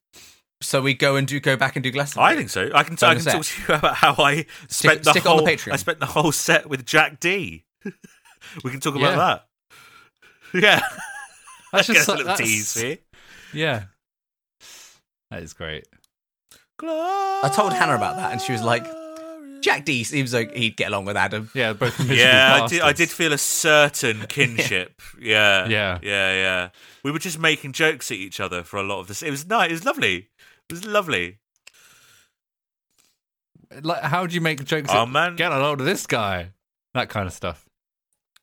[SPEAKER 2] so we go and do go back and do Glastonbury.
[SPEAKER 1] I think so. I can,
[SPEAKER 2] So
[SPEAKER 1] I can
[SPEAKER 2] does that.
[SPEAKER 1] talk to you about how I spent the
[SPEAKER 2] stick it on
[SPEAKER 1] whole
[SPEAKER 2] the Patreon.
[SPEAKER 1] I spent the whole set with Jack D. we can talk
[SPEAKER 3] Yeah.
[SPEAKER 1] about that. Yeah,
[SPEAKER 3] That's
[SPEAKER 1] Get
[SPEAKER 3] just
[SPEAKER 1] a little
[SPEAKER 3] that's-
[SPEAKER 1] tease eh? here.
[SPEAKER 3] Yeah. That is great.
[SPEAKER 1] I
[SPEAKER 2] told Hannah about that and she was like, Jack D seems like he'd get along with Adam.
[SPEAKER 3] Yeah, both miserable
[SPEAKER 1] "Yeah, I did, I did
[SPEAKER 3] bastards.
[SPEAKER 1] feel a certain kinship. yeah.
[SPEAKER 3] Yeah.
[SPEAKER 1] yeah, yeah. We were just making jokes at each other for a lot of this. It was nice. It was lovely. It was lovely.
[SPEAKER 3] Like, how do you make jokes?
[SPEAKER 1] Oh,
[SPEAKER 3] at-
[SPEAKER 1] man.
[SPEAKER 3] Get a load of this guy. That kind of stuff.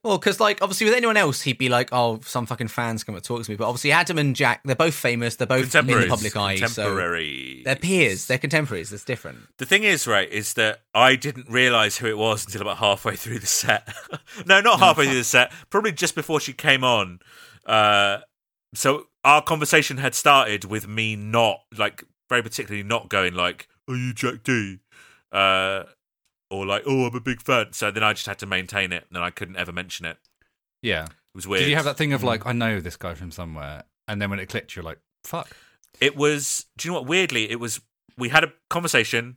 [SPEAKER 2] Well, because like obviously with anyone else, he'd be like, "Oh, some fucking fans come and talk to me." But obviously, Adam and Jack, they're both famous. They're both in the
[SPEAKER 1] Contemporaries,
[SPEAKER 2] public eye. So
[SPEAKER 1] contemporary.
[SPEAKER 2] they're peers. They're contemporaries. It's different.
[SPEAKER 1] The thing is, right, is that I didn't realise who it was until about halfway through the set. no, not halfway through the set. Probably just before she came on. Uh, so our conversation had started with me not like very particularly not going like, "Are you Jack D?" Uh, or like, "Oh, I'm a big fan." So then I just had to maintain it, and then I couldn't ever mention it. It
[SPEAKER 3] Yeah.
[SPEAKER 1] was weird. Hmm.
[SPEAKER 3] Did you have that thing of like, I know this guy from somewhere, and then when it clicked, you're like, Fuck.
[SPEAKER 1] It was. Do you know what? Weirdly, it was. We had a conversation.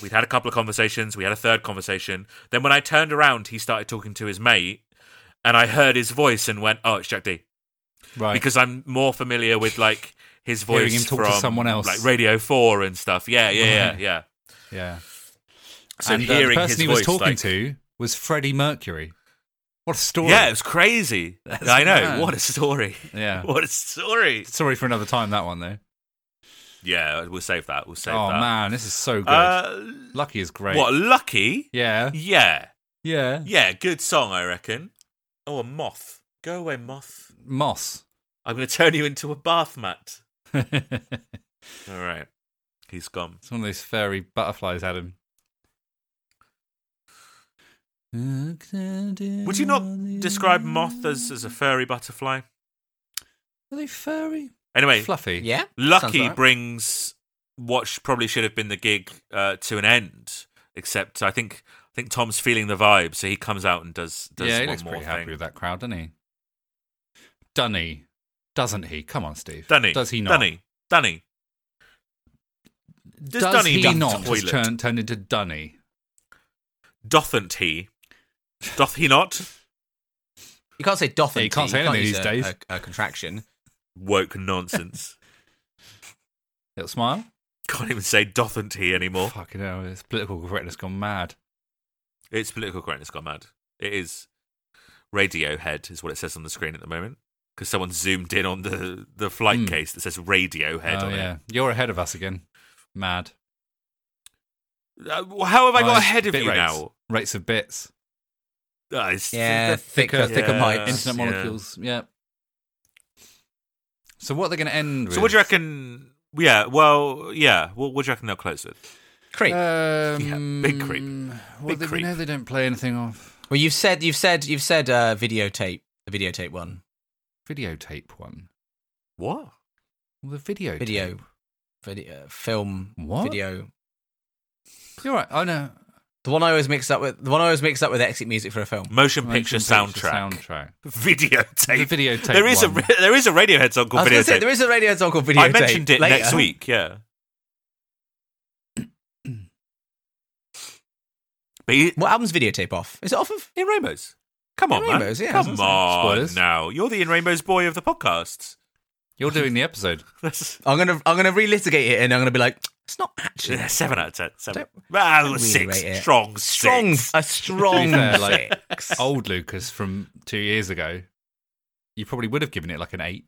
[SPEAKER 1] We'd had a couple of conversations. We had a third conversation. Then when I turned around, he started talking to his mate, and I heard his voice and went, "Oh, it's Jack D."
[SPEAKER 3] Right.
[SPEAKER 1] Because I'm more familiar with like his voice
[SPEAKER 3] Hearing him talk to
[SPEAKER 1] from
[SPEAKER 3] someone else.
[SPEAKER 1] like Radio Four and stuff. Yeah, yeah, yeah,
[SPEAKER 3] Right.
[SPEAKER 1] yeah.
[SPEAKER 3] yeah.
[SPEAKER 1] So
[SPEAKER 3] and uh,
[SPEAKER 1] hearing
[SPEAKER 3] the person
[SPEAKER 1] his
[SPEAKER 3] he was
[SPEAKER 1] voice,
[SPEAKER 3] talking
[SPEAKER 1] like-
[SPEAKER 3] to was Freddie Mercury. What a story!
[SPEAKER 1] yeah, it was crazy. I know.
[SPEAKER 3] mad.
[SPEAKER 1] What a story.
[SPEAKER 3] yeah.
[SPEAKER 1] What a story.
[SPEAKER 3] Sorry for another time that one though.
[SPEAKER 1] Yeah, we'll save that. We'll save
[SPEAKER 3] oh
[SPEAKER 1] that.
[SPEAKER 3] man, this is so good.
[SPEAKER 1] Uh,
[SPEAKER 3] Lucky is great.
[SPEAKER 1] What lucky?
[SPEAKER 3] Yeah.
[SPEAKER 1] Yeah,
[SPEAKER 3] Yeah.
[SPEAKER 1] yeah. Good song, I reckon. Oh, a moth. Go away, moth.
[SPEAKER 3] Moss.
[SPEAKER 1] I'm going to turn you into a bath mat.
[SPEAKER 3] it's
[SPEAKER 1] All right. He's gone.
[SPEAKER 3] one of those fairy butterflies, Adam.
[SPEAKER 1] Would
[SPEAKER 3] Would
[SPEAKER 1] you not describe moth as, as a furry butterfly?
[SPEAKER 3] Are they furry?
[SPEAKER 1] Anyway,
[SPEAKER 3] Fluffy.
[SPEAKER 2] Yeah.
[SPEAKER 1] Lucky
[SPEAKER 2] Sounds right.
[SPEAKER 1] brings what sh- probably should have been the gig uh, to an end. Except I think I think Tom's feeling the vibe, so he comes out and does does
[SPEAKER 3] yeah, he
[SPEAKER 1] one
[SPEAKER 3] looks
[SPEAKER 1] more
[SPEAKER 3] pretty
[SPEAKER 1] thing.
[SPEAKER 3] happy with that crowd, doesn't he? Dunny. Doesn't he? Come on, Steve.
[SPEAKER 1] Dunny,
[SPEAKER 3] Does he not?
[SPEAKER 1] Dunny, Dunny. Does,
[SPEAKER 3] Does
[SPEAKER 1] Dunny
[SPEAKER 3] he
[SPEAKER 1] duck
[SPEAKER 3] not
[SPEAKER 1] toilet?
[SPEAKER 3] just turn, turn into Dunny?
[SPEAKER 1] Dothn't he? Doth he not?
[SPEAKER 2] You can't say doth.
[SPEAKER 3] Yeah, you can't say anything
[SPEAKER 2] use
[SPEAKER 3] these
[SPEAKER 2] a-
[SPEAKER 3] days.
[SPEAKER 2] A, a contraction.
[SPEAKER 1] Woke nonsense.
[SPEAKER 3] Little smile?
[SPEAKER 1] Can't even say dothn't he anymore.
[SPEAKER 3] Fucking hell, this political correctness gone mad.
[SPEAKER 1] It's political correctness gone mad. It is Radiohead is what it says on the screen at the moment because someone zoomed in on the the flight
[SPEAKER 3] Hmm.
[SPEAKER 1] case that says Radiohead
[SPEAKER 3] oh,
[SPEAKER 1] on
[SPEAKER 3] yeah.
[SPEAKER 1] it.
[SPEAKER 3] You're ahead of us again. Mad.
[SPEAKER 1] Uh, well, how have I
[SPEAKER 3] Oh,
[SPEAKER 1] got
[SPEAKER 3] it's
[SPEAKER 1] ahead of
[SPEAKER 3] bit
[SPEAKER 1] you
[SPEAKER 3] rates.
[SPEAKER 1] now?
[SPEAKER 3] Rates of bits.
[SPEAKER 1] Uh, it's
[SPEAKER 2] Yeah, thicker,
[SPEAKER 3] thicker-
[SPEAKER 2] thicker,
[SPEAKER 1] yeah.
[SPEAKER 2] pipes.
[SPEAKER 3] Internet
[SPEAKER 1] yeah.
[SPEAKER 3] molecules. Yeah. So what they're going to end with?
[SPEAKER 1] So what do you reckon? Yeah, well, yeah. What, what do you reckon they'll close with?
[SPEAKER 2] Creep.
[SPEAKER 3] Um,
[SPEAKER 1] Yeah, big creep.
[SPEAKER 3] Well,
[SPEAKER 1] Big
[SPEAKER 3] they,
[SPEAKER 1] creep.
[SPEAKER 3] we know they don't play anything off
[SPEAKER 2] well, you've said you've said you've said uh, videotape. The videotape one.
[SPEAKER 3] videotape one.
[SPEAKER 1] What?
[SPEAKER 3] Well, the videotape.
[SPEAKER 2] Video. Video. Film.
[SPEAKER 3] What?
[SPEAKER 2] Video.
[SPEAKER 3] You're right. I know.
[SPEAKER 2] The one I always mix up with the one I always mix up with exit music for a film.
[SPEAKER 1] Motion,
[SPEAKER 3] Motion
[SPEAKER 1] picture, soundtrack,
[SPEAKER 3] soundtrack.
[SPEAKER 1] videotape.
[SPEAKER 3] The videotape
[SPEAKER 1] There is
[SPEAKER 3] one.
[SPEAKER 1] a there is a Radiohead song
[SPEAKER 2] I
[SPEAKER 1] called
[SPEAKER 2] was going to say
[SPEAKER 1] Videotape.
[SPEAKER 2] there is a radio song called Videotape.
[SPEAKER 1] I mentioned it
[SPEAKER 2] later.
[SPEAKER 1] next week. Yeah. but he,
[SPEAKER 2] What album's videotape off? Is it off of?
[SPEAKER 1] in rainbows. Come on,
[SPEAKER 2] In
[SPEAKER 1] man.
[SPEAKER 2] Rainbows, yeah,
[SPEAKER 1] Come
[SPEAKER 2] that's
[SPEAKER 1] on
[SPEAKER 3] Spoilers.
[SPEAKER 1] now. You're the in rainbows boy of the podcast.
[SPEAKER 3] You're doing the episode.
[SPEAKER 1] That's
[SPEAKER 2] I'm gonna I'm gonna relitigate it and I'm gonna be like, it's not actually
[SPEAKER 1] yeah, seven out of ten. Seven.
[SPEAKER 2] Don't-
[SPEAKER 1] Well,
[SPEAKER 2] really
[SPEAKER 1] six.
[SPEAKER 2] rate it.
[SPEAKER 1] Strong.
[SPEAKER 2] strong
[SPEAKER 1] Six.
[SPEAKER 2] a strong
[SPEAKER 3] fair, like-
[SPEAKER 2] six.
[SPEAKER 3] Old Lucas from two years ago. You probably would have given it like an eight.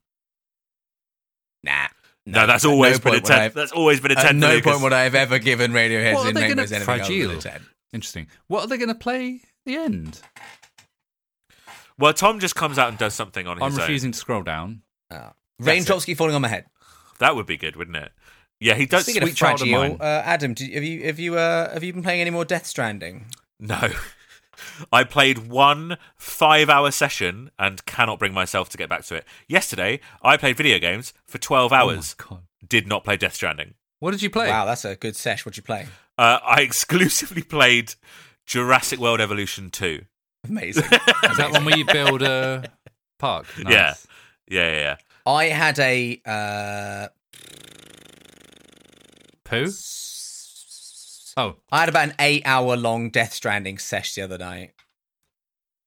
[SPEAKER 2] Nah.
[SPEAKER 1] No, that's
[SPEAKER 2] at
[SPEAKER 1] always
[SPEAKER 2] uh, no
[SPEAKER 1] been a
[SPEAKER 2] point would I
[SPEAKER 1] ten.
[SPEAKER 2] have-
[SPEAKER 1] That's always been a
[SPEAKER 2] At
[SPEAKER 1] ten.
[SPEAKER 2] no
[SPEAKER 1] Lucas.
[SPEAKER 2] point would I have ever given Radiohead's
[SPEAKER 3] What are
[SPEAKER 2] in
[SPEAKER 3] they gonna-
[SPEAKER 2] Rainbows anything
[SPEAKER 3] Fragile.
[SPEAKER 2] other than a 10.
[SPEAKER 3] Interesting. What are they going to play? The end.
[SPEAKER 1] Well, Tom just comes out and does something on his
[SPEAKER 3] I'm
[SPEAKER 1] own.
[SPEAKER 3] refusing to scroll down.
[SPEAKER 1] Uh,
[SPEAKER 2] Raindrops keep falling on my head.
[SPEAKER 1] That would be good, wouldn't it? Yeah, he does.
[SPEAKER 2] Speaking
[SPEAKER 1] Sweet
[SPEAKER 2] of
[SPEAKER 1] Child
[SPEAKER 2] fragile,
[SPEAKER 1] Mine.
[SPEAKER 2] uh, Adam, do, have you have you uh, have you been playing any more Death Stranding?
[SPEAKER 1] No. I played one five hour session and cannot bring myself to get back to it. Yesterday, I played video games for 12 hours,
[SPEAKER 3] Oh my God.
[SPEAKER 1] did not play Death Stranding.
[SPEAKER 3] What did you play?
[SPEAKER 2] Wow, that's a good sesh. What'd you play?
[SPEAKER 1] Uh, I exclusively played Jurassic World Evolution 2.
[SPEAKER 2] Amazing.
[SPEAKER 3] Is that one where you build a park? Nice.
[SPEAKER 1] Yeah. Yeah, yeah, yeah.
[SPEAKER 2] I had a uh,
[SPEAKER 3] Poo? Oh,
[SPEAKER 2] I had about an eight hour long Death Stranding sesh the other night.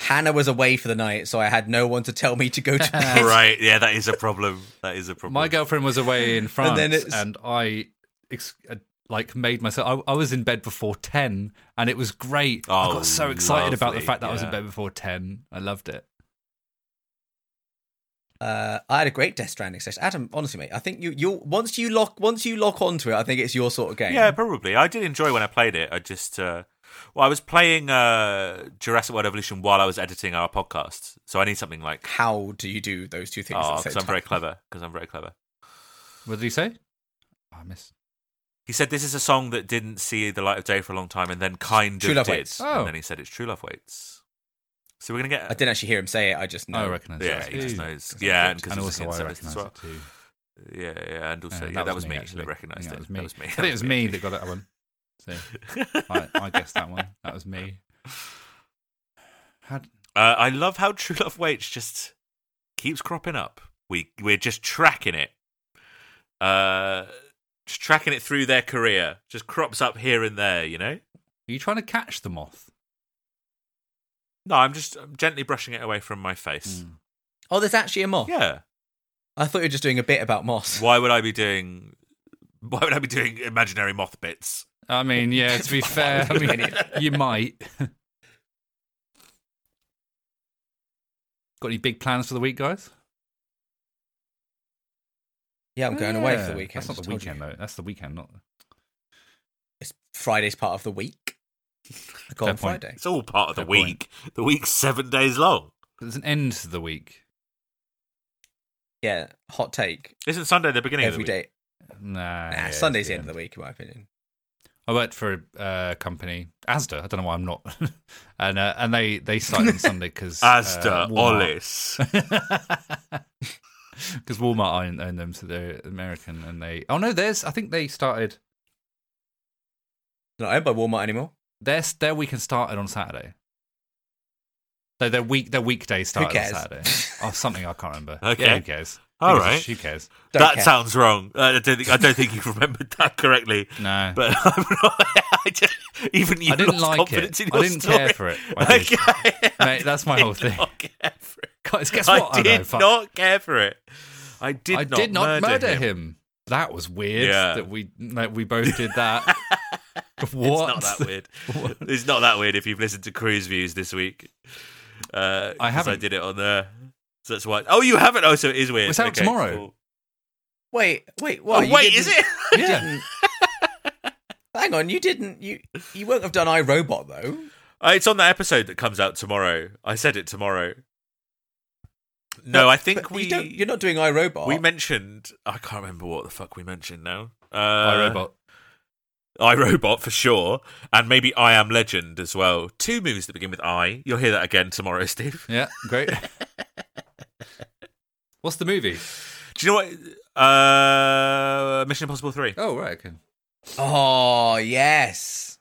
[SPEAKER 2] Hannah was away for the night, so I had no one to tell me to go to bed.
[SPEAKER 1] right. Yeah, that is a problem. That is a problem.
[SPEAKER 3] my girlfriend was away in France, and,
[SPEAKER 2] then it's-
[SPEAKER 3] I ex- uh, like made myself. I, I was in bed before ten, and it was great. I
[SPEAKER 1] Oh,
[SPEAKER 3] got so excited about the
[SPEAKER 1] lovely,
[SPEAKER 3] fact that I was in
[SPEAKER 1] yeah.
[SPEAKER 3] bed before ten. I loved it.
[SPEAKER 2] Uh, I had a great Death Stranding sesh. Adam, honestly, mate, I think you you once you lock once you lock onto it, I think it's your sort of game.
[SPEAKER 1] Yeah, probably. I did enjoy when I played it. I just, uh, well, I was playing uh, Jurassic World Evolution while I was editing our podcast. So I need something like,
[SPEAKER 2] How do you do those two things? at the
[SPEAKER 1] oh,
[SPEAKER 2] same
[SPEAKER 1] because I'm
[SPEAKER 2] time?
[SPEAKER 1] very clever. Because I'm very clever.
[SPEAKER 3] What did he say? I miss.
[SPEAKER 1] He said this is a song that didn't see the light of day for a long time, and then kind
[SPEAKER 2] True
[SPEAKER 1] of
[SPEAKER 2] Love
[SPEAKER 1] did.
[SPEAKER 2] Waits.
[SPEAKER 3] Oh.
[SPEAKER 1] And then he said it's true love waits. So we're gonna get.
[SPEAKER 2] I didn't actually hear him say it. I just know.
[SPEAKER 3] Oh, I recognise.
[SPEAKER 1] yeah,
[SPEAKER 3] that.
[SPEAKER 1] he just
[SPEAKER 3] Ooh.
[SPEAKER 1] knows.
[SPEAKER 2] That's
[SPEAKER 1] Yeah,
[SPEAKER 2] good.
[SPEAKER 1] and because
[SPEAKER 3] And
[SPEAKER 1] it was
[SPEAKER 3] also,
[SPEAKER 1] in
[SPEAKER 3] I Uh,
[SPEAKER 1] service as
[SPEAKER 3] recognise
[SPEAKER 1] well.
[SPEAKER 3] it too.
[SPEAKER 1] Yeah, yeah, and also
[SPEAKER 3] Yeah,
[SPEAKER 1] yeah, that, was me
[SPEAKER 3] actually.
[SPEAKER 1] that recognised
[SPEAKER 3] I
[SPEAKER 1] it.
[SPEAKER 3] think That was me. I
[SPEAKER 1] That
[SPEAKER 3] think it was me that got that one. So I, I guessed that one. That was me. Had,
[SPEAKER 1] Uh, I love how True Love Waits just keeps cropping up. We we're just tracking it. uh, just tracking it through their career. Just crops up here and there, you know.
[SPEAKER 3] Are you trying to catch the moth?
[SPEAKER 1] No, I'm just I'm gently brushing it away from my face.
[SPEAKER 2] Oh, there's actually a moth.
[SPEAKER 1] Yeah.
[SPEAKER 2] I thought you were just doing a bit about moths.
[SPEAKER 1] Why would I be doing? Why would I be doing imaginary moth bits?
[SPEAKER 3] I mean, yeah. To be fair, I mean, you might. Got any big plans for the week, guys?
[SPEAKER 2] Yeah, I'm going away for
[SPEAKER 3] Yeah.
[SPEAKER 2] the weekend.
[SPEAKER 3] That's not the
[SPEAKER 2] I told you.
[SPEAKER 3] weekend though. That's the weekend, not.
[SPEAKER 2] It's Friday's part of the week. I go
[SPEAKER 3] Fair
[SPEAKER 2] on
[SPEAKER 3] point.
[SPEAKER 2] Friday.
[SPEAKER 1] It's all part of the
[SPEAKER 3] Fair point.
[SPEAKER 1] week. The week's seven days long.
[SPEAKER 3] There's an end to the week.
[SPEAKER 2] Yeah, hot take.
[SPEAKER 1] Isn't Sunday the beginning
[SPEAKER 2] Every
[SPEAKER 1] of the week?
[SPEAKER 2] day.
[SPEAKER 3] Nah,
[SPEAKER 2] Nah,
[SPEAKER 3] Ah, yeah, it's
[SPEAKER 2] Sunday's the end of the week, in my opinion.
[SPEAKER 3] I worked for a uh, company, Asda. I don't know why I'm not, and uh, and they they started on Sunday because
[SPEAKER 1] Asda,
[SPEAKER 3] uh, Walmart.
[SPEAKER 1] Ollis.
[SPEAKER 3] because Walmart own, own them, so they're American, and they oh no, there's I think they started
[SPEAKER 2] They're Not owned by Walmart anymore.
[SPEAKER 3] their their weekend started on Saturday. So their week their weekday started on
[SPEAKER 2] cares?
[SPEAKER 3] Saturday. Oh, something I can't remember.
[SPEAKER 1] Okay.
[SPEAKER 3] yeah, who cares?
[SPEAKER 1] All
[SPEAKER 3] Who gives a
[SPEAKER 1] right.
[SPEAKER 3] sh- who cares?
[SPEAKER 2] Don't
[SPEAKER 1] that
[SPEAKER 2] care.
[SPEAKER 1] sounds wrong. Uh, I don't think I don't think you remembered that correctly.
[SPEAKER 3] No,
[SPEAKER 1] But I'm not, I just, even you
[SPEAKER 3] I didn't
[SPEAKER 1] lost
[SPEAKER 3] like
[SPEAKER 1] confidence
[SPEAKER 3] it.
[SPEAKER 1] in
[SPEAKER 3] I
[SPEAKER 1] your
[SPEAKER 3] didn't
[SPEAKER 1] story.
[SPEAKER 3] care for it. I did.
[SPEAKER 1] Okay, I
[SPEAKER 3] Mate, that's my whole
[SPEAKER 1] did
[SPEAKER 3] thing.
[SPEAKER 1] not care for it.
[SPEAKER 3] Guys, guess
[SPEAKER 1] I
[SPEAKER 3] what?
[SPEAKER 1] did
[SPEAKER 3] I know, fuck.
[SPEAKER 1] not care for it. I did
[SPEAKER 3] I
[SPEAKER 1] not.
[SPEAKER 3] did not murder,
[SPEAKER 1] him.
[SPEAKER 3] him. That was weird.
[SPEAKER 1] Yeah.
[SPEAKER 3] That we that we both did that.
[SPEAKER 1] It's
[SPEAKER 3] what?
[SPEAKER 1] not that weird. it's not that weird if you've listened to Cruise Views this week. Uh, 'cause I I
[SPEAKER 3] haven't.
[SPEAKER 1] did it on there. So that's why. Oh, you haven't. Oh, so it is weird.
[SPEAKER 3] It's out
[SPEAKER 1] Okay,
[SPEAKER 3] tomorrow.
[SPEAKER 1] cool.
[SPEAKER 2] Wait, wait,
[SPEAKER 1] Oh,
[SPEAKER 2] what? You
[SPEAKER 1] wait, is
[SPEAKER 2] didn't-
[SPEAKER 1] it?
[SPEAKER 2] you
[SPEAKER 3] Yeah.
[SPEAKER 2] didn't- Hang on, you didn't. You you won't have done iRobot though.
[SPEAKER 1] Uh, it's on the episode that comes out tomorrow. I said it tomorrow. No, I think
[SPEAKER 2] But
[SPEAKER 1] we
[SPEAKER 2] You don't, you're not doing iRobot.
[SPEAKER 1] we mentioned. I can't remember what the fuck we mentioned now. Uh,
[SPEAKER 3] iRobot.
[SPEAKER 1] iRobot for sure, and maybe I Am Legend as well. Two movies that begin with I. You'll hear that again tomorrow, Steve.
[SPEAKER 3] Yeah, great. What's the movie?
[SPEAKER 1] Do you know what? Uh, Mission Impossible Three.
[SPEAKER 3] Oh right, okay.
[SPEAKER 2] Oh yes.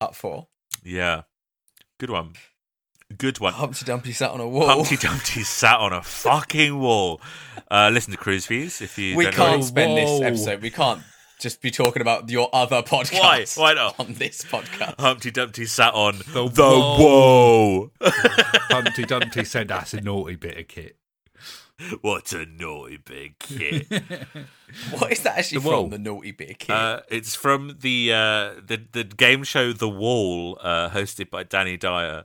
[SPEAKER 2] Up four.
[SPEAKER 1] Yeah. Good one. Good one.
[SPEAKER 2] Humpty Dumpty sat on a wall.
[SPEAKER 1] Humpty Dumpty sat on a fucking wall. Uh, listen to Cruise Views if you
[SPEAKER 2] we
[SPEAKER 1] don't
[SPEAKER 2] can't
[SPEAKER 1] Know
[SPEAKER 2] spend this
[SPEAKER 3] Whoa.
[SPEAKER 2] episode. We can't just be talking about your
[SPEAKER 1] Why?
[SPEAKER 2] other podcast.
[SPEAKER 1] Why not?
[SPEAKER 2] On this podcast.
[SPEAKER 1] Humpty Dumpty sat on the,
[SPEAKER 3] wall.
[SPEAKER 1] wall.
[SPEAKER 3] Humpty Dumpty said that's a naughty bit of kit.
[SPEAKER 1] what a naughty big kid.
[SPEAKER 2] what is that actually
[SPEAKER 3] The
[SPEAKER 2] from?
[SPEAKER 3] wall.
[SPEAKER 2] The Naughty Bit Kid.
[SPEAKER 1] Uh, it's from the uh, the the game show The Wall, uh, hosted by Danny Dyer.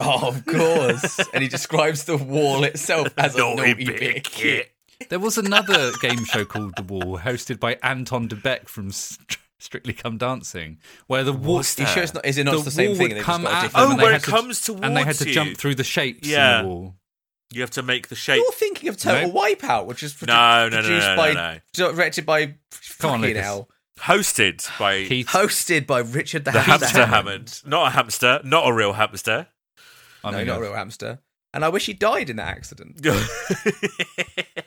[SPEAKER 2] oh, of course. and he describes the wall itself as a naughty, bit,
[SPEAKER 1] big
[SPEAKER 2] kid.
[SPEAKER 1] kid.
[SPEAKER 3] There was another game show called The Wall, hosted by Anton Debeck from St- Strictly Come Dancing, where the wall
[SPEAKER 1] What's
[SPEAKER 2] You sure it's not? Is it not
[SPEAKER 3] The
[SPEAKER 2] the same
[SPEAKER 3] wall
[SPEAKER 2] thing?
[SPEAKER 3] would
[SPEAKER 2] and they've just
[SPEAKER 3] come
[SPEAKER 2] got a
[SPEAKER 3] out-
[SPEAKER 2] different
[SPEAKER 1] Oh,
[SPEAKER 3] And
[SPEAKER 2] name?
[SPEAKER 3] they
[SPEAKER 1] where it
[SPEAKER 3] had to-
[SPEAKER 1] comes towards
[SPEAKER 3] and they had to
[SPEAKER 1] you.
[SPEAKER 3] jump through the shapes
[SPEAKER 1] Yeah.
[SPEAKER 3] in the wall.
[SPEAKER 1] You have to make the shape.
[SPEAKER 2] You're thinking of Total
[SPEAKER 3] No.
[SPEAKER 2] Wipeout, which was produ-
[SPEAKER 1] No, no, no,
[SPEAKER 2] produced
[SPEAKER 1] no, no,
[SPEAKER 2] by,
[SPEAKER 1] no.
[SPEAKER 2] directed by,
[SPEAKER 3] Come on,
[SPEAKER 2] fucking
[SPEAKER 3] Lucas.
[SPEAKER 2] hell.
[SPEAKER 1] Hosted by
[SPEAKER 3] Keith,
[SPEAKER 2] hosted by Richard the,
[SPEAKER 1] the
[SPEAKER 2] Hamster,
[SPEAKER 1] hamster
[SPEAKER 2] Hammond.
[SPEAKER 1] Hammond. Not a hamster, not a real hamster.
[SPEAKER 3] I
[SPEAKER 2] no,
[SPEAKER 3] mean, uh,
[SPEAKER 2] not a real hamster. And I wish he died in that accident.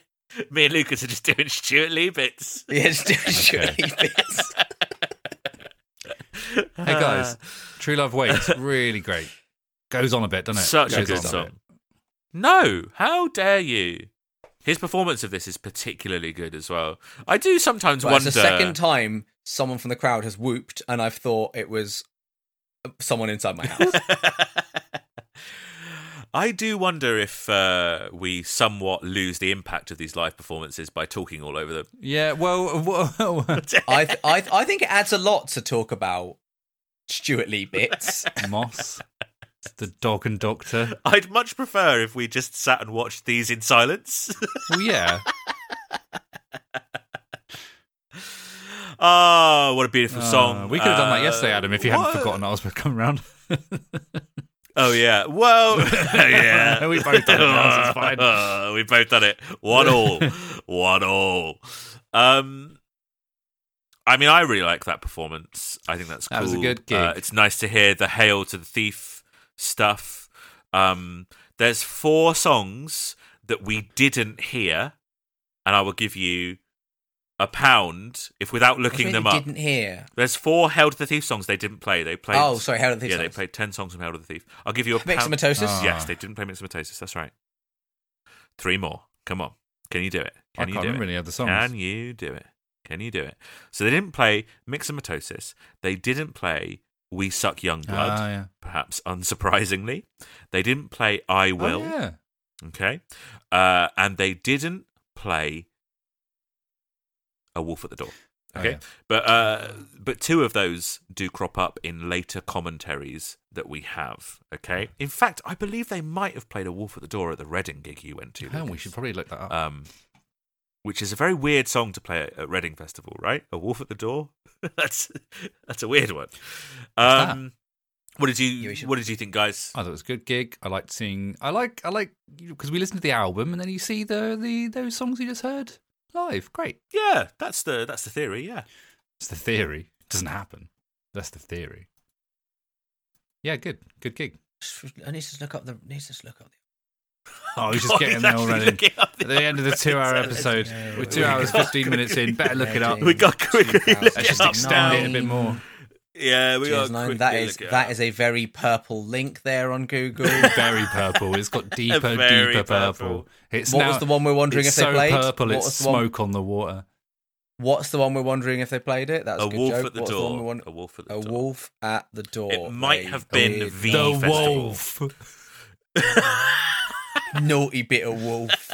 [SPEAKER 1] Me and Lucas are just doing Stuart Lee bits.
[SPEAKER 2] Yeah, just do sure
[SPEAKER 3] Okay.
[SPEAKER 2] he fits.
[SPEAKER 3] Hey
[SPEAKER 1] Uh,
[SPEAKER 3] guys,
[SPEAKER 1] Ah,
[SPEAKER 3] True Love Waits, really great. Goes on a bit, doesn't it?
[SPEAKER 1] Such a
[SPEAKER 3] Goes
[SPEAKER 1] good
[SPEAKER 3] on
[SPEAKER 1] song.
[SPEAKER 3] bit.
[SPEAKER 1] No, how dare you? His performance of this is particularly good as well. I do sometimes
[SPEAKER 2] Well, it's
[SPEAKER 1] wonder.
[SPEAKER 2] the second time someone from the crowd has whooped, and I've thought it was uh, someone inside my house.
[SPEAKER 1] I do wonder if uh, we somewhat lose the impact of these live performances by talking all over them.
[SPEAKER 3] Yeah, well, well
[SPEAKER 2] I, th- I, th- I think it adds a lot to talk about Stuart Lee bits.
[SPEAKER 3] Moss, the dog and doctor.
[SPEAKER 1] I'd much prefer if we just sat and watched these in silence.
[SPEAKER 3] Well, yeah.
[SPEAKER 1] Oh, what a beautiful
[SPEAKER 3] Uh,
[SPEAKER 1] song.
[SPEAKER 3] we could have done that
[SPEAKER 1] Uh,
[SPEAKER 3] yesterday, Adam, if you
[SPEAKER 1] what-
[SPEAKER 3] hadn't forgotten I was coming round.
[SPEAKER 1] Oh, yeah. Well, yeah.
[SPEAKER 3] We both done it now, so it's fine.
[SPEAKER 1] Uh, we both done it. One all. One all. Um, I mean, I really like that performance. I think that's cool.
[SPEAKER 3] That was a good gig.
[SPEAKER 1] Uh, it's nice to hear the Hail to the Thief stuff. Um, there's four songs that we didn't hear, and I will give you a pound if without
[SPEAKER 2] I
[SPEAKER 1] looking
[SPEAKER 2] really
[SPEAKER 1] them up.
[SPEAKER 2] didn't hear.
[SPEAKER 1] There's four Hail to the Thief songs they didn't play. They played.
[SPEAKER 2] Oh, sorry, Hail to the Thief
[SPEAKER 1] Yeah,
[SPEAKER 2] songs.
[SPEAKER 1] they played ten songs from Hail to the Thief. I'll give you a pound.
[SPEAKER 2] Mixomatosis?
[SPEAKER 3] Ah.
[SPEAKER 1] Yes, they didn't play Mixomatosis. That's right. Three more. Come on, Can you do it?
[SPEAKER 3] I
[SPEAKER 1] Can you
[SPEAKER 3] can't
[SPEAKER 1] do it?
[SPEAKER 3] remember any other songs.
[SPEAKER 1] Can you do it? Can you do it? So they didn't play Mixomatosis. They didn't play We Suck Young Blood,
[SPEAKER 3] Ah, yeah.
[SPEAKER 1] perhaps unsurprisingly. They didn't play I
[SPEAKER 3] Oh,
[SPEAKER 1] Will.
[SPEAKER 3] yeah.
[SPEAKER 1] Okay. Uh, and they didn't play A Wolf at the Door.
[SPEAKER 3] Oh,
[SPEAKER 1] Okay.
[SPEAKER 3] yeah.
[SPEAKER 1] But uh, but two of those do crop up in later commentaries that we have. Okay.
[SPEAKER 3] Hmm.
[SPEAKER 1] In fact, I believe they might have played A Wolf at the Door at the Reading gig you went to.
[SPEAKER 3] Hell, we
[SPEAKER 1] Lucas.
[SPEAKER 3] should probably look that up.
[SPEAKER 1] Um, which is a very weird song to play at, at Reading Festival, right? A Wolf at the Door. that's that's a weird one.
[SPEAKER 3] that?
[SPEAKER 1] Um, what did you
[SPEAKER 2] we should-
[SPEAKER 1] What did you think, guys?
[SPEAKER 3] I thought it was a good gig. I liked seeing. I like. I like because we listen to the album and then you see the the those songs you just heard live. Great.
[SPEAKER 1] Yeah, that's the that's the theory. Yeah.
[SPEAKER 3] It's the theory. It doesn't happen. That's the theory. Yeah, good. Good gig.
[SPEAKER 2] I need to look up the. Need to look up.
[SPEAKER 3] Oh, he's just
[SPEAKER 1] God,
[SPEAKER 3] getting
[SPEAKER 1] he's
[SPEAKER 3] there
[SPEAKER 1] actually
[SPEAKER 3] already.
[SPEAKER 1] looking up
[SPEAKER 3] At the end of the two-hour episode,
[SPEAKER 2] Yeah,
[SPEAKER 3] we're
[SPEAKER 2] we
[SPEAKER 3] two hours
[SPEAKER 1] got
[SPEAKER 3] fifteen minutes in. Better look it up.
[SPEAKER 1] We got quickly look
[SPEAKER 3] Let's
[SPEAKER 1] it
[SPEAKER 3] just
[SPEAKER 1] up
[SPEAKER 3] extend it a
[SPEAKER 1] now.
[SPEAKER 3] bit more.
[SPEAKER 1] Yeah, Um, we
[SPEAKER 2] The,
[SPEAKER 1] got
[SPEAKER 2] Cheers,
[SPEAKER 1] quickly
[SPEAKER 2] nine. That is
[SPEAKER 1] look it
[SPEAKER 2] that
[SPEAKER 1] up.
[SPEAKER 2] is a very purple link there on Google.
[SPEAKER 3] Very purple. It's got deeper,
[SPEAKER 1] very
[SPEAKER 3] deeper purple.
[SPEAKER 1] purple.
[SPEAKER 3] It's
[SPEAKER 2] what
[SPEAKER 3] now,
[SPEAKER 2] was the one we're wondering
[SPEAKER 3] it's
[SPEAKER 2] if they
[SPEAKER 3] so
[SPEAKER 2] played?
[SPEAKER 3] purple.
[SPEAKER 2] what
[SPEAKER 3] it's
[SPEAKER 2] was the one-
[SPEAKER 3] smoke on the water.
[SPEAKER 2] What's the one we're wondering if they played it? That's
[SPEAKER 1] a
[SPEAKER 2] good
[SPEAKER 1] wolf
[SPEAKER 2] joke.
[SPEAKER 1] at the
[SPEAKER 2] What's
[SPEAKER 1] door.
[SPEAKER 2] one we won-
[SPEAKER 1] a wolf at the
[SPEAKER 2] a
[SPEAKER 1] door.
[SPEAKER 2] wolf at the door.
[SPEAKER 1] It might
[SPEAKER 2] Very
[SPEAKER 1] have been
[SPEAKER 2] weird,
[SPEAKER 1] the
[SPEAKER 3] The
[SPEAKER 1] festival.
[SPEAKER 3] wolf.
[SPEAKER 2] naughty bit of wolf.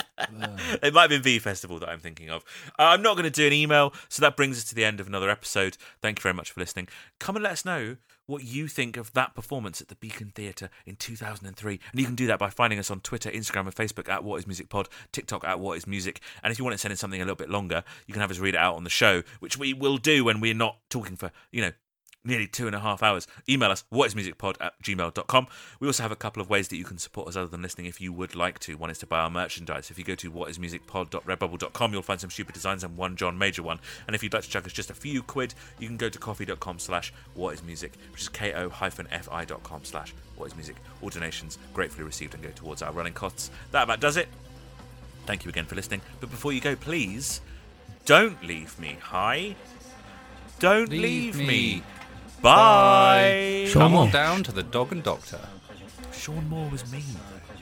[SPEAKER 1] It might have been the festival that I'm thinking of. Uh, I'm not going to do an email, so that brings us to the end of another episode. Thank you very much for listening. Come and let us know what you think of that performance at the Beacon Theatre in 2003, and you can do that by finding us on Twitter, Instagram, and Facebook at What Is Music Pod, TikTok at What Is Music, and if you want to send in something a little bit longer, you can have us read it out on the show, which we will do when we're not talking for you know nearly two and a half hours. Email us whatismusicpod at gmail.com. We also have a couple of ways that you can support us other than listening if you would like to. One is to buy our merchandise. If you go to whatismusicpod.redbubble.com, you'll find some stupid designs and one John Major one. And if you'd like to chuck us just a few quid, you can go to coffee.com slash whatismusic, which is ko-fi.com slash whatismusic. All donations gratefully received and go towards our running costs. That about does it. Thank you again for listening. But before you go, please don't leave me high. Don't leave,
[SPEAKER 3] Leave
[SPEAKER 1] me.
[SPEAKER 3] me.
[SPEAKER 1] Bye.
[SPEAKER 4] Sure.
[SPEAKER 3] Come
[SPEAKER 4] Come
[SPEAKER 3] on
[SPEAKER 4] on.
[SPEAKER 3] down to the dog and doctor.
[SPEAKER 1] Sean Moore was mean.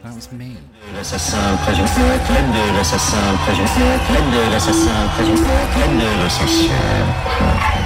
[SPEAKER 3] That was me.
[SPEAKER 5] l'assassin présent, l'homme de l'assassin présent, l'homme de l'assassin présent, l'homme de l'assassin.